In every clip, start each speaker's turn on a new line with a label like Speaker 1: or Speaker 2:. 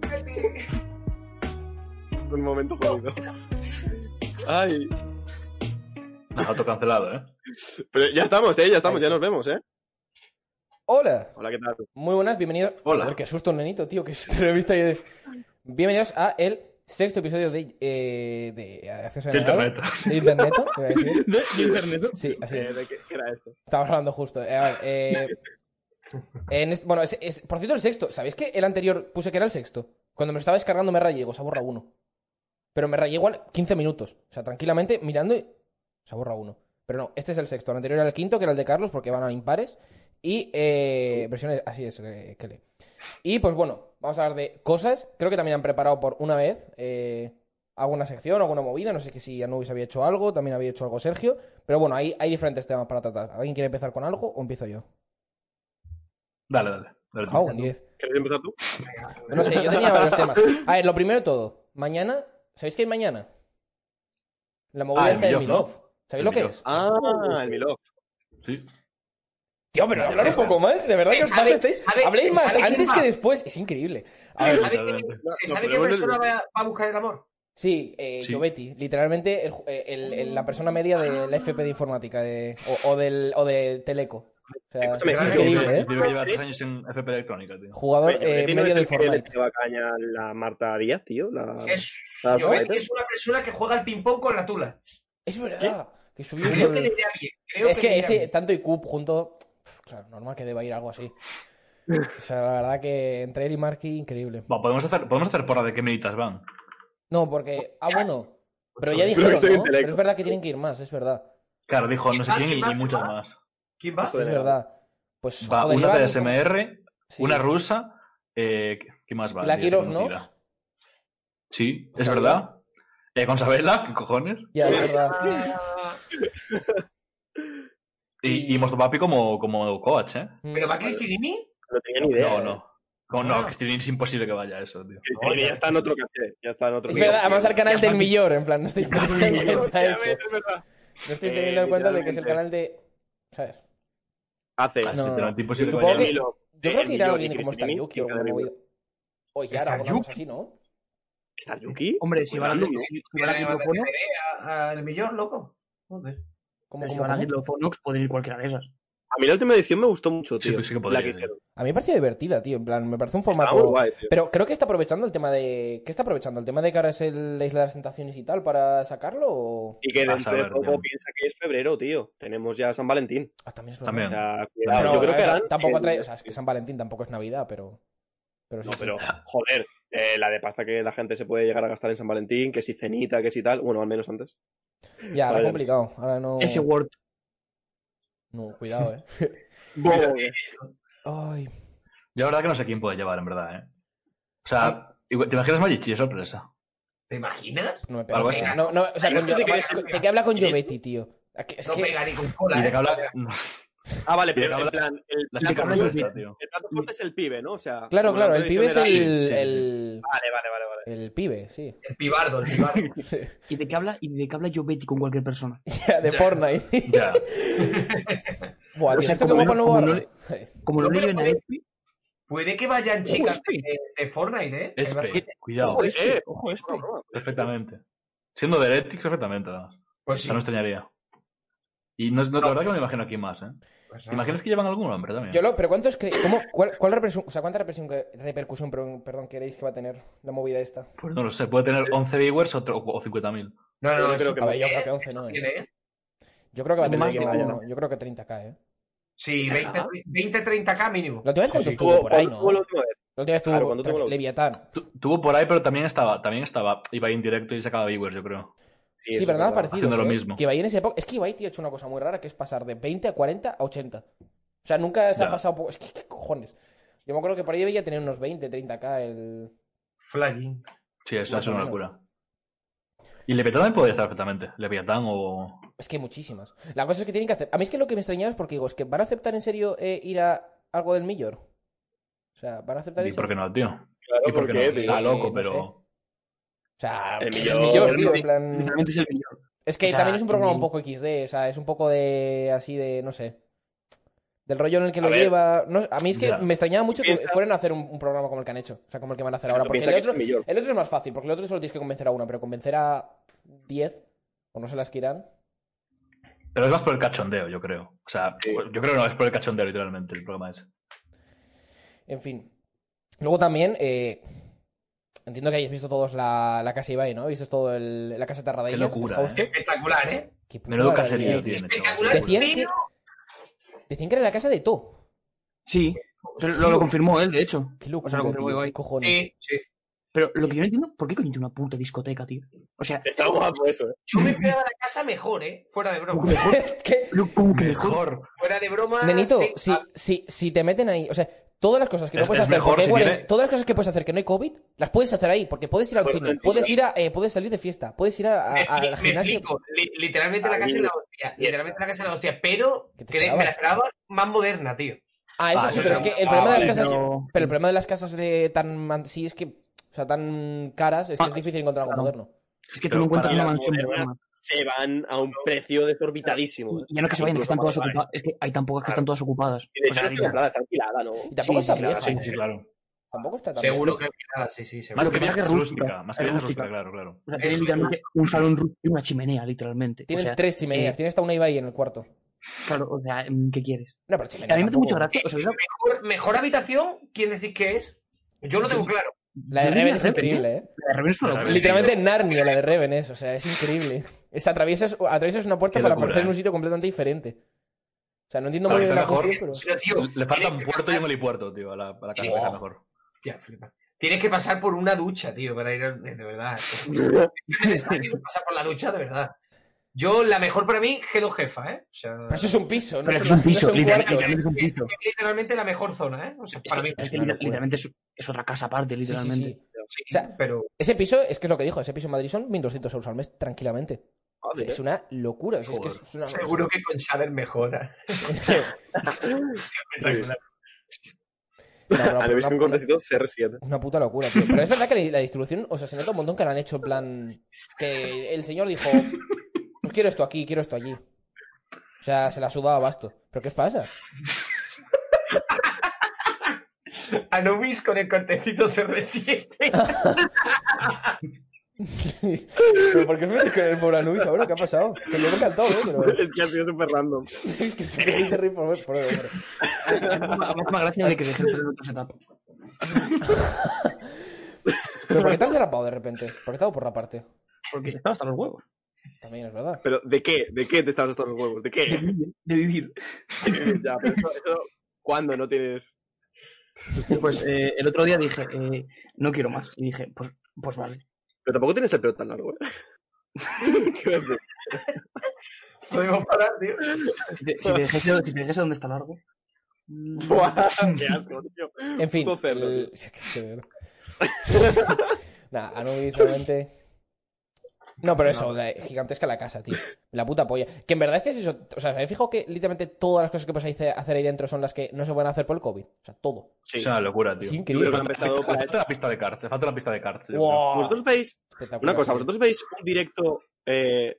Speaker 1: Pepe.
Speaker 2: Un momento jodido. Ay.
Speaker 3: Nos autocancelado, ¿eh?
Speaker 2: Pero ya estamos, ¿eh? Ya estamos, ya nos vemos, ¿eh?
Speaker 4: Hola,
Speaker 2: Hola, ¿qué tal?
Speaker 4: muy buenas, bienvenidos.
Speaker 3: Hola.
Speaker 4: Joder, qué susto, nenito, tío, qué susto lo he visto ahí de- Bienvenidos a el sexto episodio de, eh, de Acceso a
Speaker 3: De
Speaker 4: Internet.
Speaker 3: internet.
Speaker 4: De Internet, iba a decir.
Speaker 5: ¿De internet?
Speaker 4: Sí, así es.
Speaker 2: Eh, ¿De qué, qué era esto?
Speaker 4: Estamos hablando justo. Eh, a ver, eh, en este- bueno, es- es- por cierto, el sexto. ¿Sabéis que el anterior puse que era el sexto? Cuando me lo estaba descargando me rayé, digo, se ha borrado uno. Pero me rayé igual 15 minutos. O sea, tranquilamente mirando y se ha borrado uno. Pero no, este es el sexto. El anterior era el quinto, que era el de Carlos, porque van a impares. Y eh, versiones, así es, eh, que le. Y pues bueno, vamos a hablar de cosas. Creo que también han preparado por una vez eh, alguna sección, alguna movida. No sé que si Anubis había hecho algo, también había hecho algo Sergio. Pero bueno, hay, hay diferentes temas para tratar. ¿Alguien quiere empezar con algo o empiezo yo? Ah,
Speaker 3: Dale, dale. dale tú.
Speaker 4: Cago en 10.
Speaker 2: ¿Quieres empezar tú?
Speaker 4: No sé, yo tenía varios temas. A ver, lo primero de todo. Mañana, ¿sabéis qué hay mañana? La movida
Speaker 3: Ah, el
Speaker 4: está del
Speaker 3: Milov, ¿no?
Speaker 4: Milov. ¿Sabéis
Speaker 3: El
Speaker 4: lo que
Speaker 3: Milov.
Speaker 4: es?
Speaker 2: Ah, el Milov.
Speaker 3: Sí.
Speaker 4: Tío, pero hablar un poco más. De verdad que os
Speaker 1: ¿Sabe-
Speaker 4: pasa. estáis-
Speaker 1: sabe-
Speaker 4: Habléis
Speaker 1: se
Speaker 4: más
Speaker 1: sabe quién
Speaker 4: antes
Speaker 1: va?
Speaker 4: que después. Es increíble. A
Speaker 5: Ah,
Speaker 4: ver,
Speaker 1: ¿Se sabe,
Speaker 3: No,
Speaker 1: qué,
Speaker 2: no,
Speaker 1: se
Speaker 2: no,
Speaker 1: sabe
Speaker 2: pero
Speaker 1: qué
Speaker 2: bueno,
Speaker 1: persona va, va a buscar el amor?
Speaker 4: Sí, eh,
Speaker 3: Sí.
Speaker 4: Giovetti. Literalmente el ju- eh, el- el- la persona media de la FP de informática de, o, o del, o de Teleco. O sea,
Speaker 2: Escúchame,
Speaker 4: es
Speaker 2: ¿sabes
Speaker 3: Yo
Speaker 4: increíble,
Speaker 3: creo
Speaker 4: ¿eh?
Speaker 3: que Lleva lleva tres años en FP electrónica, tío.
Speaker 4: Jugador
Speaker 2: Oye,
Speaker 4: eh,
Speaker 2: Betty no
Speaker 4: medio
Speaker 2: es
Speaker 4: del
Speaker 2: el que le
Speaker 4: Fortnite.
Speaker 2: echaba caña a la Marta Díaz, tío. La...
Speaker 1: Es,
Speaker 2: Ah,
Speaker 1: yo
Speaker 2: vale.
Speaker 1: veo que es una persona que juega al ping-pong con la tula.
Speaker 4: Es verdad. Que subió un-
Speaker 1: Creo que le irá bien. Creo
Speaker 4: Es
Speaker 1: le
Speaker 4: que
Speaker 1: irá
Speaker 4: ese
Speaker 1: bien.
Speaker 4: tanto y Cub junto. pf, Claro, normal que deba ir algo así. O sea, la verdad que entre él y Marky, increíble.
Speaker 3: Bueno, podemos hacer, podemos hacer porra de qué militas van.
Speaker 4: No, porque. Ah, bueno. Pero
Speaker 2: Ocho,
Speaker 4: ya
Speaker 2: creo
Speaker 4: dijeron,
Speaker 2: que estoy en
Speaker 4: ¿no?
Speaker 2: Teleco.
Speaker 4: Pero es verdad que tienen que ir más, es verdad.
Speaker 3: Claro, dijo no sé
Speaker 1: Ah,
Speaker 3: quién
Speaker 1: ¿quién
Speaker 3: y,
Speaker 1: va?
Speaker 3: y muchos más.
Speaker 1: ¿Quién va?
Speaker 2: Eso de
Speaker 4: Es
Speaker 2: verdad.
Speaker 4: verdad. Pues
Speaker 3: Va
Speaker 4: joder,
Speaker 3: una
Speaker 4: iban-
Speaker 3: TSMR,
Speaker 4: Sí.
Speaker 3: una rusa, eh, ¿qué más va?
Speaker 4: La
Speaker 3: Tío,
Speaker 4: Kirov
Speaker 3: qué
Speaker 4: Nox.
Speaker 3: mentira. Sí, es verdad. Eh, con Sabela, ¿qué cojones?
Speaker 4: Ya, es verdad.
Speaker 1: Ah,
Speaker 3: Y, y Mostopapi como, como coach, ¿eh.
Speaker 1: ¿Pero va
Speaker 4: Mm.
Speaker 1: Cristinini?
Speaker 2: No tenía ni idea.
Speaker 3: no,
Speaker 2: eh.
Speaker 3: no. Con
Speaker 1: Ah.
Speaker 3: no, Cristinini es imposible que vaya eso, tío. Ah,
Speaker 2: Cristina, que ya está en otro caché. Ya está en otro
Speaker 4: Es
Speaker 2: nivel.
Speaker 4: verdad, además al canal
Speaker 3: Ya
Speaker 4: del
Speaker 3: van-
Speaker 4: Millor, en plan, no estáis teniendo en cuenta
Speaker 2: Ya
Speaker 4: eso.
Speaker 2: ves, es verdad.
Speaker 4: No estáis
Speaker 2: Eh,
Speaker 4: teniendo en cuenta de que es el
Speaker 2: literalmente.
Speaker 4: canal de. ¿Sabes?
Speaker 2: Hace.
Speaker 3: Ah, es
Speaker 4: No, no,
Speaker 3: literalmente imposible
Speaker 4: Supongo
Speaker 3: que
Speaker 2: El
Speaker 3: vaya.
Speaker 4: que-
Speaker 2: Milov.
Speaker 4: Yo
Speaker 2: Eh,
Speaker 4: creo que irá
Speaker 2: Millor y
Speaker 4: alguien como
Speaker 2: Cristinini,
Speaker 4: Staryuki o
Speaker 2: quien
Speaker 4: alguna
Speaker 2: gane
Speaker 4: movida. O Yara, alguna
Speaker 1: Staryuki.
Speaker 4: cosa así, ¿no?
Speaker 2: ¿Está Yuki?
Speaker 5: Hombre, si van a
Speaker 2: Bueno,
Speaker 5: hacer-
Speaker 2: Pues ¿no?
Speaker 5: si- si
Speaker 1: ¿Quién
Speaker 5: van a
Speaker 1: va
Speaker 5: hacer
Speaker 1: a
Speaker 5: Lofonox,
Speaker 1: al millón, loco? Joder.
Speaker 4: Como,
Speaker 5: pero si
Speaker 4: como,
Speaker 5: van
Speaker 4: como.
Speaker 5: a hacer Lofonox, pueden pues ir cualquiera de esas.
Speaker 2: A mí la última edición me gustó mucho,
Speaker 3: Sí,
Speaker 2: tío.
Speaker 3: pues sí que podría,
Speaker 2: la que
Speaker 3: tío.
Speaker 2: hicieron.
Speaker 4: A mí me parecía divertida, tío. En plan, me parece un formato.
Speaker 2: Estaba muy guay, tío.
Speaker 4: Pero creo que está aprovechando el tema de. ¿Qué está aprovechando? ¿El tema de que ahora es el, la isla de las tentaciones y tal para sacarlo? O...
Speaker 2: Y que
Speaker 3: A
Speaker 2: dentro de
Speaker 3: saber,
Speaker 2: poco
Speaker 3: tío.
Speaker 2: piensa que es febrero, tío. Tenemos ya San Valentín.
Speaker 4: Ah, también es verdad.
Speaker 2: O
Speaker 3: También.
Speaker 2: sea,
Speaker 4: Pero,
Speaker 2: cuidado. Yo
Speaker 4: a
Speaker 2: creo que
Speaker 4: ver,
Speaker 2: harán.
Speaker 4: Tampoco
Speaker 2: el-
Speaker 4: atrae. O sea, es que San Valentín tampoco es Navidad, pero. Pero sí.
Speaker 2: No,
Speaker 4: sí.
Speaker 2: pero, joder, eh, la de pasta que la gente se puede llegar a gastar en San Valentín, que si cenita, que si tal, bueno, al menos antes.
Speaker 4: Ya, ahora
Speaker 2: Vale.
Speaker 4: es complicado. Ahora
Speaker 2: Oh.
Speaker 4: no.
Speaker 5: Ese Word.
Speaker 4: No, cuidado, eh.
Speaker 2: Oh. Eh,
Speaker 4: Ay.
Speaker 3: Yo la verdad que no sé quién puede llevar, en verdad, ¿eh? O sea, igual- ¿te imaginas Magichi? Es sorpresa.
Speaker 1: ¿Te imaginas?
Speaker 4: No me pega.
Speaker 3: Algo
Speaker 4: no me
Speaker 3: así.
Speaker 4: pega. No, no, o sea,
Speaker 2: Pero
Speaker 4: con
Speaker 2: es que
Speaker 4: Gio-
Speaker 2: te
Speaker 4: vale,
Speaker 2: quedas-
Speaker 4: ¿de qué habla con
Speaker 2: ¿Y esto?
Speaker 4: Jovetti, tío? Es que- es
Speaker 1: no
Speaker 4: que-
Speaker 1: pega ni con cola.
Speaker 3: Y de
Speaker 1: ¿eh?
Speaker 3: que habla no,
Speaker 2: Ah, vale,
Speaker 3: pero
Speaker 2: pero
Speaker 3: en
Speaker 2: en plan, el,
Speaker 3: la
Speaker 2: plato
Speaker 3: chica
Speaker 2: fuerte-
Speaker 3: rusa esta, tío.
Speaker 2: el plato fuerte es el pibe, ¿no? O sea,
Speaker 4: Claro,
Speaker 2: como
Speaker 4: claro,
Speaker 2: la
Speaker 4: el pibe es
Speaker 2: tradición era-
Speaker 4: el.
Speaker 3: Sí, sí, sí.
Speaker 4: el...
Speaker 2: Vale, vale, vale, vale.
Speaker 4: el pibe, sí.
Speaker 1: El pibardo, el pibardo.
Speaker 5: ¿Y de qué habla? ¿Y de qué habla yo Betty con cualquier persona?
Speaker 4: Ya, de
Speaker 1: Ya.
Speaker 4: Fortnite.
Speaker 3: Ya.
Speaker 4: Buah,
Speaker 5: O
Speaker 4: tío,
Speaker 5: sea,
Speaker 4: esto
Speaker 5: como
Speaker 4: como
Speaker 5: no-
Speaker 4: para nuevo
Speaker 5: como no
Speaker 4: arte.
Speaker 5: Como lo
Speaker 1: No,
Speaker 5: no,
Speaker 1: pero-
Speaker 5: en Espe.
Speaker 1: Puede que vayan chicas de, de Fortnite, ¿eh?
Speaker 3: Espe, cuidado.
Speaker 5: Ojo, Espe.
Speaker 2: Este. Eh,
Speaker 5: Ojo, este. Espe.
Speaker 2: Broma, broma.
Speaker 3: Perfectamente. Siendo de Electric, perfectamente. además.
Speaker 1: Pues
Speaker 3: O
Speaker 1: sí.
Speaker 3: sea, no extrañaría. Y no, no, la verdad que no me imagino aquí más, ¿eh?
Speaker 2: Pues
Speaker 3: ¿Te imaginas que llevan algún hombre también?
Speaker 4: Yo lo, pero ¿cuántos cre- cómo- cuál, cuál repercusión, o sea, cuánta repercusión, que- repercusión perdón, perdón, creéis que va a tener la movida esta?
Speaker 3: Pues no lo sé, puede tener 11 viewers o, tro- o 50.000.
Speaker 1: No, no,
Speaker 2: Yo
Speaker 1: eso
Speaker 2: creo que
Speaker 4: A ver, yo
Speaker 1: eh,
Speaker 4: creo que 11 no,
Speaker 1: tiene,
Speaker 4: eh.
Speaker 1: ¿eh?
Speaker 4: Yo creo que va a
Speaker 2: Depende
Speaker 4: tener
Speaker 2: de quién
Speaker 4: no,
Speaker 2: vaya,
Speaker 4: yo creo que 30k, eh.
Speaker 1: Sí, 20, 20, 30k mínimo.
Speaker 4: La última vez cuánto
Speaker 1: Sí.
Speaker 4: estuvo por ahí,
Speaker 2: ¿Cuándo
Speaker 4: ¿no?
Speaker 2: fue la última vez?
Speaker 4: La última vez
Speaker 2: Claro,
Speaker 4: estuvo
Speaker 2: ¿cuándo tuvo
Speaker 4: Tra-
Speaker 2: la última?
Speaker 4: Leviatán.
Speaker 3: Tu- tuvo por ahí, pero también estaba, también estaba. Iba ahí en directo y sacaba viewers, yo creo.
Speaker 4: Sí,
Speaker 2: eso
Speaker 4: pero
Speaker 2: es
Speaker 4: nada parecido.
Speaker 3: Haciendo lo
Speaker 4: ¿eh?
Speaker 3: mismo.
Speaker 4: Que Ibai en esa época. Es que Ibai, tío, ha hecho una cosa muy rara que es pasar de 20 a 40 a 80. O sea, nunca se ha
Speaker 3: Ya.
Speaker 4: pasado. po- Es que, ¿qué cojones? Yo me acuerdo que por ahí debía tener unos 20, 30k el.
Speaker 1: Flying.
Speaker 3: Sí, eso
Speaker 4: Más
Speaker 3: es
Speaker 4: o
Speaker 3: una
Speaker 4: menos.
Speaker 3: locura. Y Leviatán también podría estar perfectamente. Leviatán o.
Speaker 4: Es que hay muchísimas. La cosa es que tienen que hacer. A mí es que lo que me extrañaba es porque digo, es que van a aceptar en serio eh, ir a algo del Millor. O sea, van a aceptar
Speaker 3: ¿Y
Speaker 4: en
Speaker 3: por qué
Speaker 4: serio?
Speaker 3: no, tío?
Speaker 2: Claro,
Speaker 3: ¿Y por
Speaker 2: porque
Speaker 3: qué no? Está
Speaker 4: Eh,
Speaker 3: loco,
Speaker 4: no
Speaker 3: pero.
Speaker 4: sé. O sea,
Speaker 2: El
Speaker 4: es el
Speaker 2: Millor,
Speaker 4: Millor,
Speaker 5: el
Speaker 4: tío, en
Speaker 5: Millor.
Speaker 4: plan.
Speaker 5: Literalmente es el millón.
Speaker 4: Es que
Speaker 5: O sea,
Speaker 4: también es un programa
Speaker 5: el-
Speaker 4: un poco XD, o sea, es un poco de. así de. no sé. Del rollo en el que
Speaker 2: A
Speaker 4: lo
Speaker 2: ver.
Speaker 4: lleva. No sé, a mí es que
Speaker 3: Ya.
Speaker 4: me extrañaba mucho que
Speaker 2: Piensa-
Speaker 4: fueran a hacer un, un programa como el que han hecho. O sea, como el que van a hacer ahora.
Speaker 2: Pero
Speaker 4: Porque
Speaker 2: piensa
Speaker 4: el
Speaker 2: que es
Speaker 4: otro,
Speaker 2: el millón.
Speaker 4: el otro es más fácil, porque el otro solo tienes que convencer a una, pero convencer a 10, o no se las que irán.
Speaker 3: Pero es más por el cachondeo, yo creo. O sea,
Speaker 2: Sí.
Speaker 3: yo creo que no, es por el cachondeo, literalmente, el programa ese.
Speaker 4: En fin. Luego también, eh, entiendo que hayáis visto todos la, la casa Ibai, ¿no? ¿Habéis visto todo el, la casa Tarradellas?
Speaker 3: Qué locura,
Speaker 4: el Fausto?
Speaker 3: ¿eh?
Speaker 1: Espectacular, ¿eh?
Speaker 4: Qué puta
Speaker 3: Menudo
Speaker 4: barbaridad,
Speaker 3: caserío
Speaker 4: tío.
Speaker 3: tiene. chaval.
Speaker 1: Espectacular.
Speaker 4: Decían que,
Speaker 1: Pero-
Speaker 4: decían que era la casa de To.
Speaker 5: Sí,
Speaker 1: Pues
Speaker 5: pero lo, lo confirmó él, de hecho.
Speaker 4: Qué locura,
Speaker 5: O sea, lo confirmó
Speaker 4: tío,
Speaker 5: Ibai. Eh,
Speaker 4: qué cojones.
Speaker 1: Sí, sí.
Speaker 5: Pero lo que yo no entiendo, ¿por qué coño tiene una puta discoteca, tío? O sea,
Speaker 2: Está guapo eso, ¿eh?
Speaker 1: Yo me esperaba la casa mejor, ¿eh? Fuera de broma.
Speaker 5: como que mejor,
Speaker 4: Es que,
Speaker 5: pero como que mejor.
Speaker 3: Mejor.
Speaker 1: Fuera de
Speaker 5: ah,
Speaker 1: broma.
Speaker 4: Benito,
Speaker 1: sí.
Speaker 4: si, si, si te meten ahí, o sea, todas las cosas que no
Speaker 3: Es-
Speaker 4: puedes
Speaker 3: es
Speaker 4: hacer,
Speaker 3: mejor
Speaker 4: porque hay
Speaker 3: si
Speaker 4: cuaren-
Speaker 3: tiene-
Speaker 4: todas las cosas que puedes hacer que no hay COVID, las puedes hacer ahí, porque puedes ir al
Speaker 2: Pues
Speaker 4: cine,
Speaker 2: rentista.
Speaker 4: puedes ir a, eh, puedes salir de fiesta, puedes ir a, a-
Speaker 1: Me,
Speaker 4: al
Speaker 1: me
Speaker 4: gimnasio.
Speaker 1: explico. Li- literalmente la
Speaker 2: Ahí.
Speaker 1: casa es la hostia. Literalmente la casa es la hostia. Pero
Speaker 4: ¿Qué te
Speaker 1: cre- me
Speaker 4: esperabas?
Speaker 1: la esperaba más moderna, tío.
Speaker 4: Ah, eso
Speaker 3: Ah,
Speaker 4: sí,
Speaker 3: eso
Speaker 4: pero es
Speaker 3: sí.
Speaker 4: que el problema de las
Speaker 5: Ah,
Speaker 4: casas,
Speaker 5: pero-
Speaker 4: pero el problema de las casas de tan an- sí es que, o sea, tan caras, es que
Speaker 5: Ah,
Speaker 4: es difícil encontrar algo
Speaker 5: claro.
Speaker 4: moderno.
Speaker 5: Es que tú
Speaker 3: Pero
Speaker 5: no encuentras
Speaker 2: para
Speaker 5: una
Speaker 2: la
Speaker 5: mansión de
Speaker 2: moderna, Se van a un precio desorbitadísimo. ¿eh?
Speaker 5: Ya no que se vayan, que están todas
Speaker 2: Vale.
Speaker 5: ocupadas. Es que hay tan pocas que están todas ocupadas.
Speaker 2: Y de
Speaker 5: O
Speaker 2: hecho,
Speaker 5: sea,
Speaker 2: no está
Speaker 5: diría,
Speaker 2: comprada, está alquilada, ¿no?
Speaker 4: Y tampoco
Speaker 5: Sí,
Speaker 4: está vieja.
Speaker 5: sí,
Speaker 4: ¿eh?
Speaker 5: claro,
Speaker 3: Sí, sí, claro.
Speaker 4: Tampoco está tan
Speaker 1: Seguro que
Speaker 4: vieja.
Speaker 1: nada, sí, sí, seguro.
Speaker 3: Más
Speaker 5: que
Speaker 3: que vieja
Speaker 5: vieja
Speaker 3: es
Speaker 5: es
Speaker 3: rústica.
Speaker 5: rústica,
Speaker 3: Más que vieja es rústica,
Speaker 5: rústica.
Speaker 3: claro, claro.
Speaker 5: o sea,
Speaker 1: Eso
Speaker 5: tienen
Speaker 1: es.
Speaker 5: literalmente un salón ru- y una chimenea, literalmente.
Speaker 4: Tienen
Speaker 5: o sea,
Speaker 4: tres chimeneas,
Speaker 5: eh,
Speaker 4: tiene hasta una Ibai en el cuarto.
Speaker 5: Claro, o sea, mm, ¿qué quieres?
Speaker 4: No, pero chimenea
Speaker 5: A mí me hace
Speaker 4: tampoco.
Speaker 5: mucha gracia. O sea, yo-
Speaker 1: Mejor, mejor habitación, ¿quién decís que es? Yo lo tengo claro.
Speaker 4: La de
Speaker 5: yo
Speaker 4: Reven
Speaker 5: vi
Speaker 4: es
Speaker 5: Reven,
Speaker 4: increíble,
Speaker 5: ¿eh?
Speaker 4: ¿eh?
Speaker 5: La de Reven es una
Speaker 3: La
Speaker 5: locura.
Speaker 3: Reven.
Speaker 4: Literalmente Narnia la de Reven es, o sea, es increíble. Es atraviesas, atraviesas una puerta
Speaker 3: Qué
Speaker 4: para
Speaker 3: locura,
Speaker 4: aparecer en un
Speaker 3: ¿eh?
Speaker 4: sitio completamente diferente. O sea, no entiendo
Speaker 3: Para
Speaker 4: muy
Speaker 3: que
Speaker 4: bien
Speaker 3: sea
Speaker 4: la
Speaker 3: mejor.
Speaker 4: función, pero...
Speaker 1: Pero, tío,
Speaker 3: Le falta un
Speaker 1: tienes que
Speaker 3: puerto y
Speaker 1: pasar-
Speaker 3: un helipuerto, tío, a la, a la casa
Speaker 1: Oh.
Speaker 3: que sea mejor.
Speaker 1: Hostia, flipa. Tienes que pasar por una ducha, tío, para ir al- de verdad. Es necesario pasar por la ducha, de verdad. Yo, la mejor para mí, Hello Jefa, ¿eh? O sea,
Speaker 4: Pero eso es un piso, no
Speaker 5: Pero es
Speaker 4: es,
Speaker 5: que es un
Speaker 4: no
Speaker 5: piso,
Speaker 4: es un
Speaker 5: literal-
Speaker 4: cuarto.
Speaker 5: literalmente es un piso.
Speaker 1: es literalmente la mejor zona, ¿eh? O sea, para mí.
Speaker 5: Es que
Speaker 4: una locura.
Speaker 5: literalmente es, es otra casa aparte,
Speaker 4: Sí, sí,
Speaker 5: literalmente.
Speaker 4: sí.
Speaker 1: Sí,
Speaker 4: O sea,
Speaker 1: pero
Speaker 4: Ese piso, es que es lo que dijo, ese piso en Madrid son 1.200 euros al mes tranquilamente. O sea,
Speaker 2: Joder,
Speaker 4: es una locura. o sea, es que
Speaker 3: Joder.
Speaker 4: es una...
Speaker 1: seguro que con Xaver mejora.
Speaker 4: No, no,
Speaker 2: A mí me
Speaker 4: una-
Speaker 2: hubiese contestado ser 7.
Speaker 4: Una puta locura, tío. Pero es verdad que la- la distribución, o sea, se nota un montón que la han hecho en plan. Que el señor dijo: Pues quiero esto aquí, quiero esto allí. O sea, se la sudaba basto. ¿Pero qué pasa?
Speaker 1: Anubis con el cortecito se resiente.
Speaker 4: ¿Pero por qué os metéis con el pobre Anubis ahora? ¿Qué ha pasado? Que le he encantado, ¿eh? Pero
Speaker 2: Es que ha sido súper random.
Speaker 4: es que se podéis reír por, por hombre.
Speaker 5: Más más gracia de que dejen en otro setup.
Speaker 4: ¿Pero por qué te has derrapado de repente? ¿Por qué te hago por raparte?
Speaker 5: Porque estaba hasta los huevos.
Speaker 4: También es verdad.
Speaker 2: Pero, ¿de qué? ¿De qué te estabas hasta los huevos? ¿De
Speaker 5: De
Speaker 2: qué?
Speaker 5: vivir. De vivir.
Speaker 2: ya, pero eso, eso, ¿cuándo no tienes...?
Speaker 5: Pues eh, el otro día dije, eh, no quiero más. Y dije, pues, pues vale.
Speaker 2: Pero tampoco tienes el pelo tan largo, ¿eh? ¿Qué decir?
Speaker 1: Podemos parar, tío.
Speaker 5: Si te, si te dijese, si te dijese dónde está largo. mm,
Speaker 2: Buah, ¡Qué asco, tío!
Speaker 4: En fin.
Speaker 2: Puto cerdo,
Speaker 4: el- Qué cerdo. Nah, Anubis realmente. No, pero eso, la- gigantesca la casa, tío. La puta polla. Que en verdad es que es eso. O sea, me fijo que literalmente todas las cosas que puedes hace- hacer ahí dentro son las que no se pueden hacer por el COVID. O sea, todo.
Speaker 2: Sí.
Speaker 3: Es una locura, tío.
Speaker 4: Es increíble.
Speaker 3: Le falta,
Speaker 2: Empezado
Speaker 3: le
Speaker 2: para-
Speaker 3: falta la pista de cards, le falta la pista de cards. yo
Speaker 4: Wow.
Speaker 2: ¿Vosotros veis
Speaker 4: Espectacular.
Speaker 2: Una cosa, ¿vosotros veis un directo eh,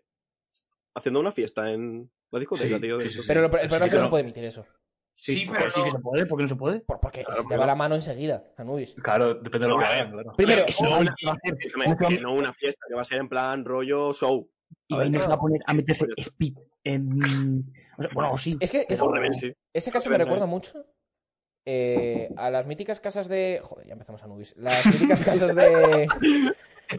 Speaker 2: haciendo una fiesta en la discoteca,
Speaker 3: Sí,
Speaker 2: tío? de
Speaker 3: sí, sí,
Speaker 2: estos?
Speaker 3: sí.
Speaker 4: Pero lo- el
Speaker 3: Sí,
Speaker 4: problema es que no
Speaker 3: claro.
Speaker 4: se puede emitir eso.
Speaker 1: Sí, pero
Speaker 5: pues sí
Speaker 1: no.
Speaker 5: que se puede, ¿por qué no se puede?
Speaker 4: Por- Porque
Speaker 2: Claro,
Speaker 4: se te
Speaker 2: pero-
Speaker 4: va la mano enseguida, Anubis.
Speaker 3: creo. Claro, depende de lo que hagan, claro.
Speaker 4: Primero,
Speaker 5: Que
Speaker 2: No,
Speaker 5: no,
Speaker 2: una-
Speaker 5: va a hacer.
Speaker 2: Escúchame, que no una fiesta, que va a ser en plan rollo show.
Speaker 5: Y
Speaker 2: A
Speaker 5: Bain
Speaker 2: ver,
Speaker 5: nos va a poner a meterse
Speaker 2: Curioso.
Speaker 5: speed en. O sea, bueno, o sí.
Speaker 4: es que es-
Speaker 2: O revés, sí.
Speaker 4: ese caso
Speaker 2: se
Speaker 4: me
Speaker 2: ve,
Speaker 4: recuerda mucho eh, a las míticas casas de. Joder, ya empezamos Anubis. Las míticas casas de.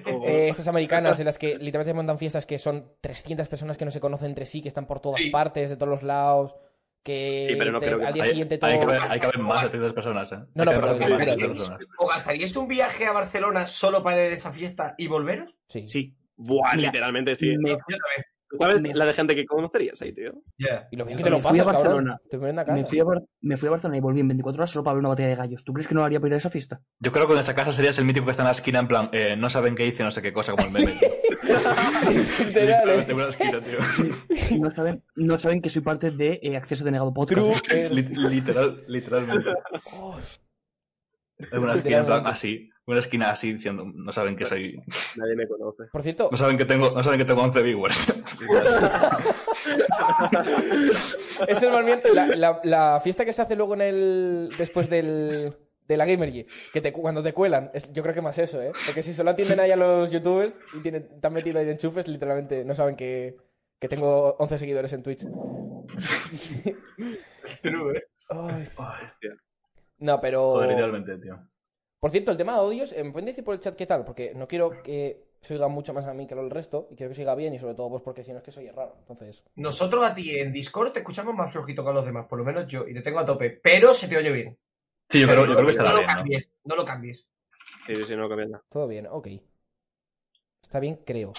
Speaker 2: O-
Speaker 4: Eh, estas americanas en las que literalmente montan fiestas que son 300 personas que no se conocen entre sí, que están por todas
Speaker 1: Sí.
Speaker 4: partes, de todos los lados, que
Speaker 2: Sí, pero no
Speaker 4: te-
Speaker 2: creo que-
Speaker 4: al día
Speaker 3: Hay-
Speaker 4: siguiente todo...
Speaker 3: hay, que ver, hay que haber más de 300 personas, ¿eh?
Speaker 4: No, no,
Speaker 3: Hay que
Speaker 4: pero
Speaker 3: haber más
Speaker 1: lo
Speaker 3: de
Speaker 1: que
Speaker 3: 300
Speaker 1: digo.
Speaker 3: personas.
Speaker 1: ¿O gastaríais un viaje a Barcelona solo para ir a esa fiesta y volveros?
Speaker 4: Sí.
Speaker 5: Sí.
Speaker 2: Buah,
Speaker 5: Mira,
Speaker 2: literalmente, sí.
Speaker 5: Me-
Speaker 1: Yo también.
Speaker 2: ¿Tú ¿Sabes
Speaker 5: me-
Speaker 2: la de gente que conocerías ahí, tío?
Speaker 1: Ya.
Speaker 4: Y lo bien que
Speaker 5: Yo
Speaker 4: te lo
Speaker 5: me fui
Speaker 4: pasas,
Speaker 5: a
Speaker 4: cabrón.
Speaker 5: Barcelona.
Speaker 4: Te ponen a casa.
Speaker 5: me, fui a Bar- me fui a Barcelona y volví en 24 horas solo para ver una batalla de gallos. ¿Tú crees que no lo haría para ir a esa fiesta?
Speaker 3: Yo creo que en esa casa serías el mítico que está en la esquina en plan, eh, no saben qué hice, no sé qué cosa, como el meme. tío.
Speaker 4: Literal, eh.
Speaker 3: Literalmente una esquina, tío.
Speaker 5: Y No saben, no saben que soy parte de eh, Acceso Denegado Podcast.
Speaker 4: True.
Speaker 3: Lit- Literal, literalmente.
Speaker 4: Oh,
Speaker 3: En una esquina en plan así. una esquina así diciendo, no saben que soy.
Speaker 2: Nadie me conoce.
Speaker 4: Por cierto,
Speaker 3: No saben que tengo, no saben que tengo 11 viewers. Sí, claro.
Speaker 4: eso es más bien la, la- la fiesta que se hace luego en el. después del. de la Gamergy. Que te, cu- cuando te cuelan. Es- yo creo que más eso, ¿eh? Porque si solo atienden ahí a los youtubers y tienen, están metidos ahí de enchufes, literalmente no saben que, que tengo 11 seguidores en Twitch.
Speaker 1: True, ¿eh?
Speaker 4: Ay.
Speaker 2: hostia.
Speaker 4: No, pero.
Speaker 3: Joder, idealmente, tío.
Speaker 4: Por cierto, el tema de odios, eh, ¿me pueden decir por el chat qué tal? Porque no quiero que se oiga mucho más a mí que al resto, y quiero que siga bien, y sobre todo vos, porque si no es que soy raro. Entonces,
Speaker 1: Nosotros a ti en Discord te escuchamos más flojito que a los demás, por lo menos yo, y te tengo a tope, pero se te oye bien.
Speaker 3: Sí, yo
Speaker 1: O sea,
Speaker 3: creo, yo
Speaker 1: no-
Speaker 3: creo que estará
Speaker 1: no
Speaker 3: bien,
Speaker 1: lo
Speaker 3: ¿no?
Speaker 1: cambies, no lo cambies.
Speaker 2: Sí, sí, sí, no cambia nada.
Speaker 4: todo bien, ok. Está bien, creo.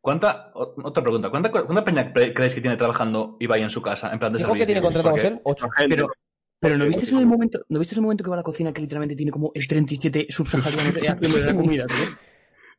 Speaker 3: ¿Cuánta, o- otra pregunta, ¿cuánta, cuánta peña cre- creéis que tiene trabajando Ibai en su casa? En plan de
Speaker 4: Dijo que
Speaker 3: servicio?
Speaker 4: tiene contrato con
Speaker 3: Porque-
Speaker 4: él, 8.
Speaker 2: Gente,
Speaker 5: Pero- Pero ¿no
Speaker 2: Sí,
Speaker 5: viste
Speaker 2: sí,
Speaker 5: en el
Speaker 2: sí.
Speaker 5: momento, ¿no viste en el momento que va a la cocina que literalmente tiene como el 37 subsahariano que hace la comida, tío?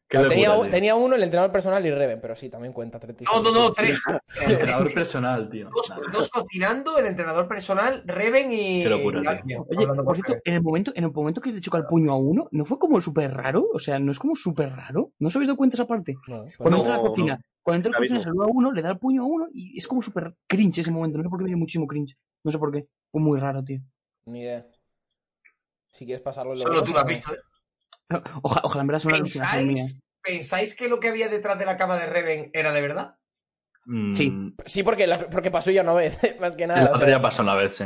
Speaker 3: Qué
Speaker 4: tenía,
Speaker 3: locura,
Speaker 4: u-
Speaker 3: tío.
Speaker 4: tenía uno, el entrenador personal y Reven, pero sí, también cuenta. 36.
Speaker 1: No, no, no, tres.
Speaker 3: Entrenador personal, tío.
Speaker 1: Dos,
Speaker 3: Nah,
Speaker 1: dos cocinando, el entrenador personal, Reven y.
Speaker 3: Qué locura,
Speaker 1: y
Speaker 3: tío.
Speaker 1: Agnia,
Speaker 5: Oye,
Speaker 1: hablando con
Speaker 5: por cierto,
Speaker 1: Reven.
Speaker 5: en el momento, en el momento que le choca el puño a uno, ¿no fue como súper raro? O sea, ¿no es como súper raro? ¿No os habéis dado cuenta esa parte?
Speaker 4: No, pues
Speaker 5: Cuando
Speaker 4: no.
Speaker 5: entra a la
Speaker 2: no,
Speaker 5: cocina, cuando entra a la
Speaker 2: Ahora
Speaker 5: cocina
Speaker 2: mismo.
Speaker 5: saluda a uno, le da el puño a uno y es como súper cringe ese momento. No sé por qué me dio muchísimo cringe. No sé por qué. Fue muy raro, tío.
Speaker 4: Ni idea. Si quieres pasarlo, luego,
Speaker 1: Solo tú lo has
Speaker 4: ¿no?
Speaker 1: visto. ¿eh?
Speaker 5: Oja- ojalá en verdad sea una alucinación mía.
Speaker 1: ¿Pensáis, ¿Pensáis que lo que había detrás de la cama de Reven era de verdad?
Speaker 3: mm,
Speaker 5: Sí.
Speaker 4: Sí, porque, la- porque pasó ya una vez, más que nada.
Speaker 3: la
Speaker 4: o
Speaker 3: otra
Speaker 4: sea,
Speaker 3: ya pasó una vez, sí.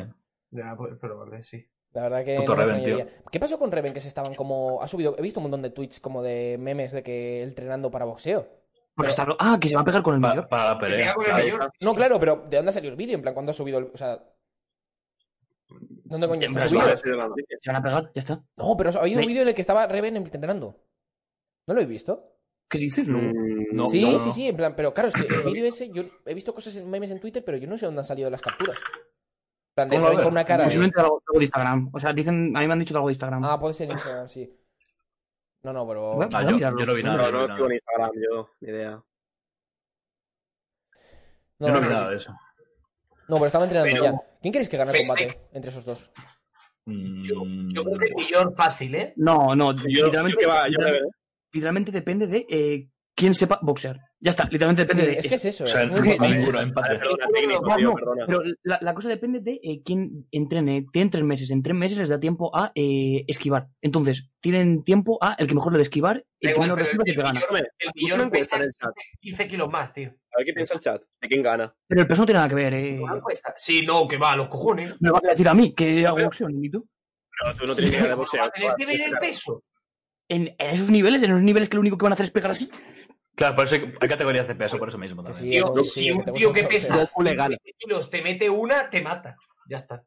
Speaker 1: Ya, pues probable, sí.
Speaker 4: La verdad que
Speaker 3: Puto
Speaker 4: no me
Speaker 3: Reven, tío.
Speaker 4: extrañaría. ¿Qué pasó con Reven que se estaban como ha subido? He visto un montón de tweets como de memes de que él entrenando para boxeo.
Speaker 5: Pero está- Ah, que se va a pegar con el
Speaker 3: Pa-
Speaker 5: mayor.
Speaker 3: para la pelea.
Speaker 1: Pelea con el
Speaker 3: claro.
Speaker 1: mayor.
Speaker 4: No, claro, pero ¿de dónde ha salido el vídeo? En plan, ¿cuándo ha subido el, o sea, ¿dónde coño
Speaker 3: Pero
Speaker 4: está
Speaker 3: es
Speaker 2: Vale,
Speaker 4: subido?
Speaker 3: verdad.
Speaker 2: sí, de la noticia.
Speaker 5: Se van a pegar, ya está.
Speaker 4: No, pero ha habido un
Speaker 5: Me-
Speaker 4: vídeo en el que estaba Reven entrenando. ¿No lo he visto?
Speaker 5: ¿Qué dices? No.
Speaker 2: Mm,
Speaker 3: No.
Speaker 4: sí, sí, sí, en plan, pero claro, es que el vídeo ese, yo he visto cosas en memes en Twitter, pero yo no sé dónde han salido las capturas. En plan, de
Speaker 3: ¿Cómo lo
Speaker 4: Reven
Speaker 3: ves?
Speaker 4: con una cara. de-
Speaker 5: Posiblemente algo, algo de Instagram. O sea, dicen, a mí me han dicho algo de Instagram.
Speaker 4: Ah, puede ser Instagram, sí. No, no, pero.
Speaker 5: Bueno,
Speaker 3: Ah,
Speaker 5: Voy a
Speaker 3: yo,
Speaker 5: mirarlo.
Speaker 3: yo no vi nada.
Speaker 2: No,
Speaker 3: yo
Speaker 2: no
Speaker 3: no vi
Speaker 2: estoy
Speaker 3: nada.
Speaker 2: en Instagram, yo, ni idea.
Speaker 3: Yo
Speaker 4: No,
Speaker 3: no
Speaker 4: no,
Speaker 3: vi
Speaker 4: sí,
Speaker 3: nada de eso.
Speaker 4: No, pero estaba entrenando
Speaker 1: Pero-
Speaker 4: ya. ¿Quién crees que gana el
Speaker 1: Pensé
Speaker 4: combate entre esos dos?
Speaker 3: Mm,
Speaker 1: Yo creo que millón fácil, ¿eh?
Speaker 5: No, no,
Speaker 2: Yo,
Speaker 5: literalmente,
Speaker 2: yo que va, yo de
Speaker 5: literalmente,
Speaker 2: verdad.
Speaker 5: depende de eh, quién sepa boxear. Ya está, literalmente
Speaker 4: Sí,
Speaker 5: depende de
Speaker 4: es que es eso,
Speaker 3: O
Speaker 4: eh,
Speaker 3: sea,
Speaker 4: es muy importante.
Speaker 3: ninguno empate.
Speaker 2: Perdona,
Speaker 5: no,
Speaker 2: técnico,
Speaker 5: no,
Speaker 2: tío,
Speaker 5: no.
Speaker 2: perdona.
Speaker 5: Pero la, la cosa depende de eh, quién entrene. Tienen tres meses. En tres meses les da tiempo a eh, esquivar. Entonces, tienen tiempo a el que mejor lo de esquivar, el
Speaker 1: Da
Speaker 5: que
Speaker 1: igual,
Speaker 5: menos
Speaker 1: pero
Speaker 5: recibe es el que gana.
Speaker 1: millón- el
Speaker 2: Haz una
Speaker 1: millón
Speaker 2: encuesta
Speaker 1: pesa
Speaker 2: en el chat.
Speaker 1: 15 kilos más, tío.
Speaker 2: A ver qué piensa el chat. ¿De quién gana?
Speaker 5: Pero el peso no tiene nada que ver. Eh.
Speaker 1: Una encuesta. Sí, no, que va, los cojones.
Speaker 5: Me lo vas a decir a mí, que hago opción, ¿y tú?
Speaker 2: Pero tú no tienes
Speaker 5: pues
Speaker 2: ni idea de boxeo.
Speaker 1: Va a tener que ver el peso.
Speaker 5: En, en esos niveles, en esos niveles que lo único que van a hacer es pegar así.
Speaker 3: Claro, por eso hay hay categorías de peso, por eso mismo
Speaker 4: Que
Speaker 3: también.
Speaker 4: sí,
Speaker 1: Tío,
Speaker 4: que sí,
Speaker 1: si
Speaker 4: que
Speaker 1: un
Speaker 4: te
Speaker 1: tío
Speaker 4: gusta
Speaker 1: que
Speaker 4: el
Speaker 1: pesa
Speaker 4: boxeo.
Speaker 2: Goku le gana.
Speaker 1: 15 kilos te mete una, te mata. Ya está.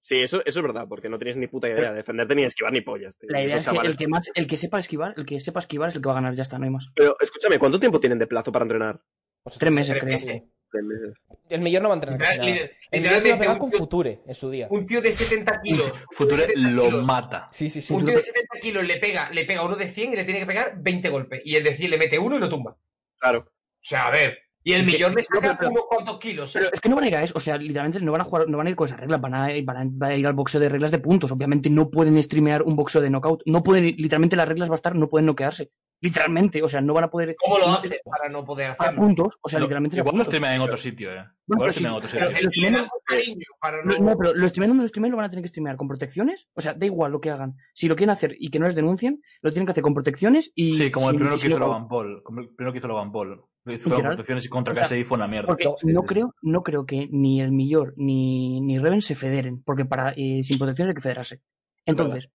Speaker 2: Sí, eso, eso es verdad, porque no tienes ni puta idea de defenderte ni de esquivar ni pollas. tío.
Speaker 5: La idea
Speaker 2: Esos
Speaker 5: es que
Speaker 2: chavales-
Speaker 5: el que, más, el que sepa esquivar, el que sepa esquivar es el que va a ganar, ya está, no hay más.
Speaker 2: Pero escúchame, ¿cuánto tiempo tienen de plazo para entrenar?
Speaker 4: Pues
Speaker 5: Tres
Speaker 4: sí,
Speaker 5: meses,
Speaker 4: sí,
Speaker 5: creo.
Speaker 4: sí.
Speaker 2: Tres meses.
Speaker 4: El millón no va a entrenar casi
Speaker 1: Literal-
Speaker 4: nada.
Speaker 1: lider-
Speaker 4: El millón se va a
Speaker 1: literalmente
Speaker 4: pegar
Speaker 1: un
Speaker 4: con
Speaker 1: tío-
Speaker 4: Future en su día.
Speaker 1: Un tío de 70 kilos. un tío de
Speaker 3: Future
Speaker 1: 70
Speaker 3: lo
Speaker 1: kilos,
Speaker 3: mata.
Speaker 4: Sí, sí, sí.
Speaker 1: Un tío de 70 kilos le pega, le pega a uno de 100 y le tiene que pegar 20 golpes. Y el de 100 le mete uno y lo tumba. O
Speaker 2: Claro.
Speaker 1: sea, a ver. Y el
Speaker 5: Es que-
Speaker 1: millón le
Speaker 5: no,
Speaker 1: saca
Speaker 5: pero-
Speaker 1: unos cuantos kilos. ¿eh?
Speaker 5: Pero es que no van a ir a eso, o sea, literalmente no van a jugar, no van a ir con esas reglas, van a, van a- van a ir al boxeo de reglas de puntos. Obviamente no pueden streamear un boxeo de knockout, no pueden, literalmente las reglas va a estar, no pueden noquearse. Literalmente, o sea, no van a poder
Speaker 1: ¿Cómo lo hace para no poder
Speaker 5: a
Speaker 1: hacerlo?
Speaker 5: puntos, o sea,
Speaker 3: No,
Speaker 5: literalmente es a
Speaker 3: Igual Ah, lo
Speaker 5: puntos.
Speaker 3: streamean en otro sitio, eh.
Speaker 5: pero
Speaker 3: Igual lo
Speaker 5: sí,
Speaker 3: streamean en otro
Speaker 1: Pero
Speaker 3: sitio.
Speaker 1: el que le da un cariño para no...
Speaker 5: No, no, pero lo streamen donde lo streamen lo van a tener que streamear con protecciones, o sea, da igual lo que hagan. Si lo quieren hacer y que no les denuncien, lo tienen que hacer con protecciones y.
Speaker 3: Sí, como el
Speaker 5: sin-
Speaker 3: primero
Speaker 5: sin
Speaker 3: que hizo
Speaker 5: knockout.
Speaker 3: Logan Paul. Como el primero que hizo Logan Paul. Lo hizo con
Speaker 5: Literal.
Speaker 3: protecciones y contra
Speaker 5: O sea,
Speaker 3: KSI fue una mierda.
Speaker 5: Porque
Speaker 3: Sí, sí,
Speaker 5: no,
Speaker 3: sí.
Speaker 5: creo, no creo que ni el Millor ni, ni Reven se federen, porque para eh, sin protecciones hay que federarse. Entonces,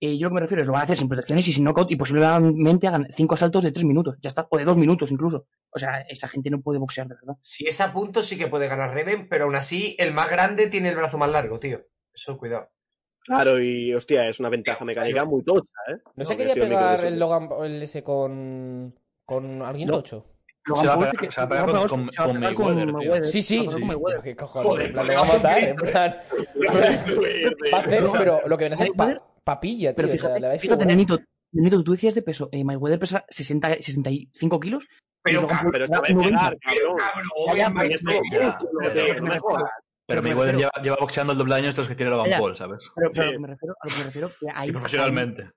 Speaker 5: eh, yo lo que me refiero es lo van a hacer sin protecciones y sin knockout y posiblemente hagan cinco asaltos de tres minutos, ya está, o de dos minutos incluso. O sea, esa gente no puede boxear de verdad.
Speaker 1: Si es a punto, sí que puede ganar Reven, pero aún así, el más grande tiene el brazo más largo, tío. Eso, cuidado.
Speaker 2: Claro, y hostia, es una ventaja mecánica muy tocha, ¿eh?
Speaker 4: No se
Speaker 2: No,
Speaker 4: quería
Speaker 2: que sí, el micro de
Speaker 4: pegar
Speaker 2: eso,
Speaker 4: el
Speaker 2: tío.
Speaker 4: Logan el ese con. con alguien
Speaker 5: No.
Speaker 4: tocho.
Speaker 5: Logan
Speaker 3: Se va a
Speaker 5: Paul
Speaker 3: pegar-
Speaker 5: que-
Speaker 3: se va a pegar
Speaker 5: Logan
Speaker 3: con-
Speaker 5: Paul
Speaker 3: con-
Speaker 5: se va a
Speaker 3: con
Speaker 5: pegar
Speaker 3: Mayweather, tío.
Speaker 4: Sí,
Speaker 5: se va a
Speaker 4: sí.
Speaker 5: pegar
Speaker 3: Sí.
Speaker 5: con Mayweather.
Speaker 4: ¿Qué cojones?
Speaker 1: Joder,
Speaker 4: en plan,
Speaker 1: con
Speaker 4: le va a
Speaker 1: el
Speaker 4: matar, en
Speaker 1: grito, eh.
Speaker 4: plan. Va a hacer, pero lo que viene a ser pa-
Speaker 5: Mayweather-
Speaker 4: papilla, tío.
Speaker 5: Pero
Speaker 4: o sea, le va a
Speaker 5: fíjate, fíjate,
Speaker 4: desfigurar.
Speaker 5: Nenito, Nenito, tú decías de peso, eh, Mayweather pesa 60, 65 kilos.
Speaker 1: Pero,
Speaker 5: Logan
Speaker 1: cabrón,
Speaker 5: Paul
Speaker 2: Pero esta vez
Speaker 5: pesa 90.
Speaker 2: pegar,
Speaker 1: pero,
Speaker 2: cabrón.
Speaker 1: cabrón,
Speaker 5: Ya,
Speaker 1: obviamente.
Speaker 3: ya,
Speaker 5: pero-
Speaker 2: pero- pero-
Speaker 5: me refiero-
Speaker 3: Pero
Speaker 5: Pero me
Speaker 3: Mayweather
Speaker 5: refiero-
Speaker 3: lleva, lleva boxeando el doble año estos que tiene Logan
Speaker 5: Ya.
Speaker 3: Paul, ¿sabes?
Speaker 5: Pero, pero a
Speaker 2: Sí.
Speaker 5: lo que me refiero, a lo que me refiero, que ahí-
Speaker 3: Y profesionalmente.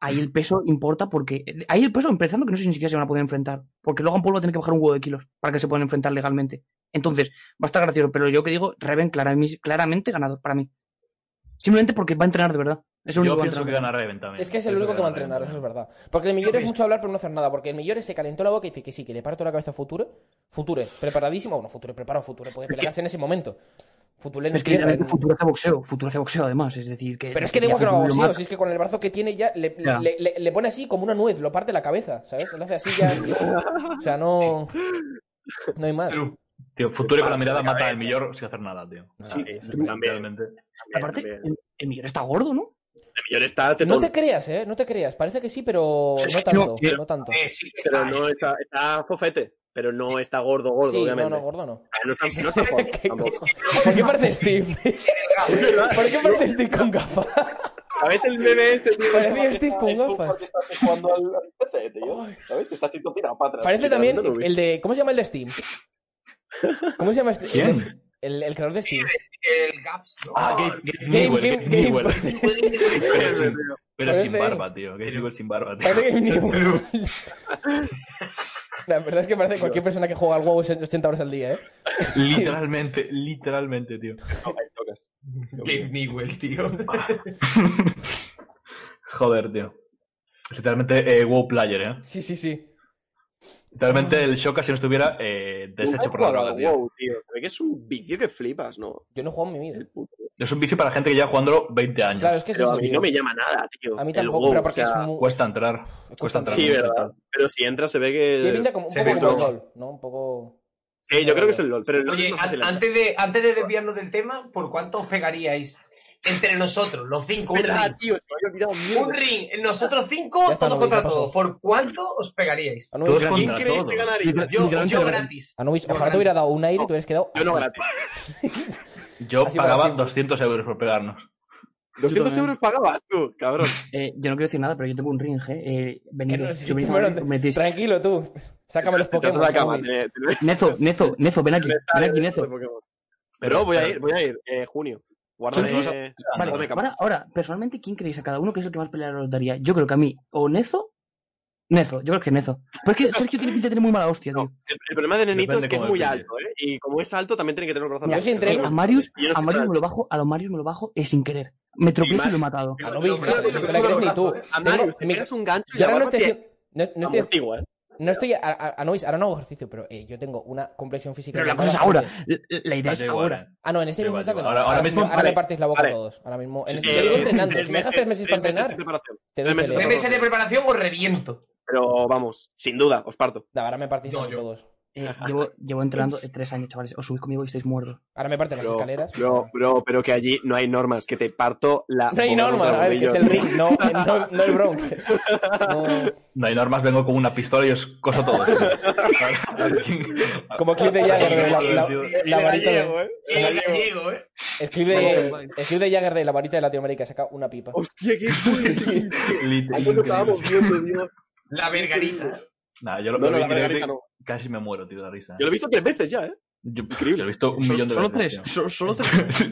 Speaker 5: Ahí el peso importa porque. Ahí el peso, empezando que no sé si ni siquiera se van a poder enfrentar. Porque Logan Paul va a tener que bajar un huevo de kilos para que se puedan enfrentar legalmente. Entonces, va a estar gracioso, pero yo que digo, Reven clarami- claramente ganador para mí. Simplemente porque va a entrenar de verdad. Es el único
Speaker 3: Yo
Speaker 5: que va a
Speaker 3: pienso que
Speaker 5: entrenar.
Speaker 3: gana Reven también.
Speaker 4: Es que es el
Speaker 3: Pienso
Speaker 4: único que va a
Speaker 3: gana
Speaker 4: entrenar,
Speaker 3: Reven.
Speaker 4: eso es verdad. Porque el Millor
Speaker 1: Yo
Speaker 4: es
Speaker 1: pienso-
Speaker 4: mucho hablar, pero no hacer nada. Porque el Millor se calentó la boca y dice que sí, que le parto la cabeza a Future. Future, preparadísimo. Bueno, Future, preparado Future. Puede pelearse en ese momento. Future no
Speaker 5: Es que
Speaker 4: quiere-
Speaker 5: eh, futuro hace boxeo, futuro hace boxeo además, es decir, que...
Speaker 4: Pero es que da
Speaker 5: ya
Speaker 4: igual que no haga
Speaker 5: lo
Speaker 4: boxeo,
Speaker 5: mata.
Speaker 4: si es que con el brazo que tiene ya le,
Speaker 5: Ya.
Speaker 4: le- le- le pone así como una nuez, lo parte la cabeza, ¿sabes? Lo hace así ya. O sea, no. No hay más.
Speaker 1: True.
Speaker 3: Tío, Future con la mirada
Speaker 2: La
Speaker 3: mata
Speaker 2: cabeza.
Speaker 3: al Millor sin hacer nada, tío.
Speaker 2: Sí,
Speaker 3: Ah,
Speaker 2: sí,
Speaker 3: literalmente.
Speaker 2: también.
Speaker 5: Aparte,
Speaker 2: También.
Speaker 5: el, el millón está gordo, ¿no?
Speaker 2: El millón está
Speaker 4: No
Speaker 2: tetón,
Speaker 4: te creas, ¿eh? No te creas. Parece que sí, pero
Speaker 2: Sí,
Speaker 4: no
Speaker 2: sí,
Speaker 4: tanto.
Speaker 2: no,
Speaker 4: No tanto.
Speaker 1: Eh, sí,
Speaker 2: pero
Speaker 1: está,
Speaker 2: no está, está fofete, pero no está gordo, gordo,
Speaker 4: Sí, no,
Speaker 2: obviamente.
Speaker 4: no, gordo no.
Speaker 2: Ah, no está, no está gordo,
Speaker 4: ¿Qué
Speaker 2: tampoco.
Speaker 4: cojo- ¿Por qué parece Steve?
Speaker 2: Es verdad.
Speaker 4: ¿Por qué parece Steve con gafas?
Speaker 2: ¿Sabes el meme este, tío?
Speaker 4: Parecía Steve con
Speaker 6: Es tú
Speaker 4: gafas.
Speaker 6: porque estás jugando al al PC, tío. ¿Sabes? Que estás siendo tirado para atrás.
Speaker 4: Parece también
Speaker 2: no lo he
Speaker 4: el de. ¿Cómo se llama el de Steam? ¿Cómo se llama este-
Speaker 3: ¿Quién?
Speaker 4: el- El, el creador de Steam.
Speaker 1: el Gaps. no.
Speaker 3: Ah, Gabe, Gabe
Speaker 4: Gabe-
Speaker 3: Newell, Gabe
Speaker 4: Gabe-
Speaker 3: Newell.
Speaker 4: Gabe-
Speaker 3: Pero sin- Pero sin
Speaker 4: Parece-
Speaker 3: barba, tío. Gabe Newell sin barba, tío.
Speaker 4: Parece que ni- La verdad es que parece cualquier persona que juega al WoW 80 horas al día, ¿eh?
Speaker 3: Literalmente, literalmente, tío.
Speaker 1: Gabe Newell, tío.
Speaker 3: Joder, tío. Es Literalmente eh, WoW player, ¿eh?
Speaker 4: Sí, sí, sí.
Speaker 3: Literalmente el Shoka si no estuviera eh, deshecho por la droga, tío.
Speaker 2: Wow, tío. Se ve que es un vicio que flipas, ¿no?
Speaker 4: Yo no he jugado en mi vida.
Speaker 2: El puto.
Speaker 3: Es un vicio para la gente que lleva jugándolo 20 años.
Speaker 4: Claro, es que es
Speaker 2: Pero a
Speaker 4: eso,
Speaker 2: mí
Speaker 4: tío.
Speaker 2: no me llama nada, tío.
Speaker 4: A mí
Speaker 2: El
Speaker 4: tampoco,
Speaker 2: WoW,
Speaker 4: pero
Speaker 2: o
Speaker 4: porque
Speaker 2: sea,
Speaker 4: es muy...
Speaker 3: Cuesta entrar. Cuesta entrar.
Speaker 2: Sí, ¿verdad? Pero si entras se ve que...
Speaker 4: Tiene pinta como un
Speaker 2: se
Speaker 4: poco
Speaker 2: ve
Speaker 4: como el
Speaker 2: todo.
Speaker 4: LOL, ¿no? Un poco...
Speaker 2: Sí, yo creo que es el LOL, pero el LOL es
Speaker 1: Oye,
Speaker 2: más
Speaker 1: an-
Speaker 2: fácil.
Speaker 1: antes de, antes de desviarnos del tema, ¿por cuánto os pegaríais entre nosotros, los cinco? Un
Speaker 2: ¿Verdad,
Speaker 1: ring.
Speaker 2: tío? Se me había olvidado
Speaker 1: Un
Speaker 2: mierda.
Speaker 1: ring, nosotros cinco,
Speaker 4: Ya está, Rubí,
Speaker 1: todos contra
Speaker 4: ya pasó.
Speaker 1: todos. ¿Por cuánto os pegaríais?
Speaker 4: Anubis,
Speaker 3: Todos
Speaker 2: ¿Quién
Speaker 3: contra
Speaker 2: creéis que
Speaker 3: todos.
Speaker 2: ganaría?
Speaker 1: Yo, yo
Speaker 3: Literalmente,
Speaker 1: gratis.
Speaker 4: Anubis,
Speaker 1: Yo
Speaker 4: ojalá te
Speaker 1: gratis.
Speaker 4: hubiera dado un aire y te hubieras quedado...
Speaker 2: Yo no
Speaker 4: así.
Speaker 2: gratis.
Speaker 3: Yo
Speaker 4: Así para
Speaker 3: pagaba
Speaker 4: siempre.
Speaker 3: 200 euros por pegarnos.
Speaker 2: 200
Speaker 5: también.
Speaker 2: euros pagabas tú, cabrón.
Speaker 5: Eh, yo no quiero decir nada, pero yo tengo un ring, ¿eh? eh venid,
Speaker 4: Que no,
Speaker 5: si
Speaker 4: sí,
Speaker 5: venís a
Speaker 4: bueno,
Speaker 5: hablar, os metéis.
Speaker 4: Tranquilo, tú. Sácame los
Speaker 2: Te trato
Speaker 4: Pokémon.
Speaker 2: la eh. cama.
Speaker 4: Anubis.
Speaker 2: te- te-
Speaker 5: Nezo, Nezo, Nezo, ven aquí,
Speaker 2: te-
Speaker 5: ven aquí,
Speaker 2: te-
Speaker 5: Nezo.
Speaker 2: te- Pokémon. Pero voy a ir, voy a ir, eh, junio. Guárdame...
Speaker 5: ¿Quién
Speaker 2: Guárdame
Speaker 3: Ah,
Speaker 5: Vale,
Speaker 2: cama.
Speaker 5: ahora, ahora, personalmente, ¿quién creéis a cada uno que es el que más pelea os daría? Yo creo que a mí, o Nezo, Nezo, yo creo que Nezo. Pero es que Sergio tiene pinta de tener muy mala hostia, tío.
Speaker 2: No, el, el problema de Nenito
Speaker 3: Depende
Speaker 2: es que es
Speaker 3: cómo
Speaker 2: muy
Speaker 3: le pille.
Speaker 2: alto, ¿eh? Y como es alto, también tiene que tener los brazos
Speaker 4: Yo
Speaker 2: largos.
Speaker 4: sí entreno.
Speaker 5: Eh, A Marius,
Speaker 2: Yo no
Speaker 5: a
Speaker 2: sé
Speaker 5: Marius
Speaker 2: nada.
Speaker 5: me lo bajo, a los Marius me lo bajo es sin querer. Me tropiezo y lo he matado.
Speaker 4: Anubis,
Speaker 1: Los
Speaker 4: mira,
Speaker 1: brazos,
Speaker 4: no te
Speaker 1: los
Speaker 4: la crees ni
Speaker 1: brazos,
Speaker 4: tú.
Speaker 1: ¿eh?
Speaker 2: A
Speaker 4: Tengo-
Speaker 2: Marius, te
Speaker 4: mi-
Speaker 2: pegas un gancho y
Speaker 4: Yo
Speaker 2: la
Speaker 4: ahora no
Speaker 2: barba
Speaker 4: estoy
Speaker 2: te
Speaker 4: haciendo... No, no estoy,
Speaker 2: amortigua, ¿eh?
Speaker 4: no estoy a, a- a- Anubis, ahora no hago ejercicio, pero eh, yo tengo una complexión física.
Speaker 5: Pero la
Speaker 4: llamada
Speaker 5: cosa es ahora.
Speaker 4: Hercules.
Speaker 5: La, la idea es
Speaker 3: Da igual,
Speaker 5: ahora.
Speaker 3: eh.
Speaker 4: Ah, no, en este
Speaker 3: Da
Speaker 4: mismo
Speaker 3: igual, da
Speaker 4: instante no.
Speaker 3: igual. Ahora- ahora
Speaker 4: sí,
Speaker 3: mismo-
Speaker 4: Ahora
Speaker 2: vale,
Speaker 4: me partes la boca
Speaker 2: vale.
Speaker 4: a todos. Ahora mismo. En
Speaker 2: Sí,
Speaker 4: este, yo digo
Speaker 2: sí,
Speaker 4: entrenando. Si me dejas tres meses para
Speaker 2: de
Speaker 4: entrenar,
Speaker 2: preparación.
Speaker 4: te doy
Speaker 2: tres meses
Speaker 4: pelea.
Speaker 1: Tres meses de preparación os reviento.
Speaker 2: Pero vamos, sin duda, os parto.
Speaker 4: Da, Ahora me partís
Speaker 1: No,
Speaker 4: a
Speaker 1: yo.
Speaker 4: todos.
Speaker 5: Eh, llevo, llevo entrenando eh, tres años, chavales. Os subís conmigo y estáis muertos.
Speaker 4: Ahora me parten las
Speaker 2: Bro,
Speaker 4: escaleras. o
Speaker 2: Bro,
Speaker 4: sea.
Speaker 2: bro, pero que allí no hay normas, que te parto la.
Speaker 4: No hay
Speaker 2: boca de los
Speaker 4: norma, a ver, que es el
Speaker 2: barbillos.
Speaker 4: ring, no, no, no el Bronx. No,
Speaker 3: No hay normas, vengo con una pistola y os coso todo.
Speaker 4: como clip de Jagger de la, la-
Speaker 3: Tío,
Speaker 4: la
Speaker 2: El
Speaker 4: varita
Speaker 2: gallego,
Speaker 4: de,
Speaker 2: ¿eh?
Speaker 1: Eh, gallego, ¿eh?
Speaker 4: el clip
Speaker 2: Vale,
Speaker 4: de
Speaker 2: vale.
Speaker 4: el clip de Jagger de la varita de Latinoamérica saca una pipa.
Speaker 2: Hostia, qué cool.
Speaker 3: Literal.
Speaker 2: Algo que estábamos viendo, Dios.
Speaker 1: La vergarita.
Speaker 3: Nah, yo lo,
Speaker 2: No, no,
Speaker 3: lo vi
Speaker 2: la
Speaker 3: y
Speaker 2: verdad que no.
Speaker 3: casi me muero, tío, de risa.
Speaker 2: Yo lo he visto tres veces ya, ¿eh?
Speaker 3: Yo, yo lo he visto un millón de
Speaker 5: solo
Speaker 3: veces.
Speaker 5: tres.
Speaker 3: tío.
Speaker 5: so- solo tres.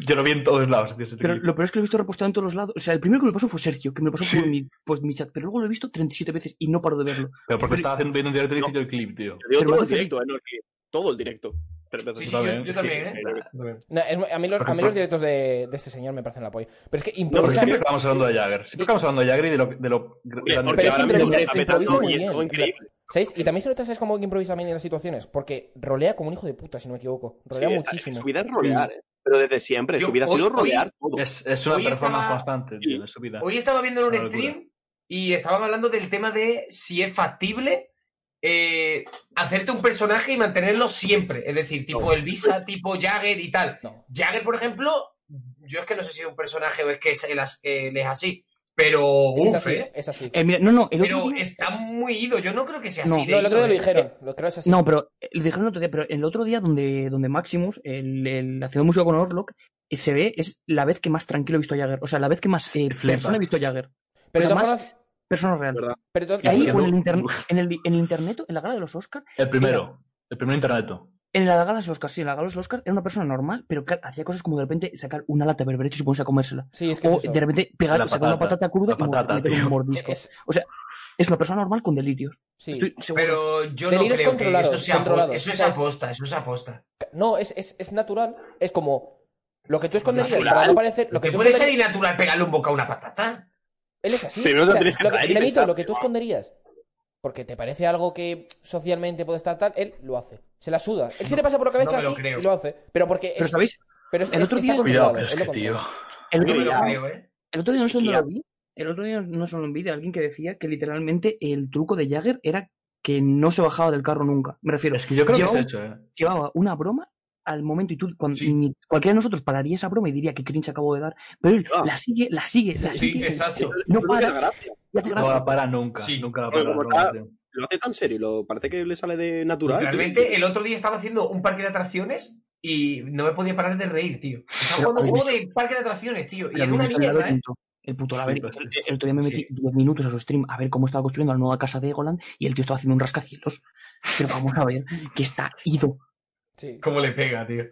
Speaker 3: yo lo vi en todos lados, tío. ese
Speaker 5: Pero
Speaker 3: clip.
Speaker 5: lo peor es que lo he visto reposteado en todos los lados. O sea, el primero que me pasó fue Sergio, que me lo pasó
Speaker 3: Sí.
Speaker 5: por, mi, por mi chat. Pero luego lo he visto 37 veces y no paro de verlo.
Speaker 3: Pero porque estaba haciendo viendo en directo y hice yo el clip, tío.
Speaker 2: Te digo
Speaker 5: Pero
Speaker 2: todo el
Speaker 5: hace-
Speaker 2: directo, ¿eh? No el clip. Todo el directo. Tres veces.
Speaker 1: Sí, sí,
Speaker 3: Yo
Speaker 1: yo,
Speaker 3: también,
Speaker 1: yo
Speaker 3: es
Speaker 1: también,
Speaker 3: que-
Speaker 1: ¿eh?
Speaker 4: No, es- a, mí los, a mí los directos de, de este señor me parecen la polla. Pero es que
Speaker 3: No, porque
Speaker 4: improvisa.
Speaker 3: siempre acabamos hablando de Jagger. Siempre acabamos hablando de Jagger y de lo. De lo grande
Speaker 2: porque
Speaker 4: pero es que
Speaker 2: ahora mismo
Speaker 4: improvisa,
Speaker 2: se está petando
Speaker 4: improvisa muy
Speaker 2: y es todo
Speaker 4: bien.
Speaker 2: increíble.
Speaker 4: ¿Sabéis? Y también se nota, ¿sabes cómo que improvisa bien en las situaciones? Porque rolea como un hijo de puta, si no me equivoco. Rolea
Speaker 2: Sí, está-
Speaker 4: muchísimo.
Speaker 2: Su vida es rolear, ¿eh? Pero desde siempre,
Speaker 1: Yo-
Speaker 2: su vida ha
Speaker 1: hoy-
Speaker 2: sido
Speaker 1: hoy-
Speaker 2: rolear todo.
Speaker 3: es, es una
Speaker 1: Hoy
Speaker 3: performance
Speaker 1: estaba-
Speaker 3: constante, tío, de su vida.
Speaker 1: Hoy estaba viendo en
Speaker 3: Una
Speaker 1: un
Speaker 3: locura.
Speaker 1: stream y estaban hablando del tema de si es factible eh, hacerte un personaje y mantenerlo siempre. Es decir, tipo Elvisa, tipo Jagger y tal.
Speaker 4: No.
Speaker 1: Jagger, por ejemplo, yo es que no sé si es un personaje o es que es, él as- él es así, pero
Speaker 4: Es
Speaker 1: uf,
Speaker 4: así,
Speaker 1: ¿eh?
Speaker 4: es así.
Speaker 5: Eh, mira, no, no, el otro
Speaker 1: Pero
Speaker 5: día-
Speaker 1: está muy ido. Yo no creo que sea
Speaker 5: No,
Speaker 1: así. de
Speaker 4: No, el otro día lo
Speaker 1: ido, ¿eh?
Speaker 4: dijeron. Lo creo es así.
Speaker 5: No, pero eh, lo dijeron el otro día, pero el otro día donde, donde Maximus, el, el hacedor músico con Orlok, eh, se ve, es la vez que más tranquilo he visto a Jagger. O sea, la vez que más eh,
Speaker 3: flipa.
Speaker 5: persona he visto a Jagger.
Speaker 4: Pero de
Speaker 5: o sea,
Speaker 4: todas
Speaker 5: más-
Speaker 4: formas-
Speaker 5: Persona real.
Speaker 2: ¿Verdad?
Speaker 4: pero de todas-
Speaker 5: Ahí,
Speaker 3: Y
Speaker 5: o en el,
Speaker 3: haciendo-
Speaker 5: internet en, el, en el internet, en la gala de los Oscars,
Speaker 3: El primero. El primer interneto.
Speaker 5: En la de Galas Oscar, sí, en la de Galas Oscar era una persona normal, pero que hacía cosas como de repente sacar una lata de berberecho y ponerse a comérsela.
Speaker 4: Sí, es que
Speaker 5: O
Speaker 4: es eso.
Speaker 5: de repente pegar,
Speaker 3: La
Speaker 5: sacar una
Speaker 3: patata.
Speaker 5: patata cruda
Speaker 3: La
Speaker 5: y
Speaker 3: patata,
Speaker 5: meter un
Speaker 3: tío.
Speaker 5: mordisco.
Speaker 4: Es-
Speaker 5: Es una persona normal con delirios.
Speaker 4: sí.
Speaker 5: Estoy seguro.
Speaker 1: Pero yo no
Speaker 4: Delirios
Speaker 1: creo que
Speaker 4: controlados,
Speaker 1: eso sea aposta.
Speaker 4: controlados,
Speaker 1: Eso es
Speaker 4: ¿sabes?
Speaker 1: aposta, eso es aposta.
Speaker 4: No, es, es, es natural. Es como lo que tú esconderías
Speaker 1: Natural.
Speaker 4: para no parecer. Lo que
Speaker 1: ¿Que
Speaker 4: tú
Speaker 1: puede ser
Speaker 4: esconderías-
Speaker 1: innatural pegarle un boca a una patata?
Speaker 4: Él es así.
Speaker 2: Primero
Speaker 4: O sea,
Speaker 2: tendrías que
Speaker 4: lo que,
Speaker 2: caer y
Speaker 4: Menito,
Speaker 2: pensar,
Speaker 4: lo que tú
Speaker 2: tío.
Speaker 4: esconderías porque te parece algo que socialmente puede estar tal, él lo hace. Se la suda. Él se le pasa por la cabeza
Speaker 1: no me lo
Speaker 4: así
Speaker 1: creo.
Speaker 4: y lo hace. Pero porque
Speaker 5: Pero
Speaker 4: es-
Speaker 5: ¿sabéis?
Speaker 4: pero es-
Speaker 5: el
Speaker 4: es-
Speaker 5: otro
Speaker 4: está
Speaker 5: día-
Speaker 3: Cuidado,
Speaker 4: controlado,
Speaker 3: pero es
Speaker 4: él lo
Speaker 3: que, tío.
Speaker 4: controla.
Speaker 5: El
Speaker 1: No
Speaker 5: otro
Speaker 1: me lo
Speaker 5: día,
Speaker 1: creo, ¿eh?
Speaker 5: el otro día no sé dónde
Speaker 2: Tía.
Speaker 5: lo vi. El otro día no solo en vídeo, alguien que decía que literalmente el truco de Jagger era que no se bajaba del carro nunca. Me refiero,
Speaker 3: Es que yo creo que
Speaker 5: Yo-
Speaker 3: es hecho, ¿eh?
Speaker 5: llevaba una broma al momento y tú, cuando,
Speaker 2: Sí.
Speaker 5: ni cualquiera de nosotros pararía esa broma y diría que cringe acabo de dar, pero él
Speaker 2: Ah.
Speaker 5: la sigue, la sigue, la
Speaker 1: Sí,
Speaker 5: sigue.
Speaker 1: exacto.
Speaker 2: Creo
Speaker 5: No
Speaker 2: que
Speaker 5: para.
Speaker 2: es gracia.
Speaker 5: y hace
Speaker 3: No
Speaker 5: gracia.
Speaker 3: la para nunca.
Speaker 1: Sí.
Speaker 3: Nunca la
Speaker 2: Pero
Speaker 3: para.
Speaker 2: como
Speaker 3: nunca,
Speaker 2: tal-
Speaker 3: tío.
Speaker 2: Lo hace tan serio, lo parece que le sale de natural. tío.
Speaker 1: Realmente, el otro día estaba haciendo un parque de atracciones y no me podía parar de reír, tío. Estaba jugando un juego de parque de atracciones, tío. Y
Speaker 5: Pero
Speaker 1: era una
Speaker 5: habéis visto el
Speaker 1: mierda, ¿eh?
Speaker 5: laberinto, El puto laberinto.
Speaker 3: Sí,
Speaker 5: El otro día me metí
Speaker 1: Sí.
Speaker 5: 10 minutos a su stream a ver cómo estaba construyendo la nueva casa de Egoland y el tío estaba haciendo un rascacielos. Pero vamos a ver, que está ido.
Speaker 4: Sí.
Speaker 1: Cómo le pega, tío.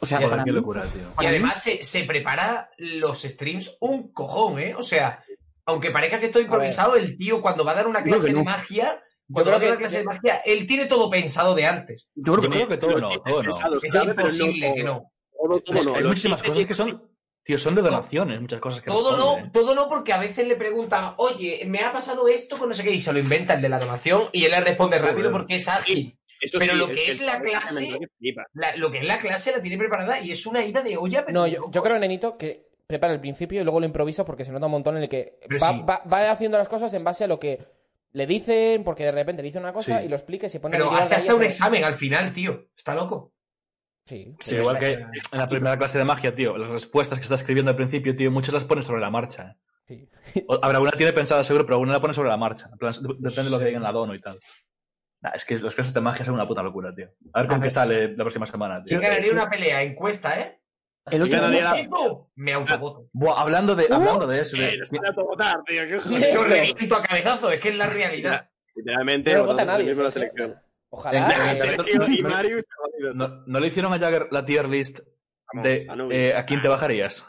Speaker 5: O sea,
Speaker 3: Joder,
Speaker 5: para
Speaker 3: qué
Speaker 5: mí,
Speaker 3: locura, tío.
Speaker 1: Y
Speaker 5: para mí-
Speaker 1: además se, se prepara los streams un cojón, ¿eh? O sea, aunque parezca que estoy improvisado, el tío cuando va a dar una
Speaker 5: creo
Speaker 1: clase
Speaker 5: que no.
Speaker 1: de magia,
Speaker 4: Yo
Speaker 1: cuando
Speaker 4: creo
Speaker 1: va a dar
Speaker 4: que
Speaker 1: una clase de magia, él tiene todo pensado de antes.
Speaker 5: yo creo
Speaker 3: Yo
Speaker 5: que
Speaker 3: creo que todo
Speaker 2: Los
Speaker 3: no,
Speaker 2: chistes
Speaker 3: todo no.
Speaker 2: pesados,
Speaker 1: Es
Speaker 2: ¿sabes? Pero no
Speaker 1: imposible
Speaker 2: todo.
Speaker 1: que no.
Speaker 2: Todo, todo
Speaker 3: Es-
Speaker 2: no.
Speaker 3: Hay
Speaker 2: Los
Speaker 3: muchísimas
Speaker 2: chistes
Speaker 3: cosas que son. Tío, son de donaciones, muchas cosas que
Speaker 1: Todo
Speaker 3: responden,
Speaker 1: no,
Speaker 3: ¿eh?
Speaker 1: todo no, porque a veces le preguntan, oye, me ha pasado esto con no sé qué, y se lo inventa el de la donación, y él le responde rápido
Speaker 3: Joder.
Speaker 1: porque es ágil.
Speaker 2: Eso
Speaker 1: Pero
Speaker 2: sí,
Speaker 1: lo que es la
Speaker 2: el-
Speaker 1: clase-
Speaker 2: que flipa.
Speaker 1: La- lo que es la clase la tiene preparada y es una ida de olla, pero.
Speaker 4: No, yo, yo creo, Nenito, que prepara el principio y luego lo improvisa porque se nota un montón en el que
Speaker 1: Pero
Speaker 4: va,
Speaker 1: sí.
Speaker 4: va- va haciendo las cosas en base a lo que le dicen, porque de repente le dice una cosa
Speaker 3: Sí.
Speaker 4: y lo explica y se pone a
Speaker 1: Pero
Speaker 4: derivar
Speaker 1: hace
Speaker 4: de ahí
Speaker 1: hasta un
Speaker 4: hacia-
Speaker 1: examen al final, tío. Está loco.
Speaker 4: Sí.
Speaker 3: Sí, igual que en la primera clase de magia, tío, las respuestas que está escribiendo al principio, tío, muchas las pones sobre la marcha. ¿eh?
Speaker 4: sí.
Speaker 3: O- habrá una tiene pensada seguro, pero alguna la pone sobre la marcha. En plan, de- depende de lo que diga en la dono y tal. Nah, es que las clases de magia son una puta locura, tío. A ver con qué sale la próxima semana, tío.
Speaker 1: Yo ganaría una pelea, encuesta, ¿eh?
Speaker 5: el otro
Speaker 2: Ganaría
Speaker 5: día,
Speaker 2: la-
Speaker 1: Esto Me autoboto.
Speaker 3: Buah, hablando de, hablando de eso, de-
Speaker 2: Eh, los van a autobotar, tío, qué joder.
Speaker 1: Es que os reviento a cabezazo, es que es la realidad.
Speaker 2: Literalmente,
Speaker 4: No lo vota
Speaker 2: votamos el
Speaker 4: nadie.
Speaker 1: ¿eh?
Speaker 2: mismo en la
Speaker 4: ¿sabes?
Speaker 2: selección.
Speaker 4: Ojalá.
Speaker 3: Nah,
Speaker 4: eh,
Speaker 2: Sergio y Marius, jodidos.
Speaker 3: no, ¿no le hicieron a Jagger la tier list
Speaker 2: Vamos,
Speaker 3: de
Speaker 2: a Nubis. Ah.
Speaker 3: eh, a quién te bajarías?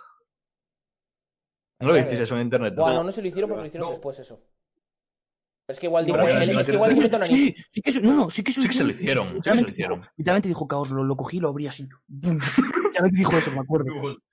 Speaker 3: ¿No lo
Speaker 4: Jagger.
Speaker 3: visteis eso en internet?
Speaker 4: Buah,
Speaker 3: no?
Speaker 4: no, no se lo hicieron porque lo hicieron
Speaker 1: No.
Speaker 4: después eso. Pero es que igual
Speaker 1: No,
Speaker 4: dijo,
Speaker 1: pero
Speaker 4: él-
Speaker 1: es que
Speaker 4: es que
Speaker 3: no
Speaker 4: igual
Speaker 3: tiene-
Speaker 4: se metió una
Speaker 5: Sí, sí que eso, no, no, sí que eso
Speaker 3: Sí que se lo hicieron, sí que se lo hicieron.
Speaker 5: Literalmente dijo caos, lo, lo cogí y lo abrí así. Bum. Literalmente dijo eso, me acuerdo.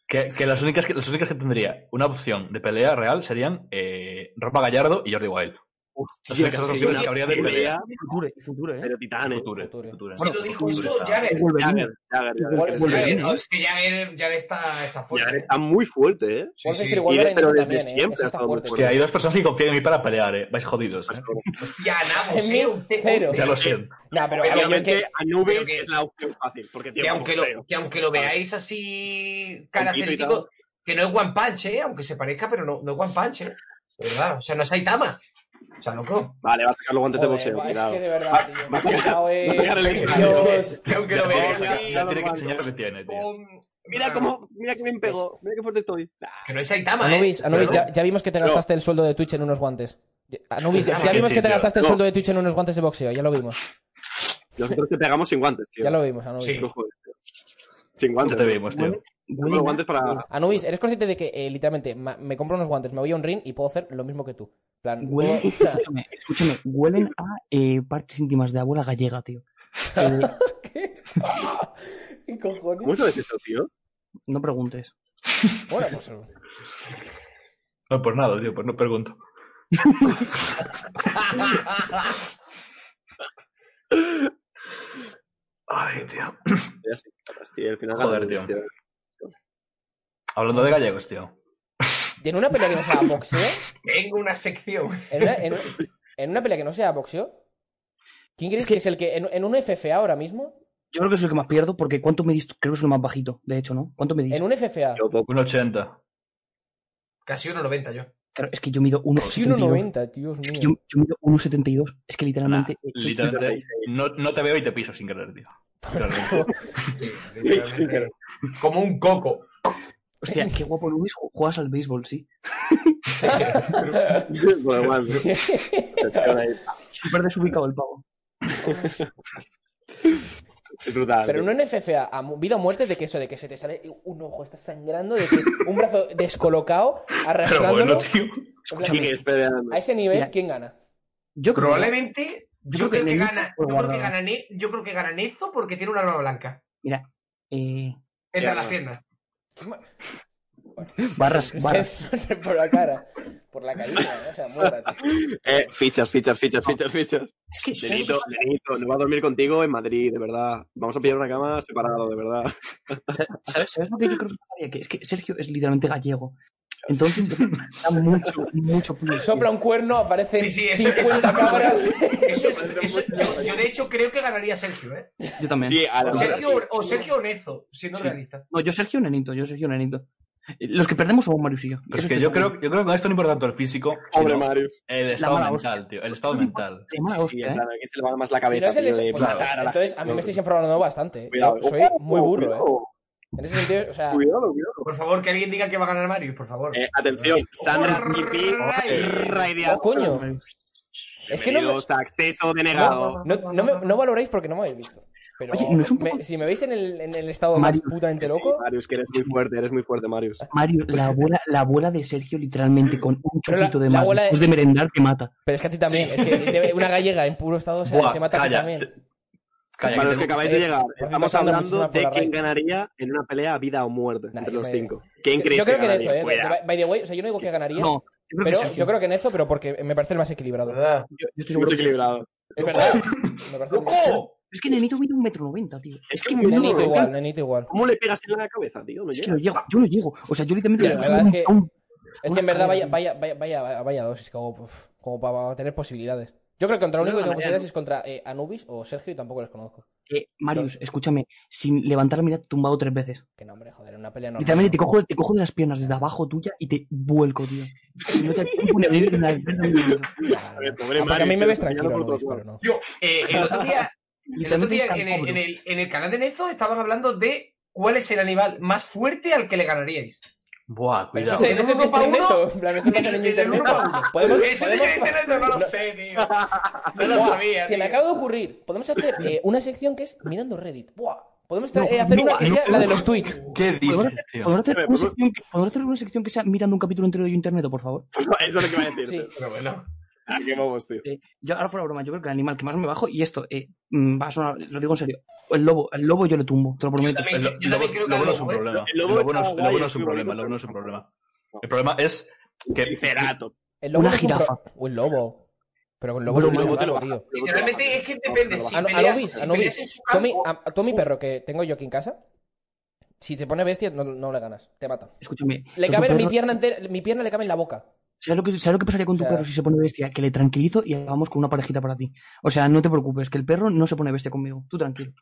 Speaker 3: Que, que las, únicas que las únicas que tendría una opción de pelea real serían eh, Rafa Gallardo y Jordi Wild. Las
Speaker 2: Hostia,
Speaker 3: únicas dos
Speaker 2: que
Speaker 3: opciones
Speaker 2: sí,
Speaker 3: que habría de pelea.
Speaker 5: Y futuro, y futuro, ¿eh?
Speaker 2: Pero titanes.
Speaker 3: Future,
Speaker 4: Future.
Speaker 3: Future.
Speaker 1: ¿Quién lo dijo eso?
Speaker 3: Future
Speaker 1: Jagger.
Speaker 5: Wolverine.
Speaker 2: Jagger, Jagger, Jagger.
Speaker 4: Igual-
Speaker 2: que
Speaker 4: Wolverine,
Speaker 1: Jagger,
Speaker 5: ¿eh?
Speaker 1: no, es que Jagger, Jagger está, está
Speaker 2: Jagger
Speaker 1: fuerte. ¿eh?
Speaker 2: está muy fuerte, ¿eh?
Speaker 1: Sí, sí.
Speaker 4: Wolverine Wolverine
Speaker 2: pero
Speaker 4: ese
Speaker 2: desde
Speaker 4: también, eh,
Speaker 2: siempre
Speaker 4: ese
Speaker 2: ha
Speaker 4: está
Speaker 2: estado
Speaker 4: fuerte.
Speaker 2: muy
Speaker 3: Que hay dos personas que confían en mí para pelear, eh. Vais jodidos. eh.
Speaker 1: Hostia, Namos,
Speaker 4: En
Speaker 1: eh,
Speaker 4: mí,
Speaker 1: un te-
Speaker 4: cero.
Speaker 3: Ya lo siento.
Speaker 4: Nah, pero a ver, yo es
Speaker 2: Obviamente,
Speaker 4: que-
Speaker 2: Anubis
Speaker 1: pero que-
Speaker 2: es la opción fácil, porque
Speaker 1: Que
Speaker 2: tiene un
Speaker 1: aunque,
Speaker 2: boxeo.
Speaker 1: lo, que aunque lo veáis así
Speaker 2: Poquito
Speaker 1: característico,
Speaker 2: y
Speaker 1: que no es One Punch, ¿eh? aunque se parezca, pero no, no es One Punch, ¿eh? ¿verdad? O sea, no es Aitama. O sea, loco.
Speaker 2: Vale, va a sacar los guantes de
Speaker 4: Joder,
Speaker 2: boxeo,
Speaker 4: va,
Speaker 2: cuidado.
Speaker 4: Es que de verdad, tío. me ha
Speaker 2: va a pegar-
Speaker 4: costado, eh,
Speaker 2: va a pegar el estadio.
Speaker 4: Dios.
Speaker 1: Que aunque
Speaker 3: Ya
Speaker 1: lo veáis
Speaker 2: ya,
Speaker 1: así.
Speaker 2: ya.
Speaker 3: tiene que enseñar lo que tiene, tío.
Speaker 1: con-
Speaker 2: Mira cómo, mira que bien
Speaker 4: Pues
Speaker 2: pegó, mira que fuerte estoy.
Speaker 1: Que no es Aitama. ¿eh?
Speaker 4: Anubis, Anubis,
Speaker 1: Pero
Speaker 4: ya, ya vimos que te
Speaker 2: No.
Speaker 4: gastaste el sueldo de Twitch en unos guantes. Ya- Anubis, ya, ya
Speaker 3: que
Speaker 4: vimos
Speaker 3: sí,
Speaker 4: que te
Speaker 3: tío.
Speaker 4: gastaste el
Speaker 2: No.
Speaker 4: sueldo de Twitch en unos guantes de boxeo, ya lo vimos.
Speaker 2: Nosotros te pegamos sin guantes, tío.
Speaker 4: Ya lo vimos, Anubis.
Speaker 1: Sí.
Speaker 2: No jodes, tío. Sin
Speaker 3: Ya
Speaker 2: guantes.
Speaker 3: te vimos, tío.
Speaker 2: Tengo los guantes para.
Speaker 4: Anubis, ¿eres consciente de que eh, literalmente ma- me compro unos guantes, me voy a un ring y puedo hacer lo mismo que tú? En plan,
Speaker 5: Huelen,
Speaker 4: puedo- o sea,
Speaker 5: escúchame, escúchame, huelen a eh, partes íntimas de abuela gallega, tío. Eh,
Speaker 4: ¿Qué cojones?
Speaker 2: ¿Cómo sabes esto, tío?
Speaker 5: no preguntes.
Speaker 4: Bueno, pues,
Speaker 3: No, por nada, tío, pues no pregunto. Ay, tío.
Speaker 2: Ya sé, tío, al final
Speaker 3: Joder,
Speaker 2: ganamos,
Speaker 3: tío. Hablando de gallegos, tío.
Speaker 4: en una pelea que no sea boxeo,
Speaker 1: Tengo una sección.
Speaker 4: en una, en un- en una pelea que no sea boxeo, ¿quién crees que, es el que en, en un FFA ahora mismo?
Speaker 5: Yo creo que es el que más pierdo porque ¿cuánto me diste? Creo que es el más bajito, de hecho, ¿no? ¿Cuánto me diste?
Speaker 4: En un FFA.
Speaker 2: Yo poco.
Speaker 3: Un 80.
Speaker 1: Casi 1,90 yo.
Speaker 5: Claro, es que yo mido 1,72.
Speaker 4: Sí, 1,90, Dios
Speaker 5: Es que
Speaker 4: mío.
Speaker 5: yo, yo mido 1,72. Es que literalmente... eh, soy-
Speaker 3: Literalmente, no, no te veo y te piso sin querer, tío.
Speaker 1: Sí, literalmente. Como un coco.
Speaker 5: Hostia, qué guapo, Luis. ju- Juegas al béisbol, sí.
Speaker 2: Con el guante. Sección ahí.
Speaker 5: Súper desubicado el pavo.
Speaker 2: Es brutal.
Speaker 4: Pero
Speaker 2: tío.
Speaker 4: no en FFA, a mu- vida o muerte, de que eso, de que se te sale un ojo, estás sangrando, de que un brazo descolocado,
Speaker 3: Pero
Speaker 4: arrastrándolo.
Speaker 3: bueno, tío.
Speaker 4: En plan,
Speaker 2: Sí que es peleando.
Speaker 4: a ese nivel,
Speaker 5: Mira.
Speaker 4: ¿quién gana?
Speaker 5: Yo creo
Speaker 1: Probablemente. Yo, creo, que
Speaker 5: Neneco
Speaker 1: gana,
Speaker 5: fue
Speaker 1: yo creo que
Speaker 5: guardado.
Speaker 1: gana Ne- yo creo que gana Nezo porque tiene una barba blanca.
Speaker 5: eh,
Speaker 1: Entre
Speaker 2: Ya,
Speaker 1: las
Speaker 2: no.
Speaker 1: piernas.
Speaker 5: barras, barras.
Speaker 4: No sé, por la cara, por la caída, ¿no? o sea, muérdate.
Speaker 2: Eh, fichas, fichas, fichas, fichas, fichas.
Speaker 5: Es que
Speaker 2: Benito, Benito, no va a dormir contigo en Madrid, de verdad. Vamos a pillar una cama separado, de verdad.
Speaker 5: ¿Sabes, ¿Sabes lo que yo creo que pasaría? Que es que Sergio es literalmente gallego. Entonces, da mucho, mucho plus.
Speaker 4: Sopla un cuerno, aparecen
Speaker 1: Sí, sí, eso-
Speaker 4: 50 cabras.
Speaker 1: Eso es, eso- yo, yo, de hecho creo que ganaría Sergio, ¿eh?
Speaker 5: Yo también.
Speaker 2: Sí, a la
Speaker 1: O
Speaker 2: hora,
Speaker 1: Sergio,
Speaker 2: sí.
Speaker 1: o Sergio o Nezo, siendo
Speaker 5: Sí.
Speaker 1: realista.
Speaker 5: No, yo Sergio Nenito, yo Sergio Nenito. Los que perdemos somos Marius y yo.
Speaker 3: Pero es
Speaker 5: Eso
Speaker 3: que yo creo, yo creo que con esto no importa tanto el físico,
Speaker 2: Pobre
Speaker 3: sino
Speaker 2: Mario.
Speaker 3: el estado
Speaker 5: mala
Speaker 3: mental, tío. El estado mental.
Speaker 5: De mala
Speaker 2: Sí,
Speaker 5: hostia,
Speaker 2: en
Speaker 5: ¿eh?
Speaker 2: plan, aquí se le va más la
Speaker 4: Si no
Speaker 2: cabeza.
Speaker 4: es el
Speaker 2: tío, de
Speaker 4: eso- pues nada,
Speaker 2: matar a la
Speaker 4: entonces
Speaker 2: gente.
Speaker 4: a mí me estáis enfadando bastante.
Speaker 2: Cuidado.
Speaker 4: Yo soy
Speaker 2: Ojo,
Speaker 4: muy burro, ¿eh?
Speaker 2: cuidado,
Speaker 4: En ese sentido, o sea,
Speaker 2: Cuidado, cuidado.
Speaker 1: Por favor, que alguien diga que va a ganar Mario, por favor.
Speaker 2: Eh, atención, Sandra Nipi
Speaker 4: oh, coño, es que no me-
Speaker 2: Bienvenidos a acceso denegado.
Speaker 4: no, no me- no valoráis porque no me habéis visto. Pero
Speaker 5: Oye, ¿no es un
Speaker 4: me-
Speaker 5: poco-
Speaker 4: si me veis en el, en el estado más
Speaker 5: Mario,
Speaker 2: este,
Speaker 4: putamente loco,
Speaker 2: Marius, que eres muy fuerte, eres muy fuerte, Marius.
Speaker 5: Mario, la abuela, la abuela de Sergio literalmente con un
Speaker 4: Pues, Pero la-
Speaker 5: chupito de
Speaker 4: la
Speaker 5: más
Speaker 4: abuela de-
Speaker 5: después de merendar te mata.
Speaker 4: pero es que a ti también. Es que te- una gallega en puro estado, o sea,
Speaker 3: Buah,
Speaker 4: te mata a ti
Speaker 3: calla.
Speaker 4: también.
Speaker 2: Para
Speaker 3: Calla, que
Speaker 2: los que
Speaker 3: tengo-
Speaker 2: acabáis de
Speaker 4: eh,
Speaker 2: llegar,
Speaker 4: por cierto,
Speaker 2: estamos
Speaker 4: Sandra,
Speaker 2: hablando
Speaker 4: muchísimas por
Speaker 2: de
Speaker 4: la
Speaker 2: quién
Speaker 4: raid.
Speaker 2: ganaría en una pelea a vida o muerte
Speaker 4: Nah,
Speaker 2: entre
Speaker 4: yo
Speaker 2: los
Speaker 4: me-
Speaker 2: cinco. ¿Quién creéis
Speaker 4: Yo creo
Speaker 2: que
Speaker 4: que en
Speaker 2: ganaría?
Speaker 4: eso, ¿eh?
Speaker 2: Fuera.
Speaker 4: By- By the way, o sea, yo no digo que ganaría,
Speaker 5: No, yo creo
Speaker 4: pero
Speaker 5: que Sergio.
Speaker 4: yo creo que en eso, pero porque me parece el más equilibrado.
Speaker 1: ¿Verdad?
Speaker 5: Yo- yo estoy
Speaker 2: Muy
Speaker 5: seguro que-
Speaker 2: equilibrado.
Speaker 4: Es verdad. Me parece muy...
Speaker 1: ¡Loco!
Speaker 5: Es que Nenito mide un metro noventa, tío.
Speaker 2: Es que
Speaker 5: me-
Speaker 4: Nenito igual, Nenito igual.
Speaker 2: ¿Cómo le pegas en la cabeza, tío? No
Speaker 5: Es que
Speaker 2: llega.
Speaker 5: no llego, yo no llego. O sea, yo literalmente
Speaker 4: Tío, la
Speaker 5: soy
Speaker 4: verdad es
Speaker 5: un-
Speaker 4: que-
Speaker 5: un-
Speaker 4: Es que en verdad vaya, vaya, vaya, vaya, vaya dosis, como, uf, como para tener posibilidades. Yo creo que contra lo único que tengo posibilidades es contra eh, Anubis o Sergio y tampoco les conozco.
Speaker 5: Eh, Marius, escúchame, sin levantar la mirada tumbado tres veces.
Speaker 4: Que no, hombre, joder, en una pelea normal.
Speaker 5: Literalmente te cojo, te cojo de las piernas desde abajo tuya y te vuelco, tío. Y no te da tiempo ni a abrir
Speaker 4: Nah, nah,
Speaker 5: la-
Speaker 4: nah.
Speaker 2: Eh, pobre
Speaker 4: Ah, porque a mí
Speaker 2: Mario,
Speaker 4: me ves
Speaker 2: estoy
Speaker 4: tranquilo,
Speaker 2: peleando por
Speaker 4: Anubis,
Speaker 2: todo.
Speaker 4: pero no.
Speaker 1: Tío, eh, el otro día, el otro
Speaker 5: Literalmente
Speaker 1: día
Speaker 5: están
Speaker 1: en, el, en
Speaker 5: pobres.
Speaker 1: el- en el canal de Nezo estaban hablando de cuál es el animal más fuerte al que le ganaríais.
Speaker 3: Buah,
Speaker 4: Pero eso,
Speaker 3: cuidado.
Speaker 4: se-
Speaker 1: En
Speaker 4: eso es
Speaker 1: uno pa'
Speaker 4: internet.
Speaker 1: uno,
Speaker 4: En plan, eso no es en internet. Podemos.
Speaker 1: Eso sí que en
Speaker 4: podemos-
Speaker 1: internet no lo sé, tío. No lo
Speaker 4: Buah,
Speaker 1: sabía.
Speaker 4: Se me
Speaker 1: tío.
Speaker 4: acaba de ocurrir. Podemos hacer eh, una sección que es mirando Reddit. Buah. Podemos tra- eh, hacer una que sea la de los tweets.
Speaker 3: ¿Qué dices, tío?
Speaker 5: ¿Podrán hacer,
Speaker 2: Espera,
Speaker 5: una
Speaker 2: ¿puedo-
Speaker 5: sección que, podrán hacer una sección que sea mirando un capítulo entero de internet, por favor?
Speaker 2: Eso es lo que iba a decir.
Speaker 4: Sí.
Speaker 1: Pero bueno.
Speaker 2: Aquí vamos, tío.
Speaker 5: Eh, yo ahora fuera broma, yo creo que el animal que más me bajo, y esto, eh, mm, va a sonar, lo digo en serio, el lobo, el lobo yo le tumbo, te lo prometo.
Speaker 1: también.
Speaker 3: El lo-
Speaker 1: Yo
Speaker 3: lo bueno-
Speaker 1: creo que
Speaker 3: lo bueno
Speaker 1: algo,
Speaker 3: es un
Speaker 1: ¿eh?
Speaker 3: problema.
Speaker 2: El
Speaker 3: Lo
Speaker 2: lobo
Speaker 3: bueno es-
Speaker 2: está
Speaker 3: lo
Speaker 2: guay,
Speaker 3: bueno es
Speaker 2: es
Speaker 3: un
Speaker 2: muy
Speaker 3: problema.
Speaker 2: bonito,
Speaker 3: Lo bueno es un
Speaker 2: pero-
Speaker 3: problema. El problema es que
Speaker 2: Cerato.
Speaker 4: El lobo
Speaker 5: Una
Speaker 4: es un
Speaker 5: jirafa.
Speaker 4: pro- O el lobo. Pero con lobo
Speaker 5: Bueno,
Speaker 4: es mucho
Speaker 5: el
Speaker 2: lobo te lo
Speaker 4: más raro, tío. Ah,
Speaker 1: Literalmente es que depende. Si
Speaker 4: Anu-
Speaker 1: peleas,
Speaker 4: Anubis,
Speaker 1: si
Speaker 4: Anubis.
Speaker 1: peleas en su
Speaker 4: Tú a mi,
Speaker 1: campo,
Speaker 4: a- tú a mi perro que tengo yo aquí en casa, si te pone bestia, no, no le ganas, te mata.
Speaker 5: Escúchame.
Speaker 4: Le
Speaker 5: tu
Speaker 4: cabe en mi
Speaker 5: perro-
Speaker 4: pierna entera, mi pierna le cabe en la boca.
Speaker 5: ¿Sabes lo, que, ¿Sabes lo que pasaría con tu
Speaker 4: O sea-
Speaker 5: perro si se pone bestia? Que le tranquilizo y vamos con una parejita para ti. O sea, no te preocupes, que el perro no se pone bestia conmigo. Tú tranquilo.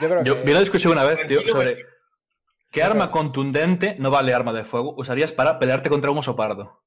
Speaker 4: Yo creo
Speaker 3: Yo
Speaker 4: que.
Speaker 3: vi una discusión una vez, tío,
Speaker 1: Tranquilo,
Speaker 3: sobre qué arma contundente no vale arma de fuego usarías para pelearte contra un oso pardo.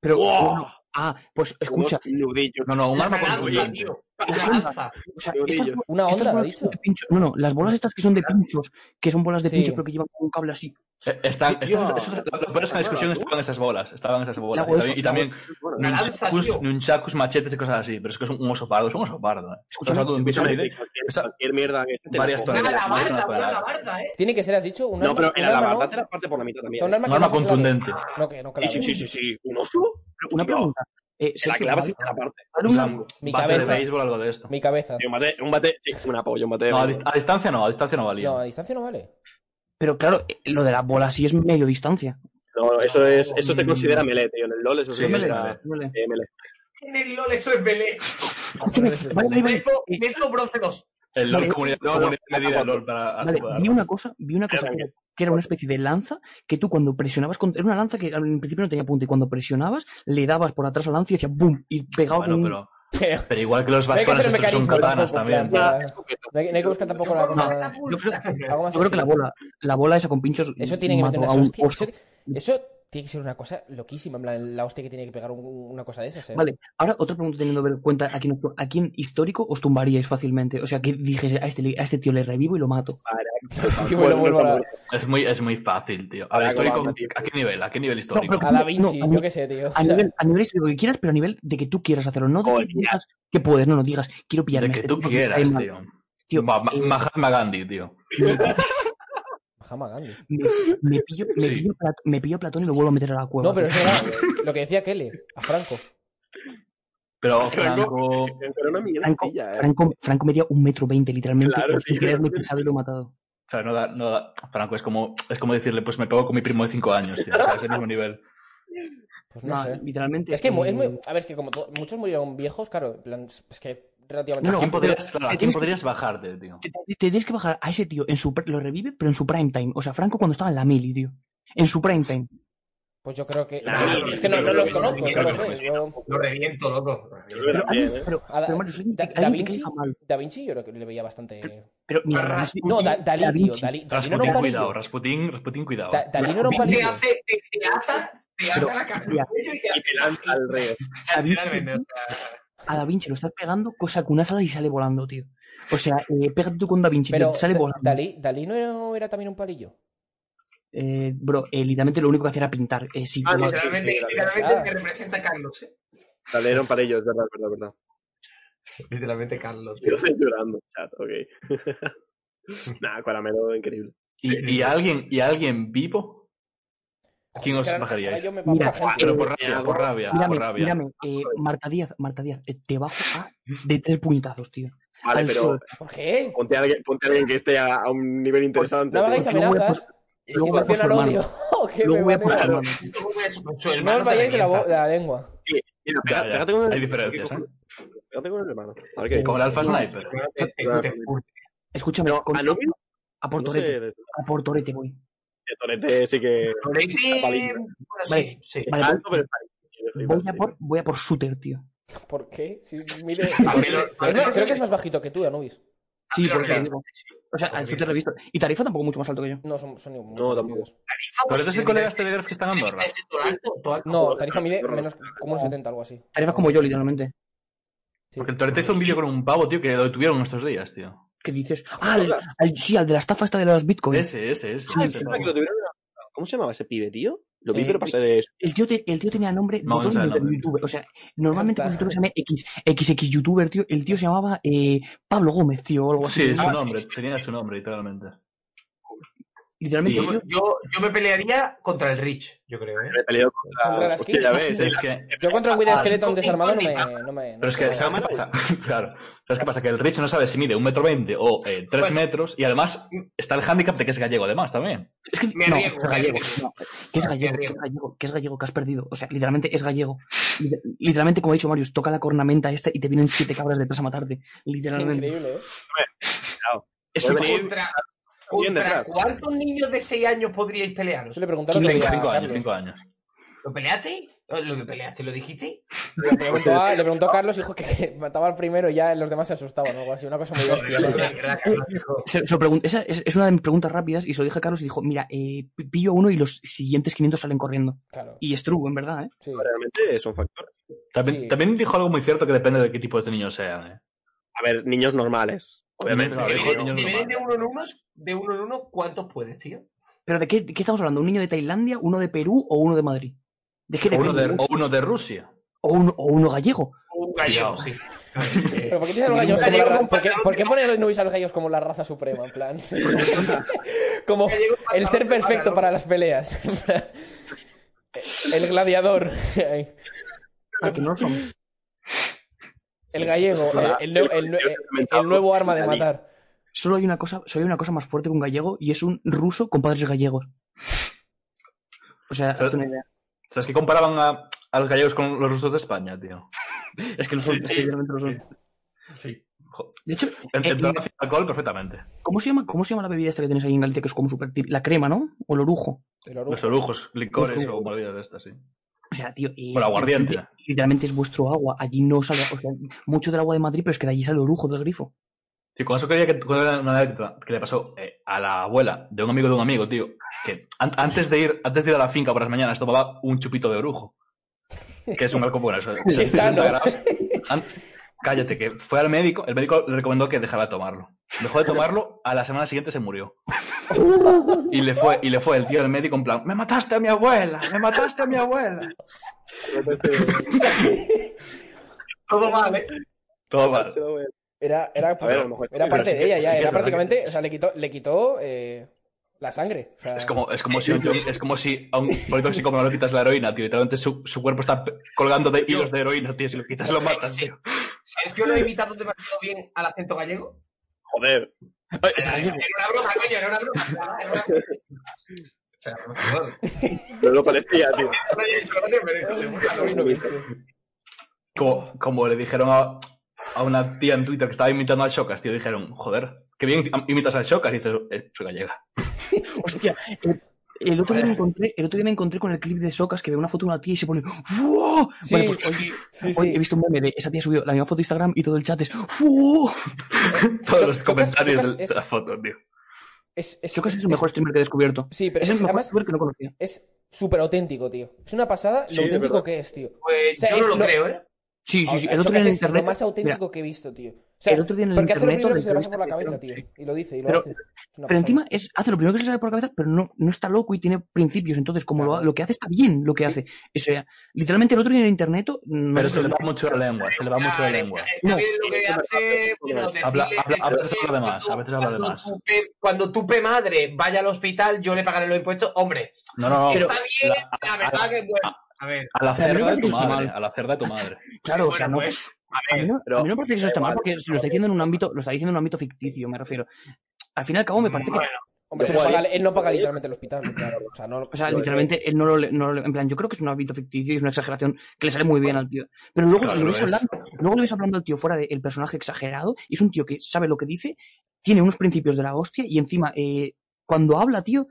Speaker 5: Pero.
Speaker 2: ¡Wow!
Speaker 5: bueno, ah, pues escucha.
Speaker 2: Unos nudillos.
Speaker 3: No, no, un
Speaker 1: la
Speaker 3: arma
Speaker 1: lanza,
Speaker 3: contundente.
Speaker 1: tío. La lanza.
Speaker 5: o sea,
Speaker 2: Yo
Speaker 5: estas
Speaker 2: brillo.
Speaker 5: bo-
Speaker 4: Una
Speaker 5: estas
Speaker 4: onda,
Speaker 5: bolas
Speaker 4: ha
Speaker 5: que
Speaker 4: dicho.
Speaker 5: son de pincho- No, no, las bolas estas que son de pinchos, que son bolas de
Speaker 4: Sí.
Speaker 5: pinchos, pero que llevan un cable así.
Speaker 3: Eh, Están,
Speaker 2: Tío,
Speaker 3: estas- estas- lo peor es que en la discusión estaban esas bolas. Estaban esas bolas.
Speaker 5: Luego
Speaker 3: Y también-
Speaker 5: eso-
Speaker 3: Y también
Speaker 2: Bueno,
Speaker 1: Una lanza, tío.
Speaker 3: nunchakus, nunchakus, machetes y cosas así. Pero es que es un oso pardo, es un oso pardo. eh. Estamos hablando de un bicho que mide-
Speaker 2: cualquier, cualquier mierda que te la
Speaker 3: varias
Speaker 2: cojo.
Speaker 3: toneladas.
Speaker 1: Una alabarda,
Speaker 3: Una
Speaker 1: una alabarda, ¿eh?
Speaker 4: Tiene que ser, has dicho, una
Speaker 2: No, pero en la
Speaker 4: arma,
Speaker 2: alabarda
Speaker 4: no,
Speaker 2: te la parte por la mitad
Speaker 4: o
Speaker 2: también.
Speaker 4: sea, un arma
Speaker 3: Un
Speaker 4: que
Speaker 3: arma
Speaker 4: no se clave.
Speaker 3: contundente.
Speaker 4: No, que no
Speaker 2: Sí,
Speaker 4: clave.
Speaker 2: sí, sí, sí, sí. ¿Un oso?
Speaker 5: Pero una
Speaker 2: Tío,
Speaker 5: pregunta. Eh,
Speaker 2: Se la
Speaker 5: Sergio,
Speaker 2: clavas
Speaker 5: ¿vale-
Speaker 2: y te la parte.
Speaker 5: vale
Speaker 3: O sea,
Speaker 5: una-
Speaker 4: Mi
Speaker 3: bate de
Speaker 4: cabeza.
Speaker 3: béisbol algo de esto.
Speaker 4: Mi cabeza.
Speaker 2: Tío, un bate, un bate, sí, un apoyo, un bate.
Speaker 3: No, a, dist- a distancia no, a distancia no valía.
Speaker 4: No, eh. a distancia no vale.
Speaker 5: Pero claro, eh, lo de las bolas sí es medio distancia.
Speaker 2: No, no, eso es, eso te considera melee, tío. En el LOL eso
Speaker 3: Sí,
Speaker 2: se
Speaker 3: melee,
Speaker 2: considera
Speaker 5: Vale.
Speaker 2: eh, melee.
Speaker 1: En el LOL eso es melee.
Speaker 5: Escúchame,
Speaker 4: Vale,
Speaker 5: vale, vale, vale.
Speaker 1: Nezo, Nezo bronce 2.
Speaker 3: El LOL
Speaker 5: Vale.
Speaker 3: comunidad,
Speaker 2: No,
Speaker 3: comunidad
Speaker 2: no,
Speaker 3: medida
Speaker 2: no,
Speaker 3: de LOL para
Speaker 5: Vale,
Speaker 3: para-
Speaker 5: vi una cosa, vi una cosa
Speaker 2: Espérame,
Speaker 5: que, que era una especie de lanza que tú cuando presionabas con, era una lanza que al principio no tenía punta y cuando presionabas le dabas por atrás la lanza y hacía boom y pegaba
Speaker 3: Bueno,
Speaker 5: con un-
Speaker 3: pero,
Speaker 4: Pero
Speaker 3: pero igual que los
Speaker 4: hay que
Speaker 3: bastones
Speaker 4: hacer un
Speaker 3: estos son
Speaker 4: mecanismo
Speaker 3: katanas
Speaker 4: tampoco,
Speaker 3: también.
Speaker 4: en plan,
Speaker 2: Ah,
Speaker 4: para-
Speaker 2: escopeta.
Speaker 4: No hay, no hay que buscar tampoco la, la-
Speaker 5: Yo creo,
Speaker 4: algo más.
Speaker 5: yo creo que la bola, la bola esa con pinchos
Speaker 4: Eso tiene que
Speaker 5: mató
Speaker 4: meter una
Speaker 5: a un
Speaker 4: hostia.
Speaker 5: oso.
Speaker 4: Eso, eso tiene que ser una cosa loquísima. En plan, la hostia que tiene que pegar un- una cosa de esas. ¿eh?
Speaker 5: Vale, ahora otra pregunta teniendo en cuenta a quién, a quién histórico os tumbaríais fácilmente. O sea, que dijese a este, le- a este tío le revivo y lo mato.
Speaker 4: Y bueno, vuelvo a la-
Speaker 3: Es muy, es muy fácil, tío. A ver,
Speaker 2: Ahora
Speaker 3: histórico,
Speaker 2: acabamos, tío.
Speaker 3: ¿a qué nivel? ¿A qué nivel
Speaker 5: No,
Speaker 3: histórico?
Speaker 5: pero
Speaker 4: A Da
Speaker 5: no,
Speaker 4: Vinci,
Speaker 5: no, a
Speaker 4: yo
Speaker 5: nivel-
Speaker 4: qué sé, tío.
Speaker 5: a
Speaker 4: O sea,
Speaker 5: nivel, a nivel histórico que quieras, pero a nivel de que tú quieras hacerlo, no de que
Speaker 2: Joder,
Speaker 5: digas que puedes, no, no digas, quiero pillarme
Speaker 3: de
Speaker 5: a
Speaker 3: que
Speaker 5: este
Speaker 3: tú
Speaker 5: tío,
Speaker 3: quieras,
Speaker 5: está mal.
Speaker 3: tío.
Speaker 5: Tío,
Speaker 3: Ma- Ma-
Speaker 5: eh,
Speaker 3: Mahatma Gandhi, tío.
Speaker 4: Mahama Gandhi.
Speaker 5: me, me pillo, me,
Speaker 3: Sí.
Speaker 5: pillo Plat- me pillo Platón y lo vuelvo a meter a la cueva.
Speaker 4: No, pero
Speaker 5: tío.
Speaker 4: es verdad. Lo que decía Kele, a Franco.
Speaker 3: Pero
Speaker 2: Franco.
Speaker 3: Franco.
Speaker 2: Pero una
Speaker 5: Franco,
Speaker 2: mierdilla, eh.
Speaker 5: Franco, Franco medía un metro veinte, literalmente.
Speaker 2: Claro,
Speaker 5: sin
Speaker 2: tío.
Speaker 5: querer lo he pisado y lo he matado.
Speaker 3: O sea, no da, no da- Franco es como, es como decirle, pues me pego con mi primo de 5 años, tío. O sea, es el mismo nivel.
Speaker 4: Pues no,
Speaker 5: No,
Speaker 4: sé.
Speaker 5: literalmente.
Speaker 4: Es que mu- es
Speaker 5: eh,
Speaker 4: muy. A ver, es que como to- muchos murieron viejos, claro, en plan, es que relativamente.
Speaker 3: ¿A
Speaker 5: No,
Speaker 3: quién
Speaker 5: pero-
Speaker 3: podrías, claro, ¿a
Speaker 5: te
Speaker 3: quién
Speaker 5: tienes que-
Speaker 3: podrías bajarte, tío?
Speaker 5: Te, te- te tienes que bajar a ese tío en su pr- lo revive, pero en su prime time. O sea, Franco cuando estaba en la mili, tío. En su prime time.
Speaker 4: Pues yo creo que.
Speaker 2: Nah,
Speaker 4: no,
Speaker 2: no,
Speaker 4: es que no,
Speaker 2: yo
Speaker 4: no
Speaker 2: creo
Speaker 4: los
Speaker 2: que no,
Speaker 4: conozco,
Speaker 2: yo
Speaker 4: no
Speaker 3: creo
Speaker 4: los
Speaker 3: que
Speaker 4: sé. yo-
Speaker 1: Lo reviento, loco. lo reviento.
Speaker 2: Yo
Speaker 5: Pero,
Speaker 2: también,
Speaker 5: alguien-
Speaker 2: ¿eh?
Speaker 5: pero,
Speaker 4: A Da-
Speaker 5: pero, Mario, soy-
Speaker 4: Da,
Speaker 5: alguien
Speaker 4: Da
Speaker 5: que
Speaker 4: Vinci,
Speaker 5: caiga mal.
Speaker 4: Da Vinci yo creo que le veía bastante.
Speaker 5: Pero mira,
Speaker 1: Arras-
Speaker 5: Rasputin-
Speaker 4: No, Da- Dalí,
Speaker 5: Da
Speaker 4: tío.
Speaker 5: Vinci.
Speaker 4: Dalí, Dalí no era
Speaker 3: Rasputín,
Speaker 4: un
Speaker 3: cuidado.
Speaker 4: palillo.
Speaker 3: Rasputín, Rasputín, cuidado.
Speaker 4: Da- Dalí no era un
Speaker 1: Te
Speaker 4: palillo.
Speaker 1: hace, te, te ata, te ata
Speaker 5: Pero-
Speaker 1: la cara al cuello y te hace-
Speaker 2: Y Pilar al rey.
Speaker 5: Da Vinci-
Speaker 1: Literalmente, o sea,
Speaker 5: a Da Vinci lo estás pegando, cosa con una asada y sale volando, tío. O sea, eh, pégate tú con Da Vinci,
Speaker 4: Pero
Speaker 5: tío, sale
Speaker 4: Da-
Speaker 5: volando.
Speaker 4: Dalí, Dalí no era- era también un palillo.
Speaker 5: Eh, bro, eh, literalmente lo único que hacía era pintar. Eh, sí,
Speaker 2: Ah,
Speaker 5: no,
Speaker 2: literal.
Speaker 1: literalmente,
Speaker 2: sí, sí, la
Speaker 1: literalmente
Speaker 4: verdad.
Speaker 1: te representa a Carlos, ¿eh?
Speaker 2: Salieron para ellos, es verdad, es verdad, es verdad.
Speaker 1: Literalmente Carlos.
Speaker 2: Yo estoy llorando, chat, ok. Nada, Caramelo, increíble.
Speaker 3: ¿Y,
Speaker 1: Sí, sí,
Speaker 3: y
Speaker 1: sí.
Speaker 3: alguien, ¿Y alguien vivo? ¿Quién
Speaker 4: Es
Speaker 3: os
Speaker 4: que ahora- es que ahora
Speaker 3: bajaríais?
Speaker 4: yo me bajo
Speaker 5: Mira,
Speaker 4: a gente.
Speaker 3: Pero por rabia, por rabia,
Speaker 5: mírame,
Speaker 3: por rabia.
Speaker 5: mírame, eh, Marta Díaz, Marta Díaz, eh, te bajo a de tres puñetazos, tío.
Speaker 2: Vale,
Speaker 5: Al
Speaker 2: pero
Speaker 5: sur.
Speaker 4: ¿Por qué?
Speaker 2: ponte a alguien, ponte a alguien que esté a, a un nivel interesante.
Speaker 4: No me hagáis
Speaker 5: porque luego voy a
Speaker 4: amenazas. Y
Speaker 5: luego voy a por
Speaker 4: al
Speaker 5: su
Speaker 4: odio. que me
Speaker 5: Luego voy a
Speaker 4: van a-
Speaker 5: por su hermano.
Speaker 1: Su
Speaker 4: No
Speaker 1: hermano
Speaker 4: os vayáis de la, bo-
Speaker 1: boca.
Speaker 4: de la lengua.
Speaker 2: Mira,
Speaker 3: Ya,
Speaker 2: pega-
Speaker 3: ya.
Speaker 2: pégate con el-
Speaker 3: Hay diferencias, ¿eh?
Speaker 2: Pégate con el hermano. A ver qué dice.
Speaker 3: Como el Alpha Sniper.
Speaker 5: Escúchame, con-
Speaker 2: A Novi,
Speaker 5: a
Speaker 2: no
Speaker 5: Portorete,
Speaker 2: sé, de
Speaker 5: a Portorete voy.
Speaker 2: Torete sí que...
Speaker 1: Sí, sí.
Speaker 5: Vale,
Speaker 2: Alto, pero está ahí.
Speaker 5: Voy a por, voy a por Shooter, tío.
Speaker 2: Ah,
Speaker 4: ¿Por qué? Si mide-
Speaker 1: A mí lo-
Speaker 4: Es más, creo que es más bajito que tú, Anubis.
Speaker 5: Sí,
Speaker 1: pero
Speaker 5: por eso
Speaker 1: claro.
Speaker 5: digo. O sea, al
Speaker 1: Porque-
Speaker 5: Shooter lo he visto. Y Tarifa tampoco mucho más alto que yo.
Speaker 4: No, son, son igual-
Speaker 2: No,
Speaker 4: parecidos.
Speaker 3: ¿Pero es el colega este de Gref que está en Andorra?
Speaker 1: Ese todo alto, todo alto.
Speaker 4: No, Tarifa mide menos como unos 70, algo así.
Speaker 5: Tarifa es como yo, literalmente.
Speaker 4: Sí.
Speaker 3: Porque el Torete hizo un vídeo con un pavo, tío, que lo detuvieron estos días, tío.
Speaker 5: ¿Qué dices? Ah, al- al- sí, al de la estafa esta de los bitcoins.
Speaker 3: Ese, ese, ese.
Speaker 5: Sí,
Speaker 3: ese
Speaker 5: sí,
Speaker 3: pavo.
Speaker 2: Que lo tuvieron en- ¿Cómo se llamaba ese pibe, tío? Lo vi,
Speaker 4: Eh,
Speaker 2: pero pasé de...
Speaker 5: El tío, te- el tío tenía nombre de
Speaker 3: No, no
Speaker 5: todo
Speaker 3: sabe
Speaker 5: youtuber-
Speaker 3: nombre.
Speaker 5: youtuber. O sea, normalmente
Speaker 4: Hasta-
Speaker 5: cuando youtuber se llama X, XX youtuber, tío, el tío se llamaba eh, Pablo Gómez, tío, o algo así. Ah,
Speaker 3: Sí,
Speaker 4: ah.
Speaker 3: su nombre, tenía su nombre, literalmente.
Speaker 5: Literalmente.
Speaker 1: Yo,
Speaker 3: Sí.
Speaker 5: yo-
Speaker 1: yo, yo me pelearía contra el Rich, yo creo, ¿eh?
Speaker 2: Me he peleado contra...
Speaker 4: Contra las
Speaker 2: Hostia, ya ves.
Speaker 3: Es que,
Speaker 4: Yo contra un güey de
Speaker 1: Ah,
Speaker 4: esqueleto
Speaker 1: sí,
Speaker 4: un desarmado no me.
Speaker 1: sí,
Speaker 4: No me no
Speaker 3: pero es
Speaker 4: me-
Speaker 3: que, ¿sabes qué pasa? claro, ¿sabes qué pasa? Que el Rich no sabe si mide un metro veinte o eh, tres
Speaker 1: Bueno.
Speaker 3: metros, y además está el hándicap de que es gallego, además, también.
Speaker 5: es que
Speaker 1: me
Speaker 5: no,
Speaker 1: arriesgo,
Speaker 5: es
Speaker 1: me
Speaker 5: gallego.
Speaker 1: arriesgo.
Speaker 5: no, que es
Speaker 1: Me
Speaker 5: gallego, que es
Speaker 1: arriesgo.
Speaker 5: gallego, que es gallego, que has perdido. O sea, literalmente es gallego. Liter- Literalmente, como ha dicho Marius, toca la cornamenta esta y te vienen siete cabras detrás a matarte.
Speaker 4: Es
Speaker 5: Literalmente.
Speaker 4: increíble, ¿eh?
Speaker 5: Es
Speaker 2: Puede
Speaker 5: un-
Speaker 2: venir-
Speaker 1: Contra,
Speaker 2: Bien
Speaker 1: contra
Speaker 2: detrás.
Speaker 1: cuántos niños de 6 años podríais pelearos?
Speaker 4: Eso le preguntaron
Speaker 3: Cinco,
Speaker 4: otro día a
Speaker 3: cinco años,
Speaker 4: Carlos.
Speaker 3: cinco años.
Speaker 1: ¿Lo peleasteis? ¿Lo que peleaste? ¿Lo dijisteis?
Speaker 4: Le
Speaker 1: Pues
Speaker 4: preguntó, a, le preguntó a Carlos y dijo que mataba al primero y ya los demás se asustaban o algo así. Una cosa muy
Speaker 1: No, eso es una
Speaker 4: bestia.
Speaker 1: mierda, Carlos, hijo.
Speaker 5: se- se lo pregun- esa es, es una de mis preguntas rápidas y se lo dije a Carlos y dijo, mira, eh, pi- pillo a uno y los siguientes 500 salen corriendo.
Speaker 4: Claro,
Speaker 5: Y es true, en verdad, ¿eh?
Speaker 4: sí.
Speaker 2: Realmente son factores.
Speaker 3: También,
Speaker 4: Sí.
Speaker 3: también dijo algo muy cierto que depende de qué tipo de niños sean, ¿eh?
Speaker 2: A ver, niños normales. Obviamente.
Speaker 3: No,
Speaker 1: Si
Speaker 3: de
Speaker 1: vienes-
Speaker 3: coño,
Speaker 1: si
Speaker 3: no
Speaker 1: vienes de
Speaker 3: vale.
Speaker 1: uno en uno, de uno en uno, ¿cuántos puedes, tío?
Speaker 5: ¿Pero de qué, de qué estamos hablando? ¿Un niño de Tailandia, uno de Perú o uno de Madrid? ¿De qué
Speaker 3: O uno
Speaker 5: depende?
Speaker 3: de, o uno de Rusia.
Speaker 5: O uno- o uno gallego.
Speaker 1: Un gallego, sí.
Speaker 4: Pero ¿por qué tienes a los gallos como
Speaker 1: Un
Speaker 4: la
Speaker 1: gallego
Speaker 4: ra-
Speaker 1: con
Speaker 4: ¿Por qué,
Speaker 1: pantalón
Speaker 4: por qué
Speaker 1: de-
Speaker 4: pone a los nubis a los gallos como la raza suprema? En plan. como
Speaker 1: Gallego
Speaker 4: el ser
Speaker 1: pantalón de
Speaker 4: perfecto
Speaker 1: vaca,
Speaker 4: para las peleas. En plan, el gladiador.
Speaker 5: Ah, que no lo son.
Speaker 4: El gallego.
Speaker 2: Ojalá.
Speaker 4: El, el nue- el nue-
Speaker 2: Dios
Speaker 4: el nuevo arma de
Speaker 2: Dani.
Speaker 4: matar.
Speaker 5: Solo hay una cosa, solo hay una cosa más fuerte que un gallego y es un ruso con padres gallegos. O sea,
Speaker 3: Solo-
Speaker 5: hazte una idea.
Speaker 3: ¿Sabes que comparaban a, a los gallegos con los rusos de España, tío?
Speaker 5: Es que lo son,
Speaker 1: Sí,
Speaker 5: es
Speaker 1: sí.
Speaker 5: que literalmente lo son.
Speaker 1: Sí.
Speaker 5: De hecho,
Speaker 3: En,
Speaker 5: Eh,
Speaker 3: en torno al alcohol, perfectamente.
Speaker 5: ¿cómo se llama, cómo se llama la bebida esta que tenéis ahí en Galicia que es como súper típica? La crema, ¿no? O el orujo.
Speaker 4: El orujo.
Speaker 3: Los orujos, licores
Speaker 5: Ojo.
Speaker 3: o movidas de estas, sí.
Speaker 5: O sea, tío, eh,
Speaker 3: Bueno, aguardiente.
Speaker 5: literalmente es vuestro agua. Allí no sale, o sea, mucho del agua de Madrid, pero es que de allí sale orujo del grifo.
Speaker 3: Tío, con eso quería que con una una anécdota que le pasó eh, a la abuela de un amigo de un amigo, tío, que an- antes, de ir, antes de ir a la finca por las mañanas tomaba un chupito de orujo. Que es un alcohol bueno, eso.
Speaker 4: Qué
Speaker 3: 60
Speaker 4: sano.
Speaker 3: grados. An- Cállate, que fue al médico, el médico le recomendó que dejara de tomarlo. Dejó de tomarlo, a la semana siguiente se murió. Y le fue, y le fue el tío del médico en plan, me mataste a mi abuela, me mataste a mi abuela.
Speaker 2: Realmente-
Speaker 1: Todo vale.
Speaker 3: Todo mal.
Speaker 2: Todo bien.
Speaker 4: Era, era,
Speaker 2: A ver, a lo mejor.
Speaker 4: era
Speaker 2: pero
Speaker 4: parte
Speaker 3: sí
Speaker 4: de
Speaker 3: que-
Speaker 4: ella
Speaker 3: sí
Speaker 4: ya,
Speaker 3: que es
Speaker 4: era
Speaker 3: verdad
Speaker 4: prácticamente,
Speaker 3: que-
Speaker 4: o sea, le quitó, le quitó eh, la sangre. o sea,
Speaker 3: Es como, es como si, un- es como si a un politóxico no le quitas la heroína, tío. Literalmente su, su cuerpo está pe- colgando de hilos de heroína, tío. Si lo quitas, lo matas,
Speaker 1: Sí.
Speaker 3: tío.
Speaker 1: ¿Sergio no ha imitado demasiado bien al acento gallego?
Speaker 2: Joder.
Speaker 5: Ay, es
Speaker 1: Era
Speaker 5: gallego.
Speaker 1: una broma, coño, era una broma. nada, era una- O sea, por favor.
Speaker 2: No lo parecía, tío.
Speaker 1: No haya hecho gracia, pero seguro que lo hizo.
Speaker 3: Como, como le dijeron a, a una tía en Twitter que estaba imitando al Chocas, tío. Dijeron, joder, qué bien imitas al Chocas. Y dices, eh, soy gallega.
Speaker 5: Hostia. El, el otro día me encontré, el otro día me encontré con el clip de Socas que ve una foto de una tía y se pone ¡Wow!
Speaker 4: Sí,
Speaker 5: Bueno, pues hoy,
Speaker 4: sí,
Speaker 5: hoy
Speaker 4: sí.
Speaker 5: he visto un meme de esa tía subió la misma foto de Instagram y todo el chat es ¡Wow!
Speaker 3: Todos
Speaker 4: Cho-
Speaker 3: los
Speaker 4: Chocas-
Speaker 3: comentarios
Speaker 4: Chocas
Speaker 3: de,
Speaker 4: es-
Speaker 3: de la foto, tío.
Speaker 4: Es, es,
Speaker 5: Socas es
Speaker 4: es-
Speaker 5: el mejor streamer que he descubierto.
Speaker 4: Sí, pero
Speaker 5: Es el
Speaker 4: es,
Speaker 5: mejor
Speaker 4: además
Speaker 5: streamer que no conocía.
Speaker 4: es súper auténtico, tío. Es una pasada
Speaker 2: Sí,
Speaker 4: lo
Speaker 2: es
Speaker 4: auténtico
Speaker 2: verdad.
Speaker 4: que es, tío.
Speaker 1: Pues
Speaker 4: O sea,
Speaker 1: yo
Speaker 4: es
Speaker 1: no
Speaker 4: lo-
Speaker 1: lo creo, ¿eh?
Speaker 5: Sí, sí, sí.
Speaker 4: Ahora,
Speaker 5: El otro día
Speaker 4: Chocas Ah,
Speaker 5: en
Speaker 4: es
Speaker 5: internet.
Speaker 4: lo más auténtico
Speaker 5: mira,
Speaker 4: que he visto, tío. O sea,
Speaker 5: El otro día en el
Speaker 4: porque hace lo
Speaker 5: internet,
Speaker 4: primero
Speaker 5: la
Speaker 4: que se le pasa por la
Speaker 5: entrevista
Speaker 4: cabeza,
Speaker 5: que
Speaker 4: tío.
Speaker 5: hicieron,
Speaker 4: Y lo dice, y lo
Speaker 5: Pero-
Speaker 4: hace. Es una
Speaker 5: pero
Speaker 4: pasada.
Speaker 5: encima es, hace lo primero que se le sale por la cabeza, pero no, no está loco y tiene principios. Entonces, como lo, lo que hace está bien lo que hace. O sea, literalmente el otro día en el internet no
Speaker 3: Pero
Speaker 5: sé
Speaker 3: se le
Speaker 5: si-
Speaker 3: va mucho la lengua, se le va mucho la lengua.
Speaker 1: Está
Speaker 5: No.
Speaker 1: bien lo que hace, pero
Speaker 3: Habla-
Speaker 1: decirle-
Speaker 3: habla- a veces habla de más, a veces habla de
Speaker 1: Cuando
Speaker 3: más.
Speaker 1: tu pe- Cuando tu pe madre vaya al hospital, yo le pagaré los impuestos. Hombre,
Speaker 3: No, no, no.
Speaker 1: está bien, la,
Speaker 3: a-
Speaker 1: verdad
Speaker 3: a-
Speaker 1: que bueno. A ver,
Speaker 3: A la cerda de tu
Speaker 5: Está mal.
Speaker 3: madre, a la cerda de tu madre.
Speaker 5: Claro, o
Speaker 1: bueno,
Speaker 5: sea, no,
Speaker 1: pues,
Speaker 5: a, mí no,
Speaker 2: pero-
Speaker 5: a mí no me parece que eso
Speaker 2: da
Speaker 5: está mal
Speaker 2: igual,
Speaker 5: porque lo está diciendo en un ámbito, lo está diciendo en un ámbito ficticio, me refiero. Al fin y al cabo me parece que
Speaker 1: bueno,
Speaker 4: Hombre,
Speaker 2: Pero
Speaker 4: no
Speaker 2: igual,
Speaker 4: paga- él no paga literalmente el hospital, claro. O sea, no,
Speaker 5: eh, O sea, literalmente, él no lo, le- no lo le- En plan, yo creo que es un hábito ficticio y es una exageración que le sale muy bien al tío. Pero luego,
Speaker 3: Claro,
Speaker 5: le, ves
Speaker 3: lo es.
Speaker 5: hablando, luego le ves hablando al tío fuera del personaje exagerado y es un tío que sabe lo que dice, tiene unos principios de la hostia y encima, eh, cuando habla, tío,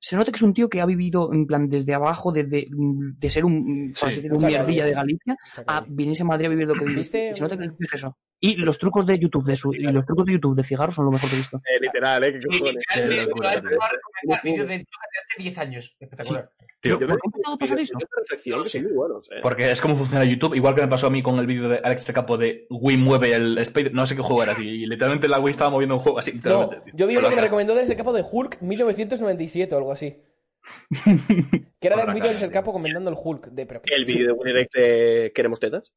Speaker 5: se nota que es un tío que ha vivido, en plan, desde abajo, desde mm, de ser un, por
Speaker 3: Sí.
Speaker 5: así decirlo, un
Speaker 4: Chaca,
Speaker 5: mierdilla
Speaker 4: eh.
Speaker 5: de Galicia
Speaker 4: O sea, que-
Speaker 5: a venirse a Madrid a vivir lo que vive.
Speaker 4: ¿Viste?
Speaker 5: Y Se nota que el tío es eso. Y los trucos de YouTube de su, y los trucos de YouTube de cigarros son lo mejor que he visto.
Speaker 2: Eh, literal, ¿eh? ¿Qué
Speaker 1: y- y-
Speaker 2: cojones?
Speaker 1: y- y- y- y- y- y- y- y- y- y-
Speaker 3: locura,
Speaker 1: y- y- y-
Speaker 3: tío.
Speaker 1: recomendar
Speaker 3: uh,
Speaker 1: vídeos de TikTok de hace 10 años. Espectacular.
Speaker 3: Tío,
Speaker 5: Pero, ¿Por qué ha empezado a pasar
Speaker 2: Vídeos
Speaker 5: eso?
Speaker 2: de perfección que son muy buenos, eh.
Speaker 3: Porque es como funciona YouTube, igual que me pasó a mí con el vídeo de Alex de Capo de Wii mueve el Space, no sé qué juego era, tío, y literalmente la Wii estaba moviendo un juego así,
Speaker 4: No,
Speaker 3: literalmente. tío.
Speaker 4: yo
Speaker 3: Con
Speaker 4: vi uno que
Speaker 3: la
Speaker 4: me
Speaker 3: cara.
Speaker 4: recomendó desde el capo de Hulk 1997 o algo así. que
Speaker 3: Con
Speaker 4: era
Speaker 3: la
Speaker 4: el vídeo
Speaker 3: cara,
Speaker 4: del
Speaker 3: tío.
Speaker 4: capo comentando el Hulk. De, pero
Speaker 2: El vídeo de Winirect de Queremos Tetas.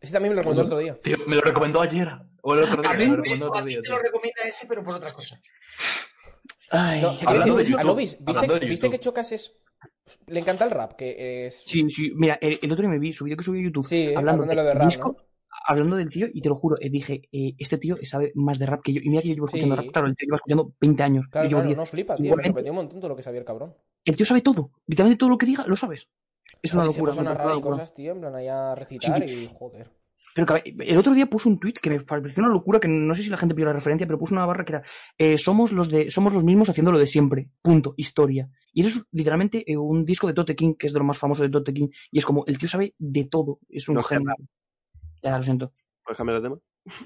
Speaker 4: Ese también me lo recomendó el otro día.
Speaker 3: Tío, me lo recomendó ayer, o el otro día,
Speaker 1: A
Speaker 3: me
Speaker 1: mí
Speaker 3: lo
Speaker 1: me-
Speaker 3: recomendó
Speaker 1: a
Speaker 3: otro
Speaker 1: mí
Speaker 3: día,
Speaker 1: te
Speaker 3: tío.
Speaker 1: lo recomienda ese, pero por otras cosas.
Speaker 5: Ay,
Speaker 4: No, ah. te quiero
Speaker 3: hablando
Speaker 4: decir,
Speaker 3: de YouTube,
Speaker 4: Anubis, ¿viste,
Speaker 3: hablando de
Speaker 4: ¿viste que
Speaker 3: YouTube.
Speaker 4: Chocas es. Le encanta el rap, que es.
Speaker 5: Sí, sí, mira, el, el otro día me vi, su vídeo que subí a YouTube,
Speaker 4: Sí, eh,
Speaker 5: hablando,
Speaker 4: hablando de
Speaker 5: del
Speaker 4: lo de rap,
Speaker 5: disco,
Speaker 4: ¿no?
Speaker 5: hablando del tío, y te lo juro, eh, dije, eh, este tío sabe más de rap que yo. Y mira que yo llevo escuchando
Speaker 4: Sí.
Speaker 5: rap, claro, el tío lleva escuchando 20 años. y
Speaker 4: Claro,
Speaker 5: yo
Speaker 4: claro,
Speaker 5: 10.
Speaker 4: no flipa, tío. Me
Speaker 5: Igualmente.
Speaker 4: sorprendió un montón todo lo que sabía el cabrón.
Speaker 5: El tío sabe todo, literalmente todo lo que diga, lo sabes. Es una
Speaker 4: Y se
Speaker 5: locura.
Speaker 4: puso a
Speaker 5: me parece
Speaker 4: narrar
Speaker 5: una
Speaker 4: y
Speaker 5: locura.
Speaker 4: cosas, tío, en plan ahí a recitar
Speaker 5: Sí,
Speaker 4: y joder.
Speaker 5: Pero cabe- el otro día puso un tweet que me pareció una locura, que no sé si la gente vio la referencia, pero puso una barra que era, eh, somos, los de, somos los mismos haciendo lo de siempre, punto, historia. Y eso es literalmente eh, un disco de Tote King, que es de lo más famoso de Tote King, y es como, el tío sabe de todo, es un
Speaker 2: No es
Speaker 5: genio. Ya, lo siento.
Speaker 2: ¿Puedes cambiar de tema?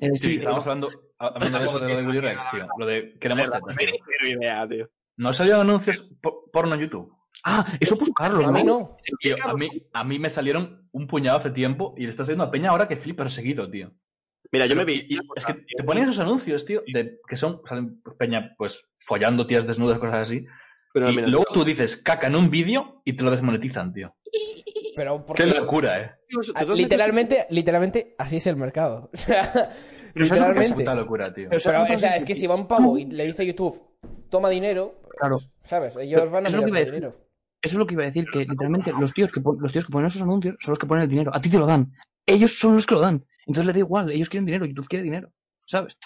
Speaker 5: Eh,
Speaker 3: Sí,
Speaker 5: sí,
Speaker 3: estábamos hablando, hablando de eso de lo de Willy Rex, tío, lo de queremos tetas, tío.
Speaker 2: Pero idea, tío.
Speaker 3: No salieron anuncios por- porno en YouTube.
Speaker 5: Ah, eso puso Carlos,
Speaker 4: A
Speaker 5: ¿no?
Speaker 4: mí no.
Speaker 3: Tío, a mí, a mí me salieron un puñado hace tiempo y le estás diciendo a Peña ahora que flipa perseguido, tío.
Speaker 2: Mira, yo me
Speaker 3: Y-
Speaker 2: vi.
Speaker 3: y- es que te ponen esos anuncios, tío, de que son, salen Peña, pues, follando tías desnudas, cosas así.
Speaker 2: Pero
Speaker 3: y
Speaker 2: mira,
Speaker 3: luego tú dices caca en un vídeo y te lo desmonetizan, tío.
Speaker 4: Pero porque.
Speaker 3: Qué locura, eh.
Speaker 2: tíos,
Speaker 4: Ah,
Speaker 2: de dos
Speaker 4: Literalmente, literalmente, así es el mercado. O sea,
Speaker 5: Pero ¿sabes lo que
Speaker 3: Qué
Speaker 4: literalmente.
Speaker 3: puta locura, tío.
Speaker 5: Pero
Speaker 4: Pero,
Speaker 5: ¿sabes lo
Speaker 4: o sea,
Speaker 5: pasa?
Speaker 4: es que si va un pavo y le dice a YouTube, toma dinero, pues,
Speaker 5: Claro.
Speaker 4: ¿sabes? Ellos van a
Speaker 5: Eso es
Speaker 4: mirar
Speaker 5: lo que iba a
Speaker 4: por
Speaker 5: decir.
Speaker 4: dinero.
Speaker 5: Eso es lo que iba a decir, que literalmente los tíos que, pon- los tíos que ponen esos anuncios son los que ponen el dinero. A ti te lo dan. Ellos son los que lo dan. Entonces le da igual, ellos quieren dinero, YouTube quiere dinero. ¿Sabes?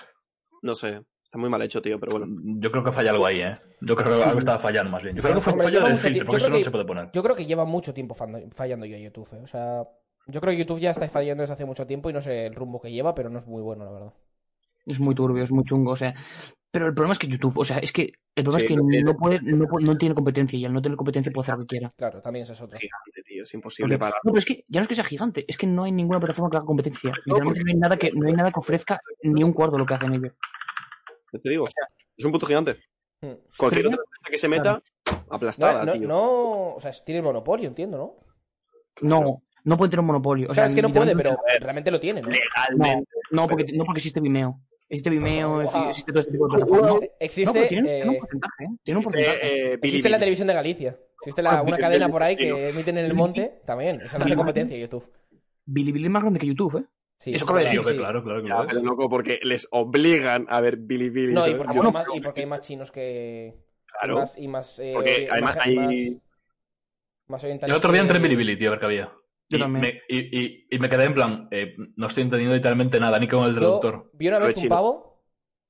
Speaker 2: No sé. Está muy mal hecho, tío, pero bueno.
Speaker 3: Yo creo que falla algo ahí, eh. Yo creo que algo estaba fallando más bien. Yo creo que fue un
Speaker 4: Hombre, yo
Speaker 3: fallo del
Speaker 4: creo que-
Speaker 3: filtro,
Speaker 4: yo
Speaker 3: porque
Speaker 4: creo
Speaker 3: eso no
Speaker 4: que-
Speaker 3: se puede poner.
Speaker 4: Yo creo que lleva mucho tiempo fando- fallando yo a YouTube, eh. O sea, yo creo que YouTube ya está fallando desde hace mucho tiempo y no sé el rumbo que lleva, pero no es muy bueno, la verdad.
Speaker 5: Es muy turbio, es muy chungo, o sea. Pero el problema es que YouTube, o sea, es que el problema
Speaker 2: Sí,
Speaker 5: es que
Speaker 2: no tiene-
Speaker 5: no, puede, no, pu- no tiene competencia y al no tener competencia puede hacer lo que quiera.
Speaker 4: Claro, también esa es otra.
Speaker 2: Gigante, tío. Es imposible
Speaker 5: Porque-
Speaker 2: para.
Speaker 5: no, pero es que ya no es que sea gigante, es que no hay ninguna plataforma que haga competencia.
Speaker 2: porque-
Speaker 5: Literalmente no hay nada que, no hay nada que ofrezca ni un cuarto de lo que hacen ellos.
Speaker 2: ¿Qué te digo? es un puto gigante.
Speaker 4: Hmm.
Speaker 2: Cualquier
Speaker 5: Pero-
Speaker 2: otra empresa que se meta,
Speaker 4: No,
Speaker 2: aplastada,
Speaker 4: no,
Speaker 2: tío.
Speaker 4: no- o sea, tiene el monopolio, entiendo, ¿no?
Speaker 5: No, no pueden tener un monopolio. O
Speaker 4: O
Speaker 5: sea,
Speaker 4: sea, es que no puede,
Speaker 5: literalmente-
Speaker 4: pero realmente lo tiene, ¿no?
Speaker 2: Legalmente.
Speaker 5: No, porque, no porque existe Vimeo. Existe Vimeo,
Speaker 4: Wow.
Speaker 5: existe todo este tipo de plataformas. No,
Speaker 4: Existe,
Speaker 5: pero tiene, tiene un
Speaker 4: eh,
Speaker 5: porcentaje, ¿eh? Tiene un porcentaje.
Speaker 2: Eh, eh, Billy
Speaker 4: existe la
Speaker 2: Billy.
Speaker 4: televisión de Galicia. Existe la-
Speaker 5: Ah,
Speaker 4: una
Speaker 2: Bilibili,
Speaker 4: cadena por ahí
Speaker 2: sí, no.
Speaker 4: que emiten en el
Speaker 5: Bilibili.
Speaker 4: monte, también. Esa no hace competencia YouTube.
Speaker 5: Bilibili es más grande que YouTube, ¿eh?
Speaker 4: Sí,
Speaker 5: Eso
Speaker 4: sí,
Speaker 5: cabe
Speaker 4: sí,
Speaker 5: decir,
Speaker 3: Pues hombre,
Speaker 4: sí.
Speaker 3: claro, claro que
Speaker 2: Ya,
Speaker 3: lo
Speaker 2: pero
Speaker 3: es.
Speaker 2: loco, porque les obligan a ver Billy Billy.
Speaker 4: No, y
Speaker 2: ¿sabes?
Speaker 4: porque,
Speaker 2: Yo
Speaker 4: hay
Speaker 2: no
Speaker 4: más,
Speaker 2: creo
Speaker 4: y porque
Speaker 2: que-
Speaker 4: hay más chinos que.
Speaker 2: Claro,
Speaker 4: Más, y más. eh,
Speaker 2: porque
Speaker 4: ori-
Speaker 2: además
Speaker 4: más-
Speaker 2: hay-
Speaker 4: Más, más orientales.
Speaker 3: El otro día
Speaker 4: que-
Speaker 3: entré en Bilibili, tío, a ver qué había.
Speaker 5: Yo
Speaker 3: y,
Speaker 5: también.
Speaker 3: Me, y, y- y me quedé en plan, eh, no estoy entendiendo literalmente nada, ni con el
Speaker 4: Yo
Speaker 3: traductor.
Speaker 4: Vi una
Speaker 2: Lo
Speaker 4: vez
Speaker 2: de
Speaker 4: un
Speaker 2: chino.
Speaker 4: pavo,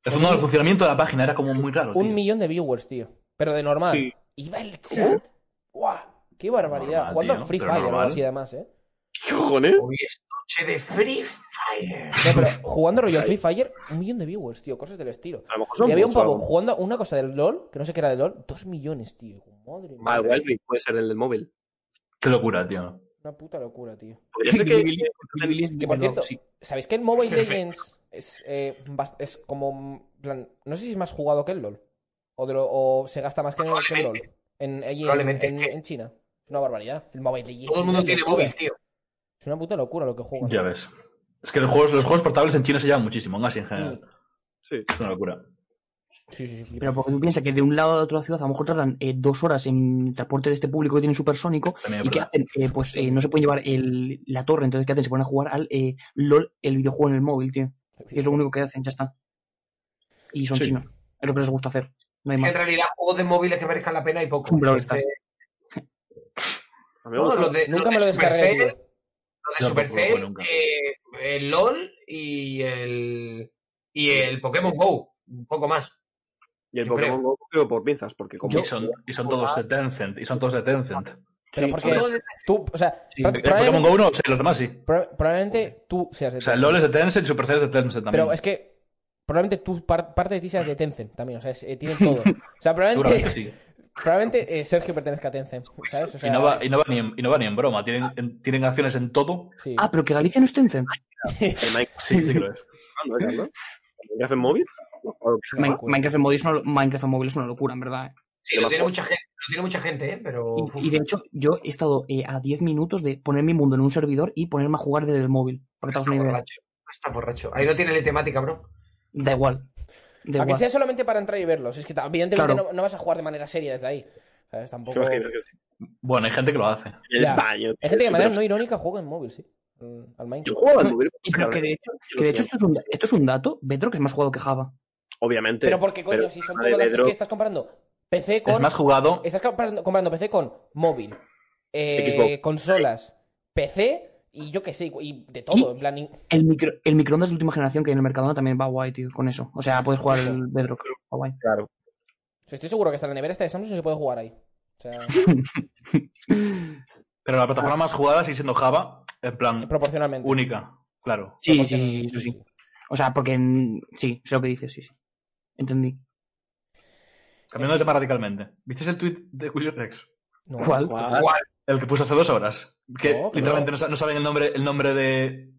Speaker 3: Es un- no, el funcionamiento de la página era como muy raro.
Speaker 4: un
Speaker 3: tío.
Speaker 4: millón de viewers, tío. Pero de normal.
Speaker 5: Sí.
Speaker 4: Iba el chat. ¡Guau! ¡Qué barbaridad!
Speaker 3: Normal,
Speaker 4: Jugando
Speaker 3: tío,
Speaker 4: al Free
Speaker 3: pero
Speaker 4: Fire o algo
Speaker 3: normal.
Speaker 4: así, además, ¿eh?
Speaker 2: ¿Qué cojones?
Speaker 1: Hoy es noche de Free
Speaker 4: No,
Speaker 1: Fire.
Speaker 4: pero jugando rollo al Free Fire, un millón de viewers, tío. Cosas del estilo.
Speaker 2: A lo mejor son
Speaker 4: Y había un
Speaker 2: muchos,
Speaker 4: pavo
Speaker 2: algo.
Speaker 4: jugando a una cosa del LOL, que no sé qué era del LOL, dos millones, tío. Madre
Speaker 2: Ah,
Speaker 4: mía.
Speaker 2: igual puede ser el del móvil.
Speaker 3: Qué locura, tío.
Speaker 4: Una puta locura, tío.
Speaker 2: Podría ser que.
Speaker 5: Bilibili- Bilibili es
Speaker 4: Que por
Speaker 5: Bilibili,
Speaker 4: cierto,
Speaker 5: sí.
Speaker 4: ¿sabéis que el Mobile
Speaker 1: Perfecto.
Speaker 4: Legends es, eh, bas- es como. mm, plan, no sé si es más jugado que el LOL. O, de lo- o se gasta más que, que el LOL.
Speaker 1: Probablemente.
Speaker 4: En, allí en-
Speaker 1: Probablemente,
Speaker 4: en,
Speaker 1: sí.
Speaker 4: en China. Es una barbaridad. El Mobile Legends.
Speaker 1: Todo el mundo
Speaker 4: es una
Speaker 1: tiene
Speaker 4: locura.
Speaker 1: móvil, tío.
Speaker 4: Es una puta locura lo que juegan.
Speaker 3: Ya ves. Es que los juegos, los juegos portables en China se llevan muchísimo, en Asia en general.
Speaker 2: Sí.
Speaker 3: Es una locura.
Speaker 4: Mm. Sí, sí, sí. flipa.
Speaker 5: Pero porque tú piensas que de un lado a otra ciudad a lo mejor tardan eh, dos horas en transporte de este público que tienen supersónico
Speaker 3: También es
Speaker 5: y que
Speaker 3: verdad.
Speaker 5: hacen, Eh, pues eh, no se pueden llevar el- la torre, entonces ¿qué hacen? Se ponen a jugar al eh, LOL, el videojuego en el móvil, tío. Y es lo único que hacen, ya está. Y son
Speaker 3: Sí.
Speaker 5: chinos. Es lo que les gusta hacer. No hay
Speaker 1: Es que
Speaker 5: más.
Speaker 1: en realidad juegos de móviles que merezcan la pena hay poco.
Speaker 5: Un Brawl
Speaker 1: Entonces,
Speaker 2: A mí me
Speaker 1: no,
Speaker 2: gusta.
Speaker 1: los de,
Speaker 4: Nunca
Speaker 1: los
Speaker 4: me
Speaker 1: Eh, de
Speaker 4: lo descargué,
Speaker 1: Supercell,
Speaker 3: Yo tampoco lo juego
Speaker 4: tío.
Speaker 1: los de Supercell,
Speaker 3: nunca.
Speaker 1: eh, el LOL y el, y el Pokémon Go. Un poco más.
Speaker 2: Y el
Speaker 1: Yo creo.
Speaker 2: Pokémon Go creo por pinzas, porque como.
Speaker 3: Y son, y son todos de Tencent. Y son todos de Tencent.
Speaker 4: Pero
Speaker 5: Sí,
Speaker 4: porque
Speaker 1: Sobre todo de-
Speaker 4: tú, o sea,
Speaker 5: Sí,
Speaker 4: pro-
Speaker 3: El Pokémon
Speaker 4: probablemente,
Speaker 3: Go no, sí, los demás sí.
Speaker 4: pro- probablemente tú seas de
Speaker 3: O sea, el
Speaker 4: Tencent.
Speaker 3: LOL es de Tencent y Supercell es de Tencent también. Ah.
Speaker 4: Pero es que probablemente tú, par- parte de ti seas de Tencent también. O sea, es- eh, tienen todo. O sea,
Speaker 3: Seguramente
Speaker 4: probablemente,
Speaker 3: sí.
Speaker 4: probablemente eh, Sergio pertenezca a Tencent. ¿Sabes? O
Speaker 3: Y
Speaker 4: sea,
Speaker 3: no, va, y no va ni en, y no va ni en broma. Tienen, en- tienen acciones en todo.
Speaker 4: sí.
Speaker 5: Ah, pero que Galicia no esté en Zen.
Speaker 2: El Minecraft,
Speaker 3: Sí, sí que lo es.
Speaker 2: ¿no? Carlos? ¿Minecraft en móvil? O-
Speaker 5: Min- Minecraft en, móvil es una, lo- Minecraft en móvil es una locura, en verdad. eh.
Speaker 1: Sí, lo tiene mucha gente, lo tiene mucha gente, ¿eh? pero
Speaker 5: Y,
Speaker 1: uf,
Speaker 5: y de hecho, yo he estado eh, a 10 minutos de poner mi mundo en un servidor y ponerme a jugar desde el móvil. Porque te hagas
Speaker 1: está
Speaker 5: una idea.
Speaker 1: borracho. Está borracho. Ahí no tiene la temática, bro.
Speaker 5: Da igual. Da
Speaker 4: Aunque
Speaker 5: igual.
Speaker 4: sea solamente para entrar y verlos. Es que ta- evidentemente
Speaker 5: Claro.
Speaker 4: no, no vas a jugar de manera seria desde ahí. ¿Sabes?
Speaker 2: ¿Te
Speaker 4: Tampoco...
Speaker 2: imaginas
Speaker 4: Hay
Speaker 2: que sí?
Speaker 3: Bueno, hay gente que lo hace.
Speaker 2: El
Speaker 4: Ya.
Speaker 2: baño. tío,
Speaker 4: gente que de
Speaker 2: sí,
Speaker 4: manera
Speaker 2: pero-
Speaker 4: no irónica juega en móvil, sí. Mm, Al
Speaker 2: Yo
Speaker 4: Minecraft.
Speaker 2: jugaba al móvil.
Speaker 5: Y pero que de hecho, que de hecho esto, es un, esto es un dato, Vetro, que es más jugado que Java.
Speaker 2: Obviamente.
Speaker 4: Pero porque, coño,
Speaker 2: pero
Speaker 4: si son
Speaker 2: la de
Speaker 4: todas las... Es
Speaker 2: Bedrock-
Speaker 4: que estás comparando PC con...
Speaker 3: Es más jugado.
Speaker 4: Estás comparando, comparando PC con móvil, eh,
Speaker 2: Xbox.
Speaker 4: consolas, PC y yo qué sé, y de todo. En plan, in-
Speaker 5: El, micro, el microondas de última generación que hay en el mercado también va guay, tío, con eso. O sea, puedes jugar el Bedrock. Va guay.
Speaker 2: Claro.
Speaker 4: o sea, estoy seguro que hasta la nevera esta de Samsung se puede jugar ahí. O sea,
Speaker 3: Pero la plataforma más jugada sigue siendo Java. En plan,
Speaker 4: proporcionalmente.
Speaker 3: única. Claro.
Speaker 5: Sí, sí, sí,
Speaker 4: Proporcionalmente,
Speaker 5: sí, eso sí. O sea, porque. mm, Sí, sé lo que dices, sí, sí. Entendí.
Speaker 3: Cambiando de tema radicalmente. ¿Viste el tweet de Julio Rex?
Speaker 4: No,
Speaker 5: ¿Cuál?
Speaker 3: El que puso hace dos horas. Que
Speaker 4: No, Oh, pero-
Speaker 3: literalmente no, sa- no saben el nombre, el nombre de,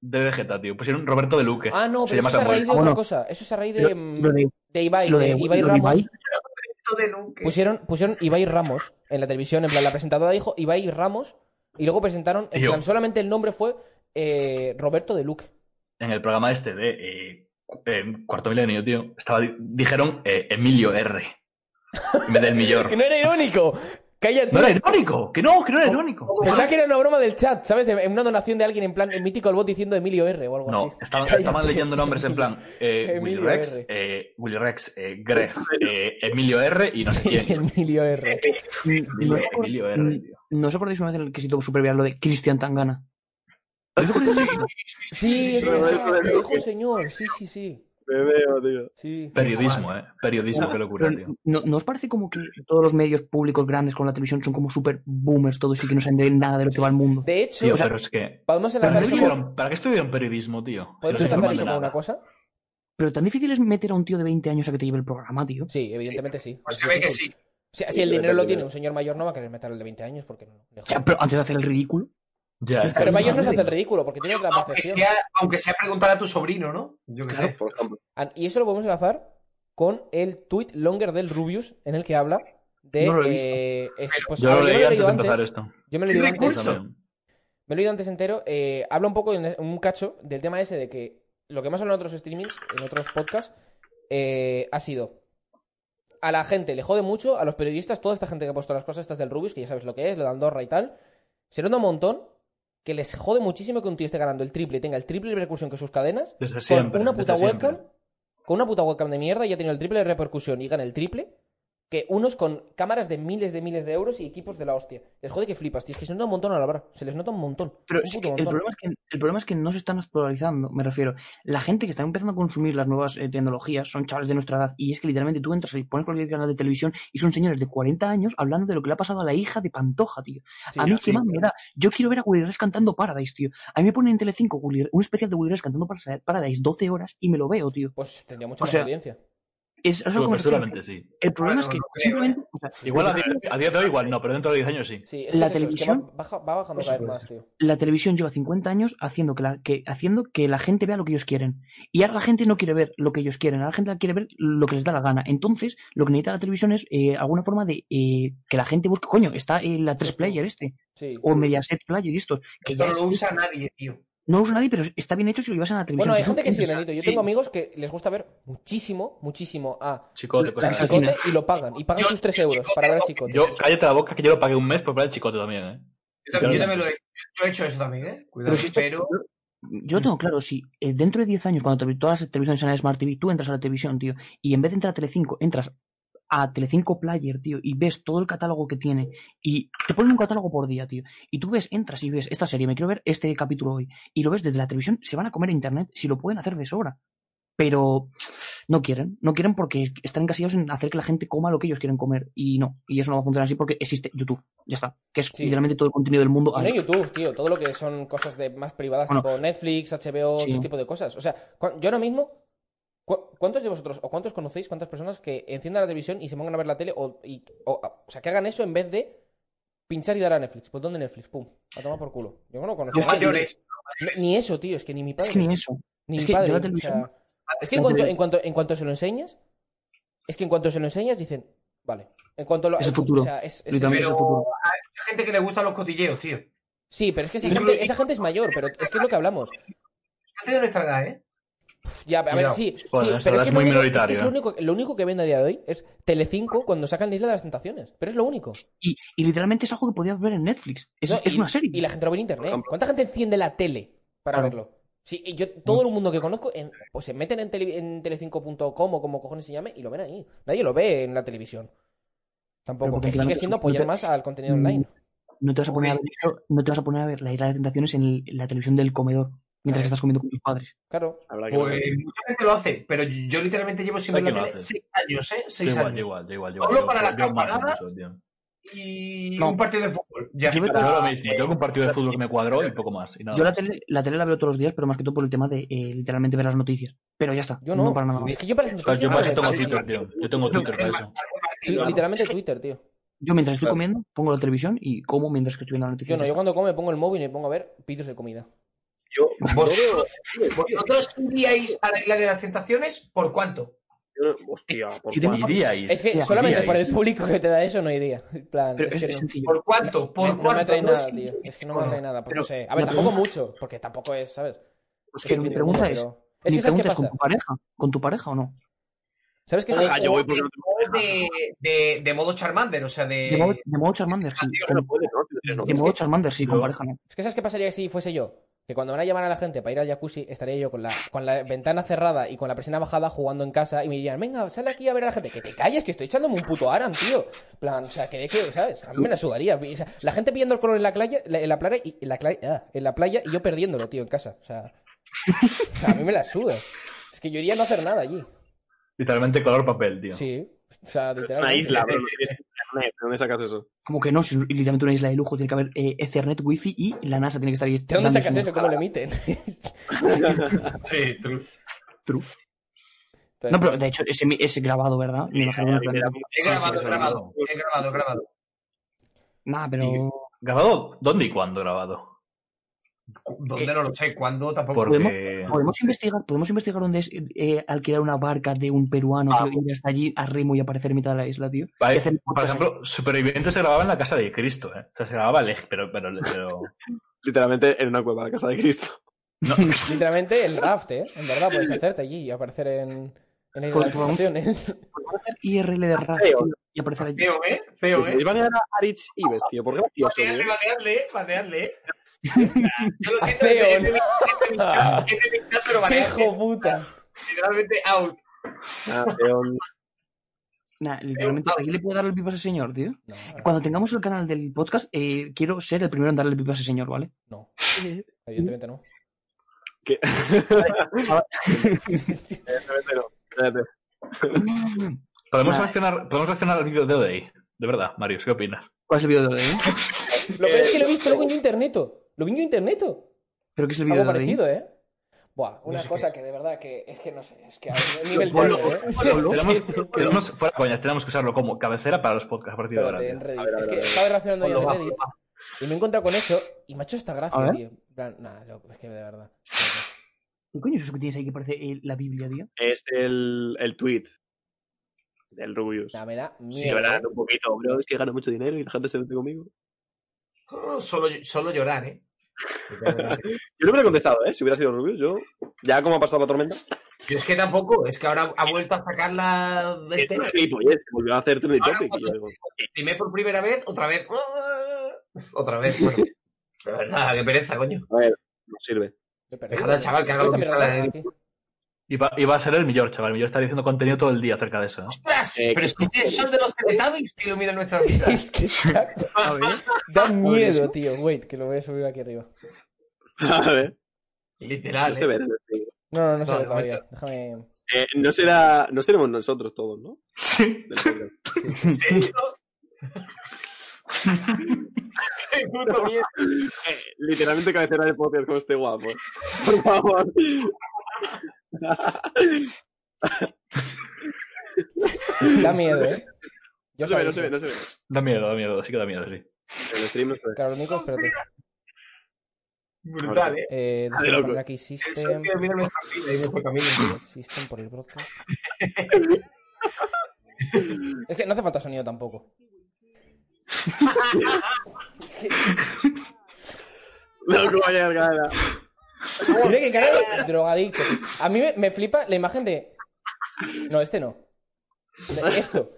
Speaker 3: de Vegeta, tío. Pusieron Roberto de Luque.
Speaker 4: Ah, no,
Speaker 3: Se llama
Speaker 4: pero eso es a
Speaker 3: Samuel.
Speaker 4: raíz de
Speaker 5: Ah,
Speaker 4: otra
Speaker 5: bueno.
Speaker 4: cosa. Eso es a raíz
Speaker 5: Lo,
Speaker 4: de, mm,
Speaker 5: lo de,
Speaker 4: de Ibai,
Speaker 5: lo
Speaker 4: de,
Speaker 5: de,
Speaker 4: Ibai
Speaker 5: lo de
Speaker 4: Ramos.
Speaker 5: Ibai,
Speaker 1: Esto de nunca.
Speaker 4: Pusieron, pusieron Ibai Ramos en la televisión, en plan, la presentadora dijo Ibai Ramos y luego presentaron, en
Speaker 3: Tío.
Speaker 4: plan, solamente el nombre fue eh, Roberto de Luque.
Speaker 3: en el programa este de eh, cu- eh, Cuarto Milenio, tío, estaba, di- dijeron eh, Emilio R. En vez del Millor.
Speaker 4: Que no era irónico. Cállate.
Speaker 3: No era irónico, que no, que no era irónico.
Speaker 4: Pensaba que era una broma del chat, ¿sabes? De- una donación de alguien en plan el mítico el bot diciendo Emilio R o algo
Speaker 3: No,
Speaker 4: así.
Speaker 3: estaban,
Speaker 4: Cállate.
Speaker 3: estaban leyendo nombres en plan eh, Willy
Speaker 4: Emilio
Speaker 3: Rex,
Speaker 4: R.
Speaker 3: eh, Willy Rex, eh, Greg, eh, Emilio R y no sé
Speaker 4: Sí,
Speaker 3: quién.
Speaker 4: Emilio R.
Speaker 3: Emilio, Emilio
Speaker 5: Mm.
Speaker 3: R, tío.
Speaker 5: ¿No os acordáis una vez en el que se tuvo súper viral lo de Cristian Tangana?
Speaker 4: Sí, es
Speaker 2: sí,
Speaker 4: verdad,
Speaker 2: Roberto de
Speaker 4: lo dijo
Speaker 2: Luque.
Speaker 4: el señor. Sí, sí, sí.
Speaker 2: Me veo, tío.
Speaker 4: Sí.
Speaker 3: Periodismo, eh. Periodismo, qué locura,
Speaker 5: Pero,
Speaker 3: tío.
Speaker 5: ¿no, ¿no os parece como que todos los medios públicos grandes con la televisión son como súper boomers todos y que no saben de nada de lo que va el mundo?
Speaker 4: De hecho,
Speaker 3: Tío,
Speaker 5: o sea,
Speaker 3: pero es que.
Speaker 4: podemos
Speaker 3: ¿Para
Speaker 4: enlazar
Speaker 3: qué,
Speaker 4: eso con-
Speaker 3: estudiaron, ¿Para qué estudiaron periodismo, tío?
Speaker 4: ¿podemos
Speaker 3: No se
Speaker 4: enlazar
Speaker 3: informan de
Speaker 4: eso con
Speaker 3: nada.
Speaker 4: una cosa?
Speaker 5: Pero tan difícil es meter a un tío de 20 años a que te lleve el programa, tío.
Speaker 4: Sí, evidentemente sí.
Speaker 1: Pues se ve que sí.
Speaker 4: O sea, si el dinero lo tiene un señor mayor, no va a querer meter el de 20 años porque no. le
Speaker 5: O
Speaker 4: jode.
Speaker 5: sea, pero antes de hacer el ridículo.
Speaker 3: Ya, es que
Speaker 4: Pero
Speaker 3: no
Speaker 4: mayor no se
Speaker 3: saben.
Speaker 4: hace el ridículo porque tiene otra
Speaker 1: Aunque
Speaker 4: percepción.
Speaker 1: sea, aunque sea preguntar a tu sobrino, ¿no? Yo qué sé.
Speaker 2: Por ejemplo.
Speaker 4: Ah, Y eso lo podemos enlazar con el tweet longer del Rubius en el que habla de.
Speaker 5: No lo he visto.
Speaker 4: eh, es- pues,
Speaker 3: Yo
Speaker 4: a
Speaker 3: lo
Speaker 4: ver,
Speaker 3: leí
Speaker 4: yo me
Speaker 3: antes
Speaker 4: lo
Speaker 3: de
Speaker 4: he
Speaker 3: empezar
Speaker 4: leído antes.
Speaker 3: esto.
Speaker 4: Yo me lo he leído
Speaker 1: ¿Qué
Speaker 4: antes.
Speaker 1: recurso?
Speaker 3: También.
Speaker 4: Me lo he leído antes entero. eh, habla un poco en un cacho del tema ese de que lo que hemos hablado en otros streamings, en otros podcasts, eh, ha sido. A la gente le jode mucho, a los periodistas, toda esta gente que ha puesto las cosas, estas del Rubius, que ya sabes lo que es, lo de Andorra y tal, se nota un montón que les jode muchísimo que un tío esté ganando el triple y tenga el triple de repercusión que sus cadenas.
Speaker 3: Desde
Speaker 4: con
Speaker 3: siempre.
Speaker 4: una puta
Speaker 3: desde
Speaker 4: webcam.
Speaker 3: siempre.
Speaker 4: Con una puta webcam de mierda y ha tenido el triple de repercusión y gana el triple. Que unos con cámaras de miles de miles de euros y equipos de la hostia. Les jode que flipas, tío. Es que se nota un montón a la barra. Se les nota un montón.
Speaker 5: Pero
Speaker 4: un
Speaker 5: es
Speaker 4: puto
Speaker 5: que el,
Speaker 4: montón.
Speaker 5: problema es que, el problema es que no se están actualizando, me refiero. La gente que está empezando a consumir las nuevas eh, tecnologías son chavales de nuestra edad. Y es que literalmente tú entras y pones cualquier canal de televisión y son señores de 40 años hablando de lo que le ha pasado a la hija de Pantoja, tío.
Speaker 4: Sí,
Speaker 5: a mí
Speaker 2: sí.
Speaker 5: qué más me da. Yo quiero ver a Willy Rex cantando Paradise, tío. A mí me ponen en Telecinco Willy- un especial de Willy Rex cantando Parasa- Paradise 12 horas y me lo veo, tío.
Speaker 4: Pues tendría mucha
Speaker 5: O
Speaker 4: más
Speaker 5: sea,
Speaker 4: audiencia.
Speaker 5: Es, es algo que me
Speaker 3: Pues
Speaker 5: refiero.
Speaker 3: seguramente sí.
Speaker 5: El problema es
Speaker 1: Bueno,
Speaker 5: que
Speaker 1: no creo,
Speaker 5: simplemente... o sea,
Speaker 3: Igual a día, a día de hoy igual no, pero dentro de 10 años sí.
Speaker 4: Sí, es que
Speaker 5: la
Speaker 4: es eso, es que
Speaker 5: televisión-
Speaker 4: va, baja- va bajando
Speaker 5: Por
Speaker 4: cada vez
Speaker 5: supuesto.
Speaker 4: más, tío.
Speaker 5: la televisión lleva 50 años haciendo que, la, que, haciendo que la gente vea lo que ellos quieren. Y ahora la gente no quiere ver lo que ellos quieren, ahora la gente quiere ver lo que les da la gana. Entonces, lo que necesita la televisión es eh, alguna forma de eh, que la gente busque, coño, está eh, la 3 player este,
Speaker 4: Sí.
Speaker 5: o Mediaset player y estos. Que
Speaker 1: Esto
Speaker 5: ya
Speaker 1: no
Speaker 5: es-
Speaker 1: lo usa nadie, tío.
Speaker 5: no usa nadie, pero está bien hecho si lo llevas a la televisión.
Speaker 4: Bueno, hay
Speaker 5: Si
Speaker 4: gente
Speaker 5: no-
Speaker 4: que sí, Lenito. Yo
Speaker 1: Sí.
Speaker 4: tengo amigos que les gusta ver muchísimo, muchísimo a
Speaker 3: Chicote,
Speaker 5: La
Speaker 3: cosas así.
Speaker 5: Chicote.
Speaker 4: Chicote y lo pagan. Y pagan
Speaker 1: Yo-
Speaker 4: sus 3 euros para ver a Chicote.
Speaker 3: Yo, cállate la boca que yo lo pagué un mes por ver el chicote también, ¿eh?
Speaker 1: Yo también, yo
Speaker 3: Claro.
Speaker 1: también lo he, yo he hecho eso también, ¿eh? Cuidado,
Speaker 5: Pero
Speaker 1: pero...
Speaker 5: si esto- Yo tengo claro, si eh, dentro de 10 años, cuando te- todas las televisiones sean Smart TV, tú entras a la televisión, tío, y en vez de entrar a Telecinco, entras a Telecinco Player, tío, y ves todo el catálogo que tiene, y te ponen un catálogo por día, tío, y tú ves, entras y ves esta serie, me quiero ver este capítulo hoy, y lo ves desde la televisión, se van a comer a internet, si lo pueden hacer de sobra. Pero no quieren, no quieren porque están encasillados en hacer que la gente coma lo que ellos quieren comer, y no, y eso no va a funcionar así porque existe YouTube, ya está, que es
Speaker 4: Sí.
Speaker 5: literalmente todo el contenido del mundo.
Speaker 4: Y no YouTube, tío, todo lo que son cosas de más privadas,
Speaker 5: Bueno.
Speaker 4: tipo Netflix, HBO,
Speaker 5: Sí.
Speaker 4: este tipo de cosas. O sea, cu- yo ahora mismo, cu- ¿cuántos de vosotros o cuántos conocéis, cuántas personas que enciendan la televisión y se pongan a ver la tele? O, y- o, o sea, que hagan eso en vez de pinchar y dar a Netflix. ¿Por dónde Netflix? Pum, a tomar por culo. Yo no lo conozco.
Speaker 1: Los mayores.
Speaker 4: Ni- Ni eso, tío, es que ni mi padre.
Speaker 5: es que ni eso.
Speaker 4: Ni
Speaker 5: Es
Speaker 4: mi
Speaker 5: que yo
Speaker 4: padre.
Speaker 5: la
Speaker 4: o
Speaker 5: televisión-
Speaker 4: sea, es que en
Speaker 5: la
Speaker 4: cuanto,
Speaker 5: tele-
Speaker 4: en, cuanto, en cuanto se lo enseñas, es que en cuanto se lo enseñas dicen, vale. En cuanto lo,
Speaker 5: Es el futuro.
Speaker 4: O sea, es- es-
Speaker 5: Literalmente es el
Speaker 1: Pero
Speaker 5: futuro.
Speaker 1: hay gente que le gustan los cotilleos, tío.
Speaker 4: sí, pero es que esa
Speaker 1: Incluso-
Speaker 4: gente, esa gente es mayor, pero es que es lo que hablamos.
Speaker 1: Gente de nuestra edad, ¿eh?
Speaker 4: Ya, a ver,
Speaker 1: Cuidado.
Speaker 4: sí, sí,
Speaker 3: Bueno, eso
Speaker 4: pero es
Speaker 3: es
Speaker 4: que,
Speaker 3: muy
Speaker 4: lo único- es que
Speaker 3: minoritario.
Speaker 4: es
Speaker 5: ¿eh?
Speaker 4: lo, único, lo único que vende a día de hoy es Telecinco cuando sacan la Isla de las Tentaciones, pero es lo único.
Speaker 5: Y, y literalmente es algo que podías ver en Netflix. Es,
Speaker 4: No,
Speaker 5: es
Speaker 4: y-
Speaker 5: una serie.
Speaker 4: Y la gente lo ve en internet.
Speaker 2: ejemplo.
Speaker 4: ¿Cuánta gente enciende la tele para
Speaker 5: Claro. Mm.
Speaker 4: verlo? Sí, y yo, todo el mundo que conozco, en- pues se meten en, tele, en telecinco.com o como cojones se llame y lo ven ahí. Nadie lo ve en la televisión.
Speaker 5: Pero
Speaker 4: Tampoco,
Speaker 5: porque
Speaker 4: que sigue
Speaker 5: claramente-
Speaker 4: siendo apoyar
Speaker 5: no te-
Speaker 4: más al contenido
Speaker 5: Mm,
Speaker 4: online.
Speaker 5: No te vas a poner a ver, no te vas a poner a ver la isla de tentaciones en, el- en la televisión del comedor mientras que estás comiendo con tus padres.
Speaker 4: Claro.
Speaker 2: Habrá que
Speaker 1: Pues
Speaker 2: ver.
Speaker 1: mucha gente lo hace, pero yo, yo literalmente llevo sin
Speaker 3: Hay
Speaker 1: ver la
Speaker 3: que lo
Speaker 1: tele
Speaker 3: hace.
Speaker 1: seis años, ¿eh?
Speaker 3: Yo
Speaker 1: Seis
Speaker 3: igual,
Speaker 1: años.
Speaker 3: yo igual, yo igual. yo igual.
Speaker 1: Solo
Speaker 3: Yo-
Speaker 1: para la
Speaker 3: yo más
Speaker 1: campanada.
Speaker 3: incluso, tío.
Speaker 1: Y
Speaker 5: No.
Speaker 1: un partido de fútbol. Ya.
Speaker 5: Yo me-
Speaker 3: Yo lo mismo, creo que un partido de fútbol que me cuadró y poco más. Y nada.
Speaker 5: Yo la tele, la tele la veo todos los días, pero más que todo por el tema de eh, literalmente ver las noticias. Pero ya está.
Speaker 4: Yo no.
Speaker 5: para nada más.
Speaker 4: es que yo para las
Speaker 3: O sea, yo
Speaker 4: noticias
Speaker 3: para
Speaker 4: no
Speaker 3: eso
Speaker 4: me
Speaker 3: tengo
Speaker 4: meto,
Speaker 3: Twitter, tío. Yo tengo Twitter para eso.
Speaker 4: tío.
Speaker 1: Yo-
Speaker 4: Literalmente Twitter, tío.
Speaker 5: Yo mientras estoy
Speaker 2: Claro.
Speaker 5: comiendo, pongo la televisión y como mientras que estoy viendo la noticia.
Speaker 4: Yo no, yo cuando como me pongo el móvil y me pongo a ver vídeos de comida.
Speaker 2: Yo,
Speaker 1: Vosotros, vosotros iríais a la isla de las tentaciones por cuánto?
Speaker 2: yo- hostia, por
Speaker 5: Si te-
Speaker 2: cuánto.
Speaker 3: Iríais.
Speaker 4: Es que
Speaker 5: Sí,
Speaker 4: solamente
Speaker 3: iríais.
Speaker 4: por el público que te da eso no iría. En plan,
Speaker 5: Pero
Speaker 4: es
Speaker 5: es,
Speaker 4: que
Speaker 5: es
Speaker 4: no.
Speaker 5: sencillo.
Speaker 1: ¿Por cuánto? ¿Por
Speaker 4: no, no me
Speaker 1: cuánto?
Speaker 4: atrae
Speaker 1: No
Speaker 4: nada,
Speaker 1: es-
Speaker 4: tío. Es que no me atrae nada, porque
Speaker 5: Pero-
Speaker 4: no sé. A ver,
Speaker 5: la
Speaker 4: tampoco
Speaker 5: pregunta-
Speaker 4: mucho, porque tampoco es, ¿sabes?
Speaker 5: Pues
Speaker 4: Es
Speaker 5: que
Speaker 4: el
Speaker 5: mi
Speaker 4: fin del
Speaker 5: pregunta
Speaker 4: mundo,
Speaker 5: es,
Speaker 4: pero- Es
Speaker 5: mi
Speaker 4: que ¿sabes qué
Speaker 5: pregunta es con
Speaker 4: pasa?
Speaker 5: tu pareja, con tu pareja o no.
Speaker 4: ¿Sabes qué es
Speaker 3: Ah,
Speaker 2: Ojalá,
Speaker 4: eso?
Speaker 2: yo voy por
Speaker 1: O de, de, de modo Charmander, o sea, de.
Speaker 4: Eh,
Speaker 5: De modo, de modo Charmander, sí.
Speaker 2: no puedes, ¿no? Tienes, ¿no?
Speaker 5: De modo Charmander, sí, con pareja no.
Speaker 4: Es que ¿sabes qué pasaría si fuese yo? Que cuando van a llamar a la gente para ir al jacuzzi, estaría yo con la, con la ventana cerrada y con la presión bajada jugando en casa y me dirían, venga, sal aquí a ver a la gente. Que te calles, que estoy echándome un puto aram, tío. plan, o sea, que de qué, ¿sabes? A mí me la sudaría. O sea, la gente pidiendo el color en la playa, la- en la playa y en la, cla- ah, en la playa y yo perdiéndolo, tío, en casa. O sea, a mí me la suda. Es que yo iría a no hacer nada allí.
Speaker 3: Literalmente color papel, tío.
Speaker 4: Sí, o sea,
Speaker 2: Es una
Speaker 4: literalmente.
Speaker 2: isla, bro. no tienes internet, ¿de ¿Dónde sacas eso?
Speaker 5: Como que no, si es literalmente una isla de lujo, tiene que haber eh, Ethernet, Wi-Fi y la NASA tiene que estar ahí.
Speaker 4: ¿De dónde
Speaker 5: dando
Speaker 4: sacas
Speaker 5: su-
Speaker 4: eso? ¿Cómo lo emiten?
Speaker 1: Sí, true.
Speaker 5: No, pero de hecho es, semi- es grabado, ¿verdad? Me imagino que no es grabado.
Speaker 1: He grabado, he grabado, he grabado, he grabado.
Speaker 5: Nah, pero.
Speaker 3: ¿Grabado? ¿Dónde y cuándo grabado?
Speaker 1: Cu- ¿Dónde no lo sé? ¿Cuándo? Tampoco.
Speaker 3: Porque.
Speaker 5: Podemos investigar, podemos investigar dónde es eh, eh, alquilar una barca de un peruano
Speaker 2: Ah,
Speaker 5: tío, ir hasta allí a remo y aparecer en mitad de la isla, tío.
Speaker 3: Vale,
Speaker 5: Y hacer-
Speaker 3: Por ejemplo, Superviviente se grababa en la casa de Cristo, ¿eh? O sea, se grababa lejos, pero, pero, pero...
Speaker 2: Literalmente en una cueva, la casa de Cristo.
Speaker 3: No,
Speaker 4: Literalmente el raft, ¿eh? En verdad, puedes hacerte allí y aparecer en, en la isla de las
Speaker 1: Pues,
Speaker 5: Por favor.
Speaker 4: tentaciones.
Speaker 5: hacer IRL de rap
Speaker 2: Feo.
Speaker 5: tío, y aparecer allí.
Speaker 1: Feo, ¿eh? Feo, ¿eh?
Speaker 2: Podéis banear a Arich Ives, tío, por gracioso, tío.
Speaker 1: Banearle, banearle, banearle. ¿eh? Yo lo siento,
Speaker 4: Aceo,
Speaker 1: es de- es
Speaker 4: ¿no?
Speaker 1: de mi- es de mi
Speaker 2: Ah.
Speaker 1: chat, es de mi chat, pero
Speaker 4: ¡Qué
Speaker 1: vale,
Speaker 4: hijo puta!
Speaker 1: literalmente out.
Speaker 2: Ah, León.
Speaker 5: Nah, literalmente, ¿a quién le puedo dar el pipa a ese señor, tío?
Speaker 4: No,
Speaker 5: Cuando tengamos el canal del podcast, eh, quiero ser el primero en darle el pipa a ese señor, ¿vale?
Speaker 4: no. Evidentemente no.
Speaker 2: Que- Espérate, no, espérate.
Speaker 3: Podemos
Speaker 5: Nah.
Speaker 3: reaccionar, podemos reaccionar al vídeo de hoy. De verdad, Marius, ¿qué opinas?
Speaker 5: ¿Cuál es el vídeo de hoy? eh?
Speaker 4: Lo peor es que lo he visto luego en internet. Lo vi en internet.
Speaker 5: ¿Pero qué es el vídeo
Speaker 4: Algo
Speaker 5: de hoy?
Speaker 4: parecido, ¿eh? Buah, una
Speaker 1: sé
Speaker 4: cosa
Speaker 1: qué
Speaker 4: que de verdad que es que no sé, es que a un nivel
Speaker 5: ponlo,
Speaker 4: trailer, ¿eh?
Speaker 5: ponlo.
Speaker 4: Sí,
Speaker 3: Tenemos,
Speaker 4: sí, sí.
Speaker 3: tenemos- fuera coñas, tenemos que usarlo como cabecera para los podcasts a partir de ahora.
Speaker 4: Espérate, en
Speaker 3: tío.
Speaker 4: Reddit.
Speaker 2: A ver, a
Speaker 4: es
Speaker 2: ver,
Speaker 4: que
Speaker 2: a ver.
Speaker 4: estaba relacionando ya
Speaker 5: Ponlo,
Speaker 4: en
Speaker 5: va,
Speaker 4: Reddit y me he encontrado con eso y me ha hecho esta
Speaker 5: A
Speaker 4: gracia,
Speaker 5: ver.
Speaker 4: tío. En plan, nah, loco, es que de verdad.
Speaker 5: ¿Qué coño es eso que tienes ahí que parece eh, la Biblia, tío?
Speaker 2: Es el, el tweet del Rubius.
Speaker 4: Nah, me da miedo.
Speaker 2: Sí, llorando un poquito, bro. Es que gano mucho dinero y la gente se mete conmigo.
Speaker 1: Oh, solo, solo llorar, ¿eh?
Speaker 2: Yo no hubiera contestado, ¿eh? Si hubiera sido Rubius, yo. Ya como ha pasado la tormenta.
Speaker 1: Yo es que tampoco, es que ahora ha vuelto a sacar la...
Speaker 2: Es
Speaker 1: Este,
Speaker 2: un gilipollez, se volvió a hacer trending
Speaker 1: Ahora,
Speaker 2: topic. Y yo digo,
Speaker 1: primer por primera vez, otra vez... ah, Otra vez, bueno. De verdad, qué pereza, coño.
Speaker 2: a ver, no sirve.
Speaker 4: Me he perdido.
Speaker 1: Dejad al chaval que haga lo
Speaker 4: Esta
Speaker 1: que
Speaker 4: mierda
Speaker 1: sale.
Speaker 4: aquí.
Speaker 3: Y va, y va a ser el mejor, chaval. El mejor está diciendo contenido todo el día acerca de eso. ¿no?
Speaker 1: ¡Ostras!
Speaker 2: Eh,
Speaker 1: pero es que
Speaker 2: qué-
Speaker 1: ustedes son de los Teletubbies que iluminan nuestra vida.
Speaker 4: Es que está-
Speaker 5: A ver.
Speaker 4: da
Speaker 5: eso.
Speaker 4: miedo, tío. Wait, que lo voy a subir aquí arriba.
Speaker 2: A ver,
Speaker 1: Literal,
Speaker 2: no se
Speaker 1: ¿eh?
Speaker 2: verá. tío.
Speaker 4: No, no, no se
Speaker 1: No,
Speaker 4: ve
Speaker 1: no,
Speaker 4: todavía. Déjame.
Speaker 2: Eh, no será. No seremos nosotros todos, ¿no?
Speaker 3: Sí.
Speaker 2: Del podcast.
Speaker 1: ¿En serio? ¡Qué puto miedo!
Speaker 2: Eh, literalmente cabecera de podcast con este guapo. Por favor.
Speaker 4: Da miedo, eh.
Speaker 2: No
Speaker 4: Yo
Speaker 2: se ve, no
Speaker 4: sabía
Speaker 2: se ve,
Speaker 4: eso.
Speaker 2: no se ve.
Speaker 3: Da miedo, da miedo. Sí que da miedo, sí.
Speaker 2: El stream no se ve.
Speaker 4: Claro, lo único, espérate.
Speaker 1: Brutal, ¿eh?
Speaker 4: Eh,
Speaker 2: Ah, de
Speaker 4: déjame
Speaker 2: loco.
Speaker 4: poner aquí
Speaker 1: El sol
Speaker 4: System.
Speaker 1: que ilumina nuestra vida y nuestro camino.
Speaker 4: System por el broadcast. es que no hace falta sonido tampoco.
Speaker 2: Loco, vaya gana.
Speaker 4: Mira que cara de drogadicto. A mí me, me flipa la imagen de. No, este no. De Esto.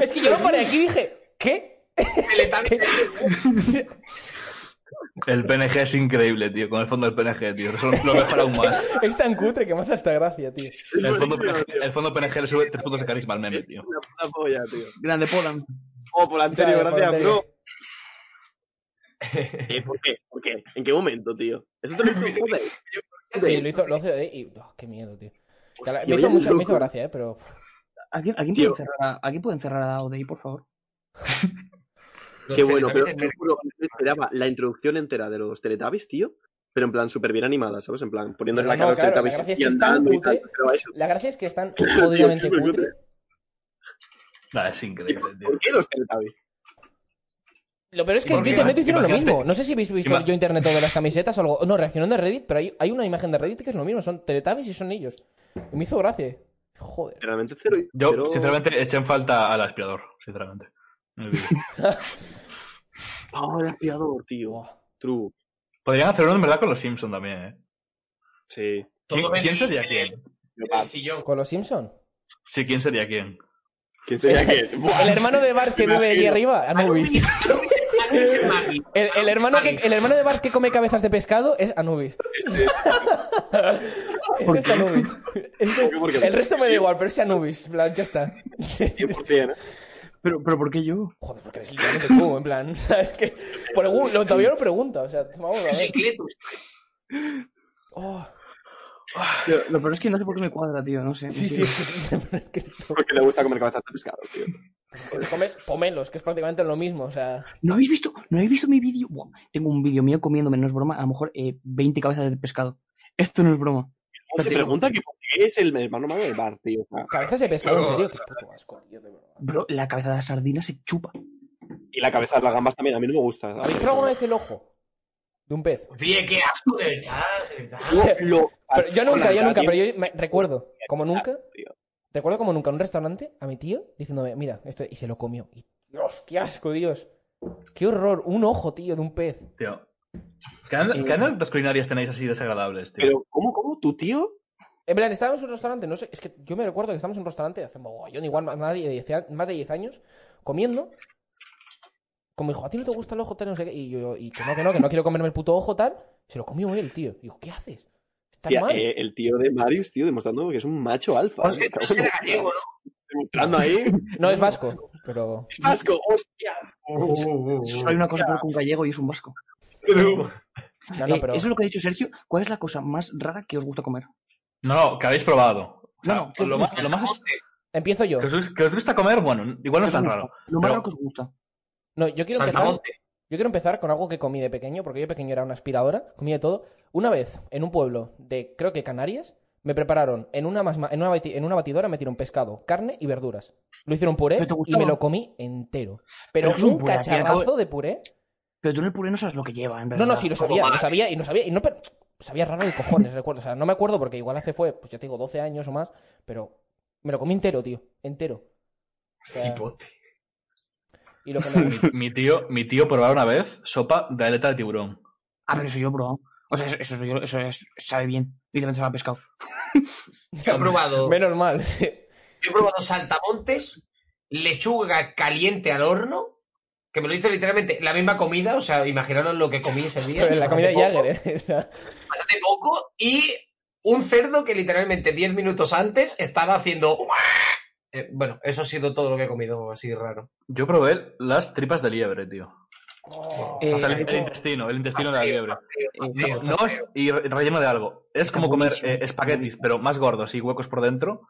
Speaker 4: es que yo lo paré aquí y dije, ¿qué?
Speaker 3: El PNG es increíble, tío. Con el fondo del PNG, tío. Eso lo, lo mejora aún más.
Speaker 4: Es tan cutre que me hace hasta gracia, tío.
Speaker 3: El fondo, PNG, el fondo PNG le sube tres puntos de carisma al meme,
Speaker 2: Es
Speaker 3: tío.
Speaker 2: una puta polla, tío.
Speaker 5: Grande Polan.
Speaker 2: Oh, por anterior,
Speaker 4: Claro, por
Speaker 2: gracias,
Speaker 4: anterior.
Speaker 2: bro. Eh, ¿Por qué? ¿Por qué? ¿En qué momento, tío? Eso se lo hizo joder.
Speaker 4: Sí, lo hizo, lo hizo y. oh, ¡Qué miedo, tío! O sea,
Speaker 2: Hostia,
Speaker 4: me, hizo
Speaker 2: oye,
Speaker 4: mucha, me hizo
Speaker 2: loco.
Speaker 4: gracia, eh, pero. uf,
Speaker 5: ¿A quién, a quién
Speaker 2: Tío.
Speaker 5: pueden cerrar, a, ¿a quién pueden cerrar a ODI, por favor?
Speaker 2: Qué bueno, pero te juro, me esperaba la introducción entera de los Teletubbies, tío. Pero en plan, súper bien animada, ¿sabes? En plan, poniéndole la
Speaker 4: No,
Speaker 2: cara
Speaker 4: claro,
Speaker 2: a
Speaker 4: la
Speaker 2: los
Speaker 4: gracia
Speaker 2: Teletubbies
Speaker 4: es que
Speaker 2: y
Speaker 4: es tan
Speaker 2: andando y tal.
Speaker 4: cutre.
Speaker 2: Pero eso,
Speaker 4: La gracia es que es tan jodidamente
Speaker 2: súper
Speaker 4: cutre.
Speaker 3: Nada, es increíble, tío.
Speaker 2: ¿por qué los Teletubbies?
Speaker 4: Lo peor es que en
Speaker 3: Porque
Speaker 4: internet
Speaker 3: imag-
Speaker 4: hicieron lo
Speaker 3: imagínate-
Speaker 4: mismo. No sé si habéis visto
Speaker 3: ima-
Speaker 4: yo internet o de las camisetas o algo. No, reaccionando a Reddit, pero hay, hay una imagen de Reddit que es lo mismo. Son Teletubbies y son ellos. Y me hizo gracia. Joder.
Speaker 2: Realmente cero.
Speaker 3: Yo,
Speaker 2: cero-
Speaker 3: sinceramente, eché en falta al aspirador, sinceramente. en el vídeo.
Speaker 2: Oh, el aspirador, tío.
Speaker 4: Buah.
Speaker 2: True.
Speaker 3: Podrían hacer uno en verdad con los Simpsons también, ¿eh?
Speaker 2: Sí.
Speaker 3: ¿Quién,
Speaker 1: Todo en
Speaker 3: quién
Speaker 1: el-
Speaker 3: sería
Speaker 1: en
Speaker 3: quién?
Speaker 1: El sillón.
Speaker 4: ¿Con los Simpson?
Speaker 3: Sí, ¿quién sería quién?
Speaker 2: ¿Quién sería quién? Buah,
Speaker 4: El hermano de Bart que
Speaker 2: Me
Speaker 4: vive allí
Speaker 2: imagino.
Speaker 4: arriba, Anubis.
Speaker 1: Anubis es Maggie.
Speaker 4: El, el hermano que, el hermano de Bart que come cabezas de pescado es Anubis. Ese es Anubis. Ese-
Speaker 2: ¿Por qué?
Speaker 4: el resto me da igual, pero es Anubis. en plan, Ya está.
Speaker 2: 100%, ¿eh?
Speaker 5: Pero, pero ¿por qué yo?
Speaker 4: Joder, porque eres literalmente tú, en plan. ¿Sabes qué? Por algún- lo, todavía lo pregunta, o sea, vamos a
Speaker 1: Yo soy
Speaker 4: ver.
Speaker 1: Cletus.
Speaker 4: Oh,
Speaker 5: Pero lo peor es que no sé por qué me cuadra, tío, no sé.
Speaker 4: sí, sí, es que, es que esto-
Speaker 2: Porque le gusta comer cabezas de pescado, tío.
Speaker 4: Que te comes pomelos, que es prácticamente lo mismo, o sea.
Speaker 5: ¿No habéis visto? ¿No habéis visto mi vídeo? Buah, tengo un vídeo mío comiéndome, no es broma, a lo mejor eh, 20 cabezas de pescado. Esto no es broma.
Speaker 2: Se pregunta que por qué es el hermano malo del bar, tío. O sea,
Speaker 4: Cabezas de pescado, en serio, qué puto asco, tío, de verdad.
Speaker 5: Bro, la cabeza de la sardina se chupa.
Speaker 2: Y la cabeza de las gambas también, a mí no me gusta.
Speaker 4: ¿Habéis probado alguna vez el ojo? De un pez.
Speaker 1: Tío, qué asco, de verdad, de verdad.
Speaker 2: Lo-
Speaker 4: Pero yo nunca,
Speaker 2: Hola,
Speaker 4: yo nunca,
Speaker 2: tío.
Speaker 4: pero yo me- recuerdo, como nunca,
Speaker 2: tío.
Speaker 4: recuerdo como nunca en un restaurante a mi tío diciéndome, mira, esto, y se lo comió. Y, Dios, qué asco, Dios. Qué horror, un ojo, tío, de un pez.
Speaker 3: Tío. ¿Qué an- qué anécdotas culinarias tenéis así desagradables, tío?
Speaker 2: Pero, ¿cómo, cómo? ¿Tu tío?
Speaker 4: En plan, estábamos en un restaurante, no sé, es que yo me recuerdo que estábamos en un restaurante de hace mogollón, igual más, más de 10 a- más de 10 años, comiendo, Como dijo, a ti no te gusta el ojo tal, no sé qué. Y yo, y que no, que no, que no quiero comerme el puto ojo tal. Se lo comió él, tío. Y digo, ¿qué haces? Está
Speaker 2: Tía,
Speaker 4: mal.
Speaker 2: eh, el tío de Marius, tío, demostrando que es un macho alfa.
Speaker 1: Ese
Speaker 2: Me cago
Speaker 1: ese
Speaker 2: en
Speaker 1: era
Speaker 2: la-
Speaker 1: gallego, ¿no?
Speaker 2: Demostrando ahí.
Speaker 4: No es vasco, pero.
Speaker 2: ¡Es vasco! ¡Hostia!
Speaker 5: Solo hay una cosa peor que un gallego y es un vasco.
Speaker 4: No, no,
Speaker 5: Eh,
Speaker 4: pero.
Speaker 5: Eso es lo que ha dicho Sergio. ¿Cuál es la cosa más rara que os gusta comer?
Speaker 3: No, no, que habéis probado. O sea,
Speaker 5: No, no,
Speaker 3: lo, más, lo más es-
Speaker 4: Empiezo yo.
Speaker 3: que, os, gus- que os gusta comer, bueno, igual no es
Speaker 5: ¿Qué
Speaker 3: tan
Speaker 5: os gusta?
Speaker 3: raro.
Speaker 5: Lo más
Speaker 3: pero-
Speaker 5: raro que os gusta.
Speaker 4: No, yo quiero empezar.
Speaker 1: Saltamonte.
Speaker 4: Yo quiero empezar con algo que comí de pequeño, porque yo de pequeño era una aspiradora, comí de todo. Una vez, en un pueblo de, creo que Canarias, me prepararon, en una, masma- en una, bati- en una batidora metieron pescado, carne y verduras. Lo hicieron puré
Speaker 5: ¿Pero te
Speaker 4: y
Speaker 5: gustaba?
Speaker 4: me lo comí entero. Pero,
Speaker 5: Pero es un
Speaker 4: un
Speaker 5: puré, al fin y al cabo-
Speaker 4: cacharrazo de puré.
Speaker 5: Pero tú en el puré no sabes lo que lleva, en verdad.
Speaker 4: No, no, sí, lo sabía, lo sabía, y no sabía, y no, pero- sabía raro de cojones, recuerdo. O sea, no me acuerdo porque igual hace fue, pues ya te digo, 12 años o más, pero me lo comí entero, tío, entero. O sea,
Speaker 1: Cipote.
Speaker 4: y lo que me
Speaker 3: Mi, mi tío, mi tío probaba una vez sopa de aleta de tiburón.
Speaker 5: Ah, pero eso yo he probado. O sea, eso, eso yo- eso es- sabe bien. Y también se va pescado.
Speaker 1: Yo he probado,
Speaker 4: Menos mal, sí.
Speaker 1: yo he probado saltamontes, lechuga caliente al horno, que me lo hizo literalmente la misma comida, o sea, imaginaros lo que comí ese día.
Speaker 4: Pero en la comida de
Speaker 1: Hace poco,
Speaker 4: Jagger, ¿eh? O sea,
Speaker 1: Hace poco, y un cerdo que literalmente 10 minutos antes estaba haciendo... Eh, bueno, eso ha sido todo lo que he comido así raro.
Speaker 3: Yo probé las tripas de liebre, tío.
Speaker 5: Eh,
Speaker 3: O sea, el, el
Speaker 5: eh,
Speaker 3: intestino, el intestino de la liebre.
Speaker 1: Tío,
Speaker 3: No es y re- relleno de algo. Es como comer
Speaker 5: buenísimo,
Speaker 3: eh,
Speaker 5: está
Speaker 3: espaguetis, pero más gordos y huecos por dentro.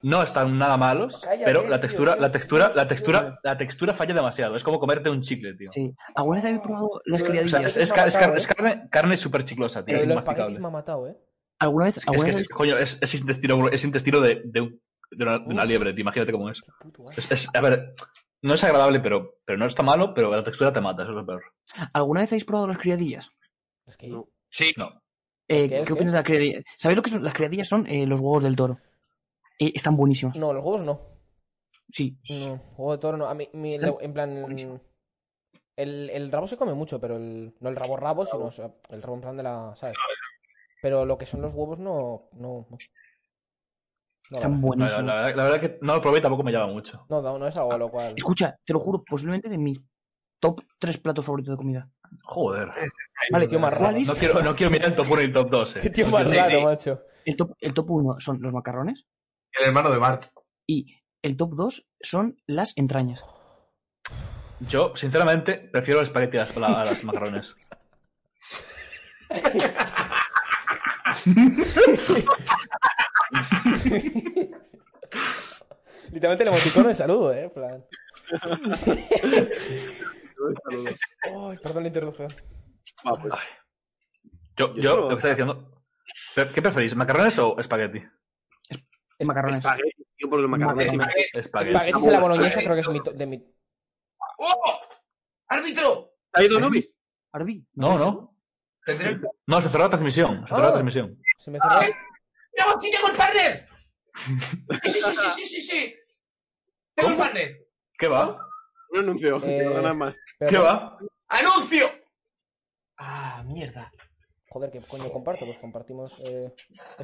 Speaker 3: No están nada malos,
Speaker 4: Cállate,
Speaker 3: pero la
Speaker 4: tío,
Speaker 3: textura, la
Speaker 4: Dios,
Speaker 3: textura,
Speaker 4: Dios,
Speaker 3: la textura,
Speaker 4: Dios.
Speaker 3: la textura falla demasiado. Es como comerte un chicle, tío.
Speaker 5: Sí. ¿Alguna vez habéis probado las
Speaker 3: Eh, O sea,
Speaker 5: criadillas?
Speaker 3: es,
Speaker 4: Eso
Speaker 3: es
Speaker 4: me
Speaker 3: ca-
Speaker 4: ha
Speaker 3: es
Speaker 4: matado,
Speaker 3: car-
Speaker 4: ¿eh?
Speaker 3: es carne, carne súper chiclosa, tío.
Speaker 4: pero
Speaker 3: Es
Speaker 4: los espaguetis
Speaker 3: inmasticable.
Speaker 4: me ha matado, ¿eh?
Speaker 5: ¿Alguna vez?
Speaker 3: Es
Speaker 5: alguna
Speaker 3: que
Speaker 5: vez-
Speaker 3: es, coño, es, es intestino, bro, es intestino de, de un- de una, de una
Speaker 4: Uf.
Speaker 3: liebre, tío. Imagínate cómo es.
Speaker 4: Qué puto asco.
Speaker 3: Es- es- A ver, no es agradable, pero, pero no está malo, pero la textura te mata, eso es lo peor.
Speaker 5: ¿Alguna vez habéis probado las criadillas?
Speaker 4: Es que-
Speaker 2: No.
Speaker 1: Sí,
Speaker 3: No.
Speaker 5: Eh,
Speaker 4: Es que- es que-
Speaker 5: ¿Qué opinas de las criadillas? ¿Sabéis lo que son? Las criadillas son eh, los huevos del toro. Eh, están buenísimos.
Speaker 4: No, los huevos no.
Speaker 5: Sí.
Speaker 4: No, huevo de toro no. A mí, mi-
Speaker 5: Están
Speaker 4: en plan.
Speaker 5: buenísimos.
Speaker 4: El, el rabo se come mucho, pero el. No el rabo rabo, sino o sea, el rabo en plan de la. ¿Sabes? Pero lo que son los huevos no. No, no. No,
Speaker 5: Están
Speaker 3: La,
Speaker 4: vale.
Speaker 3: la-
Speaker 5: buenísimos.
Speaker 3: la verdad, la verdad que no lo probé y tampoco me llama mucho.
Speaker 4: no, no, no es algo a lo cual.
Speaker 5: Escucha, te lo juro, posiblemente de mi top 3 platos favoritos de comida.
Speaker 3: Joder.
Speaker 5: Vale,
Speaker 4: tío más
Speaker 5: ¿cuál
Speaker 4: raro.
Speaker 5: es?
Speaker 3: No quiero, no quiero mirar el top 1 y el top eh. 2.
Speaker 4: Qué tío más
Speaker 1: Sí,
Speaker 4: raro,
Speaker 1: sí.
Speaker 4: macho.
Speaker 5: El top, el top 1 son los macarrones
Speaker 1: el hermano de Bart.
Speaker 5: y el top 2 son las entrañas.
Speaker 3: Yo, sinceramente, prefiero el espagueti a las, a las macarrones.
Speaker 4: Literalmente el emoticono de saludo, ¿eh? En plan. Ay, perdón la interrupción.
Speaker 2: Ah, pues,
Speaker 3: Yo,
Speaker 2: Yo
Speaker 3: yo
Speaker 2: solo-
Speaker 3: lo que estoy diciendo. ¿Pero ¿Qué preferís, macarrones o espagueti?
Speaker 5: macarrones.
Speaker 2: espagueti, tío, por los macarrones.
Speaker 5: Macarrones.
Speaker 1: Eh,
Speaker 3: Espagueti.
Speaker 4: Espaguetis en la boloñesa creo que es mi to- de mi.
Speaker 1: ¡Oh! ¡Árbitro!
Speaker 2: ¿Ha ido Nobis?
Speaker 5: Arbi,
Speaker 3: No, no.
Speaker 1: Tendré el...
Speaker 3: No, se cerró la transmisión. Se cerró
Speaker 4: Ah.
Speaker 3: la transmisión.
Speaker 4: Se me cerró.
Speaker 1: ¡La bolsilla con partner! Sí, sí, sí, sí, sí, sí. Tengo el
Speaker 3: ¿Cómo?
Speaker 1: partner.
Speaker 3: ¿Qué va?
Speaker 2: Un anuncio. que no ganan más.
Speaker 4: pero-
Speaker 3: ¿Qué va?
Speaker 1: ¡Anuncio! Ah, mierda.
Speaker 4: Joder, ¿qué coño comparto? Pues compartimos. Eh...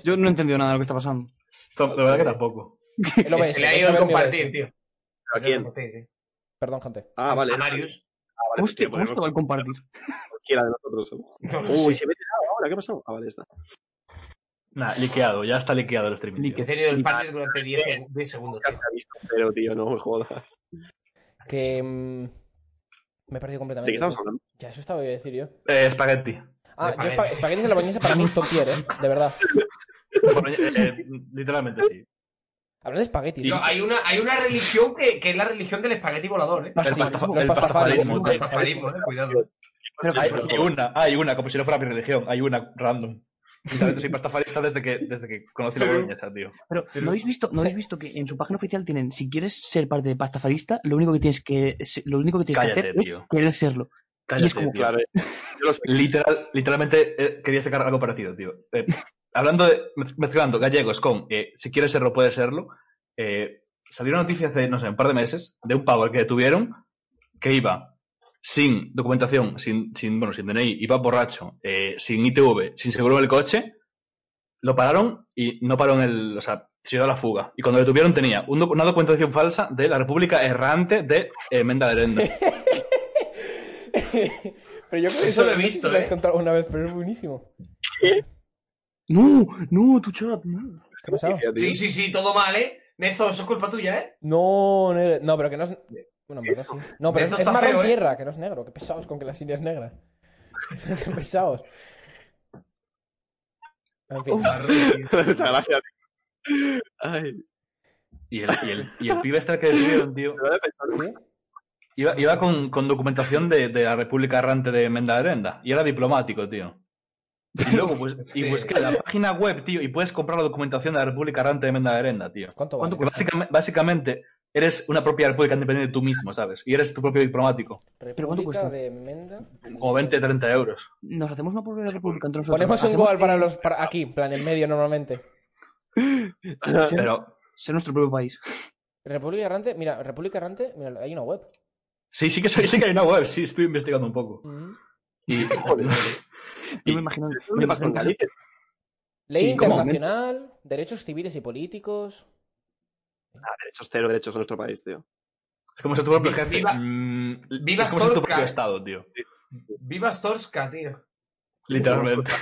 Speaker 5: Yo no he entendido nada de lo que está pasando.
Speaker 3: Tom, La verdad que tampoco.
Speaker 4: el OBS,
Speaker 1: se le ha
Speaker 4: vais
Speaker 1: ido
Speaker 4: a ver
Speaker 1: el
Speaker 4: mi
Speaker 1: compartir,
Speaker 4: OBS.
Speaker 1: tío.
Speaker 2: ¿A quién?
Speaker 4: Perdón, gente.
Speaker 2: Ah, vale.
Speaker 1: A Marius.
Speaker 2: Ah, vale,
Speaker 5: ¿Cómo es que-
Speaker 2: tío,
Speaker 5: cómo
Speaker 2: pues,
Speaker 5: es que va a compartir?
Speaker 2: cualquiera de nosotros. ¿no?
Speaker 1: No lo
Speaker 2: Uy,
Speaker 1: sé.
Speaker 2: se mete nada ahora. ¿Qué ha pasado? Ah, vale, está.
Speaker 3: Nah, liqueado, ya está liqueado el streaming.
Speaker 1: He
Speaker 3: tío.
Speaker 1: tenido el partner durante 10 seg- 10 segundos.
Speaker 2: Ya se ha visto, pero, tío, no me jodas.
Speaker 4: Que. mm, me he perdido
Speaker 2: ¿De qué
Speaker 4: completamente.
Speaker 2: estamos
Speaker 4: tío.
Speaker 2: hablando?
Speaker 4: Ya, eso estaba bien decir yo.
Speaker 3: Eh, espagueti.
Speaker 4: Ah,
Speaker 1: De
Speaker 4: yo espa-
Speaker 1: pared.
Speaker 4: espaguetis de la bañesa para mí top tier, ¿eh? De verdad.
Speaker 3: Bueno, eh, eh, literalmente sí.
Speaker 4: Hablando de espaguetis.
Speaker 1: Tío,
Speaker 4: ¿no?
Speaker 1: hay, una, hay una religión que, que es la religión del espagueti volador, ¿eh?
Speaker 3: El, pasta,
Speaker 4: los
Speaker 3: el
Speaker 4: pastafarismo.
Speaker 3: pastafarismo.
Speaker 1: El pastafarismo, eh, cuidado.
Speaker 5: Pero-
Speaker 3: Hay, hay una, hay una, como si no fuera mi religión. Hay una random. Literalmente soy pastafarista desde que, desde que conocí la boloñesa, tío.
Speaker 5: Pero ¿no habéis visto, no habéis visto que en su página oficial tienen, si quieres ser parte de Pastafarista, lo único que tienes que, se- lo único que tienes
Speaker 3: Cállate,
Speaker 5: que hacer
Speaker 3: tío.
Speaker 5: es querer serlo.
Speaker 3: Cállate,
Speaker 5: Y es como-
Speaker 3: tío.
Speaker 2: Claro, eh. yo lo sé.
Speaker 3: Literal, literalmente eh, quería sacar algo parecido, tío. Eh, hablando de, mez- mezclando gallegos con eh, si quieres serlo, puedes serlo. eh, salió una noticia hace, no sé, un par de meses de un pavo al que detuvieron que iba sin documentación, sin, sin bueno, sin DNI, iba borracho, eh, sin ITV, sin seguro del coche. Lo pararon y no paró en el. O sea, se dio a la fuga. Y cuando lo detuvieron tenía un docu- una documentación falsa de la República Errante de eh, Menda de Lenda.
Speaker 4: pero yo creo que
Speaker 1: Eso lo he
Speaker 4: no sé
Speaker 1: visto,
Speaker 4: si lo
Speaker 1: eh.
Speaker 4: has contado una vez, pero es buenísimo.
Speaker 5: No, no, tu chat, no.
Speaker 4: ¿Qué ha pasado?
Speaker 2: Hostia, tío.
Speaker 1: Sí, sí, sí, todo mal, ¿eh? Nezo, eso es culpa tuya, ¿eh?
Speaker 4: No, no, no, pero que no es. Bueno, en verdad sí. No, pero es,
Speaker 1: Eso
Speaker 4: es
Speaker 1: está
Speaker 4: marrón
Speaker 1: feo, ¿eh?
Speaker 4: tierra, que no es negro. Qué pesados con que la silla es negra. Qué pesados. En fin.
Speaker 2: Muchas gracias. tío. Ay,
Speaker 3: Y el, y, el, y el pibe este al que detuvieron, tío,
Speaker 2: me lo he pensado.
Speaker 4: ¿Sí?
Speaker 3: iba, iba con, con documentación de, de la República Errante de Mendalerenda. Y era diplomático, tío. Y luego pues,
Speaker 1: Sí.
Speaker 3: y busqué la página web, tío, y puedes comprar la documentación de la República Errante de Mendalerenda, tío.
Speaker 4: ¿Cuánto
Speaker 5: ¿Cuánto
Speaker 4: vale?
Speaker 3: Porque básicamente, básicamente eres una propia república independiente tú mismo, ¿sabes? Y eres tu propio diplomático.
Speaker 4: República
Speaker 5: ¿Pero cuánto cuesta?
Speaker 4: de Menda.
Speaker 3: Como 20, 30 euros.
Speaker 5: Nos hacemos una propia república entre nosotros.
Speaker 4: Ponemos un
Speaker 5: Hacemos,
Speaker 4: gol para
Speaker 5: eh,
Speaker 4: los. Para aquí, en plan, en medio normalmente.
Speaker 5: Sí.
Speaker 3: Pero
Speaker 5: Ser nuestro propio país.
Speaker 4: República Errante, mira, República Errante, mira, hay una web.
Speaker 3: sí, sí que, soy- sí que hay una web, sí, estoy investigando un poco.
Speaker 2: Mm.
Speaker 3: Y,
Speaker 5: Yo me imagino.
Speaker 2: ¿Qué
Speaker 5: me
Speaker 2: pasa
Speaker 5: imagino
Speaker 2: con
Speaker 5: casi-
Speaker 2: Galicia?
Speaker 4: Ley
Speaker 5: Sí, ¿cómo?
Speaker 4: internacional, derechos civiles y políticos.
Speaker 2: Ah, derechos cero, derechos en nuestro país, tío.
Speaker 3: es como si tu propio
Speaker 1: Vi-
Speaker 3: jefe.
Speaker 1: viva-
Speaker 3: mm,
Speaker 1: viva
Speaker 3: es como si tu
Speaker 1: Zorca.
Speaker 3: propio estado, tío.
Speaker 1: Viva Storska, tío.
Speaker 3: Literalmente.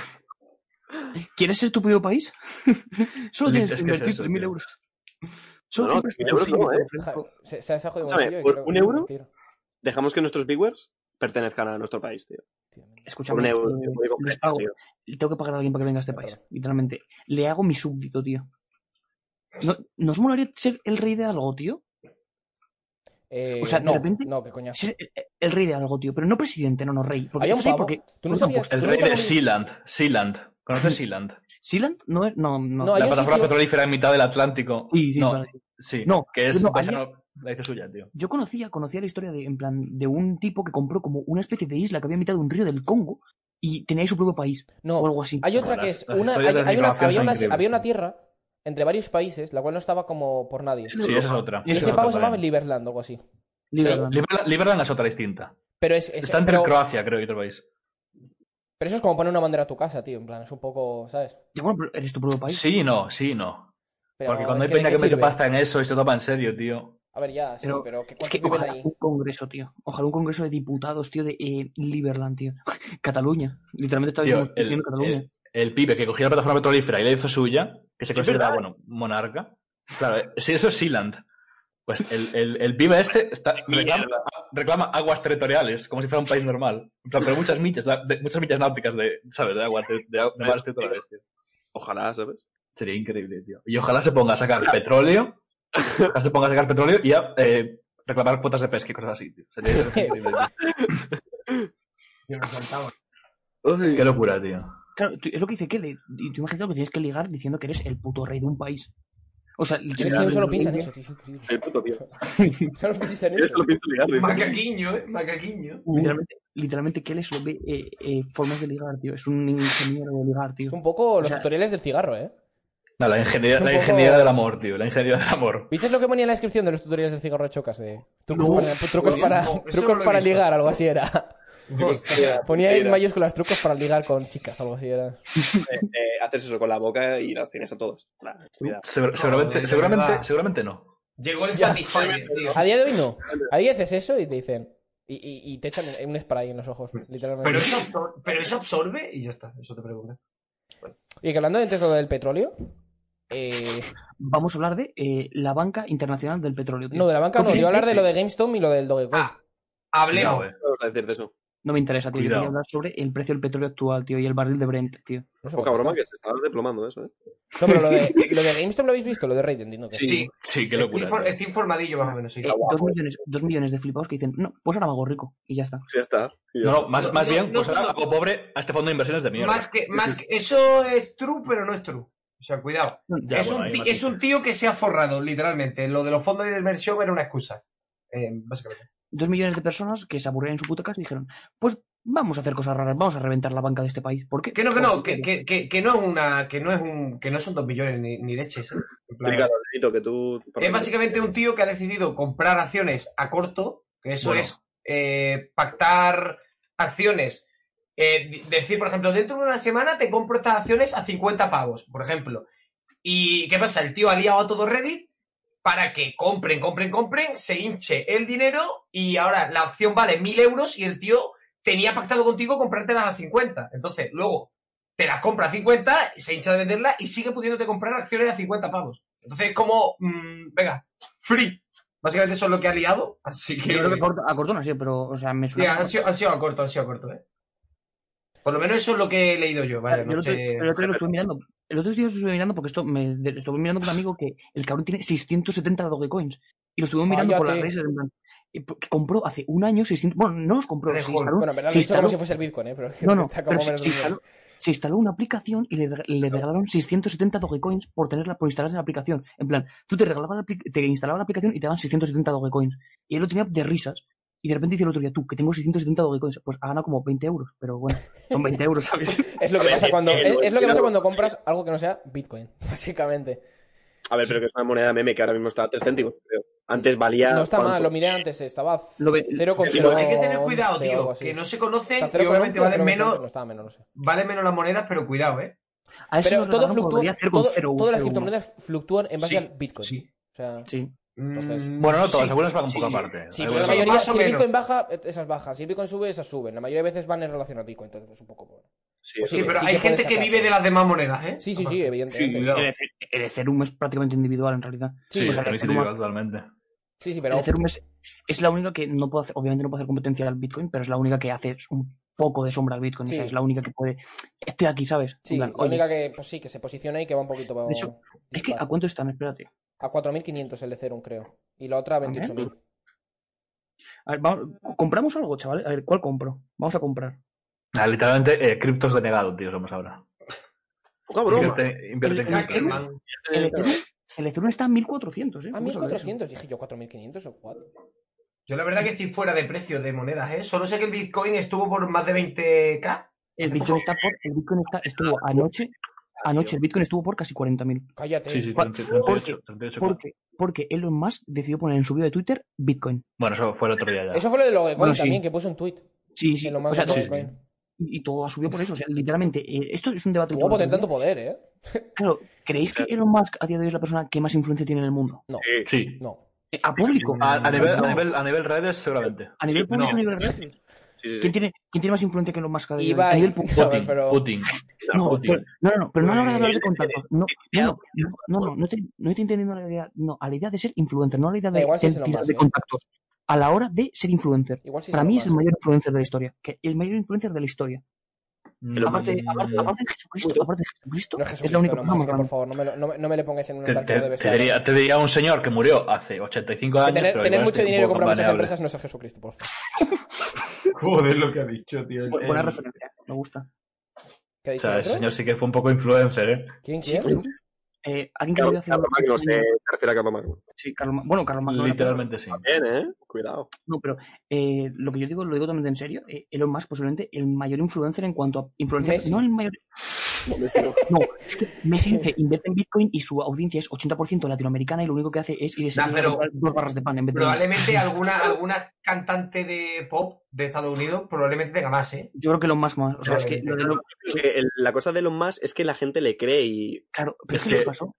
Speaker 5: ¿Quieres ser tu propio país? Solo
Speaker 3: Lit-
Speaker 5: tienes
Speaker 3: es
Speaker 5: que
Speaker 3: que es
Speaker 5: invertir
Speaker 3: eso,
Speaker 5: 3.000
Speaker 3: tío.
Speaker 5: euros. Solo
Speaker 2: No, no,
Speaker 5: compras
Speaker 2: 3.000
Speaker 5: tu
Speaker 2: euros no,
Speaker 5: silla,
Speaker 2: eh.
Speaker 5: te
Speaker 4: Ja,
Speaker 5: ofrezco.
Speaker 4: Se, se ha se ha jodido un
Speaker 2: Escúchame,
Speaker 4: bolsillo y
Speaker 2: ¿por
Speaker 4: creo
Speaker 2: un
Speaker 4: que voy a
Speaker 2: euro?
Speaker 4: invertir,
Speaker 2: Dejamos que nuestros viewers pertenezcan a nuestro país, tío.
Speaker 4: efectivamente.
Speaker 5: Escúchame,
Speaker 2: Un euro, tío,
Speaker 5: eh,
Speaker 2: muy
Speaker 5: les
Speaker 2: completo,
Speaker 5: pago.
Speaker 2: tío.
Speaker 5: Le tengo que pagar a alguien para que venga a este
Speaker 4: Ya,
Speaker 5: país.
Speaker 4: perdón.
Speaker 5: Literalmente. Le hago mi súbdito, tío. No- ¿Nos molaría ser el rey de algo, tío?
Speaker 4: Eh,
Speaker 5: O sea, de
Speaker 4: no,
Speaker 5: repente-
Speaker 4: no, qué coñazo.
Speaker 5: Ser el, el rey de algo, tío. Pero no presidente, no, no, rey. Porque
Speaker 4: Había un
Speaker 5: esto sí,
Speaker 4: pavo.
Speaker 5: porque-
Speaker 4: ¿Tú no
Speaker 5: porque
Speaker 4: sabías?
Speaker 5: tampoco-
Speaker 3: El
Speaker 4: ¿Tú no
Speaker 3: rey de
Speaker 4: sabías?
Speaker 3: Sealand. Sealand. ¿Conoces Sealand?
Speaker 5: ¿Sealand? No, es- no, no.
Speaker 4: No, hay
Speaker 3: La
Speaker 4: un
Speaker 3: plataforma
Speaker 4: sitio-
Speaker 3: petrolífera en mitad del Atlántico.
Speaker 5: Sí, sí,
Speaker 3: no,
Speaker 5: vale.
Speaker 3: sí.
Speaker 5: No,
Speaker 3: que es
Speaker 5: no,
Speaker 3: un paisano. La dice suya, tío.
Speaker 5: Yo conocía, conocía la historia de, en plan, de un tipo que compró como una especie de isla que había en mitad de un río del Congo y tenía ahí su propio país o
Speaker 4: No,
Speaker 5: algo así.
Speaker 4: hay otra
Speaker 3: Las-
Speaker 4: que es
Speaker 3: las
Speaker 4: una,
Speaker 3: historias
Speaker 4: hay-
Speaker 3: de
Speaker 4: hay una-
Speaker 3: migración
Speaker 4: había,
Speaker 3: son
Speaker 4: una,
Speaker 3: increíbles.
Speaker 4: había una tierra entre varios países, la cual no estaba como por nadie.
Speaker 3: Sí, esa es otra.
Speaker 5: Y
Speaker 4: Y
Speaker 5: eso
Speaker 4: ese
Speaker 5: no
Speaker 4: pavo
Speaker 3: Otra
Speaker 4: se llamaba
Speaker 3: también.
Speaker 4: Liberland o algo así.
Speaker 5: Liberland.
Speaker 3: Liberland- Liberland es otra distinta.
Speaker 4: Pero es, es-
Speaker 3: Está entre
Speaker 4: pero,
Speaker 3: Croacia, creo, y otro país.
Speaker 4: pero eso es como poner una bandera a tu casa, tío. En plan, es un poco, ¿sabes?
Speaker 5: Ya, bueno, pero eres tu propio país.
Speaker 3: Sí, y no, sí, y no.
Speaker 4: Pero
Speaker 3: Porque cuando
Speaker 4: es
Speaker 3: hay peña
Speaker 4: ¿de qué
Speaker 3: que mete
Speaker 4: sirve?
Speaker 3: pasta en eso y se toma en serio, tío.
Speaker 4: A ver, ya, sí,
Speaker 5: Pero-
Speaker 4: pero que
Speaker 5: Es que
Speaker 4: cuántos viven
Speaker 5: ojalá
Speaker 4: ahí?
Speaker 5: un congreso, tío. Ojalá un congreso de diputados, tío, de eh, Liberland, tío. Cataluña. Literalmente está
Speaker 3: Tío,
Speaker 5: diciendo
Speaker 3: el,
Speaker 5: diciendo Cataluña.
Speaker 3: el- el pibe que cogió la plataforma petrolífera y la hizo suya, que se considera, bueno, monarca. Claro, eh, si eso es Sealand. Pues el, el- el pibe este está, reclama, reclama aguas territoriales, como si fuera un país normal. En plan, Pero muchas millas, la- de- muchas millas náuticas de, ¿sabes? De agua, de, de agu- de mares territoriales, tío.
Speaker 2: Ojalá, ¿sabes?
Speaker 3: Sería increíble, tío. Y ojalá se ponga a sacar petróleo, ojalá se ponga a sacar petróleo y a eh, reclamar cuotas de pesca y cosas así, tío. Sería increíble, tío.
Speaker 1: Yo me faltaba.
Speaker 3: Qué locura, tío.
Speaker 5: Claro, tú- es lo que dice Kelly. Y tú imagínate lo que tienes que ligar diciendo que eres el puto rey de un país. O sea,
Speaker 4: Es que yo solo piensa en eso, tío, es increíble.
Speaker 2: El puto tío.
Speaker 4: Solo piensa en
Speaker 2: Yo
Speaker 4: eso.
Speaker 2: esto lo pienso ligar, tío.
Speaker 1: Macaquiño, ¿eh? Macaquiño.
Speaker 5: Literalmente, literalmente Kelly solo ve eh, eh, formas de ligar, tío. Es un ingeniero de ligar, tío.
Speaker 4: Es un poco los
Speaker 5: sea-
Speaker 4: tutoriales del cigarro, ¿eh?
Speaker 3: No, la ingeniería,
Speaker 4: Un
Speaker 3: la
Speaker 4: poco-
Speaker 3: ingeniería del amor, tío. La ingeniería del amor.
Speaker 4: ¿Viste lo que ponía en la descripción de los tutoriales del cigarro de chocas? De trucos
Speaker 5: No,
Speaker 4: para, trucos
Speaker 1: no,
Speaker 4: para,
Speaker 1: no, eso
Speaker 4: trucos
Speaker 1: no lo he
Speaker 4: para
Speaker 1: visto.
Speaker 4: ligar, algo así era.
Speaker 1: Hostia.
Speaker 4: Ponía en
Speaker 2: Era.
Speaker 4: mayúsculas trucos para ligar con chicas, algo así era.
Speaker 2: Eh, eh, haces eso con la boca y las tienes a todos. Nah, cuidado.
Speaker 3: Segu-
Speaker 1: No,
Speaker 3: seguramente,
Speaker 1: de verdad.
Speaker 3: seguramente, seguramente no.
Speaker 1: Llegó el Satisfyer, tío.
Speaker 4: A día de hoy no. A día haces eso y te dicen. Y, y- y te echan un spray en los ojos, literalmente.
Speaker 1: Pero eso, absor- pero eso absorbe y ya está. Eso te pregunto.
Speaker 4: Y que hablando antes de lo del petróleo. eh,
Speaker 5: Vamos a hablar de eh, la banca internacional del petróleo, tío.
Speaker 4: no, de la banca no. Yo
Speaker 5: Sí,
Speaker 4: iba a hablar de
Speaker 5: sí.
Speaker 4: lo de GameStop y lo del Dogecoin.
Speaker 1: Ah, hablemos.
Speaker 3: Cuidado, eh.
Speaker 2: No vamos a decir de eso.
Speaker 5: No me interesa, tío. Yo
Speaker 3: Cuidado.
Speaker 5: quería hablar sobre el precio del petróleo actual, tío, y el barril de Brent, tío.
Speaker 4: No sé
Speaker 2: Poca
Speaker 4: cuánto
Speaker 2: broma que se está diplomando eso, ¿eh?
Speaker 4: está. No, pero lo de, lo de GameStop lo habéis visto, lo de Raid, entiendo que.
Speaker 1: sí,
Speaker 3: Sí, qué
Speaker 1: Estoy,
Speaker 3: locura.
Speaker 1: infor-
Speaker 3: tío.
Speaker 1: estoy informadillo más o menos. sí.
Speaker 5: Eh, dos, millones, dos millones de flipados que dicen, no, pues ahora me hago rico. Y ya está.
Speaker 2: Sí, ya está. Sí, ya
Speaker 3: No,
Speaker 2: está.
Speaker 3: no, más,
Speaker 1: No,
Speaker 3: más
Speaker 1: no,
Speaker 3: bien,
Speaker 1: no,
Speaker 3: pues ahora
Speaker 1: no.
Speaker 3: hago pobre a este fondo de inversiones de mierda.
Speaker 1: Más que, más que, eso es true, pero no es true. O sea, cuidado.
Speaker 3: Ya,
Speaker 1: es,
Speaker 3: bueno,
Speaker 1: un,
Speaker 3: ahí
Speaker 1: ti-
Speaker 3: matices.
Speaker 1: es un tío que se ha forrado, literalmente. Lo de los fondos de inversión era una excusa. Eh, básicamente.
Speaker 5: Dos millones de personas que se aburrían en su puta casa y dijeron, pues vamos a hacer cosas raras, vamos a reventar la banca de este país. ¿Por qué?
Speaker 1: Que no, que no,
Speaker 5: Porque-
Speaker 1: que, que, que, que no es una, que no es un, que no son dos millones ni, ni leches. ¿eh? En plan,
Speaker 2: Explícalo, Benito, que tú...
Speaker 1: es básicamente un tío que ha decidido comprar acciones a corto, que eso
Speaker 3: Bueno.
Speaker 1: es eh, pactar acciones. Eh, di- decir, por ejemplo, dentro de una semana te compro estas acciones a 50 pavos, por ejemplo. ¿Y qué pasa? El tío ha liado a todo Reddit para que compren, compren, compren, se hinche el dinero y ahora la acción vale 1000 euros y el tío tenía pactado contigo comprártelas a 50. Entonces, luego te las compra a 50, se hincha de venderlas y sigue pudiéndote comprar acciones a 50 pavos. Entonces, es como, mm, venga, free. Básicamente eso es lo que ha liado, así que...
Speaker 5: Yo creo que corto- a Cortona sí, pero, o sea, me
Speaker 1: Sí,
Speaker 5: suena.
Speaker 1: han sido, han sido a corto, han sido a corto, ¿eh? Por lo menos eso es lo que he leído yo, vaya,
Speaker 5: Yo el
Speaker 1: no
Speaker 5: otro,
Speaker 1: sé...
Speaker 5: el otro día lo estuve mirando. El otro día lo estuve mirando porque esto me de- estuve mirando con un amigo que el cabrón tiene 670 Dogecoins. Y lo estuvimos mirando por las
Speaker 4: Cállate.
Speaker 5: redes. en plan, eh, po- que compró hace un año 600. Bueno, no los compró.
Speaker 1: Te
Speaker 5: se
Speaker 1: dejo-
Speaker 5: instaló-
Speaker 4: Bueno, me lo han
Speaker 5: se
Speaker 4: dicho como
Speaker 5: instaló-
Speaker 4: si fuese el Bitcoin, ¿eh? Pero
Speaker 5: No, no,
Speaker 4: está
Speaker 5: pero
Speaker 4: como
Speaker 5: se,
Speaker 4: menos
Speaker 5: se
Speaker 4: de un
Speaker 5: instaló,
Speaker 4: millón.
Speaker 5: se instaló una aplicación y le, reg- le regalaron 670 Dogecoins por tenerla, por instalarse la aplicación. En plan, tú te regalabas la apli- te instalabas la aplicación y te daban 670 Dogecoins. Y él lo tenía de risas. Y de repente dice el otro día, tú, que tengo 670 Dogecoins. Pues ha ganado como 20 euros, pero bueno, son 20 euros, ¿sabes?
Speaker 4: Es lo que
Speaker 2: A ver,
Speaker 4: pasa cuando,
Speaker 2: eh,
Speaker 4: es,
Speaker 2: eh,
Speaker 4: es lo que pasa
Speaker 2: pero-
Speaker 4: cuando compras algo que no sea Bitcoin, básicamente.
Speaker 2: A ver, pero que es una moneda meme que ahora mismo está a 3 céntimos. creo. Antes valía.
Speaker 4: No está mal,
Speaker 2: ¿cuánto?
Speaker 4: lo miré antes, estaba
Speaker 5: Lo ve-
Speaker 1: Pero
Speaker 4: 0,0.
Speaker 1: hay que tener cuidado, tío, que no se conocen y obviamente valen
Speaker 4: No
Speaker 1: menos,
Speaker 4: estaba menos, no sé.
Speaker 1: valen menos las monedas, pero cuidado, ¿eh?
Speaker 5: A eso
Speaker 4: Pero
Speaker 5: lo
Speaker 4: todo
Speaker 5: regalaron
Speaker 4: fluctúa.
Speaker 5: cuando valía 0,01,
Speaker 4: todo- todas las
Speaker 5: 0,01.
Speaker 4: criptomonedas fluctúan en base
Speaker 1: Sí,
Speaker 4: al Bitcoin.
Speaker 1: sí.
Speaker 4: O sea,
Speaker 5: Sí.
Speaker 4: Entonces,
Speaker 1: Mm,
Speaker 3: Bueno, no todas,
Speaker 1: sí.
Speaker 3: algunas pagan poca
Speaker 1: sí.
Speaker 3: parte.
Speaker 4: Sí,
Speaker 1: Ahí
Speaker 4: pero la
Speaker 1: va.
Speaker 4: mayoría,
Speaker 1: Más o
Speaker 4: si el
Speaker 1: menos.
Speaker 4: Bitcoin baja, eh, esas bajan. Si el Bitcoin sube, esas suben. La mayoría de veces van en relación al Bitcoin. Entonces, es un poco. bueno.
Speaker 2: Sí,
Speaker 4: Pues
Speaker 1: Sí,
Speaker 2: eso
Speaker 1: pero
Speaker 4: sí
Speaker 1: hay
Speaker 4: que
Speaker 1: gente
Speaker 4: puedes
Speaker 1: que
Speaker 4: sacar.
Speaker 1: vive de las demás monedas, ¿eh?
Speaker 4: Sí, sí, sí, evidentemente.
Speaker 1: Sí, claro.
Speaker 5: El, Ether- el Ethereum es prácticamente individual en realidad.
Speaker 3: Sí, tenéis
Speaker 5: pues, a ver,
Speaker 3: individual totalmente.
Speaker 4: Sí, sí,
Speaker 5: El
Speaker 4: pero.
Speaker 5: Ethereum es, es la única que no puede hacer, obviamente no puede hacer competencia al Bitcoin, pero es la única que hace un poco de sombra al Bitcoin. o sea,
Speaker 4: Sí.
Speaker 5: es la única que puede. Estoy aquí, ¿sabes? En
Speaker 4: Sí,
Speaker 5: plan,
Speaker 4: la
Speaker 5: oye,
Speaker 4: única que, pues sí, que se posiciona y que va un poquito para.
Speaker 5: De hecho, Es que, ¿a cuánto están? Espérate.
Speaker 4: A 4.500 el Ethereum, creo. Y la otra a 28.000.
Speaker 5: A ver, vamos- compramos algo, chaval. A ver, ¿cuál compro? Vamos a comprar.
Speaker 3: Ah, literalmente, eh, criptos denegado, tío, somos ahora.
Speaker 2: No, broma.
Speaker 3: Invierte, invierte en
Speaker 5: El- el-
Speaker 3: criptos.
Speaker 1: Hackerman.
Speaker 4: Eh,
Speaker 5: El Ethereum, el Ethereum está en 1400, ¿eh?
Speaker 4: Ah,
Speaker 5: Vamos a ver eso.
Speaker 4: 1.400. Dije yo, 4.500 o what?
Speaker 1: Yo la verdad que estoy fuera de precios de monedas, ¿eh? Solo sé que el Bitcoin estuvo por más de 20k.
Speaker 5: El Bitcoin está por. El Bitcoin está, estuvo
Speaker 4: Ah,
Speaker 5: anoche. Anoche el Bitcoin estuvo por casi 40.000.
Speaker 4: Cállate.
Speaker 3: Sí, sí,
Speaker 5: ¿Cuál?
Speaker 3: 38, 38.
Speaker 5: Porque, porque Elon Musk decidió poner en su video de Twitter Bitcoin.
Speaker 3: Bueno, eso fue el otro día ya.
Speaker 4: Eso fue lo de Logecoin
Speaker 5: Bueno, sí.
Speaker 4: también, que puso un tweet.
Speaker 5: Sí, sí.
Speaker 4: lo
Speaker 5: o
Speaker 4: más
Speaker 5: sea,
Speaker 4: de
Speaker 3: sí, sí.
Speaker 4: Logecoin.
Speaker 5: y, y todo subió por eso. O sea, literalmente, eh, esto es un debate.
Speaker 4: Qué
Speaker 5: que
Speaker 4: guapo
Speaker 5: tuve
Speaker 4: tener
Speaker 5: el
Speaker 4: tanto
Speaker 5: otro
Speaker 4: poder, ¿eh?
Speaker 5: día. Claro, ¿creéis que Elon Musk a día de hoy es la persona que más influencia tiene en el mundo?
Speaker 4: No,
Speaker 3: Sí.
Speaker 4: no.
Speaker 5: Eh, A público.
Speaker 3: A, a nivel,
Speaker 5: No.
Speaker 3: a, nivel, a nivel redes, seguramente.
Speaker 5: A nivel
Speaker 2: Sí,
Speaker 5: público,
Speaker 2: no.
Speaker 5: a nivel real.
Speaker 2: Sí, sí, sí.
Speaker 5: ¿Quién tiene, ¿Quién tiene más influencia que Elon Musk a día de hoy? A
Speaker 4: Ibai.
Speaker 5: nivel público.
Speaker 4: No,
Speaker 3: Putin.
Speaker 4: pero-
Speaker 3: Putin.
Speaker 5: No,
Speaker 3: Putin.
Speaker 5: pero- no, no, no, pero no a la hora de hablar de
Speaker 2: Pues,
Speaker 5: contactos. No, no, no, no, no, no te- no estoy entendiendo la idea. No, a la idea de ser influencer, no a la idea
Speaker 4: Da
Speaker 5: de,
Speaker 4: igual si
Speaker 5: de-
Speaker 4: es Elon
Speaker 5: de-
Speaker 4: Musk,
Speaker 5: de
Speaker 4: ¿eh?
Speaker 5: contactos. A la hora de ser influencer.
Speaker 4: Igual sí
Speaker 5: Para
Speaker 4: lo
Speaker 5: mí
Speaker 4: más.
Speaker 5: es el mayor influencer de la historia. Que el mayor influencer de la historia.
Speaker 3: Mm,
Speaker 5: Aparte, aparte, aparte de Jesucristo, aparte de Jesucristo,
Speaker 4: No es
Speaker 5: es,
Speaker 4: Jesucristo,
Speaker 5: la única
Speaker 4: no
Speaker 5: persona
Speaker 4: más,
Speaker 5: más
Speaker 4: que, por
Speaker 5: grande.
Speaker 4: favor, no me, lo, no, me- no me le pongáis en un
Speaker 3: Te,
Speaker 4: altar que
Speaker 3: te-
Speaker 4: no debe
Speaker 3: te
Speaker 4: estar.
Speaker 3: diría, te diría un señor que murió hace 85
Speaker 4: Que
Speaker 3: años.
Speaker 4: tener,
Speaker 3: pero
Speaker 4: tener
Speaker 3: igual
Speaker 4: mucho
Speaker 3: es
Speaker 4: dinero y
Speaker 3: poco
Speaker 4: comprar muchas
Speaker 3: comparable.
Speaker 4: empresas no es ser Jesucristo, por favor.
Speaker 1: Joder, lo que ha dicho, tío.
Speaker 5: Bu-
Speaker 3: Eh,
Speaker 5: Buena referencia, me gusta.
Speaker 4: ¿Qué
Speaker 3: O
Speaker 4: ha dicho
Speaker 3: sea,
Speaker 4: el
Speaker 3: el
Speaker 4: otro?
Speaker 3: señor sí que fue un poco influencer, ¿eh?
Speaker 4: ¿Quién, quién?
Speaker 5: Eh, ¿Alguien que
Speaker 2: Claro,
Speaker 5: murió hace
Speaker 2: Carlos Magno,
Speaker 5: unos
Speaker 2: se,
Speaker 5: años?
Speaker 2: se refiere a Carlos Magno.
Speaker 5: Sí, Carlos Ma- Bueno, Carlos Magno. era-
Speaker 3: Literalmente
Speaker 4: ah,
Speaker 3: sí.
Speaker 2: Bien, ¿eh? Cuidado.
Speaker 5: No, pero eh, lo que yo digo, lo digo totalmente en serio. eh, Elon Musk posiblemente el mayor influencer en cuanto a influencer.
Speaker 4: Messi.
Speaker 5: No el mayor. No, es que Messi dice, invierte en Bitcoin y su audiencia es 80% latinoamericana y lo único que hace es ir a
Speaker 1: Nah, pero-
Speaker 5: comprar dos barras de pan en vez de.
Speaker 1: Probablemente alguna, alguna cantante de pop de Estados Unidos probablemente tenga más, ¿eh?
Speaker 5: Yo creo que Elon Musk más. O sea, es que lo de Elon-
Speaker 2: Es que el- la cosa de Elon Musk es que la gente le cree y. pues,
Speaker 5: Claro, pero es
Speaker 3: Es
Speaker 5: que lo
Speaker 3: que-
Speaker 5: que pasó.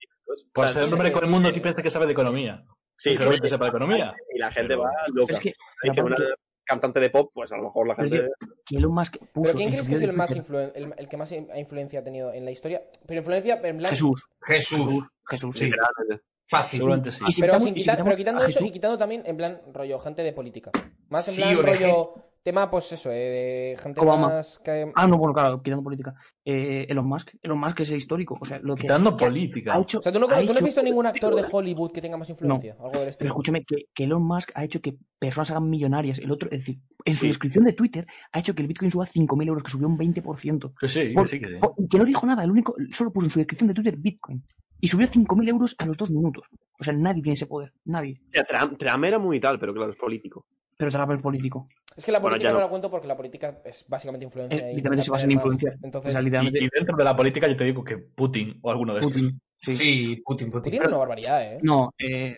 Speaker 3: Por
Speaker 2: o sea,
Speaker 3: ser Pues el hombre con el mundo, tú piensas que sabe de economía.
Speaker 2: sí,
Speaker 3: Seguramente sepa de
Speaker 4: Ah,
Speaker 3: economía.
Speaker 2: y la gente
Speaker 3: Pero-
Speaker 2: va
Speaker 5: pero
Speaker 2: loca.
Speaker 5: Es que,
Speaker 2: Hay que una cantante de pop, pues a lo mejor la
Speaker 5: Pero
Speaker 2: gente.
Speaker 5: que Elon Musk puso.
Speaker 4: ¿Pero quién
Speaker 5: en
Speaker 4: crees
Speaker 5: su
Speaker 4: que es
Speaker 5: video
Speaker 4: el,
Speaker 5: de
Speaker 4: más
Speaker 5: Twitter,
Speaker 4: influen- el, el que más in- influencia ha tenido en la historia? Pero influencia en plan...
Speaker 5: Jesús.
Speaker 1: Jesús.
Speaker 5: Jesús, sí.
Speaker 2: Literalmente.
Speaker 1: Fácil.
Speaker 3: Seguramente sí.
Speaker 5: Y si
Speaker 4: Pero,
Speaker 5: quitamos-
Speaker 4: sin
Speaker 5: y si
Speaker 4: quitar- pero
Speaker 5: quitamos
Speaker 4: quitando
Speaker 5: a
Speaker 4: eso y
Speaker 5: Jesús-
Speaker 4: quitando también, en plan, rollo, gente de política. Más en
Speaker 1: Sí,
Speaker 4: plan,
Speaker 1: ONG.
Speaker 4: rollo, tema, pues eso, eh, de gente
Speaker 5: Obama.
Speaker 4: más que...
Speaker 5: Ah, no, bueno, claro, quitando política. Eh, Elon Musk. Elon Musk es el histórico. O sea, lo que.
Speaker 3: Quitando
Speaker 5: que ha
Speaker 3: política.
Speaker 5: hecho,
Speaker 4: O sea, ¿tú no,
Speaker 5: ha
Speaker 4: tú no has
Speaker 5: hecho-
Speaker 4: visto ningún actor de Hollywood que tenga más influencia? Algo del
Speaker 5: Pero
Speaker 4: estilo.
Speaker 5: escúchame, que, que Elon Musk ha hecho que personas hagan millonarias. El otro, es decir, en su
Speaker 2: Sí.
Speaker 5: descripción de Twitter ha hecho que el Bitcoin suba 5.000 euros, que subió un 20%.
Speaker 3: Que Pues sí, que
Speaker 5: Por-
Speaker 3: sí, que sí.
Speaker 5: O- y Que no dijo nada, el único, solo puso en su descripción de Twitter Bitcoin. Y subió 5.000 euros a los dos minutos. O sea, nadie tiene ese poder, nadie.
Speaker 2: O sea, Trump, Trump era muy tal, pero claro, es político.
Speaker 5: Pero te la el político.
Speaker 4: Es que la
Speaker 2: Bueno,
Speaker 4: política
Speaker 2: ya
Speaker 4: no
Speaker 2: no.
Speaker 4: la cuento porque la política es básicamente influencia.
Speaker 5: Eh,
Speaker 4: y
Speaker 5: literalmente se
Speaker 4: intentar
Speaker 5: basa en
Speaker 4: tener más.
Speaker 5: influenciar. O sea,
Speaker 4: Entonces,
Speaker 5: literalmente,
Speaker 3: Y, y dentro de la política yo te digo que Putin o alguno de estos.
Speaker 5: Putin, sí.
Speaker 1: Sí, Putin, Putin.
Speaker 4: Putin es una barbaridad, ¿eh?
Speaker 5: No, eh,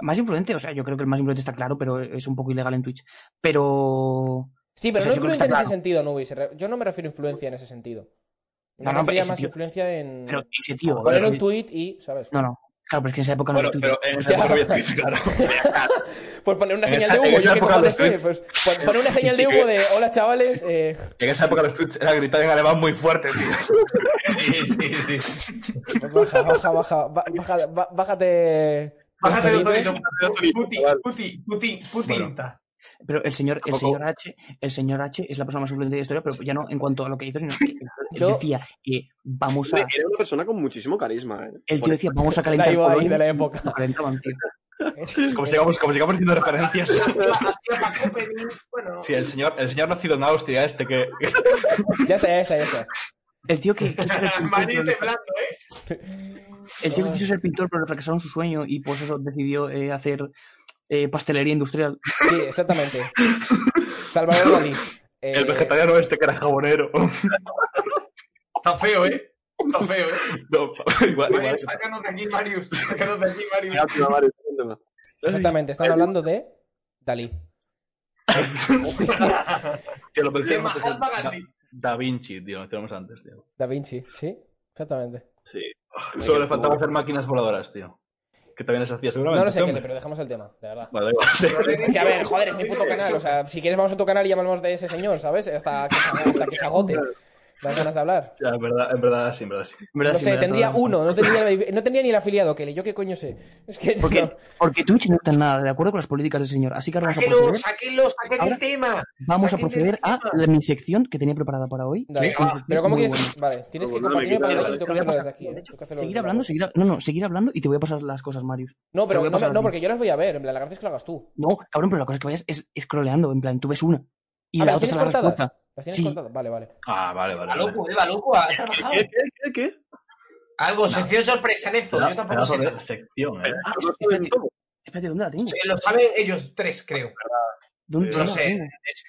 Speaker 5: más influente, o sea, yo creo que el más influente está claro, pero es un poco ilegal en Twitch. Pero.
Speaker 4: Sí, pero
Speaker 5: O sea,
Speaker 4: no
Speaker 5: yo
Speaker 4: influencia
Speaker 5: creo que está
Speaker 4: en ese
Speaker 5: claro.
Speaker 4: sentido, Nubis. eh. Yo no me refiero a influencia en ese sentido. Me
Speaker 5: No, no, pero
Speaker 4: refería
Speaker 5: ese
Speaker 4: más
Speaker 5: tío-
Speaker 4: influencia en
Speaker 5: Pero ese tío.
Speaker 4: poner
Speaker 5: ese-
Speaker 4: un tweet y, ¿sabes?
Speaker 5: No, no. Claro, pero es que en esa época no
Speaker 3: Bueno,
Speaker 5: había Twitter.
Speaker 3: pero en esa época había Twitch, claro.
Speaker 4: Pues poner una
Speaker 3: En
Speaker 4: señal
Speaker 3: esa-
Speaker 4: de
Speaker 3: en
Speaker 4: humo,
Speaker 3: esa
Speaker 4: yo que no
Speaker 3: época
Speaker 4: lo
Speaker 3: los
Speaker 4: sé.
Speaker 3: tweets.
Speaker 4: Pues pon- poner una señal de humo de hola chavales. eh,
Speaker 3: En esa época los tweets era gritar en alemán muy fuerte, tío.
Speaker 1: Sí, sí, sí.
Speaker 4: baja, baja, baja, ba- baja, ba- bájate.
Speaker 1: Bájate de
Speaker 4: los
Speaker 1: otro
Speaker 4: felices.
Speaker 1: hito, bájate de otro hito. Puti, puti, puti, putinta.
Speaker 5: Pero el señor, el
Speaker 3: Tampoco-
Speaker 5: señor H, el señor H es la persona más influyente de la historia, pero ya no en cuanto a lo que hizo, sino que él
Speaker 4: Yo-
Speaker 5: decía que vamos a.
Speaker 2: Era una persona con muchísimo carisma, ¿eh?
Speaker 5: Él tío
Speaker 2: Por-
Speaker 5: decía, vamos a
Speaker 4: La
Speaker 5: calentar
Speaker 4: iba ahí
Speaker 5: Polonia,
Speaker 4: de la época.
Speaker 5: y Calentaban, tío.
Speaker 3: Como sigamos, como sigamos haciendo referencias.
Speaker 1: Hacía Paco Pelín, Bueno,
Speaker 3: Sí, el señor, el señor nacido en Austria, este que.
Speaker 4: Ya está, ya está, ya está.
Speaker 5: El tío que quiso ser pintor,
Speaker 1: Maní
Speaker 5: pero le-
Speaker 1: temblando, ¿eh?
Speaker 5: el tío que quiso ser pintor, pero le fracasaron su sueño y pues eso decidió eh, hacer eh, pastelería industrial.
Speaker 4: Sí, exactamente. Salvador Dalí. Eh,
Speaker 3: El vegetariano este que era jabonero.
Speaker 1: Está feo, ¿eh? Está feo, ¿eh?
Speaker 3: No, igual, igual.
Speaker 1: Marius, sácanos de aquí, Marius. Sácanos de aquí,
Speaker 2: Era
Speaker 1: Marius.
Speaker 2: un tema, Mario, era un tema.
Speaker 4: Eh, Exactamente, están hablando de Dalí.
Speaker 3: Tío, lo
Speaker 1: De
Speaker 3: mencionamos antes.
Speaker 1: Mahatma
Speaker 3: Da,
Speaker 1: Gandhi.
Speaker 3: da Vinci, tío, lo mencionamos antes, tío.
Speaker 4: Da Vinci, ¿sí? Exactamente.
Speaker 2: Sí.
Speaker 3: Solo le faltaba hacer máquinas voladoras, tío. Que también les hacía seguramente.
Speaker 4: No lo sé,
Speaker 3: hombre.
Speaker 4: Kelly, pero dejamos el tema, de verdad.
Speaker 3: Vale, da igual. sí.
Speaker 4: Es que, a ver, joder, es mi puto canal. O sea, si quieres vamos a tu canal y llamamos de ese señor, ¿sabes? Hasta que, se- hasta que se agote. Las ganas de hablar.
Speaker 3: Ya, en verdad, en verdad, sí, en verdad, sí.
Speaker 5: En verdad,
Speaker 4: no
Speaker 5: sí,
Speaker 4: sé,
Speaker 5: me da
Speaker 4: tendría
Speaker 5: toda la-
Speaker 4: uno, no tendría, no tendría ni el afiliado, Kelly. ¿Yo qué coño sé? Es que
Speaker 5: ¿Por qué?
Speaker 4: no.
Speaker 5: Porque Twitch no está en nada de acuerdo con las políticas del señor. Así que ahora vamos a
Speaker 1: Sáquenlo,
Speaker 5: proceder,
Speaker 1: sáquenlo, saquen
Speaker 5: Ahora
Speaker 1: el tema.
Speaker 5: vamos a,
Speaker 1: saquen
Speaker 5: proceder
Speaker 1: del
Speaker 5: a
Speaker 1: tema.
Speaker 5: la- mi sección que tenía preparada para hoy.
Speaker 4: Dale.
Speaker 1: Venga, va.
Speaker 4: Pero ¿cómo
Speaker 5: Muy
Speaker 4: quieres...? Vale, tienes que
Speaker 2: Muy bueno, me
Speaker 4: compartirme para
Speaker 2: quita
Speaker 4: que
Speaker 2: la-
Speaker 4: yo
Speaker 5: Te voy a
Speaker 4: hacerlo
Speaker 5: pasar-
Speaker 4: desde aquí. ¿eh?
Speaker 5: de hecho,
Speaker 4: Tengo que hacerlo
Speaker 5: Seguir
Speaker 4: desde
Speaker 5: hablando,
Speaker 4: aquí.
Speaker 5: seguir, no, no, seguir hablando y te voy a pasar las cosas, Marius.
Speaker 4: No,
Speaker 5: Te
Speaker 4: pero
Speaker 5: voy a
Speaker 4: no, me-
Speaker 5: pasar
Speaker 4: no,
Speaker 5: aquí.
Speaker 4: porque yo las voy a ver. En plan, la gracia es que lo hagas tú.
Speaker 5: No, cabrón, pero la cosa es que vayas es scrolleando, en plan, tú ves una. Y
Speaker 4: Ah,
Speaker 5: la
Speaker 4: ¿las
Speaker 5: otra
Speaker 4: tienes
Speaker 5: es la
Speaker 4: cortadas?
Speaker 5: respuesta.
Speaker 4: ¿Las tienes
Speaker 5: Sí.
Speaker 4: cortadas? Vale, vale.
Speaker 3: Ah, vale, vale.
Speaker 1: Va
Speaker 3: vale.
Speaker 1: loco, eh, va loco. Ha trabajado.
Speaker 2: ¿Qué, qué, qué, qué?
Speaker 1: Algo, sección sorpresa en eso. Yo tampoco
Speaker 3: Pedazo
Speaker 1: sé.
Speaker 3: de sección, eh.
Speaker 5: Ah,
Speaker 2: No
Speaker 5: espérate,
Speaker 2: saben todo.
Speaker 5: espérate, ¿dónde la tengo?
Speaker 1: Eh, Lo saben ellos tres, creo.
Speaker 5: ¿Dónde
Speaker 1: no
Speaker 5: la
Speaker 1: sé.
Speaker 5: tengo?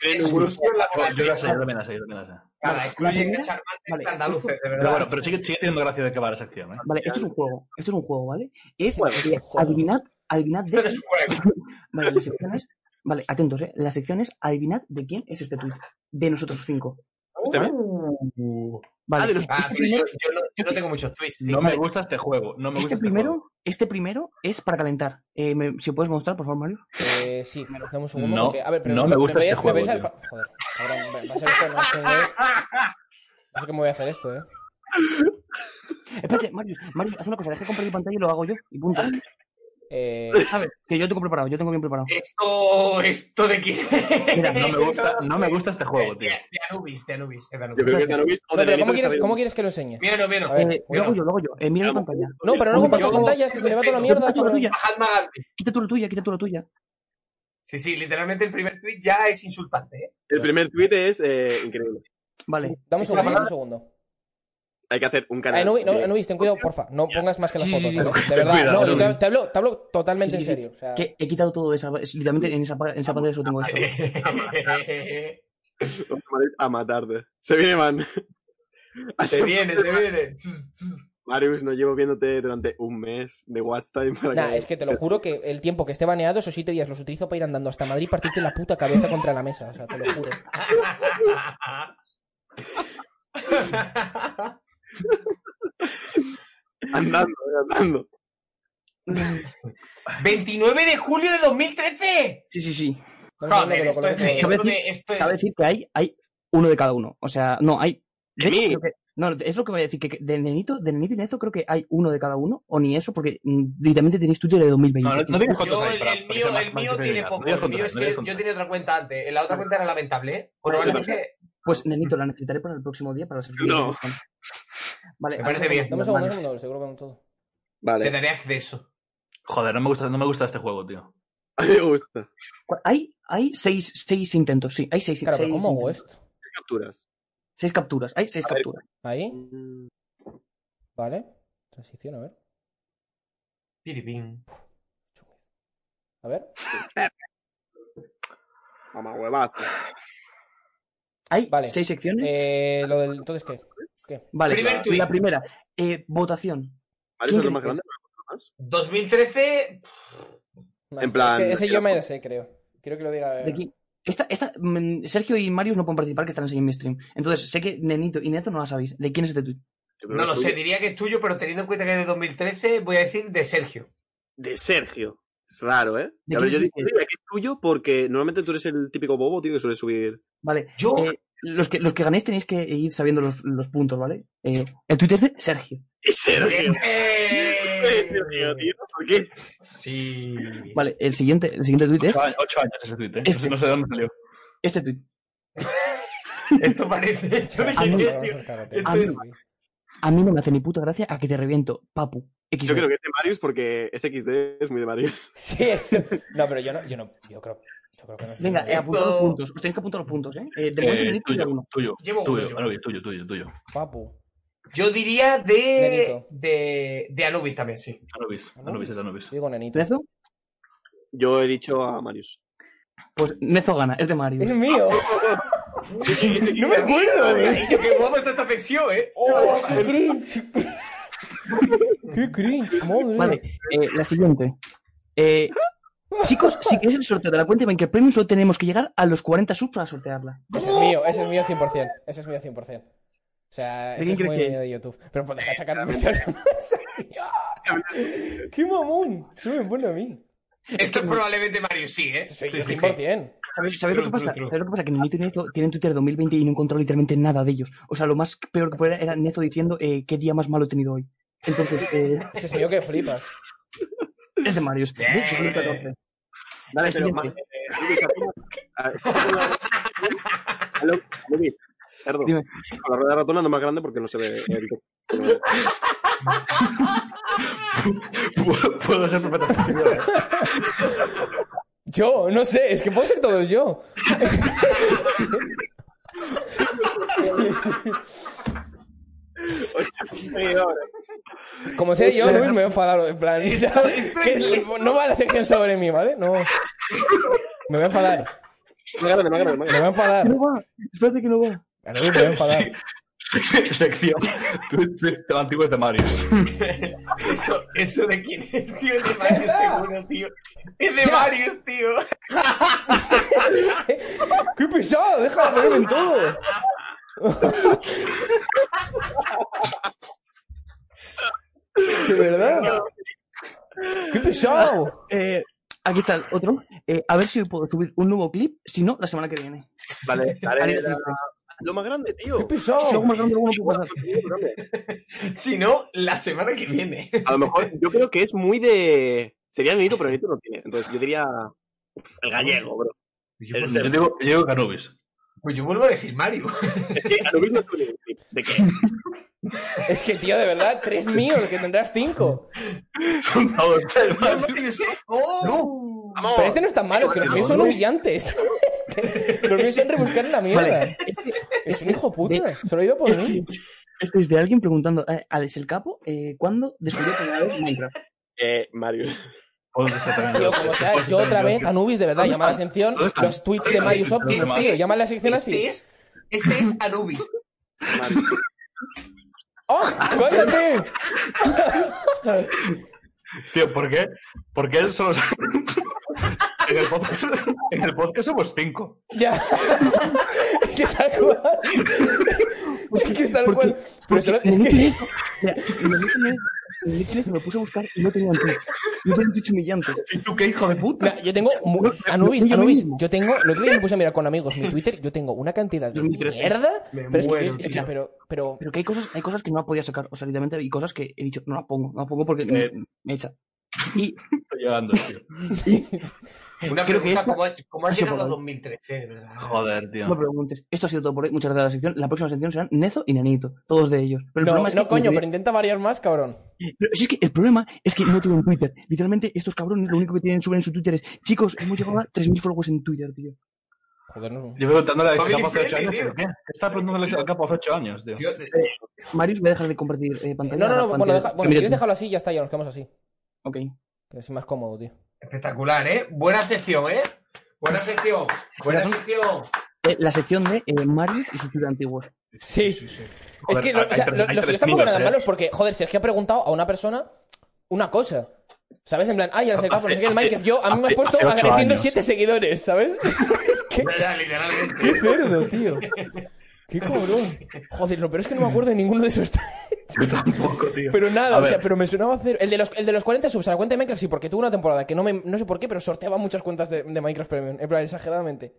Speaker 1: Es
Speaker 2: Seguro.
Speaker 1: exclusión laboral.
Speaker 3: Yo la sé, yo también la sé, yo también la sé.
Speaker 1: Nada, excluyen
Speaker 5: primera-
Speaker 1: a charmantes
Speaker 5: vale,
Speaker 1: andaluces, de
Speaker 3: Pero
Speaker 1: verdad.
Speaker 3: bueno, pero sigue, sigue teniendo gracia de que va la sección, eh.
Speaker 5: Vale, esto es un juego. Esto es un juego, ¿vale? Es
Speaker 2: Bueno,
Speaker 5: eh,
Speaker 4: es un juego.
Speaker 5: adivinad, adivinad
Speaker 1: Esto no
Speaker 5: de.
Speaker 1: es un juego.
Speaker 5: Vale, las secciones. Vale, atentos, ¿eh? Las secciones, adivinad de quién es este tweet. De nosotros cinco.
Speaker 2: Este mes.
Speaker 5: Vale. Este
Speaker 2: Ah, de los-
Speaker 1: Ah, pero yo, yo no, yo no tengo muchos tweets. sí.
Speaker 3: No me gusta este juego. No me gusta
Speaker 5: Este
Speaker 3: este juego.
Speaker 5: primero, este primero es para calentar. Eh, me- si puedes mostrar, por favor, Mario.
Speaker 4: Eh, sí, dame un segundo.
Speaker 3: No,
Speaker 4: porque- a ver, pero
Speaker 3: no me gusta
Speaker 4: vais a-
Speaker 3: este
Speaker 4: me vais
Speaker 3: juego,
Speaker 4: a- Joder, ahora va a ser esto, no sé, no sé cómo voy a hacer esto, ¿eh?
Speaker 5: Espérate, Mario, Mario, haz una cosa, deja de compartir pantalla y lo hago yo. Y punto.
Speaker 4: Eh,
Speaker 5: ¿Sabes? Que yo tengo preparado, yo tengo bien preparado.
Speaker 1: Esto, esto de quién.
Speaker 5: Mira,
Speaker 3: No me gusta, no me gusta este juego,
Speaker 1: De,
Speaker 3: tío.
Speaker 1: de Anubis, de Anubis. es de
Speaker 2: Yo
Speaker 1: Anubis.
Speaker 2: creo que te lo he visto.
Speaker 4: no,
Speaker 2: de Benito
Speaker 4: pero ¿cómo
Speaker 2: que
Speaker 4: quieres,
Speaker 2: sabía.
Speaker 4: cómo quieres que lo enseñe?
Speaker 1: Míralo, míralo.
Speaker 4: A ver,
Speaker 5: Eh,
Speaker 4: bueno.
Speaker 5: Lo hago yo, lo hago yo. Eh, mira la
Speaker 2: Vamos.
Speaker 5: pantalla.
Speaker 4: No, pero no compartas
Speaker 1: Yo-
Speaker 4: pantallas, que se me va toda la mierda.
Speaker 5: Yo-
Speaker 4: cabrón.
Speaker 5: yo-
Speaker 1: Mahatma Gandhi.
Speaker 5: Quita tú la tuya, quita tú la tuya.
Speaker 1: Sí, sí, literalmente el primer tweet ya es insultante. ¿eh?
Speaker 2: El primer tweet es eh, increíble.
Speaker 5: Vale.
Speaker 4: Dame un
Speaker 1: Esta
Speaker 4: segundo, dame un segundo.
Speaker 2: Hay que hacer un
Speaker 4: Ah,
Speaker 2: canal.
Speaker 4: Anubis, no,
Speaker 2: de-
Speaker 4: Anubis, ten cuidado, porfa. No pongas más que las
Speaker 3: Sí,
Speaker 4: fotos,
Speaker 3: sí,
Speaker 4: ¿vale?
Speaker 3: sí.
Speaker 4: De verdad,
Speaker 3: Cuidado,
Speaker 4: no, yo te,
Speaker 3: Anubis.
Speaker 4: te hablo, te hablo totalmente
Speaker 5: Sí,
Speaker 4: en
Speaker 5: sí, sí.
Speaker 4: serio. O sea,
Speaker 5: Que he quitado todo esa. es- Literalmente en esa, pa- en esa pantalla solo tengo esto.
Speaker 1: ¿eh?
Speaker 2: A matarte. Se viene, man.
Speaker 1: se viene, se viene.
Speaker 2: Marius, no llevo viéndote durante un mes de watch time para
Speaker 4: nah, es que
Speaker 5: eh.
Speaker 4: te lo juro que el tiempo que esté baneado, esos siete días los utilizo para ir andando hasta Madrid y partirte la puta cabeza contra la mesa. O sea, te lo juro.
Speaker 2: Andando, eh, andando.
Speaker 1: 29 de julio de 2013.
Speaker 5: Sí, sí, sí.
Speaker 4: Dame un segundo que
Speaker 1: Joder,
Speaker 4: lo
Speaker 1: esto es
Speaker 4: coloco.
Speaker 1: de.
Speaker 5: Cabe
Speaker 1: Esto de, esto
Speaker 5: Cabe
Speaker 1: de
Speaker 5: decir que hay, hay uno de cada uno. O sea, no, hay.
Speaker 2: ¿De
Speaker 5: hecho,
Speaker 2: mí?
Speaker 5: creo que- no, es lo que voy a decir, que de Nenito, de Nenito y Nezo creo que hay uno de cada uno, o ni eso, porque mm, literalmente tenéis Twitter de 2020.
Speaker 3: No, no, no digas cuántos
Speaker 1: yo,
Speaker 3: hay.
Speaker 1: el,
Speaker 3: para-
Speaker 1: el
Speaker 3: para que
Speaker 1: mío,
Speaker 3: sea más-
Speaker 1: el
Speaker 3: más
Speaker 1: mío
Speaker 3: difícil
Speaker 1: tiene
Speaker 3: adivinar.
Speaker 1: poco.
Speaker 3: No digas
Speaker 1: El mío
Speaker 3: cuántos
Speaker 1: es
Speaker 3: hay, no
Speaker 1: que
Speaker 3: digas
Speaker 1: yo
Speaker 3: cuántos
Speaker 1: tenía otra cuenta antes. En la otra cuenta era lamentable, ¿eh? Probablemente.
Speaker 5: Pues Nenito, la necesitaré para el próximo día para la sección.
Speaker 2: No.
Speaker 5: Vale,
Speaker 1: Me parece
Speaker 5: ahora-
Speaker 1: bien.
Speaker 4: Dame un segundo, dame un segundo, seguro que con todo.
Speaker 1: Le
Speaker 2: Vale,
Speaker 1: daré acceso.
Speaker 3: hay. Joder, no me gusta, no me gusta este juego, tío.
Speaker 2: a mí me gusta.
Speaker 5: Hay, hay seis, seis intentos, sí, hay seis,
Speaker 4: Claro, pero
Speaker 5: seis
Speaker 4: ¿cómo hago
Speaker 5: intentos.
Speaker 4: esto?
Speaker 2: ¿Qué capturas?
Speaker 5: Seis capturas, hay seis
Speaker 2: A ver.
Speaker 5: capturas.
Speaker 4: Ahí, vale. Transición, a ver.
Speaker 1: Piripín.
Speaker 4: A ver.
Speaker 2: Mamá huevazo.
Speaker 5: Hay
Speaker 4: Vale.
Speaker 5: seis secciones.
Speaker 4: Eh, lo del. Entonces, ¿qué?
Speaker 5: vale,
Speaker 1: primer
Speaker 5: la,
Speaker 1: tuit.
Speaker 5: la primera, eh, votación.
Speaker 2: Marius es
Speaker 5: ¿Quién
Speaker 2: lo más
Speaker 5: crees?
Speaker 2: grande.
Speaker 1: 2013.
Speaker 2: En plan-
Speaker 4: Es que ese yo me lo sé, creo. Quiero que lo diga. eh,
Speaker 5: ¿De quién? Esta, esta, mm, Sergio y Marius no pueden participar, que están enseñando mi stream. Entonces, sé que Nenito y Neto no la sabéis. ¿De quién es este tweet?
Speaker 1: No lo sé, diría que es tuyo, pero teniendo en cuenta que es de 2013, voy a decir de Sergio.
Speaker 2: De Sergio. Es raro, ¿eh?
Speaker 5: ¿De
Speaker 2: A ver, yo
Speaker 5: quién dices?
Speaker 2: digo "Mira, que es tuyo porque normalmente tú eres el típico bobo, tío, que suele subir.
Speaker 5: Vale.
Speaker 1: Yo.
Speaker 5: eh, los, que, los que ganéis tenéis que ir sabiendo los, los puntos, ¿vale? Eh, el tuit es de Sergio.
Speaker 2: ¡Es Sergio! ¡Es Sergio,
Speaker 1: ¡Eh!
Speaker 2: tío! ¿Por qué?
Speaker 1: Sí.
Speaker 5: Vale, el siguiente, el siguiente tuit es
Speaker 3: Ocho años, ocho años ese tweet, ¿eh? No
Speaker 5: Este.
Speaker 3: sé- No sé de dónde salió.
Speaker 5: este tuit.
Speaker 1: Esto parece.
Speaker 4: Ah,
Speaker 1: Yo Ah, no sé
Speaker 5: Amigo,
Speaker 4: Vamos
Speaker 1: qué es,
Speaker 4: a
Speaker 1: tío.
Speaker 4: acercar,
Speaker 1: Esto
Speaker 4: tío.
Speaker 5: es-
Speaker 4: Sí.
Speaker 5: A mí no me hace ni puta gracia a que te reviento, papu. XD.
Speaker 2: Yo creo que es de Marius porque es XD, es muy de Marius.
Speaker 4: Sí, es. No, pero yo no, yo no, yo creo, yo creo que no. es
Speaker 5: Venga, eh,
Speaker 4: verdad.
Speaker 5: apuntad
Speaker 1: Esto-
Speaker 5: los puntos. Os tenéis que apuntar los puntuos, ¿eh? eh de momento
Speaker 3: Eh,
Speaker 5: tenéis
Speaker 3: tuyo,
Speaker 5: que pillar uno.
Speaker 3: tuyo,
Speaker 1: Llevo uno,
Speaker 3: tuyo,
Speaker 1: yo.
Speaker 3: Anubi, tuyo, tuyo, tuyo.
Speaker 4: Papu.
Speaker 1: Yo diría de,
Speaker 4: Nenito.
Speaker 1: de. De Anubis también, sí.
Speaker 3: Anubis,
Speaker 4: Anubis.
Speaker 3: Anubis, es Anubis.
Speaker 4: Yo digo nenito.
Speaker 5: ¿Nezo?
Speaker 2: Yo he dicho a Marius.
Speaker 5: Pues Nezo gana, es de Mario.
Speaker 4: Es mío. no me acuerdo, tío.
Speaker 1: Cariño, qué guapo está esta sección, ¿eh?
Speaker 4: Oh, qué cringe. qué cringe, madre.
Speaker 5: Vale, eh, la siguiente. Eh, chicos, si queréis el sorteo de la cuenta de Banker Premium, solo tenemos que llegar a los 40 subs para sortearla.
Speaker 4: Ese es mío, ese es mío 100%. Ese es mío 100%. O sea,
Speaker 5: ¿De
Speaker 4: ese
Speaker 5: quién
Speaker 4: es muy
Speaker 5: crees que
Speaker 4: mío de YouTube. Pero pues deja sacar un mensaje más. ¡Qué mamón! No me pone a mí.
Speaker 1: Esto es probablemente Mario, sí, ¿eh?
Speaker 4: Soy
Speaker 1: Sí,
Speaker 4: yo
Speaker 1: sí,
Speaker 4: 100%.
Speaker 5: ¿Sabéis, sabéis lo
Speaker 1: True,
Speaker 5: que pasa?
Speaker 1: true, true.
Speaker 5: ¿Sabéis lo que pasa? Que Nenito y Nezo tienen Twitter 2020 y no encontrado literalmente nada de ellos. O sea, lo más peor que podía era Nezo diciendo eh, qué día más malo he tenido hoy. Entonces, eh,
Speaker 4: Ese es mío que flipas.
Speaker 5: es de Marius. De hecho, es el 14.
Speaker 2: Vale,
Speaker 5: El
Speaker 2: pero eh,
Speaker 5: siguiente.
Speaker 2: Marius. Perdón.
Speaker 5: Dime.
Speaker 2: Con la rueda ratona no más grande porque no se ve el texto.
Speaker 3: Puedo- Puedo ser ¿eh? perfectamente.
Speaker 4: Yo, no sé, es que puedo ser todos yo. Como sea yo, Luis, me voy a enfadar. En plan, que es- no va la sección sobre mí, ¿vale? No. Me voy a enfadar.
Speaker 2: Más grande, más grande, más
Speaker 4: Me
Speaker 2: grande.
Speaker 4: voy a enfadar.
Speaker 5: Que no va. Espérate que no va.
Speaker 4: A Luis me voy a enfadar.
Speaker 3: Sí. Sección. Tweet tweet de antiguos de Marius.
Speaker 1: sí. Eso, eso de quién es, tío. Es de Mario, seguro, tío. Es de Mario, tío.
Speaker 4: ¡Qué pesado! ¡Deja de ponerme en todo! De verdad. ¡Qué pesado!
Speaker 5: Eh, aquí está el otro. Eh, a ver si puedo subir un nuevo clip. Si no, la semana que viene.
Speaker 2: Vale,
Speaker 5: Ahí
Speaker 2: dale.
Speaker 5: está.
Speaker 2: la- Lo más grande, tío.
Speaker 4: ¡Qué
Speaker 5: Si
Speaker 4: pesado!
Speaker 5: algo más grande, luego no puedo pasar.
Speaker 1: Si no, la semana que viene.
Speaker 2: A lo mejor, yo creo que es muy de. Sería Nito, pero Nito no tiene. Entonces yo diría. Uf, El gallego, bro. El
Speaker 3: Yo
Speaker 2: ser-
Speaker 3: digo, yo digo que Anubis.
Speaker 1: Pues yo vuelvo a decir Mario.
Speaker 2: Es que a lo mismo tú le- ¿De qué?
Speaker 4: Es que, tío, de verdad, tres míos, que tendrás cinco.
Speaker 3: Son todos de
Speaker 1: No,
Speaker 3: Marius.
Speaker 1: no tiene sed. ¡Oh!
Speaker 2: Vamos.
Speaker 4: Pero este no es tan malo, es que los míos son humillantes. Es que los míos son rebuscar en la mierda.
Speaker 5: Vale. Este,
Speaker 4: Es un hijo puta. Se lo he ido por mí.
Speaker 5: este- este es de alguien preguntando, eh, Alex el Capo, eh, ¿cuándo descubrió por primera vez Minecraft?
Speaker 2: Eh, Mario.
Speaker 3: Puedo ser también
Speaker 4: Tío, como sea, yo otra vez, Anubis, de verdad,
Speaker 3: Pues ¿Dónde
Speaker 4: llama la
Speaker 3: están?
Speaker 4: atención.
Speaker 3: ¿Dónde están?
Speaker 4: Los tweets de Marius Optics, tío, llama la sección
Speaker 1: Este
Speaker 4: así.
Speaker 1: es, este es Anubis.
Speaker 2: Mario.
Speaker 4: ¡Oh! ¡Cállate!
Speaker 3: Tío, ¿por qué? ¿Por qué solo en, el podcast, en el podcast somos cinco.
Speaker 4: Ya. es que tal cual. es que es tal cual. Pero solo, es
Speaker 5: Nenito
Speaker 4: que.
Speaker 5: Nieto- o sea, Nenito Nieto- Nenito Nieto me puse a buscar y no tenían tweets. No tenían tweets humillantes.
Speaker 3: ¿Y tú qué hijo de puta?
Speaker 4: Mira, yo tengo. mu-
Speaker 5: no,
Speaker 4: Anubis,
Speaker 5: no, yo
Speaker 4: Anubis.
Speaker 5: mismo.
Speaker 4: Yo tengo. Lo otro día me puse a mirar con amigos mi Twitter. Yo tengo una cantidad de
Speaker 2: 2013.
Speaker 4: mierda.
Speaker 1: Me
Speaker 4: Pero es que.
Speaker 1: muero,
Speaker 4: es que-
Speaker 1: tío.
Speaker 4: pero, pero.
Speaker 5: Pero que hay cosas, hay cosas que no podía sacar, o sea, literalmente, y cosas que he dicho, no las pongo, no las pongo porque
Speaker 3: Eh.
Speaker 5: me, me echa. Y
Speaker 3: Estoy llorando, tío.
Speaker 1: Una
Speaker 5: Creo que
Speaker 1: pregunta,
Speaker 5: esta-
Speaker 1: ¿cómo, ha- cómo has
Speaker 5: eso
Speaker 1: llegado
Speaker 5: por
Speaker 1: a
Speaker 5: ahí.
Speaker 1: 2013, de verdad?
Speaker 3: Joder, tío.
Speaker 5: no preguntes. Esto ha sido todo por hoy. Muchas gracias a la sección. La próxima sección serán Nezo y Nenito, todos de ellos. Pero el
Speaker 4: No,
Speaker 5: problema es
Speaker 4: no,
Speaker 5: que-
Speaker 4: coño, pero intenta variar más, cabrón.
Speaker 5: Pero si es que el problema es que no tienen Twitter. Literalmente, estos cabrones lo único que tienen suben en su Twitter es chicos, hemos llegado a 3.000 followers en Twitter, tío.
Speaker 4: Joder, no.
Speaker 3: Yo preguntándole a Alex
Speaker 1: Family
Speaker 3: Capo hace ocho
Speaker 1: friendly,
Speaker 3: años.
Speaker 1: tío.
Speaker 3: ¿por ¿Qué? ¿Qué está preguntando Alex Capo hace ocho años, tío?
Speaker 1: Tío, eh,
Speaker 5: Marius, voy a dejar de compartir eh, pantalla.
Speaker 4: No, no,
Speaker 5: La
Speaker 4: no. Bueno,
Speaker 5: pantalla-
Speaker 4: deja, bueno si
Speaker 5: Mira
Speaker 4: quieres
Speaker 5: tú.
Speaker 4: dejarlo así, ya está, ya nos quedamos así.
Speaker 5: Ok.
Speaker 4: Que es más cómodo, tío.
Speaker 1: espectacular, ¿eh? Buena sección, ¿eh? Buena sección. Buena
Speaker 5: Corazón.
Speaker 1: sección.
Speaker 5: Eh, la sección de eh, Marius y sus tweets antiguos.
Speaker 4: Sí. Es
Speaker 3: Joder,
Speaker 4: que lo-
Speaker 3: hay-
Speaker 4: o sea,
Speaker 3: hay
Speaker 4: lo-
Speaker 3: tres- hay
Speaker 4: los
Speaker 3: tres
Speaker 4: que tampoco
Speaker 3: niños,
Speaker 4: eran
Speaker 3: eh.
Speaker 4: malos porque, joder, Sergio ha preguntado a una persona una cosa. ¿Sabes? En plan, ay, al Sergio, no sé qué, el
Speaker 3: hace-
Speaker 4: Minecraft. Yo, a mí me has
Speaker 3: hace-
Speaker 4: puesto
Speaker 3: hace ocho
Speaker 4: agradeciendo
Speaker 3: años.
Speaker 4: siete seguidores, ¿sabes? es que,
Speaker 1: Verdad, literalmente.
Speaker 4: qué cerdo, tío. Qué cabrón. Joder, lo peor es que no me acuerdo de ninguno de esos.
Speaker 3: Yo tampoco, tío.
Speaker 4: Pero nada,
Speaker 3: A
Speaker 4: o
Speaker 3: ver.
Speaker 4: sea, pero me sonaba cero. El de los, el de los 40 subs a la cuenta de Minecraft sí, porque tuve una temporada que no me, no sé por qué, pero sorteaba muchas cuentas de, de Minecraft Premium. En plan, exageradamente.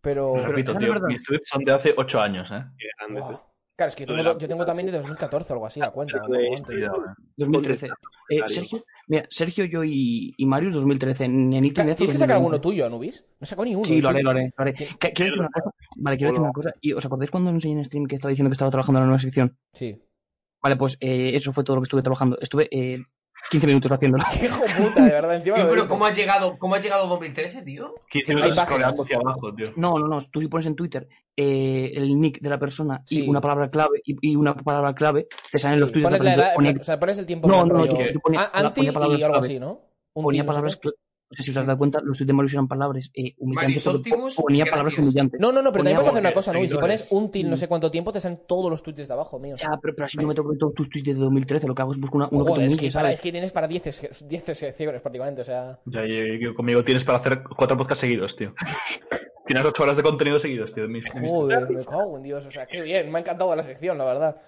Speaker 4: Pero.
Speaker 3: Repito,
Speaker 5: es
Speaker 3: tío,
Speaker 5: verdad.
Speaker 3: mis tweets son de hace 8 años, ¿eh?
Speaker 2: Qué grande,
Speaker 4: Buah.
Speaker 2: sí.
Speaker 4: Claro, es que yo
Speaker 2: Lo de
Speaker 4: tengo,
Speaker 2: la
Speaker 4: yo tengo también de 2014 o algo así la cuenta.
Speaker 2: Lo de- este,
Speaker 4: o antes.
Speaker 3: Cuidado, eh.
Speaker 5: 2013. Eh,
Speaker 2: Varios.
Speaker 5: Sergio, mira, Sergio, yo y, y Marius 2013. En, en Item
Speaker 4: Tienes
Speaker 5: Death,
Speaker 4: que sacar
Speaker 5: 2020.
Speaker 4: alguno tuyo, Anubis. No sacó ni uno.
Speaker 5: Sí, lo haré,
Speaker 4: Tú-
Speaker 5: lo haré. lo haré. Que- Quiero decir una cosa. Vale, quiero decir
Speaker 2: Hola.
Speaker 5: una cosa. ¿Y os acordáis cuando enseñé en stream que estaba diciendo que estaba trabajando en la nueva sección?
Speaker 4: Sí.
Speaker 5: Vale, pues eh, eso fue todo lo que estuve trabajando. Estuve eh, 15 minutos haciéndolo.
Speaker 4: Qué hijo puta, de verdad. Encima.
Speaker 1: Tío,
Speaker 4: lo
Speaker 1: pero
Speaker 4: digo.
Speaker 1: ¿cómo has llegado, cómo has llegado a 2013, tío?
Speaker 3: 15 minutos
Speaker 4: páginas.
Speaker 3: scrolleando hacia abajo, tío.
Speaker 5: No, no, no. Tú si pones en Twitter eh, el nick de la persona
Speaker 4: Sí.
Speaker 5: y una palabra clave y, y una palabra clave, te salen los
Speaker 4: Sí,
Speaker 5: tweets.
Speaker 4: pones la
Speaker 5: de la
Speaker 4: edad,
Speaker 5: persona. Ponía,
Speaker 4: o sea, pones el tiempo.
Speaker 5: No,
Speaker 4: en plan
Speaker 5: no,
Speaker 4: rollo-
Speaker 5: yo- yo ponía-
Speaker 4: Ah,
Speaker 5: ponía
Speaker 4: anti y
Speaker 5: palabras
Speaker 4: algo
Speaker 5: clave.
Speaker 4: así, ¿no? Un
Speaker 5: ponía
Speaker 4: tío, no sé
Speaker 5: palabras
Speaker 4: qué.
Speaker 5: clave. O sea, si os das cuenta, los tweets de Marius eran palabras eh,
Speaker 1: Marius
Speaker 5: humillantes. porque po-
Speaker 1: Optimus,
Speaker 5: ponía
Speaker 1: gracias.
Speaker 5: palabras humillantes.
Speaker 4: No, no, no, pero
Speaker 5: Ponía
Speaker 4: también puedes hacer una
Speaker 3: porque
Speaker 4: cosa, Anubis. Si
Speaker 3: seguidores.
Speaker 4: pones un til no sé cuánto tiempo, te salen todos los tweets de abajo, mío.
Speaker 5: Ya, pero, pero así yo me toco todos tus tweets de 2013. Lo que hago es buscar una, uno
Speaker 4: Joder,
Speaker 5: que te
Speaker 4: es
Speaker 5: humille,
Speaker 4: que, para-
Speaker 5: ¿sabes?
Speaker 4: es que tienes para 10 es- 10 secciones prácticamente, o sea.
Speaker 3: Ya, ya, ya, conmigo tienes para hacer cuatro podcasts seguidos, tío. Tienes 8 horas de contenido seguidos, tío. de mis- de mis-
Speaker 4: Joder, me cago en Dios, o sea, qué bien, me ha encantado la sección, la verdad.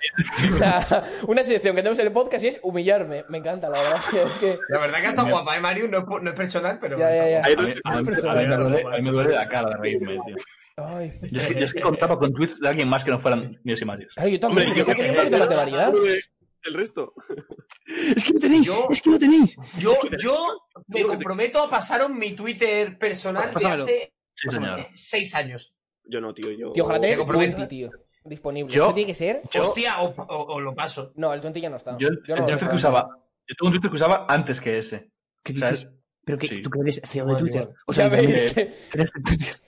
Speaker 4: O sea, una sección que tenemos en el podcast y es humillarme, me encanta, la verdad. Es que.
Speaker 1: La verdad que está guapa, ¿eh, Mario? No es, por- no es personal, pero...
Speaker 4: Ya, ya, ya.
Speaker 3: A mí, a mí- a mí me duele, a mí
Speaker 4: ¿eh?
Speaker 3: me duele la cara de reírme, tío.
Speaker 4: Ay.
Speaker 3: Yo es, que, yo es que contaba con tweets de alguien más que no fueran míos y Marios.
Speaker 4: Claro, yo también, que saqué un poquito más de variedad.
Speaker 2: El resto.
Speaker 5: Es que no tenéis,
Speaker 1: Yo-
Speaker 5: es que no tenéis.
Speaker 1: Yo, yo me comprometo a pasaros mi Twitter personal de
Speaker 5: Pásamelo.
Speaker 1: hace
Speaker 4: Pues,
Speaker 3: Sí, señor.
Speaker 1: eh, seis años.
Speaker 2: Yo no, tío. Yo...
Speaker 4: Tío, ojalá tener
Speaker 1: Me comprometo.
Speaker 4: 20, tío, disponible.
Speaker 3: Yo-
Speaker 4: Eso tiene que ser.
Speaker 3: Yo-
Speaker 1: Hostia, o, o- o lo paso.
Speaker 4: No, el 20 ya no está.
Speaker 3: Yo el,
Speaker 4: Yo
Speaker 3: el
Speaker 4: no lo
Speaker 3: Twitter
Speaker 4: veo. ¿eh?
Speaker 3: que usaba. Yo tengo un Twitter que usaba antes que ese.
Speaker 5: ¿Qué
Speaker 3: O sea,
Speaker 5: dices? Pero que
Speaker 3: sí.
Speaker 5: tú que eres CEO de
Speaker 4: Madre
Speaker 5: Twitter.
Speaker 4: mía.
Speaker 5: O sea,
Speaker 4: ya veis.
Speaker 5: que eres de Twitter.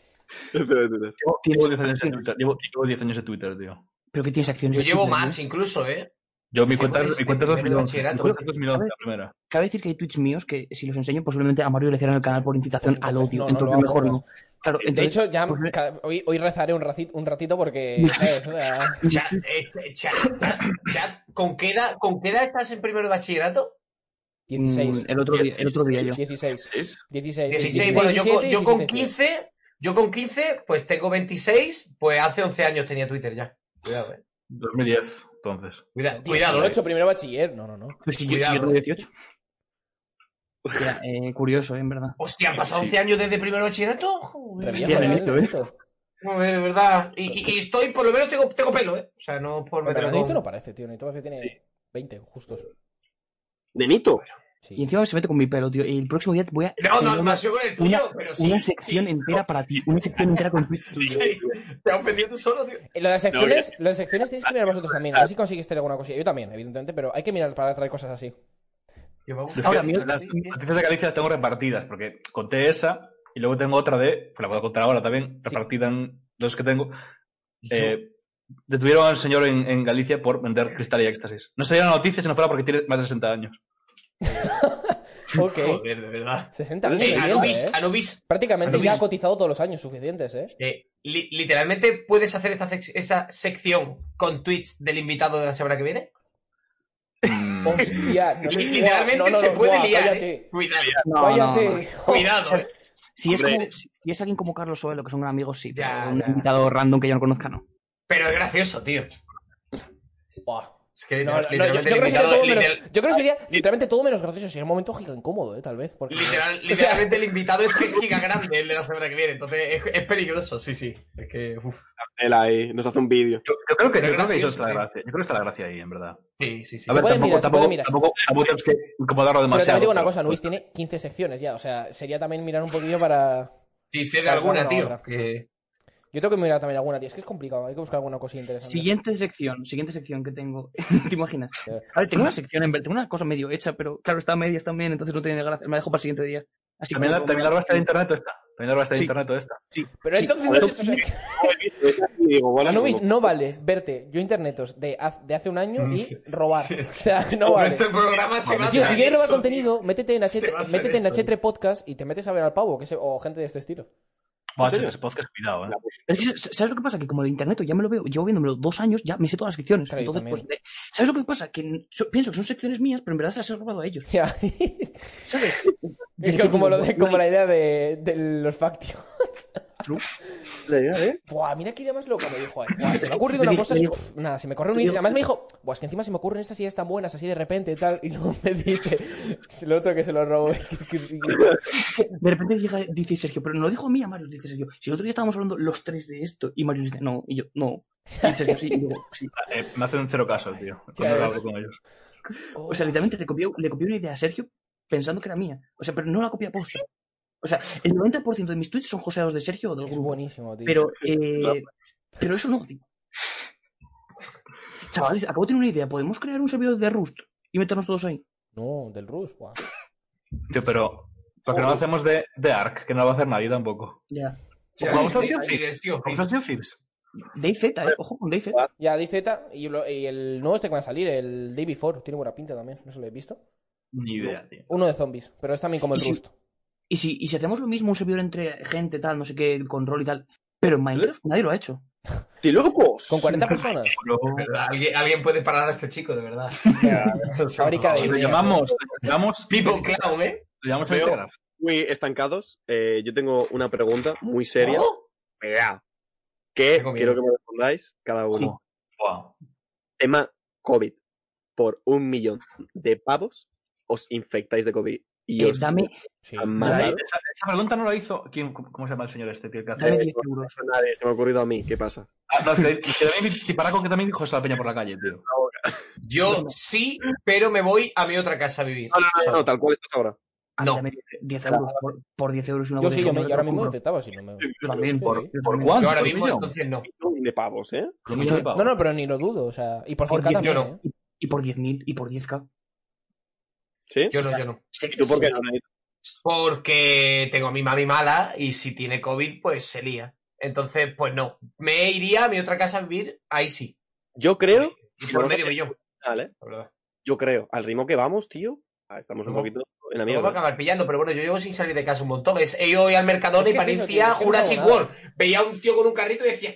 Speaker 2: Espera, espera.
Speaker 3: Llevo,
Speaker 5: Tienes-
Speaker 3: llevo 10 años en Twitter. Llevo, llevo 10 años en Twitter, tío.
Speaker 5: Pero que tienes acciones.
Speaker 1: Yo
Speaker 5: de
Speaker 1: llevo
Speaker 5: Twitter,
Speaker 1: más
Speaker 5: ¿no?
Speaker 1: incluso, ¿eh?
Speaker 3: Yo mi
Speaker 1: Llevo
Speaker 3: cuenta,
Speaker 1: desde
Speaker 3: mi cuenta es
Speaker 1: primero de
Speaker 3: 2011. Mi
Speaker 1: bachillerato.
Speaker 3: cuenta es 2011, la primera.
Speaker 5: Cabe decir que hay tweets míos que si los enseño, posiblemente a Mario le cierran el canal por incitación
Speaker 4: Pues
Speaker 5: al
Speaker 4: entonces
Speaker 5: odio.
Speaker 4: no, no
Speaker 5: entonces
Speaker 4: lo
Speaker 5: mejor
Speaker 4: hagas.
Speaker 5: no. Claro,
Speaker 4: De
Speaker 5: entonces.
Speaker 4: hecho, ya
Speaker 5: pues-
Speaker 4: ca- hoy, hoy rezaré un ratito, un ratito porque. ¿sabes? O sea,
Speaker 1: Chat, eh, chat, chat, chat, ¿con qué edad, ¿con qué edad estás en primero de bachillerato?
Speaker 5: mm,
Speaker 4: 16.
Speaker 5: el otro día, el otro día yo.
Speaker 4: 16.
Speaker 3: ¿Es?
Speaker 4: 16.
Speaker 1: 16, bueno, yo, con-
Speaker 4: 17,
Speaker 1: yo con
Speaker 4: 17.
Speaker 1: 15, yo con 15, pues tengo 26, pues hace 11 años tenía Twitter ya. Cuidado, eh.
Speaker 3: 2010, entonces.
Speaker 1: Cuidado,
Speaker 4: Tío,
Speaker 1: cuidado, eh.
Speaker 4: 18, primero bachiller. No, no, no.
Speaker 5: Pues si yo, si
Speaker 1: Cuidado.
Speaker 5: yo tengo 18. Hostia, eh, curioso, eh, en verdad.
Speaker 1: Hostia, ¿han pasado
Speaker 3: Sí.
Speaker 1: 11 años desde primero de bachillerato? Joder,
Speaker 4: Remierda,
Speaker 5: Hostia,
Speaker 4: ¿eh?
Speaker 5: Benito,
Speaker 4: Benito.
Speaker 1: No, eh, de verdad. Y, y- y estoy, por lo menos tengo, tengo pelo, ¿eh? O sea, no por
Speaker 4: Pero
Speaker 1: meterlo
Speaker 4: Benito
Speaker 1: con-
Speaker 4: no parece, tío. Benito parece que tiene 20, justos.
Speaker 2: Nenito.
Speaker 4: Sí.
Speaker 5: Y encima se mete con mi pelo, tío. Y el próximo día voy a.
Speaker 1: No, no,
Speaker 5: una,
Speaker 1: no ha sido con el
Speaker 5: una-
Speaker 1: tuyo, pero sí.
Speaker 5: una sección entera para ti. Una sección entera con tweets tuyos.
Speaker 1: Sí, Te has ofendido tú solo, tío.
Speaker 4: Eh, Lo de las secciones, lo de las secciones tenéis que mirar vosotros también. A ver si conseguís tener alguna cosilla. Yo también, evidentemente, pero hay que mirar para traer cosas así.
Speaker 1: Yo me gusta.
Speaker 5: Pues Ahora,
Speaker 3: Ahora,
Speaker 5: mira,
Speaker 3: las
Speaker 5: mira.
Speaker 3: noticias de Galicia las tengo repartidas, porque conté esa y luego tengo otra de, pues la puedo contar ahora también, repartida en los que tengo. Eh, detuvieron al señor en, en Galicia por vender cristal y éxtasis. No sería una noticia si no fuera porque tiene más de 60 años.
Speaker 4: Ok.
Speaker 1: Joder, de verdad.
Speaker 4: 60 años.
Speaker 1: Eh,
Speaker 4: de
Speaker 1: Anubis,
Speaker 4: mierda, ¿eh?
Speaker 1: Anubis.
Speaker 4: Prácticamente ya
Speaker 1: Anubis.
Speaker 4: ha cotizado todos los años suficientes, ¿eh?
Speaker 1: eh, li- literalmente, ¿puedes hacer esta sec- esa sección con tweets del invitado de la semana que viene?
Speaker 4: Hostia, no,
Speaker 1: Li-
Speaker 4: guau,
Speaker 1: Mm. literalmente
Speaker 4: no, no,
Speaker 1: se
Speaker 4: no,
Speaker 1: puede
Speaker 4: guau,
Speaker 1: liar.
Speaker 4: cállate.
Speaker 1: eh. Cuidado,
Speaker 5: No,
Speaker 4: Cállate.
Speaker 5: no, no.
Speaker 1: cuidado. eh.
Speaker 5: Si es,
Speaker 2: Hombre.
Speaker 5: como- si si es alguien como Carlos Soelo, que son amigos, sí. pero
Speaker 1: Ya,
Speaker 5: un
Speaker 1: ya.
Speaker 5: invitado random que yo no conozca, no.
Speaker 1: Pero es gracioso, tío.
Speaker 4: Buah.
Speaker 1: Es que
Speaker 4: No, no, no, yo, yo
Speaker 1: literalmente el
Speaker 4: creo que sería
Speaker 1: invitado-
Speaker 4: todo menos,
Speaker 1: literal-
Speaker 4: yo creo que sería literalmente todo menos gracioso. Sería un momento giga incómodo, eh, tal vez. Porque,
Speaker 1: literal-
Speaker 4: o sea,
Speaker 1: literalmente el invitado es que es giga grande el de la semana que viene. Entonces es, es peligroso, sí, sí. Es que, uf.
Speaker 2: Él ahí nos hace un vídeo.
Speaker 3: Yo, yo creo que, yo
Speaker 1: Pero
Speaker 3: creo que eso
Speaker 1: gracioso,
Speaker 3: está
Speaker 5: ¿eh?
Speaker 3: la
Speaker 1: tío.
Speaker 3: gracia. Yo creo que está la gracia ahí, en verdad.
Speaker 1: Sí, sí, sí.
Speaker 3: A ver,
Speaker 4: puede
Speaker 3: tampoco,
Speaker 4: mirar, se
Speaker 3: tampoco,
Speaker 4: puede mirar.
Speaker 3: tampoco, tampoco tenemos que incomodarlo
Speaker 4: pero
Speaker 3: demasiado.
Speaker 4: también digo una
Speaker 3: pero-
Speaker 4: cosa, Luis tiene 15 secciones ya. O sea, sería también mirar un poquillo para.
Speaker 1: Sí, cede
Speaker 4: Claro,
Speaker 1: alguna,
Speaker 4: no,
Speaker 1: tío.
Speaker 4: otra.
Speaker 1: que-
Speaker 4: Yo tengo que mirar también alguna, tío. Es que es complicado, hay que buscar alguna cosilla interesante.
Speaker 5: Siguiente sección, siguiente sección que tengo. ¿Te imaginas?
Speaker 4: A ver.
Speaker 5: A ver, tengo una sección, en verdad, tengo una cosa medio hecha, pero claro, está a medias también, entonces no tiene gracia. Me la dejo para el siguiente día. Así
Speaker 3: También la, también la robaste de internet esta. También la robaste de
Speaker 5: Sí.
Speaker 3: internet esta.
Speaker 5: Sí,
Speaker 4: Pero
Speaker 5: sí.
Speaker 4: entonces no
Speaker 5: Pero-
Speaker 4: has hecho sección.
Speaker 2: Y digo, bueno,
Speaker 4: Anubis,
Speaker 2: como-
Speaker 4: no vale verte yo internetos de, haz- de hace un año
Speaker 1: Mm,
Speaker 4: y
Speaker 1: sí.
Speaker 4: robar.
Speaker 1: Sí, es
Speaker 4: O sea, no vale.
Speaker 1: Este programa se
Speaker 3: Tío,
Speaker 1: basa
Speaker 4: Tío, si
Speaker 1: en
Speaker 4: quieres robar
Speaker 1: eso,
Speaker 4: contenido, métete en,
Speaker 1: Se
Speaker 4: H3,
Speaker 1: basa en
Speaker 4: métete en
Speaker 1: eso, tío.
Speaker 4: H3 Podcast y te metes a ver al pavo que se- o gente de este estilo.
Speaker 3: Bueno,
Speaker 2: serio?
Speaker 3: ese podcast, cuidado, eh.
Speaker 5: pero es que, ¿Sabes lo que pasa? Que como de internet ya me lo veo, llevo viéndomelo dos años, ya me sé todas las secciones.
Speaker 4: Claro, yo
Speaker 5: entonces, pues,
Speaker 4: también.
Speaker 5: eh, ¿Sabes lo que pasa? Que n- so- pienso que son secciones mías, pero en verdad se las he robado a ellos.
Speaker 4: Ya.
Speaker 5: ¿Sabes?
Speaker 4: es que como, lo de- como la idea de, de los factios.
Speaker 2: La idea, ¿eh?
Speaker 4: Buah, mira qué idea más loca me dijo. eh. Buah, se me ha ocurrido una cosa. es- Nada, se me corre una idea. Además me dijo, Buah, es que encima se me ocurren estas ideas tan buenas, así de repente y tal. Y luego me dice, el otro que se lo robó. Es que-
Speaker 5: De repente llega, dice Sergio, pero no lo dijo a mí, a Mario, dice Sergio. Si el otro día estábamos hablando los tres de esto, y Mario dice, no, y yo, no. Y Sergio, sí, y yo, sí.
Speaker 3: Eh, me hacen cero caso, tío.
Speaker 4: Ya,
Speaker 3: Cuando
Speaker 4: ya.
Speaker 3: hablo con ellos.
Speaker 5: O sea, literalmente le copié, le copié una idea a Sergio pensando que era mía. O sea, pero no la copia posta. O sea, el 90% de mis tweets son joseados de Sergio o del
Speaker 4: Es
Speaker 5: grupo.
Speaker 4: buenísimo, tío.
Speaker 5: Pero, eh, pero eso no, tío. Chavales, acabo de tener una idea. ¿Podemos crear un servidor de Rust y meternos todos ahí?
Speaker 4: No, del Rus, guau.
Speaker 3: Tío, pero. ¿Por qué no lo hacemos de, de Ark? Que no lo va a hacer nadie tampoco.
Speaker 5: Ya.
Speaker 1: Sí,
Speaker 3: Ojo, vamos
Speaker 1: sí,
Speaker 3: a Sea of
Speaker 1: sí,
Speaker 3: Thieves.
Speaker 1: sí,
Speaker 3: ¿Compras Sea of Thieves?
Speaker 5: DayZ, eh. Ojo con DayZ.
Speaker 4: Ya, DZ y, lo- y el nuevo este que va a salir, el Day Before, tiene buena pinta también, no se lo he visto.
Speaker 3: Ni idea, tío.
Speaker 4: Uno de zombies, pero es también como el
Speaker 5: Y si-
Speaker 4: Rust.
Speaker 5: Y si, y si hacemos lo mismo, un servidor entre gente, tal, no sé qué, el control y tal. Pero en Minecraft nadie lo ha hecho.
Speaker 2: ¡Qué locos!
Speaker 4: Con 40 personas.
Speaker 3: Pero-
Speaker 1: ¿Verdad? ¿Alguien, alguien puede parar a este chico, de verdad.
Speaker 4: Fábrica de
Speaker 3: Si lo
Speaker 4: ideas.
Speaker 3: llamamos. Lo llamamos.
Speaker 1: People Clown, ¿eh?
Speaker 3: Lo llamamos
Speaker 2: Veo.
Speaker 3: Telegraph.
Speaker 2: Muy estancados. Eh, yo tengo una pregunta muy seria. Vea. Que
Speaker 1: Tengo miedo.
Speaker 2: quiero que me respondáis cada uno.
Speaker 3: Sí. Wow.
Speaker 2: Tema COVID. Por un millón de pavos os infectáis de COVID. Y
Speaker 5: Eh,
Speaker 2: os
Speaker 5: dame,
Speaker 4: Sí.
Speaker 2: han
Speaker 3: Pero ahí,
Speaker 2: matado.
Speaker 3: esa, esa pregunta no la hizo. ¿quién, ¿Cómo cómo se llama el señor este, tío? que hace-
Speaker 5: dame
Speaker 2: eh,
Speaker 5: 10 euros.
Speaker 2: Eso nadie, se me ha ocurrido a mí. ¿Qué pasa?
Speaker 3: Ah, no, es que, es que también disparar con que también dijo esa peña por la calle, tío.
Speaker 1: Yo sí, pero me voy a mi otra casa a vivir.
Speaker 2: No, no, no, tal cual estás ahora.
Speaker 5: A mí
Speaker 1: No.
Speaker 5: dame 10 euros. Por, por 10 euros y una
Speaker 4: Yo sí,
Speaker 5: botella
Speaker 4: yo,
Speaker 5: de
Speaker 4: me,
Speaker 5: vino
Speaker 4: yo ahora
Speaker 5: te lo
Speaker 4: mismo
Speaker 5: compro.
Speaker 4: infectaba, si no me...
Speaker 5: Yo también,
Speaker 4: Sí, sí.
Speaker 5: por, yo
Speaker 3: ¿Por
Speaker 5: también.
Speaker 3: cuánto?
Speaker 1: Yo ahora
Speaker 4: pues
Speaker 3: ¿Por
Speaker 1: mismo,
Speaker 3: un millón?
Speaker 1: entonces no.
Speaker 2: Un millón de pavos, ¿eh?
Speaker 3: Por un millón de pavos.
Speaker 4: No, no, pero ni lo dudo, o sea... Y por
Speaker 5: Por
Speaker 4: 100k
Speaker 5: 10,
Speaker 1: yo
Speaker 4: también,
Speaker 1: no.
Speaker 4: ¿eh?
Speaker 5: Y por 10.000 y por 10k.
Speaker 2: Sí.
Speaker 1: Yo no, yo no.
Speaker 2: ¿Y tú por qué no? Nani?
Speaker 1: Porque tengo a mi mami mala y si tiene COVID, pues se lía. Entonces, pues no. Me iría a mi otra casa a vivir, ahí sí.
Speaker 2: Yo creo.
Speaker 1: Y por medio millón,
Speaker 2: Vale.
Speaker 1: la verdad.
Speaker 2: Yo creo. Al ritmo que vamos, tío. ah, Estamos un
Speaker 1: No.
Speaker 2: poquito en la
Speaker 1: Luego va
Speaker 2: mierda.
Speaker 1: a acabar pillando, pero bueno, yo llevo sin salir de casa un montón. Es, he ido hoy al Mercadona
Speaker 4: Es que
Speaker 1: y
Speaker 4: es eso,
Speaker 1: parecía
Speaker 4: tío, es que no
Speaker 1: Jurassic
Speaker 4: hago nada.
Speaker 1: World. Veía a un tío con un carrito y decía,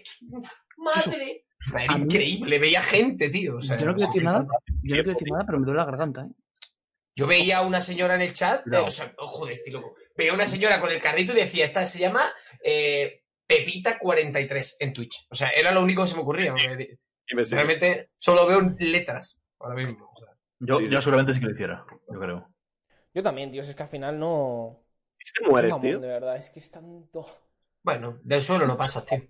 Speaker 1: ¡madre! Era
Speaker 5: A mí-
Speaker 1: increíble, veía gente, tío. o sea,
Speaker 5: Yo no quiero decir nada, yo no quiero decir
Speaker 2: tío.
Speaker 5: nada, pero me duele la garganta, ¿eh?
Speaker 1: Yo veía a una señora en el chat,
Speaker 3: No.
Speaker 1: eh, o sea, oh, joder, estoy loco. Veía a una señora con el carrito y decía, esta se llama eh, Pepita43 en Twitch. O sea, era lo único que se me ocurría. porque
Speaker 2: Sí, me sé.
Speaker 1: Realmente solo veo letras ahora mismo. O sea,
Speaker 3: Yo,
Speaker 2: Sí, sí.
Speaker 3: yo seguramente sí que lo hiciera, yo creo.
Speaker 4: Yo también, tío, si es que al final no...
Speaker 2: Si te mueres,
Speaker 4: Qué mamón,
Speaker 2: tío.
Speaker 4: De verdad, es que es tanto...
Speaker 1: bueno, del suelo no pasa, tío.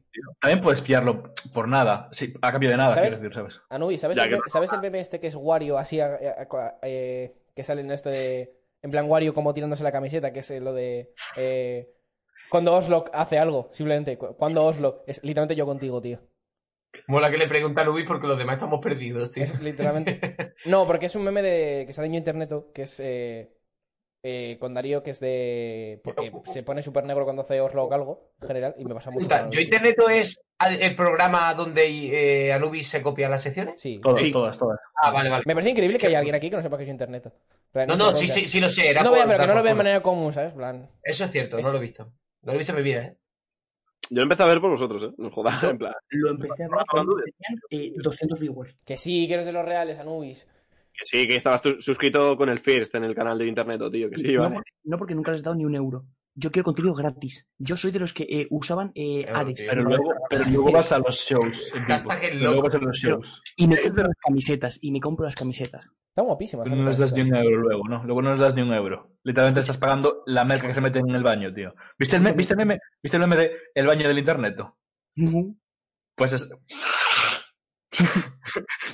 Speaker 3: También puedes pillarlo por nada, sí, a cambio de nada,
Speaker 4: ¿Sabes?
Speaker 3: quiero decir, ¿sabes?
Speaker 4: Anubi, ¿sabes,
Speaker 2: Ya
Speaker 4: el,
Speaker 2: que
Speaker 4: be- ¿sabes el meme este que es Wario así a- a- a- eh, que sale en este de- en plan Wario como tirándose la camiseta, que es eh, lo de eh, cuando Oslo hace algo, simplemente cu- cuando Oslo es literalmente yo contigo, tío.
Speaker 1: Mola que le pregunta a Luis porque los demás estamos perdidos, tío.
Speaker 4: Es literalmente. No, porque es un meme de que sale en internet que es eh, eh, con Darío que es de porque
Speaker 1: Oh,
Speaker 4: se pone súper negro cuando hace Oslo algo en general y me pasa mucho.
Speaker 1: Pregunta,
Speaker 4: con
Speaker 1: ¿Yo
Speaker 4: Anubi, tío.
Speaker 1: Internet es al- el programa donde eh, Anubis se copia las secciones?
Speaker 4: Sí.
Speaker 3: Todas,
Speaker 2: Sí.
Speaker 3: todas, todas.
Speaker 1: Ah, vale, vale.
Speaker 4: Me parece increíble que haya alguien aquí que no sepa que es internet.
Speaker 1: No, no, sí, sí, sí lo sé. Era
Speaker 4: No
Speaker 1: por
Speaker 4: vea, pero que
Speaker 1: dar
Speaker 4: no lo
Speaker 1: por
Speaker 4: vea de
Speaker 1: culo.
Speaker 4: manera común, ¿sabes? En plan.
Speaker 1: Eso es cierto,
Speaker 4: Es-
Speaker 1: no lo he visto. No lo he visto en mi vida, ¿eh?
Speaker 2: Yo lo empecé a ver por vosotros, ¿eh? No jodas, en plan.
Speaker 5: Lo empecé a ver cuando tenían eh, 200 viewers.
Speaker 4: Que sí, que eres de los reales, Anubis.
Speaker 2: Que sí, que estabas tú suscrito con el First en el canal de internet, tío. Que sí,
Speaker 5: no,
Speaker 2: vale.
Speaker 5: porque, no porque nunca les he dado ni un euro. Yo quiero contenido gratis. Yo soy de los que eh, usaban eh,
Speaker 1: Claro,
Speaker 5: Ares
Speaker 1: tío.
Speaker 3: Pero luego, pero luego vas a los shows. en vivo.
Speaker 1: Hashtag el
Speaker 3: Pero luego
Speaker 1: loco.
Speaker 3: vas a los shows.
Speaker 5: y me compro las camisetas. Y me compro las camisetas.
Speaker 4: Están guapísimas.
Speaker 3: no les das ni un euro luego, ¿no? Luego no les das ni un euro. Literalmente estás pagando la merca que se mete en el baño, tío. ¿Viste el, me- ¿viste el meme? ¿Viste el meme de el baño del internet? tú?
Speaker 5: No.
Speaker 3: Pues es
Speaker 2: ¿Eh?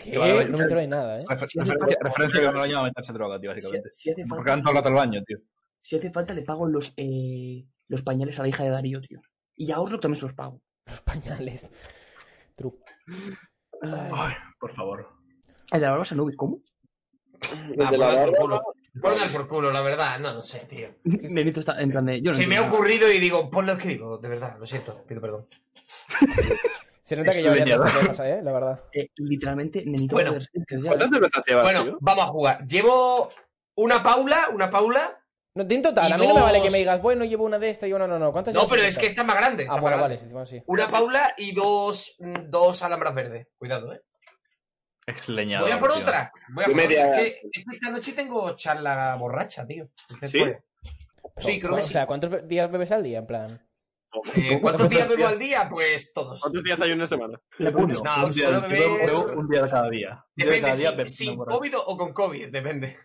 Speaker 4: ¿Qué?
Speaker 3: Te va a dar-
Speaker 4: No me entero de nada, ¿eh?
Speaker 3: refer- referencia, referencia que van al baño a meterse droga, tío,
Speaker 5: Si,
Speaker 3: básicamente.
Speaker 5: si hace
Speaker 3: Porque
Speaker 5: falta,
Speaker 3: van todo el rato al baño, tío.
Speaker 5: si hace falta, le pago los, eh, los pañales a la hija de Darío, tío. Y a Oslo también se los pago.
Speaker 4: Los pañales. True. Ay,
Speaker 3: Ay, por favor.
Speaker 5: El de la barba se lo vi, ¿cómo?
Speaker 1: Ah,
Speaker 2: Desde la
Speaker 1: por dar por
Speaker 2: barba-
Speaker 1: culo. Por dar por culo, la verdad. No, no sé, tío.
Speaker 5: Benito está en plan de. Yo no
Speaker 1: Se me ha
Speaker 5: entiendo nada.
Speaker 1: ocurrido y digo, ponlo escribo, de verdad, lo siento, pido perdón.
Speaker 4: Se nota que
Speaker 3: Es
Speaker 4: yo ya te
Speaker 3: leñador.
Speaker 4: estas cosas, ¿eh? La verdad.
Speaker 5: Eh, literalmente, Nenito
Speaker 1: Bueno.
Speaker 5: Brothers, tío, ya.
Speaker 2: ¿Cuántas de verdad llevas,
Speaker 1: Bueno,
Speaker 2: tío?
Speaker 1: vamos a jugar. Llevo una Paula, una Paula.
Speaker 4: No, en total,
Speaker 1: Y
Speaker 4: a mí no me
Speaker 1: dos-
Speaker 4: vale que me digas, bueno, llevo una de esta y una no, no. ¿Cuántas
Speaker 1: No,
Speaker 4: llevas
Speaker 1: pero
Speaker 4: en
Speaker 1: es que
Speaker 4: total?
Speaker 1: está más grande. está
Speaker 4: Pues Ah,
Speaker 1: más
Speaker 4: bueno,
Speaker 1: grande.
Speaker 4: vale, sí, encima sí.
Speaker 1: Una Paula y dos, mm, dos alambras verdes. Cuidado, eh.
Speaker 3: Exleñado.
Speaker 1: Voy a por otra. Voy a
Speaker 6: Yo
Speaker 1: por
Speaker 6: media-
Speaker 1: otra. Es que es que esta noche tengo charla borracha, tío. Entonces,
Speaker 2: ¿Sí?
Speaker 1: bueno. Sí, creo
Speaker 4: O
Speaker 1: que sí.
Speaker 4: sea, ¿cuántos be- días bebes al día? En plan.
Speaker 1: Eh, ¿Cuántos días bebo al día? Pues todos.
Speaker 2: ¿Cuántos días hay en una semana?
Speaker 3: Uno,
Speaker 1: No,
Speaker 3: un, día,
Speaker 1: solo
Speaker 3: yo
Speaker 1: me
Speaker 3: bebo-
Speaker 1: ves-
Speaker 3: bebo un día de cada día. Un día de
Speaker 1: Depende,
Speaker 3: cada día
Speaker 1: sin,
Speaker 3: bebo
Speaker 1: sin
Speaker 3: una borracha.
Speaker 1: COVID o con COVID, depende.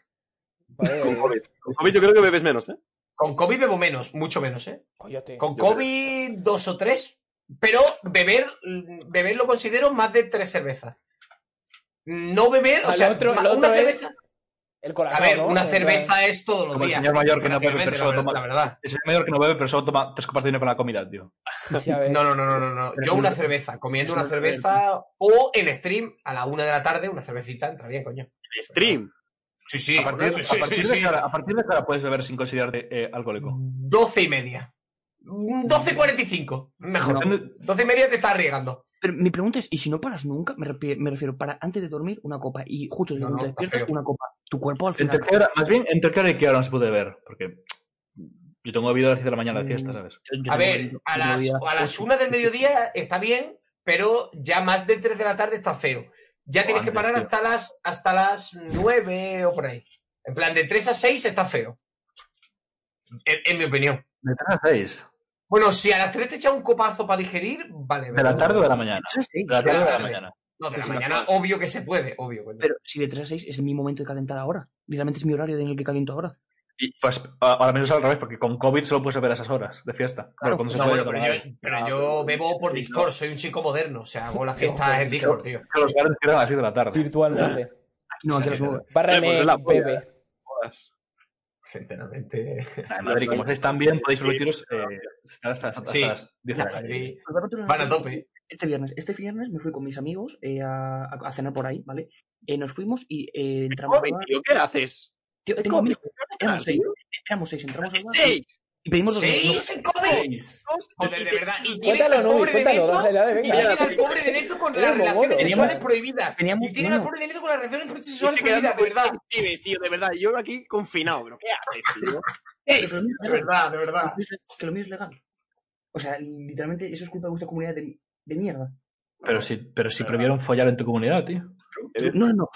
Speaker 4: Vale,
Speaker 2: Con COVID. Con COVID yo creo que bebes menos, ¿eh?
Speaker 1: Con COVID bebo menos, mucho menos, ¿eh?
Speaker 4: coyote.
Speaker 1: Con
Speaker 2: Yo
Speaker 1: COVID dos o tres, pero beber, mm, beber lo considero más de tres cervezas. No beber, o
Speaker 4: Al
Speaker 1: sea,
Speaker 4: otro-
Speaker 1: ma-
Speaker 4: lo
Speaker 1: una
Speaker 4: otro es
Speaker 1: cerveza.
Speaker 4: El
Speaker 1: A
Speaker 4: colacao,
Speaker 1: ver,
Speaker 4: ¿no?
Speaker 1: una
Speaker 4: En plan-
Speaker 1: cerveza es todos los
Speaker 3: Como el
Speaker 1: días.
Speaker 3: señor mayor que no bebe, pero
Speaker 1: Efectivamente, la
Speaker 3: solo
Speaker 1: verdad-
Speaker 3: toma-
Speaker 1: La verdad.
Speaker 3: Es el mayor que no bebe, pero solo toma tres copas de vino con la comida, tío.
Speaker 4: Ya ves.
Speaker 1: No, no, no, no, no, no. Yo una cerveza, comiendo una cerveza o en stream a la una de la tarde, una cervecita, entra bien, coño.
Speaker 2: Stream.
Speaker 1: Sí, sí,
Speaker 3: a, partir,
Speaker 1: sí,
Speaker 3: a, partir
Speaker 1: sí,
Speaker 3: de
Speaker 1: sí.
Speaker 3: qué hora, a partir de qué hora puedes beber sin considerarte eh, alcohólico.
Speaker 1: 12 y media. 12.45, mejor.
Speaker 3: Depende-
Speaker 1: 12 y media te estás arriesgando.
Speaker 5: Pero mi pregunta es, ¿y si no paras nunca? Me, repi- me refiero, para antes de dormir, una copa. Y justo
Speaker 1: No,
Speaker 5: cuando
Speaker 1: no,
Speaker 5: te
Speaker 1: está
Speaker 5: despiertas,
Speaker 1: feo.
Speaker 5: una copa. Tu cuerpo al final...
Speaker 3: Entre qué hora- más bien, entre qué hora y qué hora no se puede ver. Porque yo tengo bebido a las 10 de la mañana de
Speaker 1: Mm.
Speaker 3: fiesta, ¿sabes?
Speaker 5: Yo- yo
Speaker 1: A
Speaker 5: tengo
Speaker 1: ver,
Speaker 5: miedo,
Speaker 1: a
Speaker 5: yo
Speaker 1: las,
Speaker 5: voy a-
Speaker 1: a las una del mediodía está bien, pero ya más de 3 de la tarde está feo. Ya tienes que
Speaker 3: Joder,
Speaker 1: parar
Speaker 3: tío.
Speaker 1: hasta las, hasta las 9 o por ahí. En plan, de 3 a 6 está feo. En, en mi opinión.
Speaker 3: De 3 a 6.
Speaker 1: Bueno, si a las 3 te echas un copazo para digerir, vale.
Speaker 3: ¿De la
Speaker 1: pero-
Speaker 3: tarde o de la mañana?
Speaker 5: Tres a seis.
Speaker 3: De la tarde o de la
Speaker 1: tarde.
Speaker 3: mañana.
Speaker 1: No, de la
Speaker 5: Sí,
Speaker 1: mañana, obvio que se puede, obvio. coño.
Speaker 5: Pero si de 3 a 6 es mi momento de calentar ahora. Literalmente es mi horario en el que caliento ahora.
Speaker 3: Y pues a- ahora menos al revés, porque con COVID solo puedes beber a esas horas de fiesta. Pero cuando se
Speaker 1: pues
Speaker 3: puede,
Speaker 1: No, bueno, pero yo, pero
Speaker 3: Ah,
Speaker 1: yo bebo por Discord, soy un chico moderno, o sea, hago las fiestas en Discord, tío.
Speaker 3: que los bares cierran a las 6 de la tarde.
Speaker 4: Virtualmente.
Speaker 3: Eh,
Speaker 5: Aquí no, aquí a las 9.
Speaker 4: Barra
Speaker 2: Eh, pues es la polla.
Speaker 4: bebe.
Speaker 1: Sinceramente.
Speaker 3: Ah, en Madrid, como estáis tan bien, podéis permitiros eh, estar hasta, hasta- hasta
Speaker 1: Sí.
Speaker 3: las 10 de la tarde.
Speaker 1: Madrid,
Speaker 5: Pues
Speaker 1: Van a tope.
Speaker 5: Este viernes, este viernes me fui con mis amigos eh, a, a- a cenar por ahí, ¿vale? Eh, nos fuimos y eh, entramos.
Speaker 2: Joven,
Speaker 5: a-
Speaker 2: tío, ¿qué haces?
Speaker 5: Tío, tengo amigos. Éramos seis. Éramos seis, entramos a
Speaker 2: ¡Seis!
Speaker 5: y pedimos dos
Speaker 1: ¡Seis en COVID! Joder, de verdad. Y tienen
Speaker 4: Cuéntalo,
Speaker 1: al
Speaker 4: Nubis,
Speaker 1: pobre de
Speaker 4: cuéntalo,
Speaker 1: Nezo-
Speaker 4: dale, dale,
Speaker 1: y
Speaker 4: venga.
Speaker 1: tienen al pobre de Nezo con
Speaker 4: Era
Speaker 1: las relaciones
Speaker 4: mogolo.
Speaker 1: sexuales
Speaker 5: Teníamos-
Speaker 1: prohibidas.
Speaker 5: teníamos-
Speaker 1: Y tienen al
Speaker 5: no.
Speaker 1: pobre de Nezo con las relaciones
Speaker 2: Estoy
Speaker 1: sexuales
Speaker 2: quedando
Speaker 1: prohibidas, de verdad.
Speaker 2: con pibes, tío, de verdad. Yo aquí confinado, bro. ¿Qué haces, tío?
Speaker 1: Seis, De verdad, de verdad.
Speaker 5: Que lo mío es legal. O sea, literalmente eso es culpa de vuestra comunidad de, de mierda.
Speaker 3: Pero si, pero si prohibieron follar en tu comunidad, tío. Eh,
Speaker 5: No, no, no.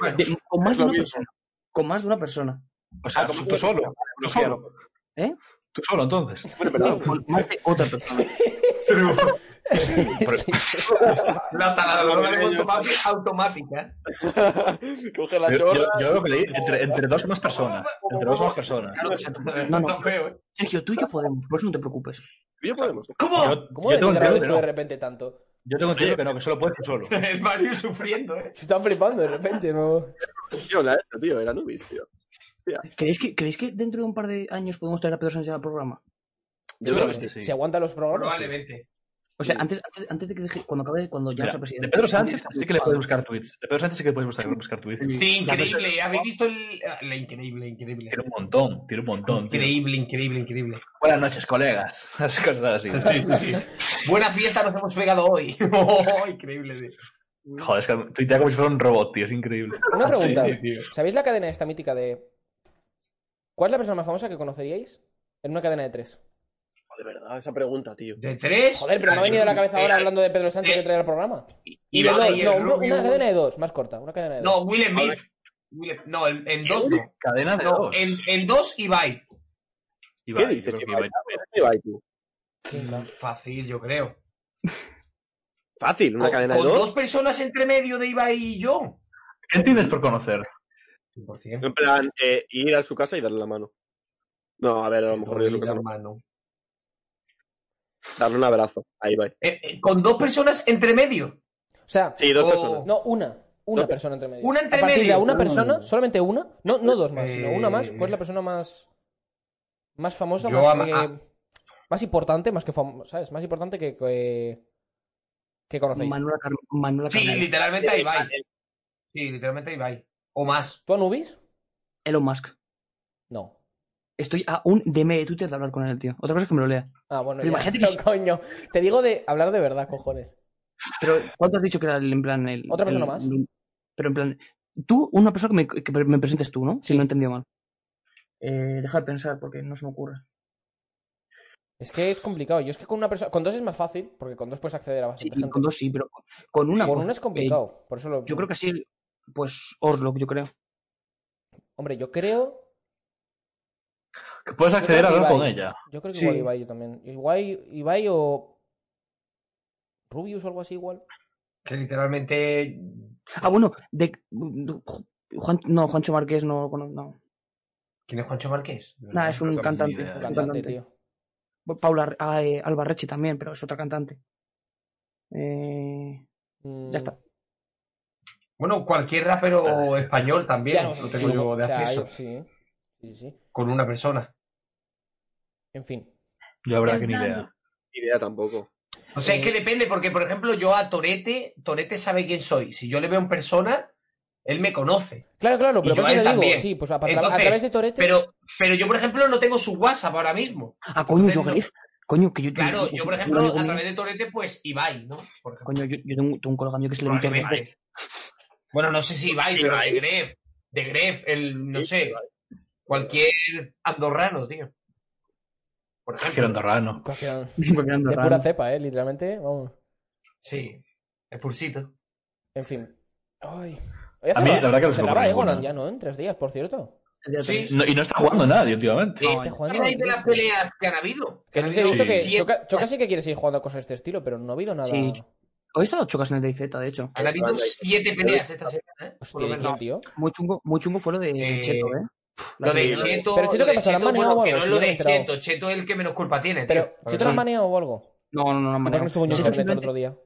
Speaker 1: Bueno,
Speaker 5: De- con más
Speaker 2: Es
Speaker 5: de
Speaker 2: lo
Speaker 5: una
Speaker 2: mismo.
Speaker 5: persona. Con más de una persona.
Speaker 3: O sea, tú, tú solo. Tú solo.
Speaker 5: ¿Eh?
Speaker 3: Tú solo, entonces.
Speaker 2: Bueno, perdón.
Speaker 5: Con más de otra persona.
Speaker 3: Pero-
Speaker 1: La taladradora de vuestro papi automática.
Speaker 6: Coge la
Speaker 3: yo, yo,
Speaker 6: chorra.
Speaker 3: yo lo que leí, entre, entre dos más personas. Entre dos más personas.
Speaker 1: Claro,
Speaker 5: No, no.
Speaker 1: tan feo, ¿eh?
Speaker 5: Sergio, tú y yo podemos, por eso no te preocupes.
Speaker 2: Tú y yo podemos.
Speaker 1: ¿Cómo?
Speaker 3: Yo,
Speaker 4: ¿Cómo
Speaker 3: yo tengo entendido
Speaker 4: degradas
Speaker 3: que
Speaker 4: tú de
Speaker 3: no.
Speaker 4: repente tanto?
Speaker 3: Yo tengo entendido que no, que solo puedes tú solo.
Speaker 1: El Mario sufriendo, ¿eh?
Speaker 4: Se están flipando de repente, ¿no?
Speaker 2: Yo la esta, tío, era Nubis, tío.
Speaker 5: ¿Creéis que, ¿Creéis que dentro de un par de años podemos traer a Pedro Sánchez al programa?
Speaker 3: Yo creo que sí.
Speaker 4: Se aguantan los programas.
Speaker 1: Probablemente.
Speaker 5: O sea, antes, antes, antes de que deje, cuando acabe, cuando ya
Speaker 3: Mira,
Speaker 5: sea presidente.
Speaker 3: de Pedro Sánchez sí que le puedes buscar tweets. De Pedro Sánchez sí que puedes buscar, buscar tweets.
Speaker 1: Sí, increíble. ¿Habéis visto el...? ah, La increíble, increíble.
Speaker 3: Tiene un montón, tiene un montón. tío.
Speaker 1: Increíble, increíble, increíble.
Speaker 3: Buenas noches, colegas. Las cosas así.
Speaker 1: Buena fiesta nos hemos pegado hoy. Oh, increíble, tío.
Speaker 3: Joder, es que tuitea como si fuera un robot, tío. Es increíble. Ah,
Speaker 4: Una pregunta.
Speaker 1: Sí, sí, tío.
Speaker 4: ¿Sabéis la cadena esta mítica de. ¿Cuál es la persona más famosa que conoceríais en una cadena de tres?
Speaker 2: De verdad, esa pregunta, tío.
Speaker 1: De tres. Eh,
Speaker 4: Joder, pero no me ha venido a la cabeza ahora hablando de Pedro Sánchez que trae al programa.
Speaker 1: Y
Speaker 4: no,
Speaker 1: va ahí
Speaker 4: no,
Speaker 1: el
Speaker 4: una,
Speaker 1: Rubius.
Speaker 4: una cadena de dos, más corta, una cadena de dos.
Speaker 1: No, Will Smith. Will- No, en, en dos no.
Speaker 3: Cadena de
Speaker 1: No,
Speaker 3: dos.
Speaker 1: en, en dos Ibai.
Speaker 3: Ibai,
Speaker 2: ¿Qué
Speaker 3: yo
Speaker 2: dices,
Speaker 3: creo que
Speaker 2: tío?
Speaker 3: Ibai.
Speaker 2: ¿Qué va, tú?
Speaker 1: Fácil, yo creo.
Speaker 2: Fácil, una
Speaker 1: Con-
Speaker 2: cadena de
Speaker 1: con
Speaker 2: dos.
Speaker 1: personas entre medio de Ibai y yo.
Speaker 3: ¿Qué entiendes por conocer?
Speaker 1: 100%.
Speaker 2: En plan, eh, ir a su casa y darle la mano. No, a ver, a lo mejor ir a su casa. no.
Speaker 1: Hermano.
Speaker 2: Darle un abrazo. Ahí va.
Speaker 1: Eh, eh, con dos personas entre medio.
Speaker 4: O sea,
Speaker 2: Sí, dos
Speaker 1: O-
Speaker 2: personas.
Speaker 4: no, una. Una
Speaker 2: No.
Speaker 4: persona entre medio.
Speaker 1: Una entre
Speaker 4: a partir
Speaker 1: medio.
Speaker 4: De una
Speaker 1: Mm.
Speaker 4: persona, solamente una. No, no dos más,
Speaker 1: Eh,
Speaker 4: sino una más. ¿Cuál es la persona más. más famosa,
Speaker 1: yo
Speaker 4: más.
Speaker 1: ama-
Speaker 4: eh,
Speaker 1: ah.
Speaker 4: más importante, más que famosa, ¿sabes? Más importante que. que, que conocéis.
Speaker 5: Manuela, Car Manuela
Speaker 1: Sí,
Speaker 5: Carmelo.
Speaker 1: literalmente a Ibai. Sí, literalmente a Ibai. O más.
Speaker 4: ¿Tú, Anubis?
Speaker 5: Elon Musk.
Speaker 4: No.
Speaker 5: Estoy a un DM de Twitter de hablar con él, tío. Otra cosa es que me lo lea.
Speaker 4: Ah, bueno,
Speaker 5: Pero
Speaker 4: ya,
Speaker 5: imagínate
Speaker 4: no,
Speaker 5: que si-
Speaker 4: coño. Te digo de hablar de verdad, cojones.
Speaker 5: Pero, ¿cuánto has dicho que era el, en plan el.
Speaker 4: ¿Otra persona
Speaker 5: el-
Speaker 4: más?
Speaker 5: el- pero en plan. Tú, una persona que me, que me presentes tú, ¿no? Si no he entendido mal. Eh, deja de pensar porque no se me ocurre.
Speaker 4: Es que es complicado. Yo es que con una persona. Con dos es más fácil, porque con dos puedes acceder a
Speaker 5: Sí,
Speaker 4: bastante gente.
Speaker 5: con dos sí, pero con- con una.
Speaker 4: con
Speaker 5: pues,
Speaker 4: una es
Speaker 5: eh,
Speaker 4: complicado. Por eso lo-
Speaker 5: yo creo que sí, pues Orlok, yo creo.
Speaker 4: Hombre, yo creo.
Speaker 3: Que puedes
Speaker 4: yo creo
Speaker 3: acceder a
Speaker 4: que
Speaker 3: hablar con
Speaker 4: Ibai.
Speaker 3: ella.
Speaker 4: Yo creo que
Speaker 5: Sí.
Speaker 4: igual Ibai yo también. Igual Ibai o. Rubius o algo así igual.
Speaker 1: Que literalmente.
Speaker 5: Ah, bueno, de. Juan- no, Juancho Márquez no lo conozco. No.
Speaker 1: ¿Quién es Juancho Márquez?
Speaker 5: Nada, es un
Speaker 3: tengo ni
Speaker 5: cantante.
Speaker 3: idea.
Speaker 5: un
Speaker 4: Cantante,
Speaker 5: cantante.
Speaker 4: tío.
Speaker 5: Paula ah, eh, Albarreche también, pero es otra cantante. Eh,
Speaker 4: Mm,
Speaker 5: Ya está.
Speaker 1: Bueno, cualquier rapero español también.
Speaker 4: ya no sé,
Speaker 1: lo tengo yo de
Speaker 4: o sea,
Speaker 1: acceso.
Speaker 4: hay- sí. Sí, sí, sí.
Speaker 1: Con una persona.
Speaker 4: En fin.
Speaker 3: Yo la verdad que ni idea.
Speaker 2: Idea tampoco.
Speaker 1: O sea, es que
Speaker 4: Eh.
Speaker 1: depende, porque por ejemplo, yo a Torete, Torete sabe quién soy. Si yo le veo en persona, él me conoce.
Speaker 4: Claro, claro, pero
Speaker 1: yo
Speaker 4: por
Speaker 1: a
Speaker 4: eso
Speaker 1: él
Speaker 4: te digo,
Speaker 1: también.
Speaker 4: sí, pues a, a- a
Speaker 1: Entonces,
Speaker 4: través de Torete.
Speaker 1: Pero, pero yo, por ejemplo, no tengo su WhatsApp ahora mismo.
Speaker 5: Ah, coño, yo
Speaker 1: Entonces,
Speaker 5: Gref. Coño, que yo
Speaker 1: Claro,
Speaker 5: tengo-
Speaker 1: yo, por
Speaker 5: un
Speaker 1: ejemplo,
Speaker 5: amigo
Speaker 1: a
Speaker 5: mío-
Speaker 1: través de Torete, pues Ibai, ¿no? Por ejemplo.
Speaker 5: Coño, yo, yo tengo, tengo un colega mío que se le
Speaker 1: Bueno,
Speaker 5: mete
Speaker 1: Ibai.
Speaker 5: Gref.
Speaker 1: Bueno, no sé si Ibai, pero
Speaker 2: Ibai.
Speaker 1: de Gref. De Gref, el, no
Speaker 2: Sí,
Speaker 1: sé,
Speaker 2: Ibai.
Speaker 1: cualquier andorrano, tío. Por
Speaker 3: Es que era
Speaker 1: ejemplo.
Speaker 3: andorrano.
Speaker 4: Cualquiera- De
Speaker 5: Porque ando raro.
Speaker 4: pura cepa, ¿eh? Literalmente. Vamos.
Speaker 1: Sí, es pulsito.
Speaker 4: En fin. Ay. Oye,
Speaker 3: A mí,
Speaker 4: cerraba-
Speaker 3: la verdad que no se me
Speaker 4: cerraba
Speaker 3: ocurre
Speaker 4: Egoland
Speaker 3: ninguna.
Speaker 4: eh, ya, ¿no? En tres días, por cierto.
Speaker 5: Ya
Speaker 1: Sí.
Speaker 5: tenés.
Speaker 3: No- y no está jugando nadie últimamente.
Speaker 1: ¿Qué
Speaker 4: está jugando
Speaker 1: habláis de
Speaker 4: Cristo.
Speaker 1: las peleas que han habido?
Speaker 4: Que
Speaker 1: han
Speaker 4: no sé, he
Speaker 1: habido
Speaker 4: visto que
Speaker 1: siete-
Speaker 4: Choca, Choca sí que quiere seguir jugando a cosas de este estilo, pero no ha habido nada.
Speaker 5: Sí. Hoy estaba chocas en el DayZ, de hecho.
Speaker 1: Han habido siete peleas esta semana, ¿eh? Por
Speaker 4: Hostia,
Speaker 1: lo
Speaker 4: ¿y quién,
Speaker 1: menos.
Speaker 4: tío?
Speaker 5: Muy chungo, muy chungo fue lo de
Speaker 1: Eh,
Speaker 5: Cheto, ¿eh?
Speaker 1: Lo de
Speaker 5: Sí.
Speaker 1: Cheto.
Speaker 4: Pero Cheto,
Speaker 1: lo
Speaker 4: ¿qué
Speaker 1: de
Speaker 4: pasa? ¿La han
Speaker 1: bueno,
Speaker 4: baneado o
Speaker 1: que
Speaker 4: algo? Yo
Speaker 1: no es lo
Speaker 4: no me he
Speaker 1: de
Speaker 4: enterado.
Speaker 1: Cheto. Cheto es el que menos culpa tiene.
Speaker 4: Pero,
Speaker 1: tío. Por
Speaker 4: ¿Cheto
Speaker 1: eso-
Speaker 4: la manea o algo?
Speaker 5: No, no, no, no,
Speaker 4: ¿Y por qué no estuvo en
Speaker 5: no,
Speaker 4: Cheto
Speaker 5: no,
Speaker 4: Internet el otro día?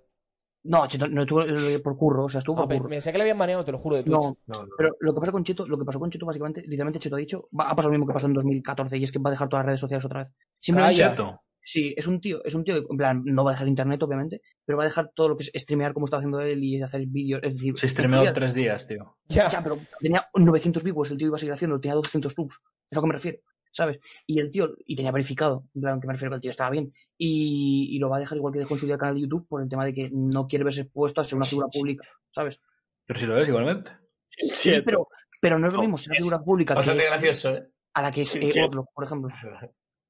Speaker 5: no, Cheto no estuvo eh, por curro, o sea, estuvo
Speaker 4: Ah,
Speaker 5: por
Speaker 4: pe-
Speaker 5: curro.
Speaker 4: pensé que le habían baneado, te lo juro, de Twitch.
Speaker 5: No,
Speaker 1: No, no.
Speaker 5: pero lo que pasa con Cheto, lo que pasó con Cheto básicamente, literalmente Cheto ha dicho, va a pasar lo mismo que pasó en 2014 y es que va a dejar todas las redes sociales otra vez. Simplemente
Speaker 4: Calla.
Speaker 3: Cheto.
Speaker 5: Sí, es un tío, es un tío que, en plan, no va a dejar internet, obviamente, pero va a dejar todo lo que es streamear como está haciendo él y hacer vídeos. Es decir,
Speaker 3: Se estremeó
Speaker 5: ya-
Speaker 3: tres días, tío.
Speaker 4: Ya.
Speaker 5: Ya, pero tenía 900 viewers, el tío iba a seguir haciendo, tenía 200 subs, es a lo que me refiero, ¿sabes? Y el tío, y tenía verificado, en plan, que me refiero que el tío estaba bien, y, y lo va a dejar igual que dejó en su día el canal de YouTube por el tema de que no quiere verse expuesto a ser una figura pública, ¿sabes?
Speaker 3: Pero si lo ves igualmente.
Speaker 5: Sí, pero, pero no es lo mismo ser una figura pública que
Speaker 1: Bastante
Speaker 5: es-
Speaker 1: gracioso, ¿eh?
Speaker 5: a la que es
Speaker 2: Sí, sí.
Speaker 5: eh, Outlook, por ejemplo.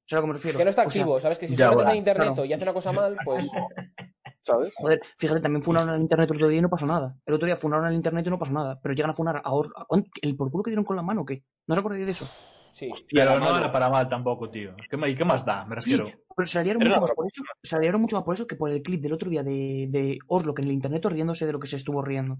Speaker 5: ¿Sabes a lo que me refiero?
Speaker 4: Que no está
Speaker 5: O sea,
Speaker 4: activo, ¿sabes? Que si se
Speaker 3: ya,
Speaker 4: mete
Speaker 3: bueno,
Speaker 4: en internet
Speaker 5: claro.
Speaker 4: y hace una cosa mal, pues.
Speaker 6: ¿Sabes?
Speaker 5: Joder, fíjate, también funaron al internet el otro día y no pasó nada. El otro día funaron al internet y no pasó nada. Pero llegan a funar a Or- a- ¿cuán- ¿El por culo que dieron con la mano o qué? ¿No os acordáis de eso?
Speaker 4: Sí.
Speaker 3: Pero no era para mal tampoco, tío. ¿Qué, ma- ¿Y qué más da? Me refiero.
Speaker 5: Pero se aliaron,
Speaker 2: Era
Speaker 5: mucho
Speaker 2: una
Speaker 5: más por eso, se aliaron mucho más por eso que por el clip del otro día de, de Orlok en el internet riéndose de lo que se estuvo riendo.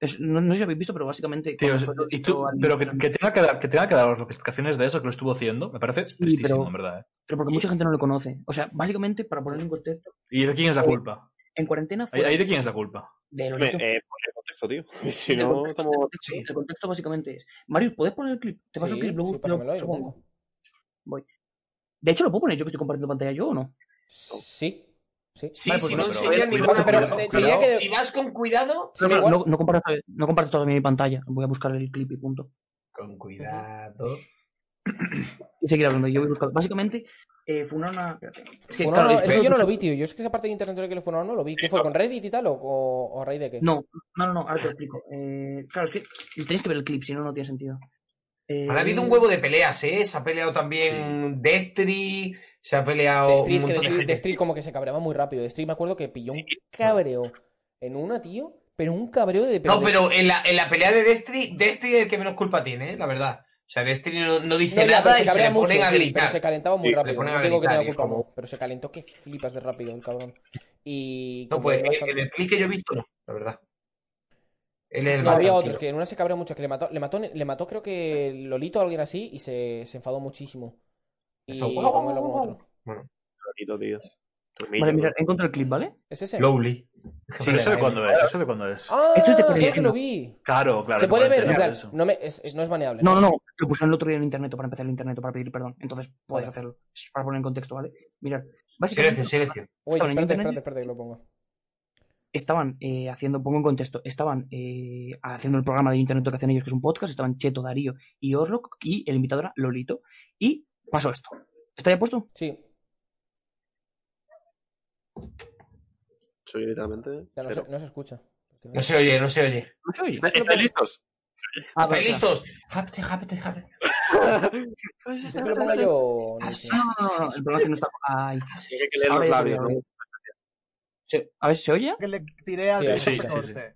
Speaker 5: Es- no, no sé si habéis visto, pero básicamente.
Speaker 3: Tío,
Speaker 5: cuando
Speaker 4: pues,
Speaker 5: fue
Speaker 3: y
Speaker 5: todo
Speaker 3: tú,
Speaker 5: al-
Speaker 3: pero que, que tenga que dar, que tenga que dar las explicaciones de eso que lo estuvo haciendo, me parece tristísimo,
Speaker 5: pero-
Speaker 3: en verdad. ¿eh?
Speaker 5: pero porque mucha gente no lo conoce. O sea, básicamente, para ponerlo en contexto,
Speaker 3: ¿Y de quién es la culpa?
Speaker 5: en cuarentena
Speaker 3: ¿Ahí
Speaker 5: fue.
Speaker 3: ahí de quién es la culpa?
Speaker 5: de
Speaker 2: Hombre,
Speaker 5: Lolito.
Speaker 2: eh, ponle contexto, tío. Si
Speaker 5: El
Speaker 2: no,
Speaker 5: contexto- pues, el
Speaker 2: estamos.
Speaker 5: contexto- el contexto básicamente es. Mario, ¿puedes poner el clip? Te paso
Speaker 4: sí,
Speaker 5: el clip, luego-
Speaker 4: sí, pásamelo y lo
Speaker 5: luego-
Speaker 4: pongo.
Speaker 5: De hecho, lo puedo poner yo que estoy compartiendo pantalla yo o no.
Speaker 4: Sí. Sí.
Speaker 1: Sí,
Speaker 5: Vale, pues
Speaker 1: si
Speaker 5: no,
Speaker 1: no
Speaker 3: pero-
Speaker 1: enseñas
Speaker 3: pero-
Speaker 1: ninguna
Speaker 4: pero-
Speaker 1: prueba.
Speaker 4: te-
Speaker 1: Cuidado,
Speaker 4: diría que-
Speaker 1: Si vas con cuidado.
Speaker 4: Sí, pero
Speaker 5: No,
Speaker 4: igual-
Speaker 5: no, no comparto, no comparto todavía mi pantalla. Voy a buscar el clip y punto.
Speaker 1: Con cuidado.
Speaker 5: Y seguir hablando. Yo voy buscando. Básicamente, eh, fue una. una- Es que,
Speaker 4: Bueno,
Speaker 5: claro,
Speaker 4: no,
Speaker 5: el-
Speaker 4: es que yo no lo vi, tío. Yo es que esa parte de internet que le funaron no lo vi. ¿Qué fue? ¿Con Reddit y tal? ¿O, o- o a raíz de qué?
Speaker 5: No, no, no, no, ahora te lo explico. Eh, claro, es que tenéis que ver el clip, si no, no tiene sentido. Eh,
Speaker 1: Han habido un huevo de peleas, ¿eh? Se ha peleado también Destry. Se ha peleado.
Speaker 4: De
Speaker 1: un
Speaker 4: Street, es que
Speaker 1: montón de
Speaker 4: de Street-
Speaker 1: gente.
Speaker 4: de Street como que se cabreaba muy rápido. De Street me acuerdo que pilló un cabreo en una, tío. Pero un cabreo de...
Speaker 1: No,
Speaker 4: de-
Speaker 1: pero en la, en la pelea de Destry, Destry es el que menos culpa tiene, ¿eh? la verdad. O sea, Destry no, no
Speaker 4: No,
Speaker 1: dice
Speaker 4: ya, pero
Speaker 1: nada y se
Speaker 4: cabrea
Speaker 1: le ponen
Speaker 4: mucho,
Speaker 1: a
Speaker 4: sí, pero
Speaker 1: gritar.
Speaker 4: se calentaba muy
Speaker 1: Sí, se le
Speaker 4: rápido.
Speaker 1: ponen
Speaker 4: No
Speaker 1: a
Speaker 4: digo que
Speaker 1: gritar
Speaker 4: tenga
Speaker 1: y es
Speaker 4: culpa,
Speaker 1: como-
Speaker 4: no, pero se calentó que flipas de rápido el cabrón. Y...
Speaker 1: No,
Speaker 4: como
Speaker 1: pues
Speaker 4: era
Speaker 1: en-
Speaker 4: bastante-
Speaker 1: en el clip que yo he visto, no, la verdad. Él es el
Speaker 4: No,
Speaker 1: más
Speaker 4: había
Speaker 1: tranquilo.
Speaker 4: otros que en una se cabreó mucho, que le mató, le mató, le mató creo que Lolito o alguien así y se, se enfadó muchísimo. Y
Speaker 1: Eso.
Speaker 4: como el uno a otro.
Speaker 2: Lolito, tío.
Speaker 5: Vale, mira, he encontrado el clip, ¿vale?
Speaker 4: ¿Es ese?
Speaker 1: Lowly.
Speaker 3: Pero eso de cuándo es, eso de cuándo es.
Speaker 4: Ah,
Speaker 5: Esto Este es de
Speaker 4: creo que
Speaker 5: coreano.
Speaker 4: lo vi.
Speaker 3: Claro, claro.
Speaker 4: se
Speaker 3: no
Speaker 4: puede
Speaker 3: puedes
Speaker 4: ver,
Speaker 3: tener
Speaker 4: en plan,
Speaker 3: eso.
Speaker 4: no, me, es, es- no es baneable.
Speaker 5: No, no, no. Lo pusieron el otro día en internet para empezar el internet para pedir perdón. Entonces
Speaker 4: Vale.
Speaker 5: podéis hacerlo. Es para poner en contexto, ¿vale? Mirad.
Speaker 1: Silencio,
Speaker 5: Básicamente
Speaker 1: silencio.
Speaker 4: Oye,
Speaker 5: Estaba
Speaker 4: espérate,
Speaker 5: en internet.
Speaker 4: espérate, espérate que lo pongo.
Speaker 5: estaban eh, haciendo, pongo en contexto, estaban eh, haciendo el programa de internet que hacen ellos, que es un podcast, estaban Cheto, Darío y Orlok, y el invitador era Lolito. Y pasó esto. ¿Está ya puesto?
Speaker 4: Sí,
Speaker 2: Soy literalmente.
Speaker 4: ya no,
Speaker 2: cero.
Speaker 4: se, no se escucha.
Speaker 1: No se oye, no se oye.
Speaker 5: No se oye.
Speaker 2: ¿Estáis listos?
Speaker 5: Ah, vale,
Speaker 1: ¿Estáis
Speaker 5: claro.
Speaker 1: listos? Jápete, jápete, jápete.
Speaker 4: ¿Tú que lo ponga yo? o no sé?
Speaker 5: Ah, El problema es que no está. Ay.
Speaker 2: Tiene que leer
Speaker 5: Ahora
Speaker 2: los
Speaker 5: ya se
Speaker 2: labios,
Speaker 5: oye,
Speaker 2: ¿no?
Speaker 5: ¿Se- A ver si se oye.
Speaker 7: que le tiré al
Speaker 4: Sí,
Speaker 7: beso
Speaker 3: sí, sí, sí.
Speaker 7: corte.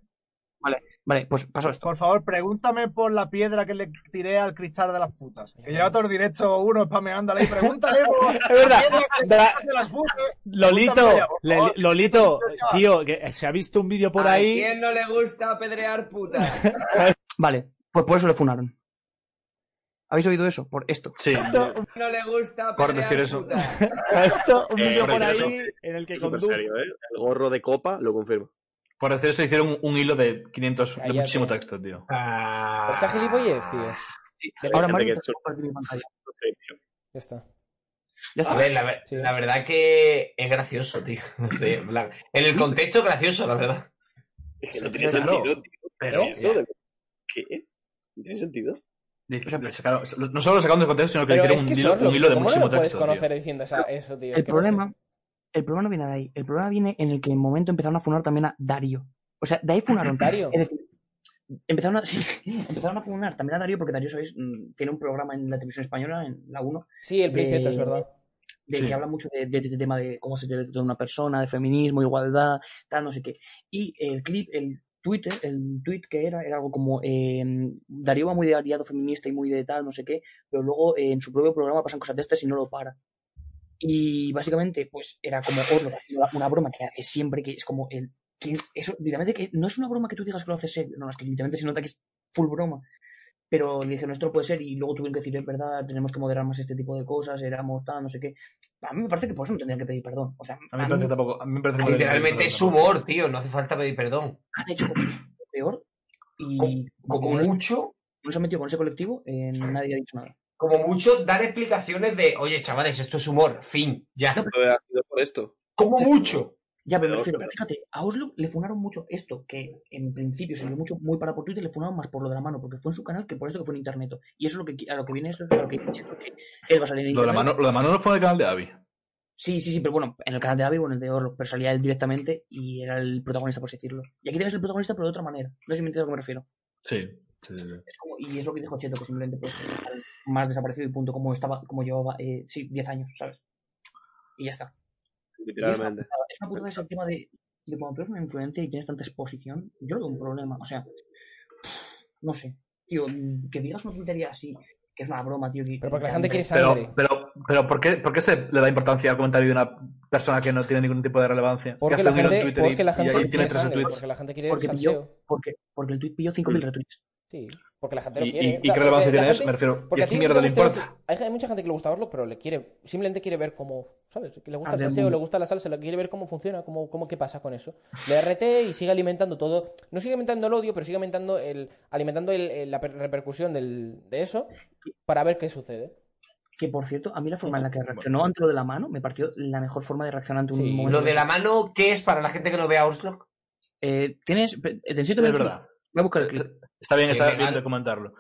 Speaker 5: Vale, pues pasó esto.
Speaker 7: Por favor, pregúntame por la piedra que le tiré al cristal de las putas. Que lleva todo el directo uno spameándole y pregúntale por
Speaker 8: Es verdad.
Speaker 7: la piedra que le
Speaker 8: Dra-
Speaker 7: tiraste de las putas.
Speaker 8: Lolito,
Speaker 7: Pregúntame ya, por
Speaker 8: le-
Speaker 7: favor.
Speaker 8: Lolito,
Speaker 7: Pregúntame ya.
Speaker 8: tío, que se ha visto un vídeo por
Speaker 1: ¿A
Speaker 8: ahí.
Speaker 1: quién no le gusta apedrear putas?
Speaker 5: Vale, pues por eso le funaron. ¿Habéis oído eso? Por esto.
Speaker 3: Sí.
Speaker 1: no le gusta
Speaker 3: Por decir eso.
Speaker 8: se ha visto un
Speaker 2: Eh,
Speaker 8: vídeo por
Speaker 2: precioso.
Speaker 8: ahí en el que
Speaker 2: Súper
Speaker 8: conduce.
Speaker 2: serio, ¿eh? El gorro de copa lo confirma.
Speaker 3: Por decir eso hicieron un, un hilo de 500, de
Speaker 4: Cállate.
Speaker 3: muchísimo texto, tío.
Speaker 4: ¿Pero Pues está gilipollez, tío?
Speaker 1: Ah.
Speaker 4: Ya
Speaker 5: Ah, Ahora
Speaker 2: gente
Speaker 5: Mario
Speaker 2: que
Speaker 5: está
Speaker 2: solo-
Speaker 5: compartiendo mi pantalla.
Speaker 2: No sé, tío.
Speaker 4: está.
Speaker 1: A
Speaker 5: Ya está.
Speaker 1: ver, la, ver-
Speaker 4: Sí.
Speaker 1: la verdad que es gracioso, tío. No sé, en plan, en el contexto, gracioso, la verdad.
Speaker 2: Es que no
Speaker 3: Sí,
Speaker 2: tiene
Speaker 3: claro.
Speaker 2: sentido, tío.
Speaker 3: Pero-
Speaker 2: ¿Eso de- ¿Qué? ¿No tiene sentido?
Speaker 3: Le sacaron- no solo lo sacaron de contexto, sino que
Speaker 4: Pero
Speaker 3: le
Speaker 4: es
Speaker 3: hicieron un,
Speaker 4: que
Speaker 3: hilo,
Speaker 4: Sorlo,
Speaker 3: un hilo de
Speaker 4: ¿cómo no
Speaker 3: muchísimo
Speaker 4: lo puedes
Speaker 3: texto. tío.
Speaker 4: conocer diciendo esa- eso, tío? Es
Speaker 5: El
Speaker 4: que no sé.
Speaker 5: problema, el problema no viene de ahí. El problema viene en el que en el momento empezaron a funar también a Darío. O sea, de ahí funaron.
Speaker 2: Ah,
Speaker 4: Darío.
Speaker 5: Es decir, empezaron a, sí, empezaron a funar también a Darío porque Darío, ¿sabéis? Mm, Tiene un programa en la televisión española, en la 1,
Speaker 4: Sí, el
Speaker 5: de-
Speaker 4: Princeto, es verdad.
Speaker 5: de
Speaker 3: Sí.
Speaker 5: que habla mucho de, de- de tema de cómo se debe tratar una persona, de feminismo, igualdad, tal, no sé qué. Y el clip, el Twitter, el tweet que era, era algo como eh, Darío va muy de aliado feminista y muy de tal, no sé qué, pero luego eh, en su propio programa pasan cosas de estas y no lo para. Y básicamente, pues era como Orlo haciendo la- una broma que hace siempre, que es como el. que eso, literalmente, que no es una broma que tú digas que lo haces serio, no, es que literalmente se nota que es full broma. Pero le dije, no, esto no puede ser, y luego tuvieron que decir, es verdad, tenemos que moderar más este tipo de cosas, éramos tal, no sé qué. A mí me parece que por eso no tendrían que pedir perdón. O sea,
Speaker 3: A mí
Speaker 5: a
Speaker 3: me
Speaker 5: mí-
Speaker 3: parece tampoco. A mí me parece que-
Speaker 1: Literalmente es humor, tío. No hace falta pedir perdón.
Speaker 5: han hecho como lo peor y
Speaker 1: Como-
Speaker 5: como,
Speaker 1: Como
Speaker 5: no, se-
Speaker 1: mucho,
Speaker 5: no se ha metido con ese colectivo, eh, nadie ha dicho nada.
Speaker 1: como mucho, dar explicaciones de, oye, chavales, esto es humor, fin, ya.
Speaker 2: Lo ha sido por esto.
Speaker 1: Como mucho.
Speaker 5: Ya, pero me
Speaker 2: Peor,
Speaker 5: refiero,
Speaker 2: peor.
Speaker 5: fíjate, a Oslo le funaron mucho esto, que en principio sirvió mucho muy para por Twitter, le funaron más por lo de la mano, porque fue en su canal que por esto que fue en internet. Y eso es lo que qui- a lo que viene eso es a lo que viene siendo que él va a salir en
Speaker 3: Lo de, la
Speaker 5: internet.
Speaker 3: mano, lo de Manolo fue en el canal de Avi.
Speaker 5: Sí, sí, sí, pero bueno, en el canal de Abby o en el de Orlo, pero salía él directamente y era el protagonista, por así decirlo. Y aquí tienes el protagonista, pero de otra manera. No sé si me entiendes a lo que me refiero.
Speaker 3: Sí. sí, sí, sí.
Speaker 5: Es como- y es lo que dijo Cheto, que simplemente pues al- más desaparecido y punto, como estaba, como llevaba, eh, sí, 10 años, ¿sabes? Y ya está. Y es una
Speaker 2: Literalmente.
Speaker 5: putada, es una putada ese tema de, de cuando tú eres un influente y tienes tanta exposición, yo lo veo un problema, o sea, no sé. Tío, que digas una tontería así, que es una broma, tío. que-
Speaker 4: Pero porque la gente quiere sangre.
Speaker 3: Pero, pero, pero ¿por, qué, ¿por qué se le da importancia al comentario de una persona que no tiene ningún tipo de relevancia?
Speaker 4: Porque
Speaker 3: que
Speaker 4: la
Speaker 3: hace un hilo en
Speaker 4: gente,
Speaker 3: Twitter
Speaker 4: porque
Speaker 3: y-
Speaker 4: la
Speaker 3: y
Speaker 4: gente
Speaker 3: ahí tiene
Speaker 4: quiere
Speaker 3: tres
Speaker 4: sangre,
Speaker 3: tweets.
Speaker 4: porque la gente quiere el
Speaker 5: Porque
Speaker 4: salseo.
Speaker 5: Porque, porque el tweet pilló 5.000 retweets.
Speaker 4: Sí, porque la gente lo
Speaker 3: ¿Y,
Speaker 4: quiere.
Speaker 3: y- y
Speaker 4: O sea,
Speaker 3: qué
Speaker 4: porque
Speaker 3: relevancia
Speaker 4: la
Speaker 3: tiene eso?
Speaker 4: gente-
Speaker 3: Me refiero,
Speaker 4: Porque
Speaker 3: ¿qué
Speaker 4: a ti no
Speaker 3: mierda
Speaker 4: te
Speaker 3: le
Speaker 4: gusta
Speaker 3: importa?
Speaker 4: Hay, hay mucha gente que le gusta Oslo, pero le quiere, simplemente quiere ver cómo, ¿sabes? Que le gusta
Speaker 5: Ah,
Speaker 4: el
Speaker 5: del
Speaker 4: salseo,
Speaker 5: mundo.
Speaker 4: le gusta la salsa, le quiere ver cómo funciona, cómo, cómo qué pasa con eso. Le RT y sigue alimentando todo. No sigue alimentando el odio, pero sigue alimentando, el, alimentando el- el- la per- repercusión del- de eso para ver qué sucede.
Speaker 5: Que por cierto, a mí la forma en la que reaccionó ante lo de la mano me pareció la mejor forma de reaccionar ante un
Speaker 4: Sí,
Speaker 5: momento.
Speaker 1: Lo de la mano, ¿qué es para la gente que no vea Oslo?
Speaker 5: Eh, tienes. pe- eh, ¿Te enseño
Speaker 3: Es
Speaker 5: el clip?
Speaker 3: verdad.
Speaker 5: Voy a buscar el clip.
Speaker 3: Está
Speaker 4: Eh,
Speaker 3: bien,
Speaker 1: Que
Speaker 3: está
Speaker 1: me
Speaker 3: bien
Speaker 1: gano.
Speaker 3: de comentarlo.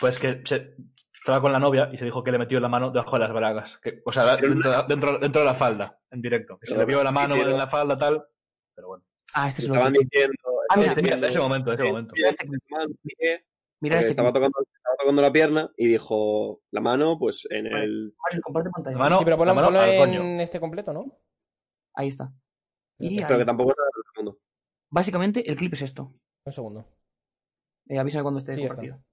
Speaker 3: Pues que se- estaba con la novia y se dijo que le metió la mano debajo de las bragas. que- o sea, dentro, dentro, dentro de la falda, en directo. Que se le vio la mano en la falda, tal. Pero bueno.
Speaker 5: Ah, este es
Speaker 2: Estaban diciendo.
Speaker 5: Ah, mira,
Speaker 2: estaban
Speaker 3: Mira,
Speaker 2: diciendo-
Speaker 3: ese momento, ese momento.
Speaker 2: Mira este man, mira,
Speaker 5: Mira
Speaker 2: porque
Speaker 5: este
Speaker 2: Eh, Estaba
Speaker 5: clip.
Speaker 2: tocando, estaba tocando la pierna y dijo la mano, pues en
Speaker 5: Vale.
Speaker 2: el.
Speaker 5: Mario, comparte pantalla.
Speaker 3: La mano,
Speaker 4: sí, pero ponlo,
Speaker 3: la mano
Speaker 4: ponlo
Speaker 3: al
Speaker 4: en
Speaker 3: coño.
Speaker 4: este completo, ¿no?
Speaker 5: Ahí está. Y
Speaker 2: Pero
Speaker 5: ahí.
Speaker 2: que tampoco era del mundo.
Speaker 5: Básicamente, el clip es esto.
Speaker 4: Un segundo.
Speaker 5: Eh, avísame cuando esté
Speaker 4: Sí, ya está.
Speaker 5: compartido.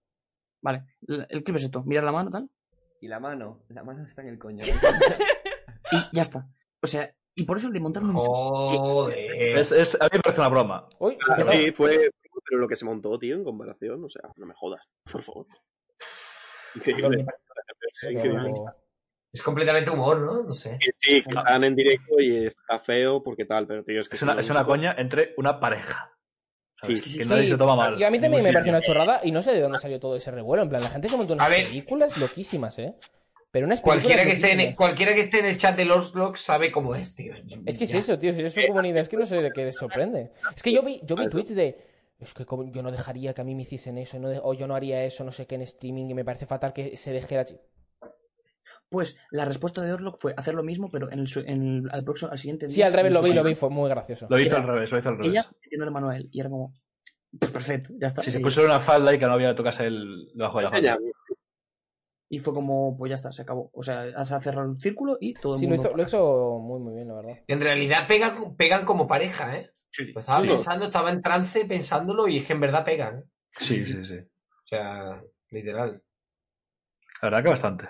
Speaker 5: Vale, el, el clip es esto. Mira la mano, tal.
Speaker 9: Y la mano, la mano está en el coño.
Speaker 5: Y ya está. O sea, y por eso le montaron un.
Speaker 1: Joder.
Speaker 3: Es, es- a mí me parece una broma.
Speaker 4: Uy, se
Speaker 2: Ah,
Speaker 4: cortó.
Speaker 2: Sí, fue. Pero lo que se montó, tío, en comparación, o sea, no me jodas, por favor. Increíble.
Speaker 4: Pero-
Speaker 2: Increíble.
Speaker 1: Es completamente humor, ¿no? No sé.
Speaker 2: Sí, sí, que están en directo y está feo porque tal, pero tío, es que.
Speaker 3: Es
Speaker 2: si
Speaker 3: una,
Speaker 2: no,
Speaker 3: es
Speaker 2: no
Speaker 3: una
Speaker 2: se puede.
Speaker 3: coña entre una pareja. ¿sabes?
Speaker 2: Sí,
Speaker 3: que
Speaker 4: Sí,
Speaker 3: nadie se toma mal.
Speaker 4: y a mí también me
Speaker 3: Ningún
Speaker 4: parece una
Speaker 3: sitio.
Speaker 4: chorrada y no sé de dónde salió todo ese revuelo. En plan, la gente se montó unas
Speaker 1: A ver.
Speaker 4: películas loquísimas, ¿eh? Pero unas películas
Speaker 1: Cualquiera que, esté en,
Speaker 4: loquísimas.
Speaker 1: cualquiera que esté en el chat de los blogs sabe cómo es, tío.
Speaker 4: Es que es
Speaker 1: Ya.
Speaker 4: eso, tío. Si eres una comunidad, es que no sé de qué les sorprende. Es que yo vi, yo vi tweets de. Es que como- yo no dejaría que a mí me hiciesen eso, no de- o yo no haría eso, no sé qué en streaming, y me parece fatal que se dejera. chi-".
Speaker 5: Pues la respuesta de Orlok fue hacer lo mismo, pero en el, su- en el- al, próximo, al siguiente día.
Speaker 4: Sí, al revés lo vi, lo
Speaker 5: Sí.
Speaker 4: vi, fue muy gracioso.
Speaker 3: Lo hizo al revés, lo hizo al revés.
Speaker 5: Ella tiene el Manuel y era como. Pues perfecto, ya está.
Speaker 3: Si se
Speaker 5: Eh,
Speaker 3: pues puso una falda y que no había tocase el debajo de la falda.
Speaker 2: Enseña,
Speaker 5: Y fue como, pues ya está, se acabó. O sea, se ha cerrado el círculo y todo el
Speaker 4: Sí, lo
Speaker 5: mundo.
Speaker 4: hizo, lo hizo muy, muy bien, la verdad.
Speaker 1: En realidad pega- pegan como pareja, ¿eh? Lo estaba
Speaker 3: Sí.
Speaker 1: pensando, estaba en trance pensándolo y es que en verdad pegan. ¿eh?
Speaker 3: Sí, sí, sí.
Speaker 1: O sea, literal.
Speaker 3: La verdad que bastante.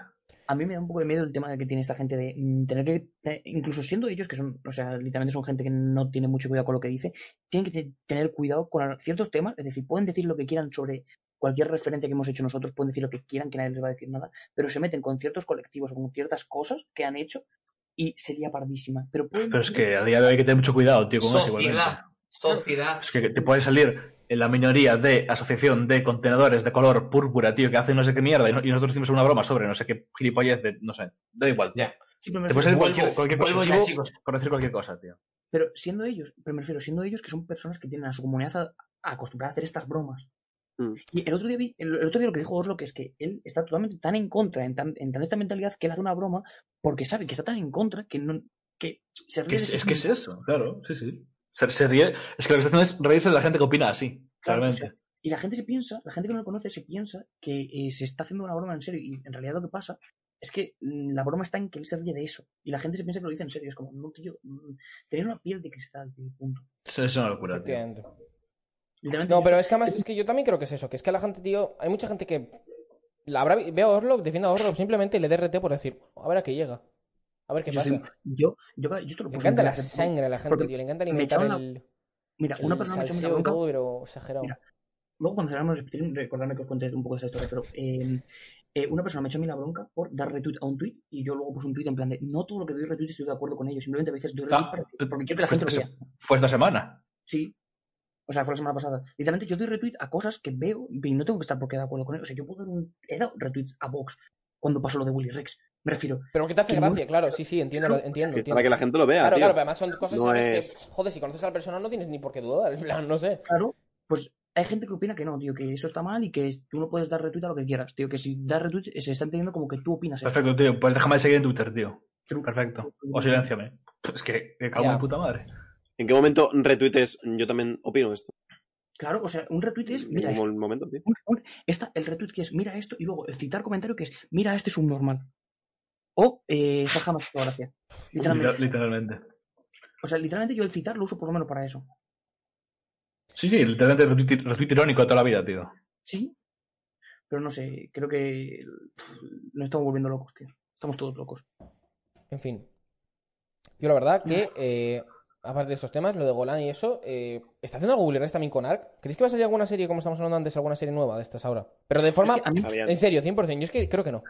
Speaker 5: A mí me da un poco de miedo el tema que tiene esta gente de mm, tener que, te- incluso siendo ellos, que son, o sea, literalmente son gente que no tiene mucho cuidado con lo que dice, tienen que te- tener cuidado con ciertos temas, es decir, pueden decir lo que quieran sobre cualquier referencia que hemos hecho nosotros, pueden decir lo que quieran, que nadie les va a decir nada, pero se meten con ciertos colectivos o con ciertas cosas que han hecho y sería pardísima. Pero, pueden
Speaker 3: Pero es
Speaker 5: decir-
Speaker 3: que a día de hoy hay que tener mucho cuidado, tío, con eso igualmente.
Speaker 1: Sociedad. Sociedad.
Speaker 3: Es que te puede salir en la minoría de asociación de contenedores de color púrpura, tío, que hacen no sé qué mierda y, no- y nosotros hicimos una broma sobre no sé qué gilipollez de, no sé, da igual.
Speaker 1: Ya.
Speaker 3: Te puede salir cualquier,
Speaker 1: Vuelvo,
Speaker 3: cualquier
Speaker 1: vuelvo ya,
Speaker 3: colectivo
Speaker 1: chicos.
Speaker 3: por decir cualquier cosa, tío.
Speaker 5: Pero siendo ellos, pero me refiero, siendo ellos que son personas que tienen a su comunidad a- acostumbrada a hacer estas bromas.
Speaker 2: Mm.
Speaker 5: Y el otro día vi, el, el otro día lo que dijo Oslo que es que él está totalmente tan en contra, en tan, en tan esta mentalidad que él hace una broma porque sabe que está tan en contra que no que se ríe
Speaker 3: Que
Speaker 5: de
Speaker 3: es,
Speaker 5: sí
Speaker 3: es que es
Speaker 5: mismo.
Speaker 3: eso, claro, sí, sí. Se, se ríe, es que lo que está haciendo es reírse de la gente que opina así,
Speaker 5: Claro,
Speaker 3: realmente.
Speaker 5: o sea, y la gente se piensa, la gente que no lo conoce se piensa que eh, se está haciendo una broma en serio y en realidad lo que pasa es que mm, la broma está en que él se ríe de eso y la gente se piensa que lo dice en serio, es como, no tío, mm, tenéis una piel de cristal, tío, punto.
Speaker 3: Es- es una locura, tío.
Speaker 4: Efectivamente.
Speaker 5: Literalmente,
Speaker 4: No,
Speaker 5: yo-
Speaker 4: pero es que además es que yo también creo que es eso, que es que la gente, tío, hay mucha gente que la habrá, vi- ve a Orlok, defiende a Orlok simplemente y le DRT por decir, a ver a qué llega, a ver qué
Speaker 5: yo,
Speaker 4: pasa.
Speaker 5: soy- yo, yo, yo te lo ¿eh?
Speaker 4: Le
Speaker 5: puse
Speaker 4: encanta la
Speaker 5: en Twitter hace poco.
Speaker 4: sangre a la gente,
Speaker 5: porque
Speaker 4: tío, le encanta
Speaker 5: me
Speaker 4: alimentar
Speaker 5: echaron la-
Speaker 4: el,
Speaker 5: Mira, una
Speaker 4: el
Speaker 5: persona me echó mucha
Speaker 4: salseo y
Speaker 5: bronca.
Speaker 4: todo, pero exagerado.
Speaker 5: Mira, Luego cuando cerramos, repetir- recordarme que os conté un poco de esa historia, pero eh, eh, una persona me echó a mí la bronca por dar retweet a un tweet y yo luego puse un tweet en plan de no todo lo que doy retweet estoy de acuerdo con ello, simplemente a veces doy retweet
Speaker 3: Ah,
Speaker 5: para- porque quiero que la
Speaker 3: fue-
Speaker 5: gente lo vea.
Speaker 3: Fue esta semana.
Speaker 5: Sí. O sea, fue la semana pasada. Literalmente yo doy retweet a cosas que veo y no tengo que estar porque de acuerdo con ello. O sea, yo puedo dar un... He dado retweet a Vox cuando pasó lo de Willy Rex. Me refiero,
Speaker 4: Pero que te hace
Speaker 5: que no-
Speaker 4: gracia, claro, sí, sí, entiendo,
Speaker 5: Claro,
Speaker 4: lo- entiendo,
Speaker 2: Que es
Speaker 4: entiendo.
Speaker 2: para que la gente lo vea,
Speaker 4: Claro,
Speaker 2: tío.
Speaker 4: claro, pero además son cosas,
Speaker 2: No
Speaker 4: ¿sabes?
Speaker 2: es-
Speaker 4: Que, joder, si conoces a la persona no tienes ni por qué dudar, en plan, no sé.
Speaker 5: claro, pues hay gente que opina que no, tío, que eso está mal y que tú no puedes dar retweet a lo que quieras, tío, que si das retweet eh, se está entendiendo como que tú opinas. eso.
Speaker 3: Perfecto, tío. Pues déjame de seguir en Twitter, tío.
Speaker 5: True.
Speaker 3: Perfecto. O silénciame. Es que me cago en
Speaker 4: Ya.
Speaker 3: mi puta madre.
Speaker 2: ¿En qué momento retuites? Yo también opino esto.
Speaker 5: Claro, o sea, un retweet es,
Speaker 2: En
Speaker 5: mira, esto,
Speaker 2: ningún momento, tío.
Speaker 5: un- un- esta- el retweet que es, mira esto, y luego el citar comentario que es, mira, este es un normal. O, eh, jaja, me ha hecho gracia. Literalmente.
Speaker 3: Literal- Literalmente.
Speaker 5: O sea, literalmente yo el citar lo uso por lo menos para eso.
Speaker 3: Sí, sí, literalmente retweet, retweet irónico de toda la vida, tío.
Speaker 5: Sí. Pero no sé, creo que pff, nos estamos volviendo locos, tío. Estamos todos locos.
Speaker 4: En fin. Yo la verdad que, eh, aparte de estos temas, lo de Golan y eso, eh, ¿está haciendo algo Willy Rex también con Ark? ¿Creéis que va a salir alguna serie, como estamos hablando antes, alguna serie nueva de estas ahora? Pero de forma...
Speaker 5: A mí,
Speaker 2: Habían-
Speaker 4: En serio, 100%. Yo es que creo que no.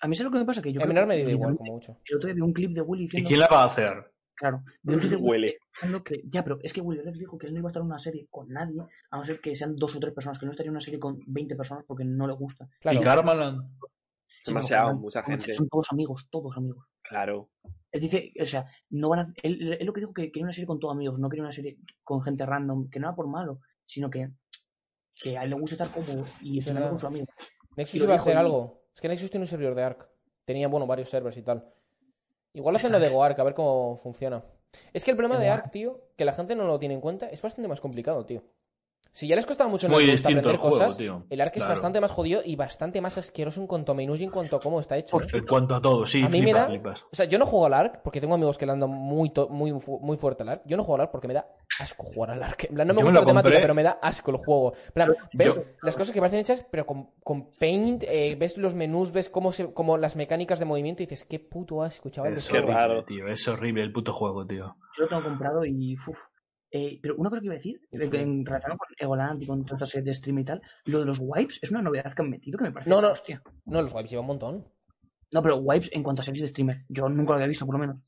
Speaker 5: a mí sé lo que me pasa que yo
Speaker 4: En
Speaker 5: creo
Speaker 4: menor
Speaker 5: que-
Speaker 4: medida igual, como mucho.
Speaker 5: El otro día vi un clip de Willy
Speaker 3: ¿Y
Speaker 5: diciendo...
Speaker 3: quién la va a hacer?
Speaker 5: Claro, vi un clip de Willy
Speaker 2: Huele.
Speaker 5: diciendo que... Ya, pero es que Willy Rex dijo que él no iba a estar en una serie con nadie, a no ser que sean dos o tres personas, que no estaría en una serie con 20 personas porque no le gusta.
Speaker 4: Claro.
Speaker 3: ¿Y Garmaland?
Speaker 5: Sí,
Speaker 2: Demasiado,
Speaker 5: pero-
Speaker 2: mucha
Speaker 5: como-
Speaker 2: gente.
Speaker 5: Son todos amigos, todos amigos.
Speaker 2: Claro.
Speaker 5: Él dice, o sea, no van a... Él, él lo que dijo que quería una serie con todos amigos, no quería una serie con gente random, que no era por malo, sino que, que a él le gusta estar cómodo y estar
Speaker 4: verdad.
Speaker 5: con sus amigos.
Speaker 4: Nexus
Speaker 5: Y lo
Speaker 4: iba a
Speaker 5: dijo
Speaker 4: hacer
Speaker 5: en-
Speaker 4: algo. Es que Nexus tiene un servidor de Ark. Tenía, bueno, varios servers y tal. Igual hacen lo de GoArk, a ver cómo funciona. Es que el problema de Ark, tío, que la gente no lo tiene en cuenta, es bastante más complicado, tío. Si ya les costaba mucho en
Speaker 3: Muy
Speaker 4: el Nexus
Speaker 3: distinto
Speaker 4: aprender
Speaker 3: el juego,
Speaker 4: cosas,
Speaker 3: tío.
Speaker 4: el Ark es
Speaker 3: Claro.
Speaker 4: bastante más jodido y bastante más asqueroso en cuanto a menús y en cuanto a cómo está hecho. ¿eh?
Speaker 3: En cuanto a todo, sí,
Speaker 4: A mí me
Speaker 3: flipas,
Speaker 4: da-
Speaker 3: flipas.
Speaker 4: O sea, yo no juego al ARC porque tengo amigos que le andan muy, to- muy, fu- muy fuerte al ARC. Yo no juego al ARC porque me da asco jugar al ARC. En plan, no me
Speaker 3: Yo me
Speaker 4: gusta
Speaker 3: lo
Speaker 4: la temática,
Speaker 3: compré.
Speaker 4: pero me da asco el juego. En plan, ves
Speaker 3: yo-
Speaker 4: las cosas que parecen hechas, pero con, con Paint, eh, ves los menús, ves cómo, se, cómo las mecánicas de movimiento y dices, qué puto asco, chaval.
Speaker 3: Es
Speaker 2: qué
Speaker 3: horrible,
Speaker 2: raro.
Speaker 3: tío. Es horrible el puto juego, tío.
Speaker 5: Yo lo tengo comprado y. uf. Eh, pero una cosa que iba a decir, eh, que en relación con Egoland y con toda esta serie de stream y tal, lo de los wipes es una novedad que han metido que me parece.
Speaker 4: No, no.
Speaker 5: hostia.
Speaker 4: No, los wipes lleva un montón.
Speaker 5: No, pero wipes en cuanto a series de streamer. Yo nunca lo había visto, por lo menos.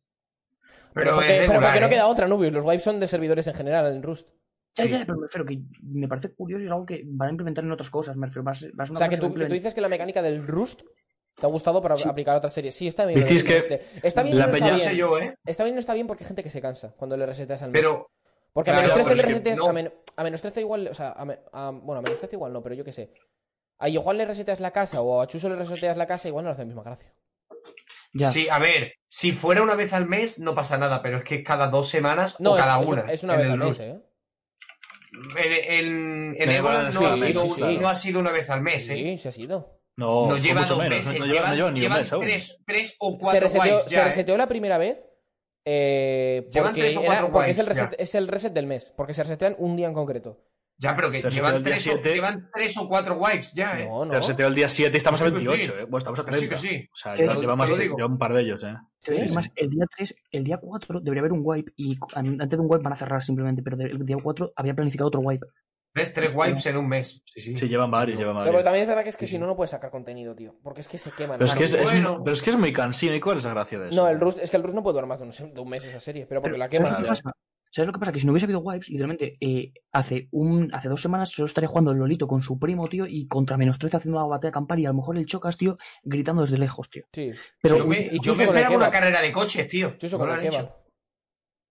Speaker 1: Pero,
Speaker 4: porque,
Speaker 1: es
Speaker 4: pero
Speaker 1: regular,
Speaker 4: porque no
Speaker 1: ¿eh?
Speaker 4: queda otra, Nubius. Los wipes son de servidores en general en Rust.
Speaker 5: Ya, ya, pero me refiero que me parece curioso y es algo que van a implementar en otras cosas. Me refiero, va a ser- va a ser
Speaker 4: O
Speaker 5: una
Speaker 4: sea, que
Speaker 5: cosa
Speaker 4: tú,
Speaker 5: va a
Speaker 4: que tú
Speaker 5: implementar.
Speaker 4: dices que la mecánica del Rust te ha gustado para aplicar a otras series. Sí, está bien.
Speaker 3: Visteis que
Speaker 4: este. Está bien, y
Speaker 3: la
Speaker 4: no está
Speaker 3: peña-
Speaker 1: No
Speaker 4: bien.
Speaker 1: sé yo, ¿eh?
Speaker 4: Está bien, y no está bien porque hay gente que se cansa cuando le reseteas al mes.
Speaker 1: Pero
Speaker 4: Porque a
Speaker 1: Claro,
Speaker 4: menos 13
Speaker 1: pero
Speaker 4: le
Speaker 1: es que
Speaker 4: reseteas.
Speaker 1: no.
Speaker 4: A, men- a menos 13 igual. O sea, a me- a- bueno, a menos 13 igual no, pero yo qué sé. A Juan le reseteas la casa o a Chuso le reseteas la casa, igual no le hace la misma gracia.
Speaker 5: Ya.
Speaker 1: sí, a ver, si fuera una vez al mes no pasa nada, pero es que es cada dos semanas
Speaker 4: No,
Speaker 1: o
Speaker 4: es,
Speaker 1: cada
Speaker 4: es-
Speaker 1: una.
Speaker 4: es una
Speaker 1: en
Speaker 4: vez
Speaker 1: el
Speaker 4: al mes,
Speaker 1: Rust.
Speaker 4: ¿eh?
Speaker 1: En, en, en
Speaker 3: Me
Speaker 1: Evoland
Speaker 3: van a
Speaker 1: no, ha
Speaker 3: decir,
Speaker 1: sido,
Speaker 4: sí, sí, sí.
Speaker 1: no ha sido una vez al mes, ¿eh?
Speaker 4: Sí, se ha sido.
Speaker 3: No,
Speaker 1: no
Speaker 3: con
Speaker 1: lleva
Speaker 3: Oh, mucho
Speaker 1: dos
Speaker 3: menos, ¿eh?
Speaker 1: meses,
Speaker 3: no, no lleva, no
Speaker 1: llevan,
Speaker 3: lleva ni un
Speaker 1: llevan
Speaker 3: mes aún.
Speaker 1: tres, tres o
Speaker 4: Se
Speaker 1: cuatro
Speaker 4: reseteó,
Speaker 1: guays
Speaker 4: se
Speaker 1: ya, ¿eh?
Speaker 4: reseteó la primera vez. eh,
Speaker 1: Llevan
Speaker 4: porque
Speaker 1: tres o
Speaker 4: era-
Speaker 1: cuatro
Speaker 4: porque es, el
Speaker 1: guays, ya.
Speaker 4: reset, es el reset del mes. Porque se resetean un día en concreto.
Speaker 1: Ya, pero que
Speaker 3: Se reseteó
Speaker 1: llevan
Speaker 3: el día
Speaker 1: tres, o,
Speaker 3: siete.
Speaker 1: llevan tres o cuatro wipes ya, ¿eh?
Speaker 4: No, no.
Speaker 3: Se reseteó el día 7 y estamos
Speaker 1: Sí,
Speaker 3: a
Speaker 1: que sí.
Speaker 3: 28, ¿eh? Bueno, estamos a
Speaker 1: Que sí,
Speaker 3: 30.
Speaker 1: que sí.
Speaker 3: O sea,
Speaker 5: Te
Speaker 3: lleva,
Speaker 1: lo-
Speaker 3: lleva
Speaker 1: te
Speaker 3: más
Speaker 1: lo
Speaker 3: de-
Speaker 1: digo.
Speaker 3: lleva un par de ellos, ¿eh?
Speaker 5: Te voy a decir más, el día 3, el día 4 debería haber un wipe y co- an- antes de un wipe van a cerrar simplemente, pero de- el día 4 había planificado otro wipe.
Speaker 1: Ves tres wipes en un mes. Sí, sí.
Speaker 3: Sí, llevan varios, llevan
Speaker 4: Pero, pero
Speaker 3: varios.
Speaker 4: también es verdad que es que si no, no puedes sacar contenido, tío. Porque es que se queman.
Speaker 3: Pero es que es, es-
Speaker 1: Bueno.
Speaker 3: pero es que es muy cansino. ¿Y cuál es la gracia de eso?
Speaker 4: No, el Rust, es que el Rust no puede durar más de un, de un mes esa serie, pero porque
Speaker 5: Pero,
Speaker 4: la
Speaker 5: ¿sabes
Speaker 4: queman.
Speaker 5: lo que
Speaker 4: tío.
Speaker 5: pasa? ¿Sabes lo que pasa? Que si no hubiese habido wipes, literalmente, eh, hace un hace dos semanas solo estaría jugando el Lolito con su primo, tío, y contra menos 13 haciendo la batalla campal y a lo mejor el Chocas, tío, gritando desde lejos, tío.
Speaker 4: Sí.
Speaker 5: Pero
Speaker 1: yo me,
Speaker 4: y
Speaker 1: yo
Speaker 4: Chuso
Speaker 1: me
Speaker 4: con el
Speaker 1: esperaba una
Speaker 4: kebab.
Speaker 1: carrera de coches, tío.
Speaker 4: Chuso
Speaker 1: No
Speaker 4: con
Speaker 1: lo
Speaker 4: el
Speaker 1: han
Speaker 4: kebab.
Speaker 1: hecho.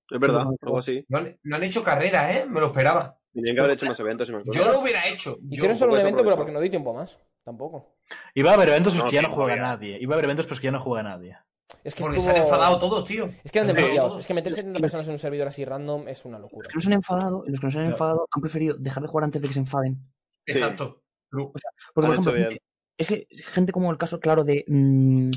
Speaker 2: Es verdad, algo así.
Speaker 1: No, han- no han hecho carrera, ¿eh? Me lo esperaba.
Speaker 2: Tenían que haber hecho más eventos y más cosas.
Speaker 1: Yo lo hubiera hecho. Yo-
Speaker 4: Hicieron solo un
Speaker 2: puedes
Speaker 4: evento, pero
Speaker 2: aprovechar.
Speaker 4: porque no di tiempo más. Tampoco.
Speaker 3: Iba a haber eventos pues,
Speaker 2: No,
Speaker 3: que ya no
Speaker 2: tío,
Speaker 3: juega
Speaker 2: no, ya.
Speaker 3: nadie. Iba a haber eventos pues que ya no juega nadie.
Speaker 4: Es que
Speaker 1: porque
Speaker 4: estuvo-
Speaker 1: se han enfadado todos, tío.
Speaker 4: Es que eran
Speaker 1: Sí.
Speaker 4: demasiados. Es que meter 70 personas en un servidor así random es una locura.
Speaker 5: los que no se han enfadado, los que no se han
Speaker 3: Claro.
Speaker 5: enfadado han preferido dejar de jugar antes de que se enfaden.
Speaker 1: Exacto. Lu-
Speaker 5: Porque,
Speaker 2: Han
Speaker 5: por
Speaker 2: hecho
Speaker 5: ejemplo,
Speaker 2: bien.
Speaker 5: es que gente como el caso, claro, de mm,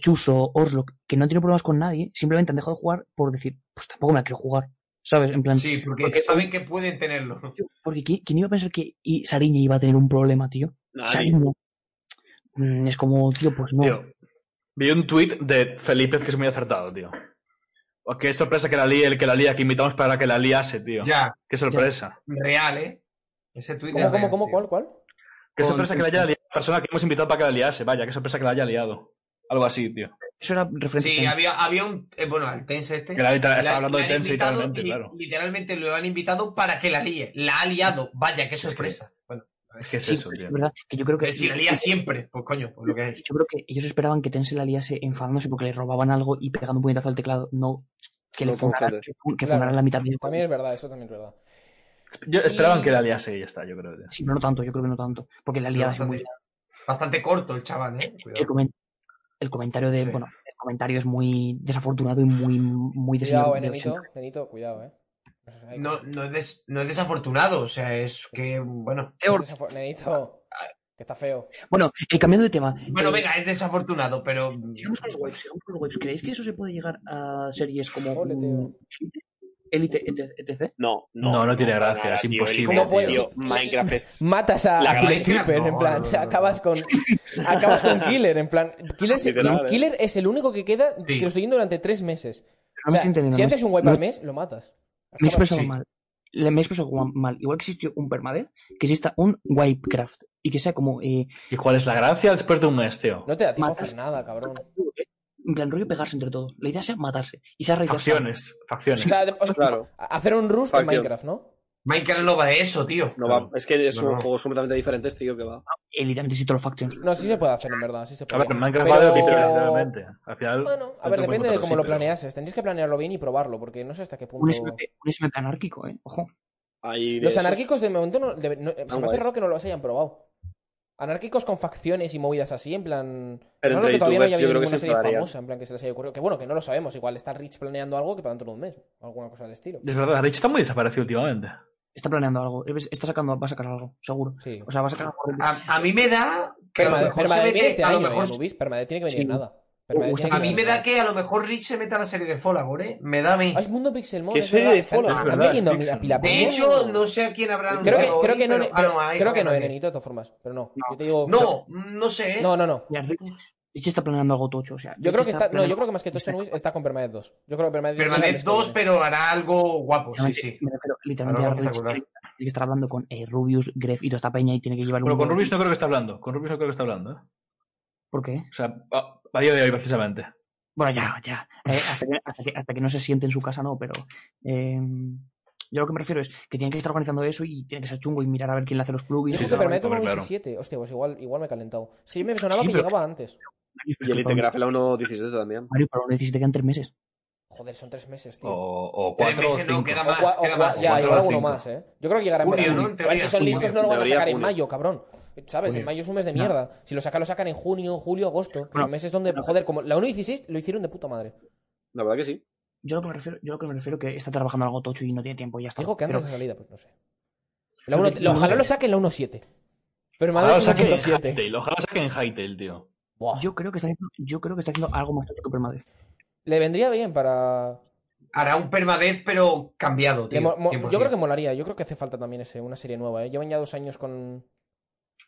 Speaker 5: Chuso, Orlok, que no tiene problemas con nadie, simplemente han dejado de jugar por decir, pues tampoco me la quiero jugar. ¿Sabes? En plan,
Speaker 1: Sí, porque,
Speaker 5: Porque-
Speaker 1: saben que pueden tenerlo.
Speaker 5: tío, porque ¿quién, quién iba a pensar que y Sariña iba a tener un problema, tío?
Speaker 2: Nadie.
Speaker 5: Sariña. Mm, es como, tío, pues no.
Speaker 3: Tío, vi un tweet de Felipe que es muy acertado, tío. Oh, Qué sorpresa que la líe el que la lía, que invitamos para que la liase, tío.
Speaker 1: Ya,
Speaker 3: Qué sorpresa.
Speaker 1: real, ¿eh? Ese tweet
Speaker 4: ¿Cómo, cómo, cómo, cuál, cuál?
Speaker 3: Qué
Speaker 5: Con-
Speaker 3: sorpresa que la
Speaker 4: este-
Speaker 3: haya liado la persona que hemos invitado para que la liase. Vaya, qué sorpresa que la haya liado. Algo así, tío.
Speaker 5: Eso era referencia.
Speaker 1: Sí, había, había un. eh, bueno, al Tense este.
Speaker 3: Que la, está
Speaker 1: La-
Speaker 3: hablando
Speaker 1: la
Speaker 3: de
Speaker 1: han
Speaker 3: Tense
Speaker 1: invitado
Speaker 3: literalmente,
Speaker 1: y-
Speaker 3: claro.
Speaker 1: Literalmente lo han invitado para que la líe. La ha liado. Vaya, qué sorpresa. Bueno,
Speaker 3: Es que es
Speaker 5: Sí,
Speaker 3: eso,
Speaker 4: pues,
Speaker 5: pero
Speaker 3: tío.
Speaker 5: es verdad que yo creo que
Speaker 1: pero si la lía siempre, pues coño, pues lo que hay.
Speaker 5: yo creo que ellos esperaban que Tense la liase enfadándose porque le robaban algo y pegando un puñetazo al teclado, no que le
Speaker 2: No con
Speaker 5: fundaran,
Speaker 2: gente.
Speaker 5: que, fun- que
Speaker 4: Claro.
Speaker 5: fundaran la mitad de
Speaker 4: También es verdad, eso también es verdad.
Speaker 3: Yo esperaban que la liase y ya está, yo creo. tío.
Speaker 5: Sí, pero no tanto, yo creo que no tanto. Porque la liada es muy.
Speaker 1: Bastante, bastante corto el chaval, ¿eh? Cuidado.
Speaker 5: El, comen- el comentario de.
Speaker 1: Sí.
Speaker 5: Bueno, el comentario es muy desafortunado y muy, muy
Speaker 4: Cuidado, eh,
Speaker 5: de-
Speaker 4: nenito. Nenito, cuidado, eh. Hay
Speaker 1: No,
Speaker 4: cosas-
Speaker 1: no, es des- no es desafortunado, o sea, es que, bueno.
Speaker 4: Ese fue- Nenito, que está feo.
Speaker 5: Bueno, eh, cambiando de tema.
Speaker 1: Bueno,
Speaker 5: eh,
Speaker 1: venga, es desafortunado, pero.
Speaker 5: Sigamos con los waves, sigamos con los waves. ¿Creéis que eso se puede llegar a series como.
Speaker 4: Ole, tío.
Speaker 5: mm, Elite, etc, etc?
Speaker 2: No, no.
Speaker 3: No, no tiene gracia,
Speaker 2: nada,
Speaker 3: es
Speaker 2: tío,
Speaker 3: imposible,
Speaker 2: el-
Speaker 4: No puede-
Speaker 2: tío,
Speaker 4: sí.
Speaker 2: Minecraft es.
Speaker 4: Matas a,
Speaker 2: La
Speaker 4: a Killer
Speaker 1: Minecraft,
Speaker 4: Keeper,
Speaker 1: no,
Speaker 4: en plan,
Speaker 1: no, no, no.
Speaker 4: acabas con acabas con Killer, en plan, Killer es,
Speaker 2: Literal, ¿eh?
Speaker 4: Killer es el único que queda que
Speaker 1: Sí.
Speaker 4: lo estoy yendo durante tres meses.
Speaker 5: No
Speaker 4: O
Speaker 5: me
Speaker 4: sea,
Speaker 5: estoy entendiendo.
Speaker 4: si
Speaker 5: no-
Speaker 4: haces un wipe
Speaker 5: no-
Speaker 4: al mes, lo matas.
Speaker 5: Me he expresado
Speaker 1: Sí.
Speaker 5: mal. Le- Me he expresado como mal. Igual que existió un permadeath, que exista un wipecraft. Y que sea como. eh,
Speaker 3: ¿Y cuál es la gracia después de un mes, tío?
Speaker 4: No te da tiempo a hacer
Speaker 5: Matas.
Speaker 4: nada, cabrón.
Speaker 5: en plan rollo pegarse entre todos. La idea sea matarse. Y sea reiterar.
Speaker 3: Facciones,
Speaker 4: O
Speaker 3: facciones.
Speaker 4: sea, de- o sea,
Speaker 2: Claro.
Speaker 4: a- hacer un rust en
Speaker 2: Facción.
Speaker 4: Minecraft, ¿no?
Speaker 1: Minecraft no va de eso, tío.
Speaker 2: No va, es que son
Speaker 1: No, no.
Speaker 2: juegos completamente diferentes, tío, que va.
Speaker 5: Eh, literalmente sí, todos los factions.
Speaker 4: No, sí se puede hacer, en verdad, sí se
Speaker 3: A
Speaker 4: puede.
Speaker 3: ver, Minecraft
Speaker 4: Pero-
Speaker 3: va de lo que quiera, literalmente. Al final.
Speaker 4: Bueno, a
Speaker 3: tanto
Speaker 4: ver,
Speaker 3: como
Speaker 4: depende de
Speaker 3: otro,
Speaker 4: cómo
Speaker 3: sí,
Speaker 4: lo
Speaker 3: pero-
Speaker 4: planeas. Tendríais que planearlo bien y probarlo, porque no sé hasta qué
Speaker 5: Un
Speaker 4: punto...
Speaker 5: SMP, un SMP anárquico, ¿eh? Ojo.
Speaker 2: Ahí de
Speaker 4: Los
Speaker 2: esos.
Speaker 4: anárquicos de momento no, de- no- se me hace
Speaker 2: guays.
Speaker 4: raro que no los hayan probado. Anárquicos con facciones y movidas así, en plan.
Speaker 2: Pero
Speaker 4: raro
Speaker 2: entre
Speaker 4: que todavía no
Speaker 2: youtubers
Speaker 4: haya
Speaker 2: yo
Speaker 4: habido
Speaker 2: creo que
Speaker 4: ninguna
Speaker 2: se
Speaker 4: serie
Speaker 2: enfadarían.
Speaker 4: famosa, en plan que se les haya ocurrido. Que bueno, que no lo sabemos. Igual está Rich planeando algo que para dentro de un mes. o Alguna cosa del estilo.
Speaker 3: Es verdad, Rich está muy desaparecido últimamente.
Speaker 5: Está planeando algo. Es- Está sacando, va a sacar algo, seguro.
Speaker 4: Sí.
Speaker 5: O sea, va a sacar algo. repetido.
Speaker 1: A, a mí me da. Que a lo
Speaker 4: Permade-
Speaker 1: mejor se
Speaker 4: Permade viene
Speaker 1: mete-
Speaker 4: este
Speaker 1: a lo
Speaker 4: año,
Speaker 1: mejor-
Speaker 4: eh, Rubis. Permade tiene que venir
Speaker 5: Sí.
Speaker 4: nada. Permade
Speaker 5: O- o
Speaker 4: tiene
Speaker 5: está-
Speaker 1: a
Speaker 4: que
Speaker 1: mí me
Speaker 4: venir
Speaker 1: da
Speaker 4: nada.
Speaker 1: que a lo mejor Rich se meta a la serie de Fallout, ¿eh? Me da a mí.
Speaker 4: Ah, es Mundo Pixel Mode,
Speaker 2: Que
Speaker 4: es
Speaker 2: soy de
Speaker 4: verdad, están-
Speaker 2: Fallout,
Speaker 4: están
Speaker 3: verdad, es
Speaker 4: metiendo
Speaker 3: Pixel.
Speaker 4: pila-
Speaker 1: De hecho, no sé a quién habrá
Speaker 4: Creo
Speaker 1: anunciado
Speaker 4: que, creo
Speaker 1: hoy,
Speaker 4: que no,
Speaker 1: pero-
Speaker 4: ne-
Speaker 1: ah, no, ahí
Speaker 4: creo que no,
Speaker 1: no,
Speaker 4: eh, nenito, de todas formas. Pero no. Yo te digo.
Speaker 1: No, no sé. ¿eh?
Speaker 4: No, no, no.
Speaker 5: Mira, Rich, Rich está planeando algo tocho. O sea,
Speaker 4: Yo
Speaker 5: Rich
Speaker 4: creo que está. No,
Speaker 5: planeando-
Speaker 4: yo creo que más que Tocho Nuis está con Permanent 2. Yo creo que Permanent 2.
Speaker 1: Permanent 2, pero hará algo guapo, sí, sí.
Speaker 5: Me refiero literalmente
Speaker 1: Algo
Speaker 5: a Rich.
Speaker 1: espectacular.
Speaker 5: Tiene que estar hablando con eh, Rubius, Gref y toda esta peña y tiene que llevar
Speaker 3: Pero
Speaker 5: un.
Speaker 3: con Rubius no creo que está hablando. Con Rubius no creo que está hablando, ¿eh?
Speaker 5: ¿Por qué?
Speaker 3: O sea, a, a día de hoy, precisamente.
Speaker 5: Bueno, ya, ya. Eh, hasta, que, hasta que- hasta que no se siente en su casa, no, pero. eh, yo lo que me refiero es que tienen que estar organizando eso y tiene que ser chungo y mirar a ver quién le hace los plugins.
Speaker 4: Yo
Speaker 3: Sí, sí,
Speaker 4: creo que
Speaker 3: no,
Speaker 4: Permanent 2
Speaker 3: hombre, claro.
Speaker 4: 17. Hostia, pues igual, igual me he calentado. Sí, me sonaba
Speaker 3: Sí,
Speaker 4: que
Speaker 3: pero-
Speaker 4: llegaba antes.
Speaker 2: Y Elite Graph, la 1.17 también.
Speaker 5: Mario, pero necesito que quedan tres meses.
Speaker 4: Joder, son tres meses, tío.
Speaker 3: Oh, O, o
Speaker 1: Tres
Speaker 3: cuatro o
Speaker 1: meses no,
Speaker 3: cinco.
Speaker 1: queda
Speaker 4: O
Speaker 1: más,
Speaker 4: cua- o
Speaker 1: queda
Speaker 4: cua-
Speaker 1: más.
Speaker 4: ya,
Speaker 3: Cuatro
Speaker 4: igual
Speaker 3: o
Speaker 4: alguno
Speaker 3: cinco.
Speaker 4: más, ¿eh. Yo creo que llegará en
Speaker 1: Junio,
Speaker 4: verano.
Speaker 1: ¿no? En
Speaker 4: A ver si
Speaker 1: teoría,
Speaker 4: son
Speaker 1: junio.
Speaker 4: listos, no lo van a
Speaker 2: Teoría,
Speaker 4: sacar en
Speaker 2: junio.
Speaker 4: mayo, cabrón. ¿Sabes? En
Speaker 3: Junio.
Speaker 4: mayo es un mes de
Speaker 5: No.
Speaker 4: mierda. Si lo sacan, lo sacan en junio, julio, agosto. que
Speaker 5: Bueno.
Speaker 4: son meses donde, joder, como la 1.16 lo hicieron de puta madre.
Speaker 2: La verdad que sí.
Speaker 5: Yo lo que me refiero, yo lo que me refiero que está trabajando algo tocho y no tiene tiempo y ya está.
Speaker 4: Dijo que antes
Speaker 5: Pero
Speaker 4: de salida, pues no sé. La
Speaker 5: Pero
Speaker 4: 1
Speaker 5: que- no
Speaker 4: ojalá
Speaker 5: sé.
Speaker 4: lo saquen la 1.7. Pero me ha
Speaker 3: Ojalá
Speaker 4: dado
Speaker 3: lo saquen en
Speaker 4: 5.7.
Speaker 3: Hightail, ojalá lo saquen en Hightail, tío.
Speaker 1: Oh.
Speaker 4: Buah.
Speaker 5: Yo creo que está haciendo, yo creo que está haciendo algo más tocho que Permadez.
Speaker 4: Le vendría bien para.
Speaker 1: Hará un permadez, pero cambiado,
Speaker 4: Le
Speaker 1: tío.
Speaker 4: mo- mo-
Speaker 1: 100%.
Speaker 4: yo creo que molaría. Yo creo que hace falta también ese, una serie nueva. ¿eh? Llevan ya dos años con,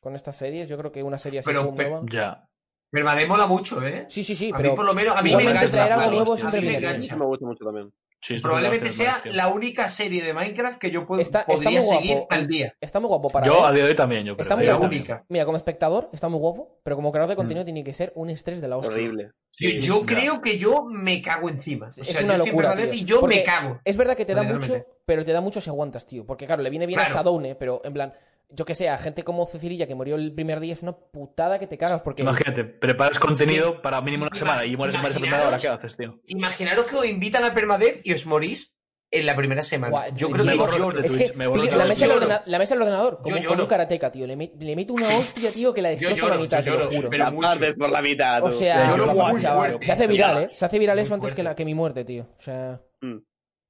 Speaker 4: con estas series. Yo creo que una serie así
Speaker 1: Pero-
Speaker 4: como
Speaker 1: pero-
Speaker 4: nueva.
Speaker 3: Ya.
Speaker 1: Permadez mola mucho, ¿eh?
Speaker 4: Sí, sí, sí,
Speaker 1: a
Speaker 4: pero.
Speaker 1: mí por lo menos, a mí me
Speaker 4: igualmente
Speaker 1: engancha.
Speaker 4: traer algo
Speaker 1: claro.
Speaker 4: nuevo
Speaker 1: a
Speaker 4: siempre
Speaker 1: mí me
Speaker 4: viene bien.
Speaker 1: engancha.
Speaker 2: me gusta mucho también.
Speaker 3: Sí, esto
Speaker 1: Probablemente
Speaker 3: es una
Speaker 1: sea
Speaker 3: de las
Speaker 1: la única serie de Minecraft que yo puedo,
Speaker 4: Está- está
Speaker 1: podría
Speaker 4: muy guapo.
Speaker 1: seguir al día.
Speaker 4: Está muy guapo
Speaker 3: que-
Speaker 4: para.
Speaker 3: Yo a
Speaker 4: ver.
Speaker 3: día de hoy también, yo creo. Eh,
Speaker 4: Está muy
Speaker 3: Yo
Speaker 1: La
Speaker 4: guapo.
Speaker 3: también.
Speaker 1: única.
Speaker 4: Mira, como espectador está muy guapo, pero como
Speaker 1: Mm.
Speaker 4: creador de contenido tiene que ser un estrés de la hostia.
Speaker 2: Horrible.
Speaker 1: Yo,
Speaker 3: Sí,
Speaker 1: yo
Speaker 3: ya.
Speaker 1: creo que yo me cago encima. O sea,
Speaker 4: Es una
Speaker 1: yo estoy en
Speaker 4: locura,
Speaker 1: Permadez
Speaker 4: tío.
Speaker 1: y yo
Speaker 4: Porque-
Speaker 1: me cago.
Speaker 4: Es verdad que te da
Speaker 1: Vale,
Speaker 4: mucho,
Speaker 1: realmente.
Speaker 4: pero te da mucho si aguantas, tío. Porque claro, le viene bien
Speaker 1: Claro.
Speaker 4: a Sadowne, pero en plan, yo que sé, a gente como Cecililla que murió el primer día es una putada que te cagas porque.
Speaker 3: Imagínate, preparas contenido para mínimo una
Speaker 1: Ima-
Speaker 3: semana y mueres mueres la primera hora.
Speaker 1: imaginaros-
Speaker 3: ¿Qué haces, tío?
Speaker 1: Imaginaros que os invitan a Permadez y os morís en la primera semana.
Speaker 4: Guau,
Speaker 1: yo
Speaker 4: me
Speaker 1: creo que
Speaker 3: borro
Speaker 1: yo-
Speaker 3: de
Speaker 4: Es
Speaker 3: Twitch,
Speaker 4: que
Speaker 3: me borro
Speaker 4: pillo
Speaker 1: de
Speaker 4: la,
Speaker 1: Twitch.
Speaker 4: mesa del
Speaker 1: Lloro.
Speaker 4: ordena- la mesa del ordenador, como con
Speaker 1: lloro.
Speaker 4: un karateca, tío. Le, met- le meto una hostia, tío, que la
Speaker 1: yo
Speaker 4: destroza
Speaker 1: lloro,
Speaker 4: la mitad,
Speaker 1: yo
Speaker 4: te lo
Speaker 1: lloro,
Speaker 4: juro.
Speaker 1: pero mucho.
Speaker 2: Partes por la mitad. tú.
Speaker 4: O sea,
Speaker 3: Yo lo
Speaker 4: guau,
Speaker 3: muy
Speaker 4: chaval.
Speaker 1: fuerte,
Speaker 4: se hace viral, ¿eh?
Speaker 1: chaval.
Speaker 4: Se hace viral
Speaker 1: Muy
Speaker 4: eso antes que,
Speaker 1: fuerte.
Speaker 4: la, que mi muerte, tío. O sea.
Speaker 2: Mm.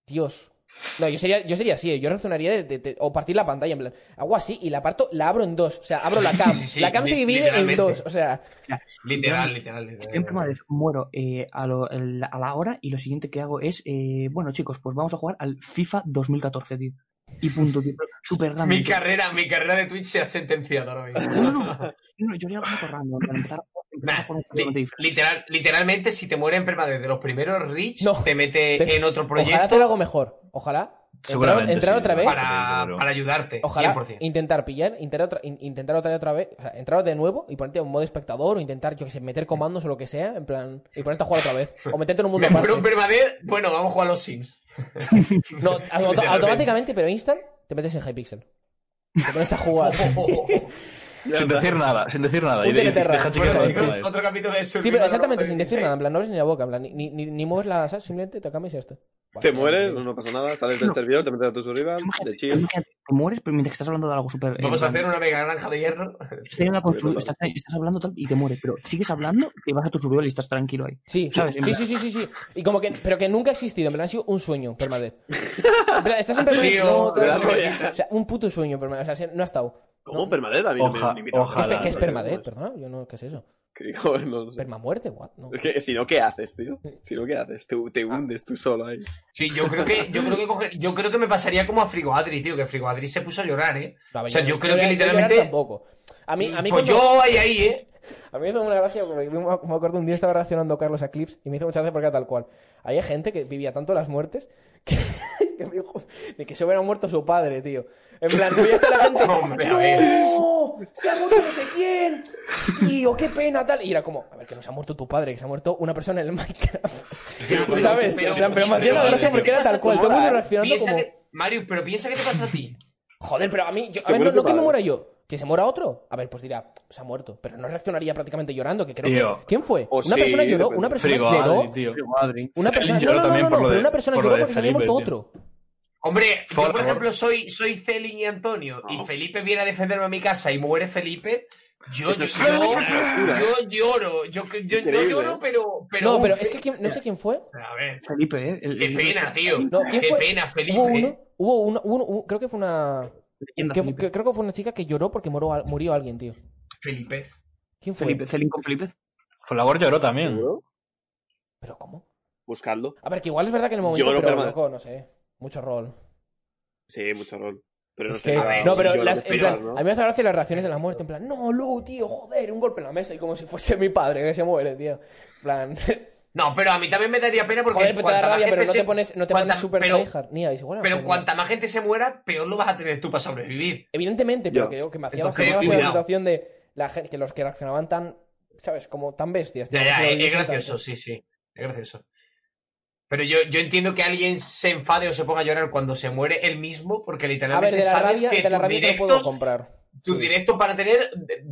Speaker 4: Dios. No, yo sería, yo sería así, ¿eh? yo razonaría de, de- de- o partir la pantalla, en plan, hago así y la parto, la abro en dos, o sea, abro la cam,
Speaker 1: Sí, sí, sí,
Speaker 4: la cam se
Speaker 1: li-
Speaker 4: divide en
Speaker 1: literalmente.
Speaker 4: dos, o sea,
Speaker 1: Literal, literal, literal.
Speaker 5: Yo en Permadez muero eh, a, lo- el- a la hora y lo siguiente que hago es, eh, bueno chicos, pues vamos a jugar al FIFA 2014, tío. Y punto, tío. Súper random.
Speaker 1: Mi
Speaker 5: tío.
Speaker 1: carrera, mi carrera de Twitch se ha sentenciado ahora mismo.
Speaker 5: No, no, no, no, yo haría algo más random para empezar a jugar, empezar a
Speaker 1: Nah,
Speaker 5: jugar un
Speaker 1: li-
Speaker 5: completamente diferente.
Speaker 1: literal, literalmente, si te muere en Permadez de los primeros Rich,
Speaker 4: No.
Speaker 1: te mete
Speaker 4: Te-
Speaker 1: en otro
Speaker 4: ojalá hacer
Speaker 1: proyecto
Speaker 4: algo mejor, ojalá, entrar,
Speaker 3: Seguramente,
Speaker 4: entrar
Speaker 3: sí.
Speaker 4: otra vez,
Speaker 1: para,
Speaker 3: Pero-
Speaker 1: para ayudarte.
Speaker 4: ojalá
Speaker 1: 100%.
Speaker 4: intentar pillar, intentar otra, in- intentar otra, otra vez, o sea, entrar de nuevo y ponerte en modo espectador o intentar, yo que sé, meter comandos o lo que sea, en plan, y ponerte a jugar otra vez, o meterte en un mundo
Speaker 1: Me muero en
Speaker 4: aparte.
Speaker 1: Permadez, bueno, vamos a jugar a los Sims.
Speaker 4: No, auto- automáticamente, pero instant, te metes en Hypixel. Te pones a jugar.
Speaker 3: Sin decir nada, sin decir nada. Y,
Speaker 4: Un
Speaker 3: de- y te
Speaker 4: Teleterra.
Speaker 3: dejan
Speaker 1: Bueno,
Speaker 3: chequear la
Speaker 1: chicos,
Speaker 3: otra vez.
Speaker 1: otro capítulo de
Speaker 4: Sí, pero
Speaker 1: Survivor
Speaker 4: exactamente, sin
Speaker 1: 2016.
Speaker 4: decir nada, en plan, no abres ni la boca, en plan, ni, ni, ni mueves la sal, simplemente te cambias y ya está. Buah,
Speaker 2: Te
Speaker 4: tío,
Speaker 2: mueres,
Speaker 4: increíble.
Speaker 2: no pasa nada, sales del servidor, te metes a tu survival, de
Speaker 5: Imagínate,
Speaker 2: chill.
Speaker 5: imagínate, te mueres pero mientras que estás hablando de algo súper... eh,
Speaker 1: Vamos a
Speaker 5: random.
Speaker 1: hacer una mega granja de hierro.
Speaker 5: Estás, en la constru- estás- estás hablando tal y te mueres, pero sigues hablando, te vas a tu survival y estás tranquilo ahí.
Speaker 4: Sí,
Speaker 1: Ah,
Speaker 5: ¿Sabes? En
Speaker 4: sí,
Speaker 5: plan-
Speaker 4: sí, sí, sí, sí. Y como que, pero que nunca ha existido, en plan, ha sido un sueño, permanente. En plan, estás en permanente.
Speaker 1: Tío,
Speaker 4: no, tal,
Speaker 2: la
Speaker 4: tal,
Speaker 2: polla.
Speaker 4: tal. o sea, un puto sueño, permanente. O sea, si- no ha estado.
Speaker 2: ¿Cómo?
Speaker 4: No.
Speaker 2: Permadez, a mí no me-
Speaker 3: Oja-
Speaker 2: ni me-
Speaker 4: ¿Qué es,
Speaker 3: ojalá.
Speaker 4: pe- qué es
Speaker 2: no,
Speaker 4: permanente?
Speaker 2: no,
Speaker 4: Perdona, yo no, ¿qué es eso?
Speaker 2: que- joder, no, no sé.
Speaker 4: ¿Permamuerte? What? No.
Speaker 2: Es que si no, ¿qué haces, tío? Si no, ¿qué haces? Te,
Speaker 4: Ah.
Speaker 2: te hundes tú solo ahí.
Speaker 1: Sí, yo creo que, yo creo que coger- yo creo que me pasaría como a Frigo Adri, tío, que Frigo Adri se puso a llorar, eh.
Speaker 4: No, a ver,
Speaker 1: O sea, yo creo que
Speaker 4: voy a- voy a llorar
Speaker 1: literalmente-
Speaker 4: Tampoco. A mí, a mí
Speaker 1: pues
Speaker 4: cuando-
Speaker 1: yo ahí ahí, eh.
Speaker 4: A mí me hizo una gracia, porque me, me acuerdo un día estaba reaccionando Carlos a clips y me hizo mucha gracia porque era tal cual. Había gente que vivía tanto las muertes que, que me dijo de que se hubiera muerto su padre, tío. En plan, tú veías a la gente.
Speaker 1: Hombre, a
Speaker 4: ¡No! ¡Se ha muerto no sé quién! ¡Tío, qué pena! tal Y era como, a ver, que no se ha muerto tu padre, que se ha muerto una persona en el Minecraft. ¿Sabes? En plan, pero me hacía la gracia porque era tal cual. Todo el mundo reaccionando
Speaker 1: Piensa
Speaker 4: como.
Speaker 1: que- Mario, pero piensa que te pasa a ti.
Speaker 4: Joder, pero a mí, yo, a ver,
Speaker 2: muere tu
Speaker 4: no, no que me
Speaker 2: padre.
Speaker 4: muera yo, que se muera otro. A ver, pues dirá, se ha muerto, pero no reaccionaría prácticamente llorando, que creo
Speaker 3: Tío.
Speaker 4: que... ¿Quién fue?
Speaker 2: O
Speaker 4: una
Speaker 2: sí,
Speaker 4: persona lloró,
Speaker 2: depende.
Speaker 4: una persona
Speaker 3: Frigo,
Speaker 4: lloró,
Speaker 3: Adri, tío.
Speaker 4: una persona...
Speaker 3: Lloró
Speaker 4: No, no, no,
Speaker 3: también
Speaker 4: no,
Speaker 3: por lo
Speaker 4: no,
Speaker 3: de-
Speaker 4: pero una persona
Speaker 3: por lo
Speaker 4: lloró
Speaker 3: de
Speaker 4: porque se había
Speaker 3: Felipe,
Speaker 4: muerto
Speaker 3: tío.
Speaker 4: otro.
Speaker 1: Hombre,
Speaker 3: Por
Speaker 1: yo por
Speaker 3: favor.
Speaker 1: ejemplo soy, soy Celin y Antonio y Felipe viene a defenderme a mi casa y muere Felipe. Yo, yo,
Speaker 2: es
Speaker 1: yo-
Speaker 2: una locura.
Speaker 1: yo lloro, yo, yo- yo no
Speaker 2: Increíble,
Speaker 1: lloro,
Speaker 2: ¿eh?
Speaker 1: pero, pero.
Speaker 4: No,
Speaker 1: uf,
Speaker 4: pero es que quién- no sé quién fue.
Speaker 1: A ver,
Speaker 5: Felipe, ¿eh? El-
Speaker 1: qué
Speaker 5: el-
Speaker 1: pena, tío.
Speaker 4: No, ¿quién
Speaker 1: qué
Speaker 4: fue?
Speaker 1: pena,
Speaker 4: Hubo
Speaker 1: Felipe.
Speaker 4: uno, hubo uno, uno- un- creo que fue una...
Speaker 5: leyenda,
Speaker 4: que-
Speaker 5: Felipe.
Speaker 4: que- creo que fue una chica que lloró porque murió, al- murió alguien, tío.
Speaker 1: Felipe.
Speaker 4: ¿Quién fue?
Speaker 5: Felipe, Celín con Felipe.
Speaker 3: Folagor lloró también.
Speaker 4: ¿Pero cómo?
Speaker 2: Buscadlo.
Speaker 4: A ver, que igual es verdad que en el momento,
Speaker 2: Lloró,
Speaker 4: pero
Speaker 2: pero-
Speaker 4: loco, no sé. Mucho rol.
Speaker 2: Sí, mucho rol. Pero no
Speaker 4: Es
Speaker 2: sé
Speaker 4: que-
Speaker 2: nada,
Speaker 4: no, pero
Speaker 2: yo lo
Speaker 4: las- en
Speaker 2: que
Speaker 4: plan,
Speaker 2: esperas, ¿no?
Speaker 4: a mí me hace gracia las reacciones de la muerte. En plan, no, Lou, tío, joder, un golpe en la mesa. Y como si fuese mi padre que se muere, tío. En plan, joder,
Speaker 1: No, pero a mí también me daría pena porque.
Speaker 4: pero te da
Speaker 1: cuanta más
Speaker 4: rabia,
Speaker 1: gente
Speaker 4: pero no
Speaker 1: se-
Speaker 4: te pones, no te
Speaker 1: cuanta-
Speaker 4: pones super
Speaker 1: pero-
Speaker 4: tryhard, Ni ahí, seguro.
Speaker 1: Pero
Speaker 4: Ni-
Speaker 1: cuanta más gente se muera, peor lo vas a tener tú para sobrevivir.
Speaker 4: Evidentemente,
Speaker 2: Ya.
Speaker 4: pero que, que me hacía
Speaker 1: Entonces,
Speaker 4: bastante gracia la
Speaker 1: cuidado.
Speaker 4: situación de la gente, que los que reaccionaban tan, ¿sabes? Como tan bestias. tío,
Speaker 1: Ya,
Speaker 4: no
Speaker 1: ya, eh,
Speaker 4: sé,
Speaker 1: es,
Speaker 4: lo
Speaker 1: es
Speaker 4: dicen
Speaker 1: gracioso,
Speaker 4: tanto.
Speaker 1: sí, sí. Es gracioso. Pero yo, yo entiendo que alguien se enfade o se ponga a llorar cuando se muere él mismo, porque
Speaker 4: A ver,
Speaker 1: literalmente
Speaker 4: de la
Speaker 1: sabes
Speaker 4: rabia,
Speaker 1: que
Speaker 4: de la
Speaker 1: tus
Speaker 4: rabia te lo puedo
Speaker 1: directos,
Speaker 4: comprar.
Speaker 1: tus
Speaker 4: Sí.
Speaker 1: directos van a tener de-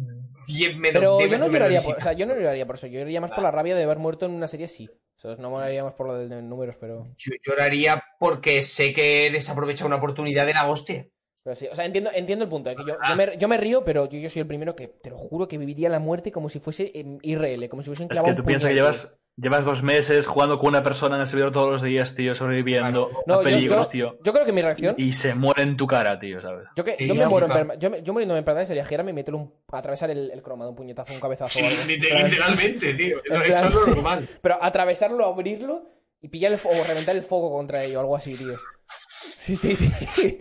Speaker 1: 10 menos.
Speaker 4: Pero
Speaker 1: 10
Speaker 4: yo no
Speaker 1: veces menos
Speaker 4: lloraría por,
Speaker 1: visitas.
Speaker 4: o sea, yo no lloraría por eso. Yo lloraría más por la rabia de haber muerto en una serie así. O sea, no lloraría más por lo de números, pero...
Speaker 1: Yo lloraría porque sé que he desaprovechado una oportunidad de la hostia.
Speaker 4: Pero sí, o sea, entiendo, entiendo el punto. de que yo,
Speaker 3: Ah.
Speaker 4: yo, me, yo me río, pero yo, yo soy el primero que, te lo juro, que viviría la muerte como si fuese em, IRL, como si hubiesen
Speaker 3: Es
Speaker 4: clavado
Speaker 3: que
Speaker 4: un
Speaker 3: tú piensas que
Speaker 4: puñal,
Speaker 3: llevas Llevas dos meses jugando con una persona en el servidor todos los días, tío, sobreviviendo
Speaker 4: No,
Speaker 3: a
Speaker 4: yo-
Speaker 3: peligros,
Speaker 4: yo-
Speaker 3: tío.
Speaker 4: Yo creo que mi reacción.
Speaker 3: Y se muere en tu cara, tío, ¿sabes?
Speaker 4: Yo, que,
Speaker 1: Sí,
Speaker 4: yo me
Speaker 1: ya,
Speaker 4: muero en
Speaker 1: claro.
Speaker 4: perma- yo, me- yo muriéndome en permanente sería girarme y meterle un. atravesar el, el croma de un puñetazo, un cabezazo. o
Speaker 1: Sí,
Speaker 4: algo.
Speaker 1: lite-
Speaker 4: En plan-
Speaker 1: literalmente, tío.
Speaker 4: En
Speaker 1: Eso
Speaker 4: plan-
Speaker 1: es lo normal.
Speaker 4: Pero atravesarlo, abrirlo y pillar el fuego, o reventar el fuego contra ello, algo así, tío. Sí, sí, sí.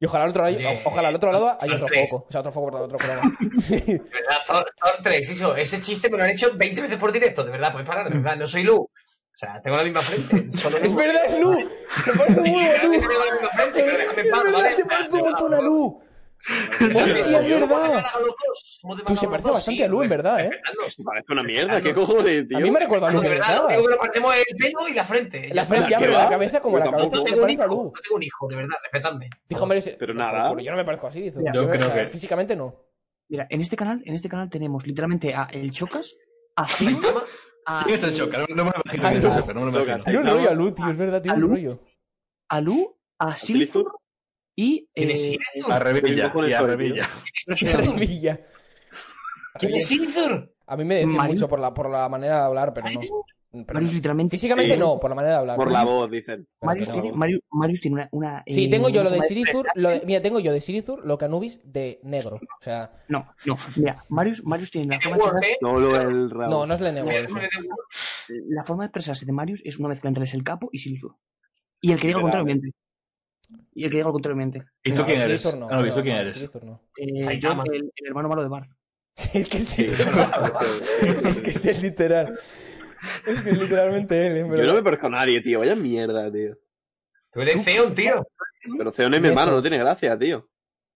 Speaker 4: Y ojalá al otro lado,
Speaker 1: Oye,
Speaker 4: ojalá al otro lado haya otro
Speaker 1: son tres.
Speaker 4: foco. O sea, otro foco, perdón, otro croma.
Speaker 1: De verdad, Thor, Thor 3, eso, ese chiste me lo han hecho 20 veces por directo, de verdad, podéis parar, de verdad, no soy Lu. O sea, tengo la misma frente. Solo
Speaker 4: ¡Es verdad, es Lu! ¡Se pone un huevo, Lu!
Speaker 1: Literalmente tengo la misma frente, pero déjame en
Speaker 4: ¡Es
Speaker 1: paz, ¿vale?
Speaker 4: verdad, se parece un montón a Lu! ¡Hostia, es verdad! Tú, se parece bastante a Lu, en verdad, ¿eh?
Speaker 2: Parece una mierda, ¿qué cojones, tío?
Speaker 4: Ah, A mí me recuerda a Lu,
Speaker 1: De
Speaker 4: de
Speaker 1: verdad, lo
Speaker 4: verdad.
Speaker 1: único que nos parecemos es el pelo y la frente.
Speaker 4: La frente, ya,
Speaker 2: ¿Qué
Speaker 4: pero
Speaker 2: va?
Speaker 4: la cabeza como
Speaker 2: Yo
Speaker 4: la
Speaker 1: No
Speaker 4: cabeza.
Speaker 2: tampoco.
Speaker 4: Se
Speaker 1: tengo un
Speaker 4: parece a
Speaker 1: hijo,
Speaker 4: Lu.
Speaker 1: no tengo un hijo, de verdad, respetadme.
Speaker 4: Dijo Merece-
Speaker 2: Pero
Speaker 4: No,
Speaker 2: nada.
Speaker 4: Yo no me parezco así, dice.
Speaker 5: Yo
Speaker 4: Yo
Speaker 3: creo
Speaker 4: o sea,
Speaker 3: que-
Speaker 4: Físicamente no.
Speaker 5: Mira, en este canal, en este canal tenemos literalmente a El Chocas, a Ciro,
Speaker 1: Saitama,
Speaker 5: a,
Speaker 3: ¿Quién es el
Speaker 5: eh,
Speaker 3: choca? No, no me lo imagino.
Speaker 4: Ah,
Speaker 3: quién es
Speaker 4: no.
Speaker 3: el Joker, no me lo
Speaker 2: Toca,
Speaker 3: imagino.
Speaker 2: sí.
Speaker 4: Tiene un
Speaker 2: Claro.
Speaker 4: rollo a Lu, tío, es verdad, tiene
Speaker 5: ¿A
Speaker 4: un
Speaker 5: Lu?
Speaker 4: rollo.
Speaker 5: a Lu, a Silfur
Speaker 2: Silfur?
Speaker 5: y
Speaker 1: ¿Quién
Speaker 5: eh,
Speaker 1: es Silthur?
Speaker 3: A Revilla,
Speaker 2: Con el
Speaker 3: y a
Speaker 2: sol,
Speaker 3: Revilla.
Speaker 4: Maravilla.
Speaker 1: ¿Quién es Silthur?
Speaker 4: A mí me decís
Speaker 5: Marín.
Speaker 4: mucho por la, por la manera de hablar, pero no. Pero
Speaker 5: Marius
Speaker 4: no.
Speaker 5: literalmente.
Speaker 4: Físicamente
Speaker 2: Sí.
Speaker 4: no, por la manera de hablar.
Speaker 2: Por la voz, dicen.
Speaker 4: Pero
Speaker 5: Marius
Speaker 4: que no.
Speaker 5: tiene, Marius, Marius tiene una, una,
Speaker 4: Sí,
Speaker 5: eh,
Speaker 4: tengo yo lo de
Speaker 5: una-
Speaker 4: Sirizur. Lo de- mira, tengo yo de Sirizur lo que Anubis de negro. O sea,
Speaker 5: No, no. Mira, Marius, Marius tiene la forma, de
Speaker 1: Word, ¿eh?
Speaker 2: No lo el
Speaker 4: no, no es Lenegro.
Speaker 1: Es
Speaker 4: Eso.
Speaker 1: un
Speaker 5: expresarse- la forma de expresarse de Marius es una mezcla entre el capo y Silfur. Y el que diga lo
Speaker 2: Literal.
Speaker 5: contrario miente. Y el que diga lo contrario miente.
Speaker 3: ¿Y tú
Speaker 4: No,
Speaker 3: quién
Speaker 4: de
Speaker 3: eres?
Speaker 4: Sirizur no,
Speaker 3: Ah, no, ¿y
Speaker 4: no,
Speaker 3: tú quién
Speaker 4: no, de
Speaker 3: eres?
Speaker 4: Sirizur no.
Speaker 5: Eh, yo,
Speaker 1: Saitama.
Speaker 5: el, el hermano malo de Barth.
Speaker 4: Es que sí. Es que sí, es literal. Es que es literalmente él,
Speaker 2: Yo
Speaker 4: en
Speaker 2: no
Speaker 4: verdad.
Speaker 2: me parezco a nadie, tío. Vaya mierda, tío.
Speaker 1: Tú eres Theon, tío.
Speaker 2: Pero Zeon es mi hermano, no tiene gracia, tío.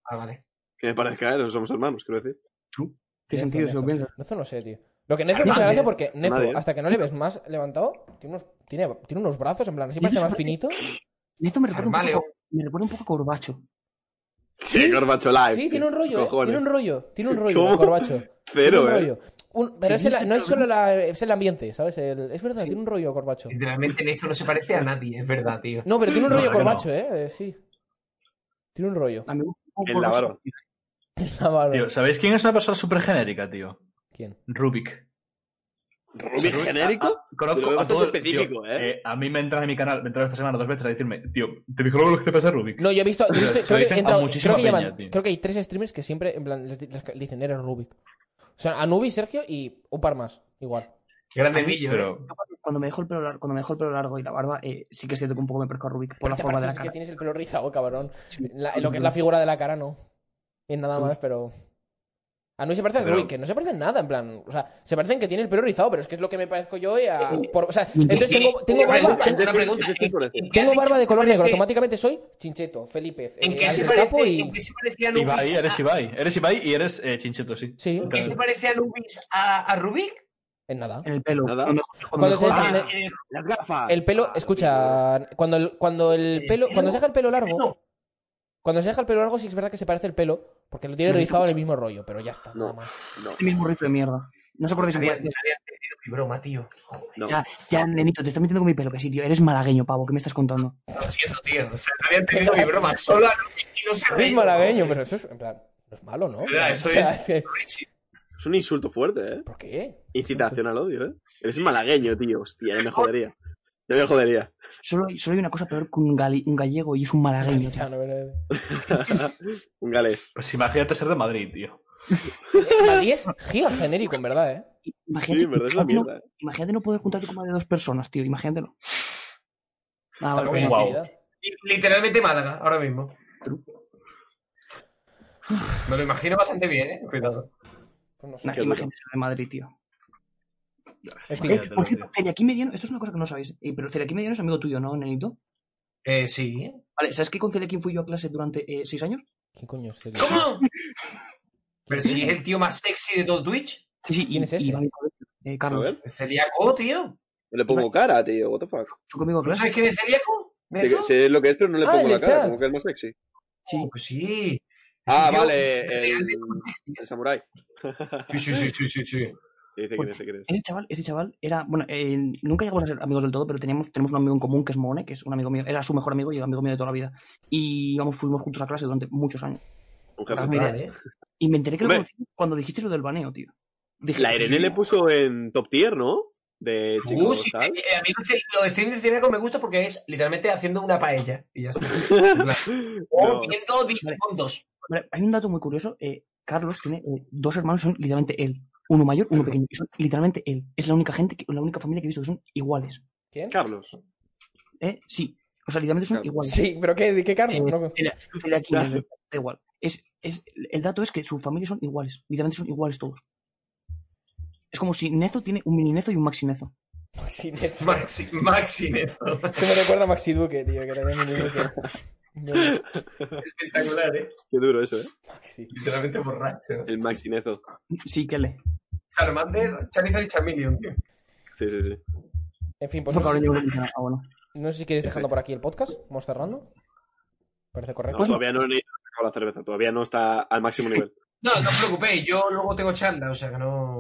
Speaker 1: Ah, vale.
Speaker 2: Que me parezca, eh, no somos hermanos, quiero decir.
Speaker 5: ¿Qué
Speaker 4: Nezo,
Speaker 5: sentido se lo
Speaker 4: Nezo.
Speaker 5: piensa?
Speaker 4: Nezo no sé, tío. Lo que Nezo me hace
Speaker 5: Nadie.
Speaker 4: gracia porque Nezo,
Speaker 2: Nadie.
Speaker 4: hasta que no le ves más levantado, tiene unos, tiene, tiene unos brazos, en plan, así
Speaker 5: Nezo
Speaker 4: parece
Speaker 5: es
Speaker 4: más
Speaker 5: un-
Speaker 4: finito.
Speaker 5: Nezo me recuerda, un
Speaker 1: Armaleo.
Speaker 5: poco, me recuerda un poco a Corbacho.
Speaker 2: Sí, Corbacho Live.
Speaker 4: Sí, tiene un rollo, eh.
Speaker 2: Cojones.
Speaker 4: Tiene un rollo, tiene un rollo,
Speaker 2: ¿Cómo?
Speaker 4: el corbacho. tiene un
Speaker 2: Cero, eh.
Speaker 4: rollo. Un- pero es el- no es solo la- es el ambiente, ¿sabes? El- es verdad, tiene un rollo corbacho.
Speaker 1: Literalmente en esto no se parece a nadie, es verdad, tío.
Speaker 4: No, pero tiene un
Speaker 3: No,
Speaker 4: rollo
Speaker 3: no, no.
Speaker 4: corbacho, ¿eh? Eh, Sí. Tiene un rollo.
Speaker 5: A mí me gusta un poco
Speaker 2: El
Speaker 5: Corbacho.
Speaker 2: lavaro.
Speaker 4: Ah, vale.
Speaker 3: Tío, ¿sabéis quién es una persona súper genérica, tío?
Speaker 4: ¿Quién?
Speaker 3: Rubik.
Speaker 2: ¿Rubik genérico?
Speaker 3: Ah, Conozco
Speaker 2: Pero es
Speaker 3: a todo
Speaker 2: bastante específico, ¿eh.
Speaker 3: A mí me entran en mi canal, me entran esta semana dos veces a decirme, tío, ¿te dijo lo que te pasa Rubik?
Speaker 4: No, yo he visto. yo he visto-
Speaker 3: Se lo
Speaker 4: creo, que
Speaker 3: dicen
Speaker 4: he entrado-
Speaker 3: a muchísima
Speaker 4: creo que
Speaker 3: peña,
Speaker 4: llaman-
Speaker 3: tío.
Speaker 4: creo que hay tres streamers que siempre, en plan, les, les- les dicen, eres Rubik. O sea, Anubis, Sergio y un par más, igual.
Speaker 1: Qué grande millo, eh.
Speaker 3: Pero,
Speaker 5: Cuando me dejó el pelo largo, cuando me dejó el pelo largo y la barba, eh, sí que es cierto que un poco me parezco a Rubik por la
Speaker 4: Te
Speaker 5: forma de la
Speaker 4: pareces que
Speaker 5: cara.
Speaker 4: tienes el pelo rizado, cabrón.
Speaker 5: Sí.
Speaker 4: La- lo que es la figura de la cara, no. Y nada más, pero. A Nui se parece a
Speaker 3: Pero-
Speaker 4: Rubik, que no se parecen nada, en plan. O sea, se parecen que tiene el pelo rizado, pero es que es lo que me parezco yo y a.
Speaker 5: Eh,
Speaker 4: por- o sea, entonces tengo, tengo
Speaker 1: Una
Speaker 4: barba.
Speaker 1: pregunta,
Speaker 4: tengo-
Speaker 1: una pregunta.
Speaker 2: Sí, sí, por eso.
Speaker 1: ¿En qué
Speaker 4: Tengo
Speaker 1: has dicho
Speaker 4: barba de
Speaker 1: que
Speaker 4: color negro,
Speaker 1: parece-
Speaker 4: automáticamente soy Chincheto, Felipe,
Speaker 1: ¿En
Speaker 4: eh,
Speaker 1: qué
Speaker 4: Alex
Speaker 1: se
Speaker 4: el
Speaker 1: parece?
Speaker 4: Capo y...
Speaker 1: ¿En qué se parece a Anubis?
Speaker 3: Ibai, eres
Speaker 1: a-
Speaker 3: Ibai. Eres Ibai y eres eh, Chincheto, sí.
Speaker 4: Sí,
Speaker 1: ¿En qué se parece Anubis a, a Rubik?
Speaker 4: en nada.
Speaker 5: En el pelo.
Speaker 2: Nada.
Speaker 5: Cuando me- cuando
Speaker 4: Cuando
Speaker 5: me
Speaker 4: se
Speaker 5: dejó-
Speaker 4: deja,
Speaker 2: Ah,
Speaker 4: el-
Speaker 2: eh, las gafas. Ah,
Speaker 4: el
Speaker 1: Ah,
Speaker 4: pelo, escucha, cuando el, cuando el
Speaker 1: El
Speaker 4: pelo, cuando
Speaker 1: pelo.
Speaker 4: se deja el pelo largo,
Speaker 1: No.
Speaker 4: cuando se deja el pelo largo sí es verdad que se parece el pelo, porque lo tiene
Speaker 5: Sí.
Speaker 4: rizado en el mismo rollo, pero ya está,
Speaker 2: No.
Speaker 4: nada más.
Speaker 2: No,
Speaker 5: el este mismo rifle de mierda. No os acordáis en
Speaker 1: Había,
Speaker 5: cuál-
Speaker 1: había entendido mi broma, tío. Joder,
Speaker 2: no.
Speaker 5: Ya, ya, nenito, te estás metiendo con mi pelo, que sí, tío. Eres malagueño, pavo, ¿qué me estás contando?
Speaker 1: lo siento, tío. O sea, había entendido mi broma. Solo Anubis y no se
Speaker 4: Es
Speaker 1: reía.
Speaker 4: malagueño, pero eso es, en plan, no es malo, ¿no?
Speaker 1: Ya, eso
Speaker 4: O sea,
Speaker 1: es-
Speaker 4: que-
Speaker 2: Es un insulto fuerte, eh.
Speaker 4: ¿Por qué?
Speaker 2: Incitación al odio, eh. Eres malagueño, tío. Hostia, ya me jodería. Ya me jodería.
Speaker 5: Solo, solo hay una cosa peor que un, gali- un gallego y es un malagueño. tío.
Speaker 4: Galizano, ¿verdad?
Speaker 2: un galés.
Speaker 3: Pues imagínate ser de Madrid, tío.
Speaker 4: Eh, Madrid es giga genérico, en verdad, ¿eh?
Speaker 5: Imagínate,
Speaker 2: Sí, en verdad es una
Speaker 5: imagínate no-
Speaker 2: mierda. eh.
Speaker 5: imagínate no poder juntarte con más de dos personas, tío. Imagínatelo. Ah, vale,
Speaker 4: Tampoco hay
Speaker 5: venga.
Speaker 3: guau.
Speaker 4: necesidad.
Speaker 1: Li- Literalmente Málaga, ahora mismo. Me lo imagino bastante bien, eh. Cuidado.
Speaker 4: Pues no sé.
Speaker 5: Nah,
Speaker 2: Qué
Speaker 5: imagínate ser de Madrid, tío.
Speaker 4: En fin,
Speaker 5: Eh,
Speaker 3: Imagínatelo,
Speaker 5: por cierto,
Speaker 3: tío.
Speaker 5: Celiaquí Mediano, esto es una cosa que no sabéis, eh, pero Celiaquí Mediano es amigo tuyo, ¿no, nenito?
Speaker 1: Eh, sí.
Speaker 5: Vale, ¿sabes que con Celiaquí fui yo a clase durante eh, seis años?
Speaker 4: ¿quién coño es Celia?
Speaker 1: ¿Cómo? Pero si es el tío más sexy de todo Twitch.
Speaker 5: Sí, sí.
Speaker 4: ¿Quién
Speaker 5: y-
Speaker 4: es ese?
Speaker 5: y va a mi colegio. Eh,
Speaker 2: A
Speaker 5: Carlos,
Speaker 2: ver,
Speaker 1: Celíaco, tío.
Speaker 2: le pongo cara, tío. What the fuck.
Speaker 5: fue conmigo a
Speaker 1: ¿No
Speaker 5: clase.
Speaker 1: sabes quién es celíaco?
Speaker 2: Sí,
Speaker 1: ¿Nezo?
Speaker 2: sé lo que es, pero no le
Speaker 4: Ah,
Speaker 2: pongo
Speaker 4: el
Speaker 2: la cara.
Speaker 4: chat.
Speaker 2: Como que es más sexy.
Speaker 1: Oh, que sí.
Speaker 2: Ah,
Speaker 1: Sí, tío.
Speaker 2: vale. El, el samurái.
Speaker 1: Sí, sí, sí, sí, sí, sí.
Speaker 2: Sí, sé
Speaker 4: Pues
Speaker 2: quién es, sé quién es.
Speaker 4: eh,
Speaker 5: Ese chaval, ese chaval era, bueno, eh, nunca llegamos a ser amigos del todo, pero teníamos, tenemos un amigo en común que es Mone, que es un amigo mío, era su mejor amigo y amigo mío de toda la vida. Y vamos, fuimos juntos a clase durante muchos años.
Speaker 2: Un
Speaker 5: La
Speaker 2: jefe.
Speaker 5: mira,
Speaker 1: Total, eh.
Speaker 5: Y me enteré que lo
Speaker 2: Hombre.
Speaker 5: conocí cuando dijiste lo del baneo, tío. Dije,
Speaker 2: La Irene le puso en top tier, ¿no? de
Speaker 1: Uh,
Speaker 2: chicos
Speaker 1: sí,
Speaker 2: tal.
Speaker 1: eh, a mí lo de- lo de stream de Cineco me gusta porque es literalmente haciendo una paella. Y ya está.
Speaker 2: No.
Speaker 1: O viendo difuntos.
Speaker 5: Vale, hay un dato muy curioso. eh, Carlos tiene eh, dos hermanos, son literalmente él. Uno mayor, uno pequeño. y Son literalmente él. Es la única gente, que- la única familia que he visto que son iguales.
Speaker 4: ¿Quién?
Speaker 2: Carlos.
Speaker 5: ¿eh? Sí. O sea, literalmente son
Speaker 2: Claro.
Speaker 5: iguales.
Speaker 4: Sí, pero ¿qué, qué Carlos?
Speaker 5: Eh,
Speaker 4: No,
Speaker 5: Pero aquí
Speaker 2: Claro.
Speaker 5: no, da igual. Es, es, el dato es que sus familias son iguales. Literalmente son iguales todos. Es como si Nezo tiene un mini Nezo y un maxi Nezo.
Speaker 4: Maxi Neto.
Speaker 1: Maxi, Maxi Neto.
Speaker 4: Que me recuerda a Maxi Duque, tío, que era de mi Duque. Bueno,
Speaker 1: Espectacular, ¿eh?
Speaker 2: Qué duro eso, ¿eh?
Speaker 4: Maxi.
Speaker 1: Literalmente borracho.
Speaker 2: El maxinezo.
Speaker 5: Sí, que le.
Speaker 1: Charmander, Charizard y Chameleon, tío.
Speaker 2: Sí, sí, sí.
Speaker 4: En fin, pues
Speaker 5: No,
Speaker 4: no,
Speaker 5: cabrón,
Speaker 4: sé,
Speaker 5: yo creo que no. Ah, bueno.
Speaker 4: no sé si quieres dejando por aquí el podcast. Vamos cerrando. Parece correcto.
Speaker 2: No, todavía no he sacado la cerveza, todavía no está al máximo nivel.
Speaker 1: No, no os preocupéis, yo luego tengo charla, o sea que no.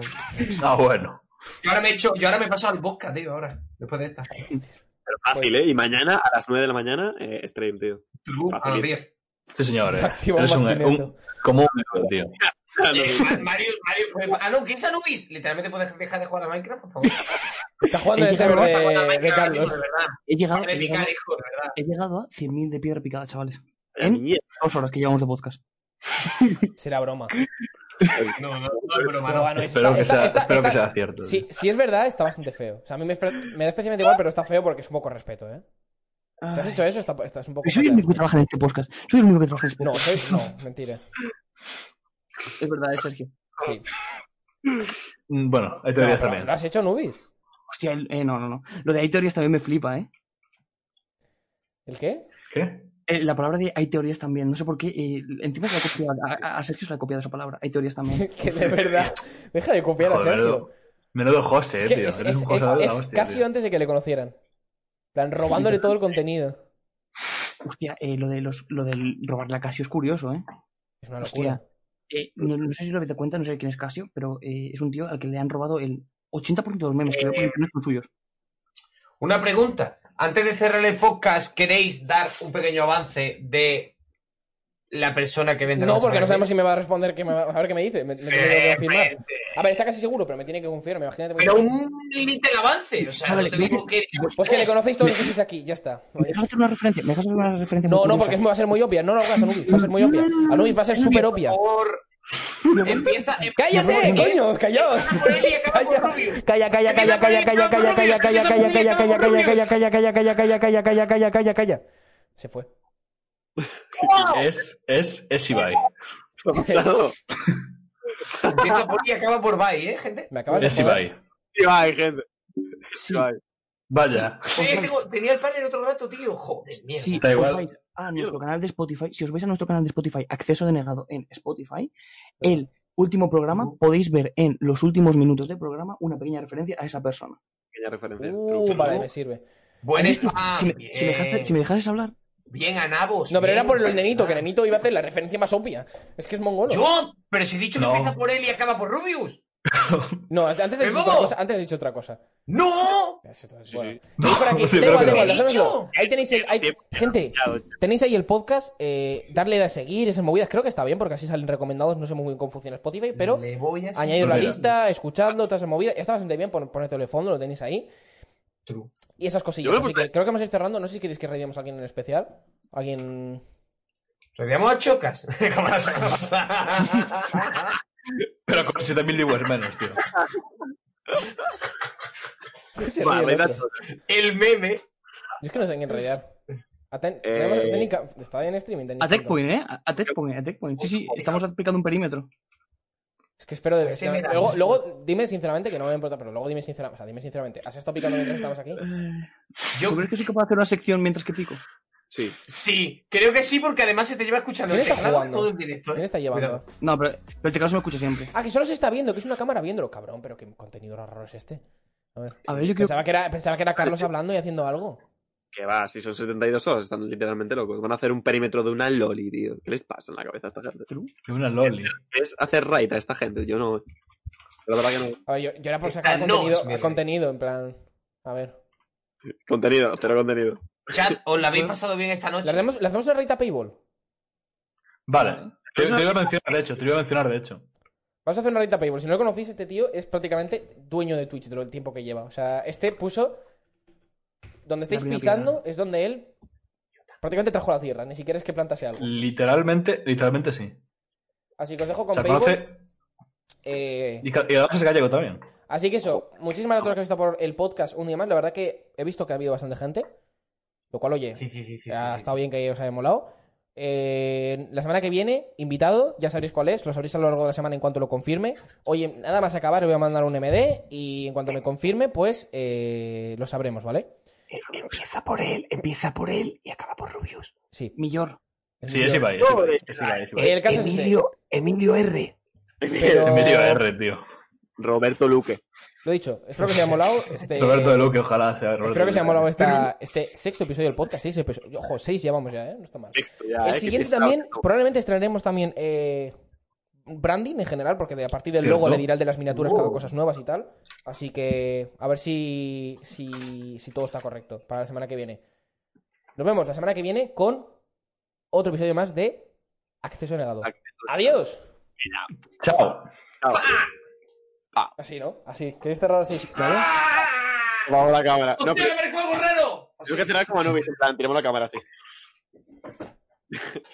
Speaker 3: Ah, bueno.
Speaker 1: Yo ahora me echo, yo ahora me paso al vodka, tío, ahora, después de esta.
Speaker 2: Pero fácil, ¿eh? Y mañana a las 9 de la mañana, eh, stream, tío.
Speaker 1: A las 10.
Speaker 3: Sí, señor. eh.
Speaker 4: Máximo
Speaker 3: Eres un,
Speaker 4: Maxi
Speaker 3: un-
Speaker 4: Neto.
Speaker 3: como un héroe, tío.
Speaker 1: Eh, Mario, Mario, puede- ah, no, ¿qué es Anubis? Literalmente puedes dejar de jugar a Minecraft, por favor.
Speaker 4: Está jugando en
Speaker 5: Eh,
Speaker 4: el
Speaker 5: ya
Speaker 4: server
Speaker 5: no
Speaker 1: Está jugando a
Speaker 4: Eh, de, de
Speaker 1: Minecraft ahora
Speaker 4: Carlos. Ah,
Speaker 1: mismo, de verdad.
Speaker 5: He llegado,
Speaker 1: Para
Speaker 5: he
Speaker 1: de
Speaker 5: llegado,
Speaker 1: picar, hijo, de verdad.
Speaker 5: he llegado a 100.000 de piedra picada, chavales.
Speaker 2: La
Speaker 5: ¿En?
Speaker 2: mierda.
Speaker 5: Dos horas que llevamos de podcast.
Speaker 4: Será broma.
Speaker 1: No, no, no es broma.
Speaker 4: Pero
Speaker 1: no.
Speaker 4: bueno,
Speaker 3: Espero
Speaker 4: está-
Speaker 3: que
Speaker 4: está-
Speaker 3: sea,
Speaker 4: está-
Speaker 3: espero que
Speaker 4: está-
Speaker 3: sea cierto.
Speaker 4: Si, si es verdad, está bastante feo. O sea, a mí me, espe- me da especialmente igual, pero está feo porque es un poco respeto, ¿eh?
Speaker 5: Ah.
Speaker 4: Si has hecho eso, está, estás un poco.
Speaker 5: Soy el
Speaker 4: fatal.
Speaker 5: único que trabaja en este podcast. Soy el único que trabaja en este
Speaker 4: No,
Speaker 5: podcast.
Speaker 4: soy, no, mentira.
Speaker 5: Es verdad, es Sergio.
Speaker 4: Sí.
Speaker 3: Mm, Bueno, hay
Speaker 4: No,
Speaker 3: teorías
Speaker 4: pero
Speaker 3: también.
Speaker 4: ¿Lo has hecho, Nubis?
Speaker 5: Hostia, el- eh, no, no, no. Lo de hay teorías también me flipa, ¿eh?
Speaker 4: ¿El qué?
Speaker 3: ¿Qué?
Speaker 5: Eh, La palabra de hay teorías también, no sé por qué. eh, encima se la ha copiado, a, a- a Sergio se la ha copiado esa palabra, hay teorías también.
Speaker 4: que de verdad. Deja de copiar a
Speaker 3: Joder,
Speaker 4: Sergio.
Speaker 3: Menudo José,
Speaker 4: Es, que
Speaker 3: tío.
Speaker 4: es-
Speaker 3: Eres
Speaker 4: es-
Speaker 3: un josador de la
Speaker 4: es- es
Speaker 3: hostia,
Speaker 4: casi
Speaker 3: tío.
Speaker 4: antes de que le conocieran. En plan, robándole todo el contenido.
Speaker 5: Hostia, eh, lo, de los, lo del robar la Casio es curioso, ¿eh?
Speaker 4: Es una
Speaker 5: Hostia.
Speaker 4: locura.
Speaker 5: Eh, no, no sé si lo habéis dado cuenta, no sé quién es Casio, pero eh, es un tío al que le han robado el 80% de los memes que veo por internet son suyos.
Speaker 1: Una pregunta. Antes de cerrar el podcast, ¿queréis dar un pequeño avance de la persona que vende
Speaker 4: No, porque no sabemos si me va a responder, que me va- a ver qué me dice. Me, me tiene que confirmar. A ver, está casi seguro, pero me tiene que confirmar. Imagínate.
Speaker 1: Eh, Pero un límite avance. O sea,
Speaker 5: Ah, vale,
Speaker 1: no te digo que.
Speaker 4: Pues que le conocéis todos los que estáis aquí, ya está.
Speaker 5: ¿Me dejas hacer una referencia? ¿Me dejas hacer una referencia?
Speaker 4: No, no,
Speaker 5: muy curiosa?
Speaker 4: porque es- va a ser muy obvia. No lo hagas, Anubis. Va a ser muy obvia. Anubis va a ser súper obvia.
Speaker 1: Por... Empieza. em-
Speaker 4: ¡Cállate,
Speaker 1: empieza
Speaker 4: coño! ¡Callaos!
Speaker 1: Empieza por él y acaba por Rubius.
Speaker 4: Calla, calla, calla, calla, calla, calla, calla, calla, calla, calla, calla, calla, calla, calla, calla, calla, calla, calla, calla, calla, calla, calla. Se fue.
Speaker 3: Es, es, es Ibai.
Speaker 2: ¿Qué ha pasado?
Speaker 1: Empieza por él y acaba por Bye, ¿eh, gente?
Speaker 4: Me acabas de
Speaker 3: Es
Speaker 4: joder.
Speaker 3: Ibai.
Speaker 2: Tío, hay gente. Tío, ay.
Speaker 3: Vaya.
Speaker 1: Sí, tengo- tenía el panel otro rato, tío. Joder, mierda.
Speaker 5: Si
Speaker 3: Da
Speaker 5: os
Speaker 3: igual.
Speaker 5: vais a nuestro canal de Spotify, si os vais a nuestro canal de Spotify, acceso denegado en Spotify, el último programa podéis ver en los últimos minutos del programa una pequeña referencia a esa persona.
Speaker 2: Pequeña referencia.
Speaker 4: Uh, vale, me sirve.
Speaker 1: Buen
Speaker 5: ¿Has visto?
Speaker 1: spam.
Speaker 5: si, me,
Speaker 1: bien.
Speaker 5: si me dejaste- si me dejases hablar,
Speaker 1: Bien, Anabos.
Speaker 4: No, pero
Speaker 1: bien.
Speaker 4: era por el nenito, que nenito iba a hacer la referencia más obvia. Es que es mongolo.
Speaker 1: Yo, pero si he dicho que
Speaker 3: No.
Speaker 1: empieza por él y acaba por Rubius.
Speaker 4: No, antes has dicho otra cosa. Antes has dicho otra cosa.
Speaker 1: ¡No!
Speaker 4: Bueno.
Speaker 3: No,
Speaker 4: Ahí por aquí.
Speaker 3: yo
Speaker 4: Da
Speaker 3: creo que
Speaker 4: igual, da igual,
Speaker 1: no.
Speaker 4: dejadnoslo. Ahí tenéis el. ahí- gente,
Speaker 2: Claro.
Speaker 4: tenéis ahí el podcast. eh, darle a seguir, esas movidas. Creo que está bien porque así salen recomendados. No sé muy bien cómo funciona Spotify, pero
Speaker 1: Le voy a
Speaker 4: añadido la
Speaker 3: Mira.
Speaker 4: lista, escuchadlo, toda esa movida. Está bastante bien, pon- ponedlo de fondo, lo tenéis ahí.
Speaker 1: True.
Speaker 4: Y esas cosillas.
Speaker 2: Yo creo
Speaker 4: Así que creo que vamos a ir cerrando. No sé si queréis que reidemos a alguien en especial. Alguien.
Speaker 1: Rodeamos a Chocas. ¿Cómo la sacamos? a
Speaker 3: Pero con 7.000 viewers menos, tío.
Speaker 4: Se ríe el
Speaker 2: Vale,
Speaker 4: otro.
Speaker 2: dato.
Speaker 1: el meme.
Speaker 4: Yo es que no sé en quién raidear. Aten-
Speaker 2: Pues Eh.
Speaker 4: tenemos- técnica- Está en streaming. tenéis
Speaker 5: a
Speaker 4: tanto.
Speaker 5: Techpoint, ¿eh? A- A Techpoint, a Techpoint. Sí, sí, estamos aplicando un perímetro.
Speaker 4: Es que espero de
Speaker 1: Ese me da
Speaker 4: Luego,
Speaker 1: miedo.
Speaker 4: luego dime sinceramente, que no me importa, pero luego dime sinceramente. O sea, dime sinceramente. ¿Has estado picando mientras estamos aquí?
Speaker 5: Eh,
Speaker 1: Yo
Speaker 5: ¿Tú crees que soy capaz de hacer una sección mientras que pico?
Speaker 2: Sí.
Speaker 1: sí, creo que sí, porque además se te lleva escuchando
Speaker 4: ¿Quién
Speaker 1: el
Speaker 4: está
Speaker 1: teclado
Speaker 4: jugando?
Speaker 1: todo en directo. ¿eh?
Speaker 4: ¿Quién está llevando?
Speaker 1: Cuidado.
Speaker 5: No, pero, pero el teclado se me escucha siempre.
Speaker 4: Ah, que solo se está viendo, que es una cámara viéndolo. Cabrón, pero qué contenido raro es este. A ver.
Speaker 5: A ver, yo creo
Speaker 4: Pensaba que era, pensaba que era Carlos hablando y haciendo algo.
Speaker 2: Que va, si son 72 horas, están literalmente locos. Van a hacer un perímetro de una loli, tío. ¿Qué les pasa en la cabeza a esta gente?
Speaker 3: Que Una loli.
Speaker 2: Es hacer raid a esta gente, yo no. La verdad que no.
Speaker 4: A ver, yo, yo era por
Speaker 1: Está
Speaker 4: sacar
Speaker 1: no,
Speaker 4: contenido,
Speaker 1: mierda.
Speaker 4: contenido, en plan. A ver.
Speaker 2: Contenido, cero contenido.
Speaker 1: Chat, ¿os la habéis pasado bien esta
Speaker 4: ¿Le
Speaker 1: noche?
Speaker 4: hacemos, le hacemos una raid a Payball?
Speaker 3: Vale. Te, te iba a mencionar, de hecho, te iba a mencionar, de hecho.
Speaker 4: Vamos a hacer una rita paywall. Si no lo conocéis, este tío es prácticamente dueño de Twitch durante el tiempo que lleva. O sea, este puso. Donde estáis
Speaker 5: primera
Speaker 4: pisando es donde él prácticamente trajo la tierra. Ni siquiera es que plantase algo.
Speaker 3: Literalmente, literalmente sí.
Speaker 4: Así que os dejo
Speaker 3: O
Speaker 4: con
Speaker 3: sea,
Speaker 4: paywall.
Speaker 3: conoce.
Speaker 4: Eh,
Speaker 3: Y, ca- y además es gallego también.
Speaker 4: Así que eso, muchísimas gracias que han visto por el podcast un día más. La verdad que he visto que ha habido bastante gente. Lo cual, oye,
Speaker 1: Sí, sí, sí, sí,
Speaker 4: ha
Speaker 1: sí, sí.
Speaker 4: estado bien que os haya molado. Eh, la semana que viene, invitado, ya sabréis cuál es, lo sabréis a lo largo de la semana en cuanto lo confirme. Oye, nada más acabar, le voy a mandar un MD y en cuanto me confirme, pues eh, lo sabremos, ¿vale?
Speaker 6: Empieza por él, empieza por él y acaba por Rubius.
Speaker 4: Sí.
Speaker 5: Millor.
Speaker 4: El
Speaker 3: Sí,
Speaker 4: vídeo.
Speaker 3: ese va, ese va, ese va, ese va.
Speaker 4: El caso es ese.
Speaker 6: Emilio R.
Speaker 4: Pero-
Speaker 3: Emilio R, tío.
Speaker 2: Roberto Luque.
Speaker 4: Lo dicho, espero que os haya molado. Este,
Speaker 3: Roberto de Luque, ojalá sea Roberto.
Speaker 4: espero que os
Speaker 3: de
Speaker 4: haya
Speaker 3: Luque.
Speaker 4: molado esta- este sexto episodio del podcast. Seis episodios. Ojo, seis ya vamos ya, ¿eh? No está mal.
Speaker 2: Texto ya, eh,
Speaker 4: El
Speaker 2: que te
Speaker 4: siguiente
Speaker 2: está
Speaker 4: también,
Speaker 2: hablando.
Speaker 4: probablemente estrenaremos también eh, branding en general, porque de- a partir del
Speaker 3: Cierto.
Speaker 4: logo le dirá el de las miniaturas
Speaker 2: Uh.
Speaker 4: cada cosas nuevas y tal. Así que a ver si, si, si todo está correcto para la semana que viene. Nos vemos la semana que viene con otro episodio más de Acceso Negado. ¡Adiós!
Speaker 3: Chao.
Speaker 4: Así, ¿no? Así, ¿queréis cerrar así? ¿Vale?
Speaker 2: Bajo la cámara.
Speaker 4: ¡Ah!
Speaker 2: No,
Speaker 1: ¡Hostia,
Speaker 2: pero
Speaker 1: me parece algo raro!
Speaker 2: tengo que cerrar como nubes, en plan, tiramos la cámara así.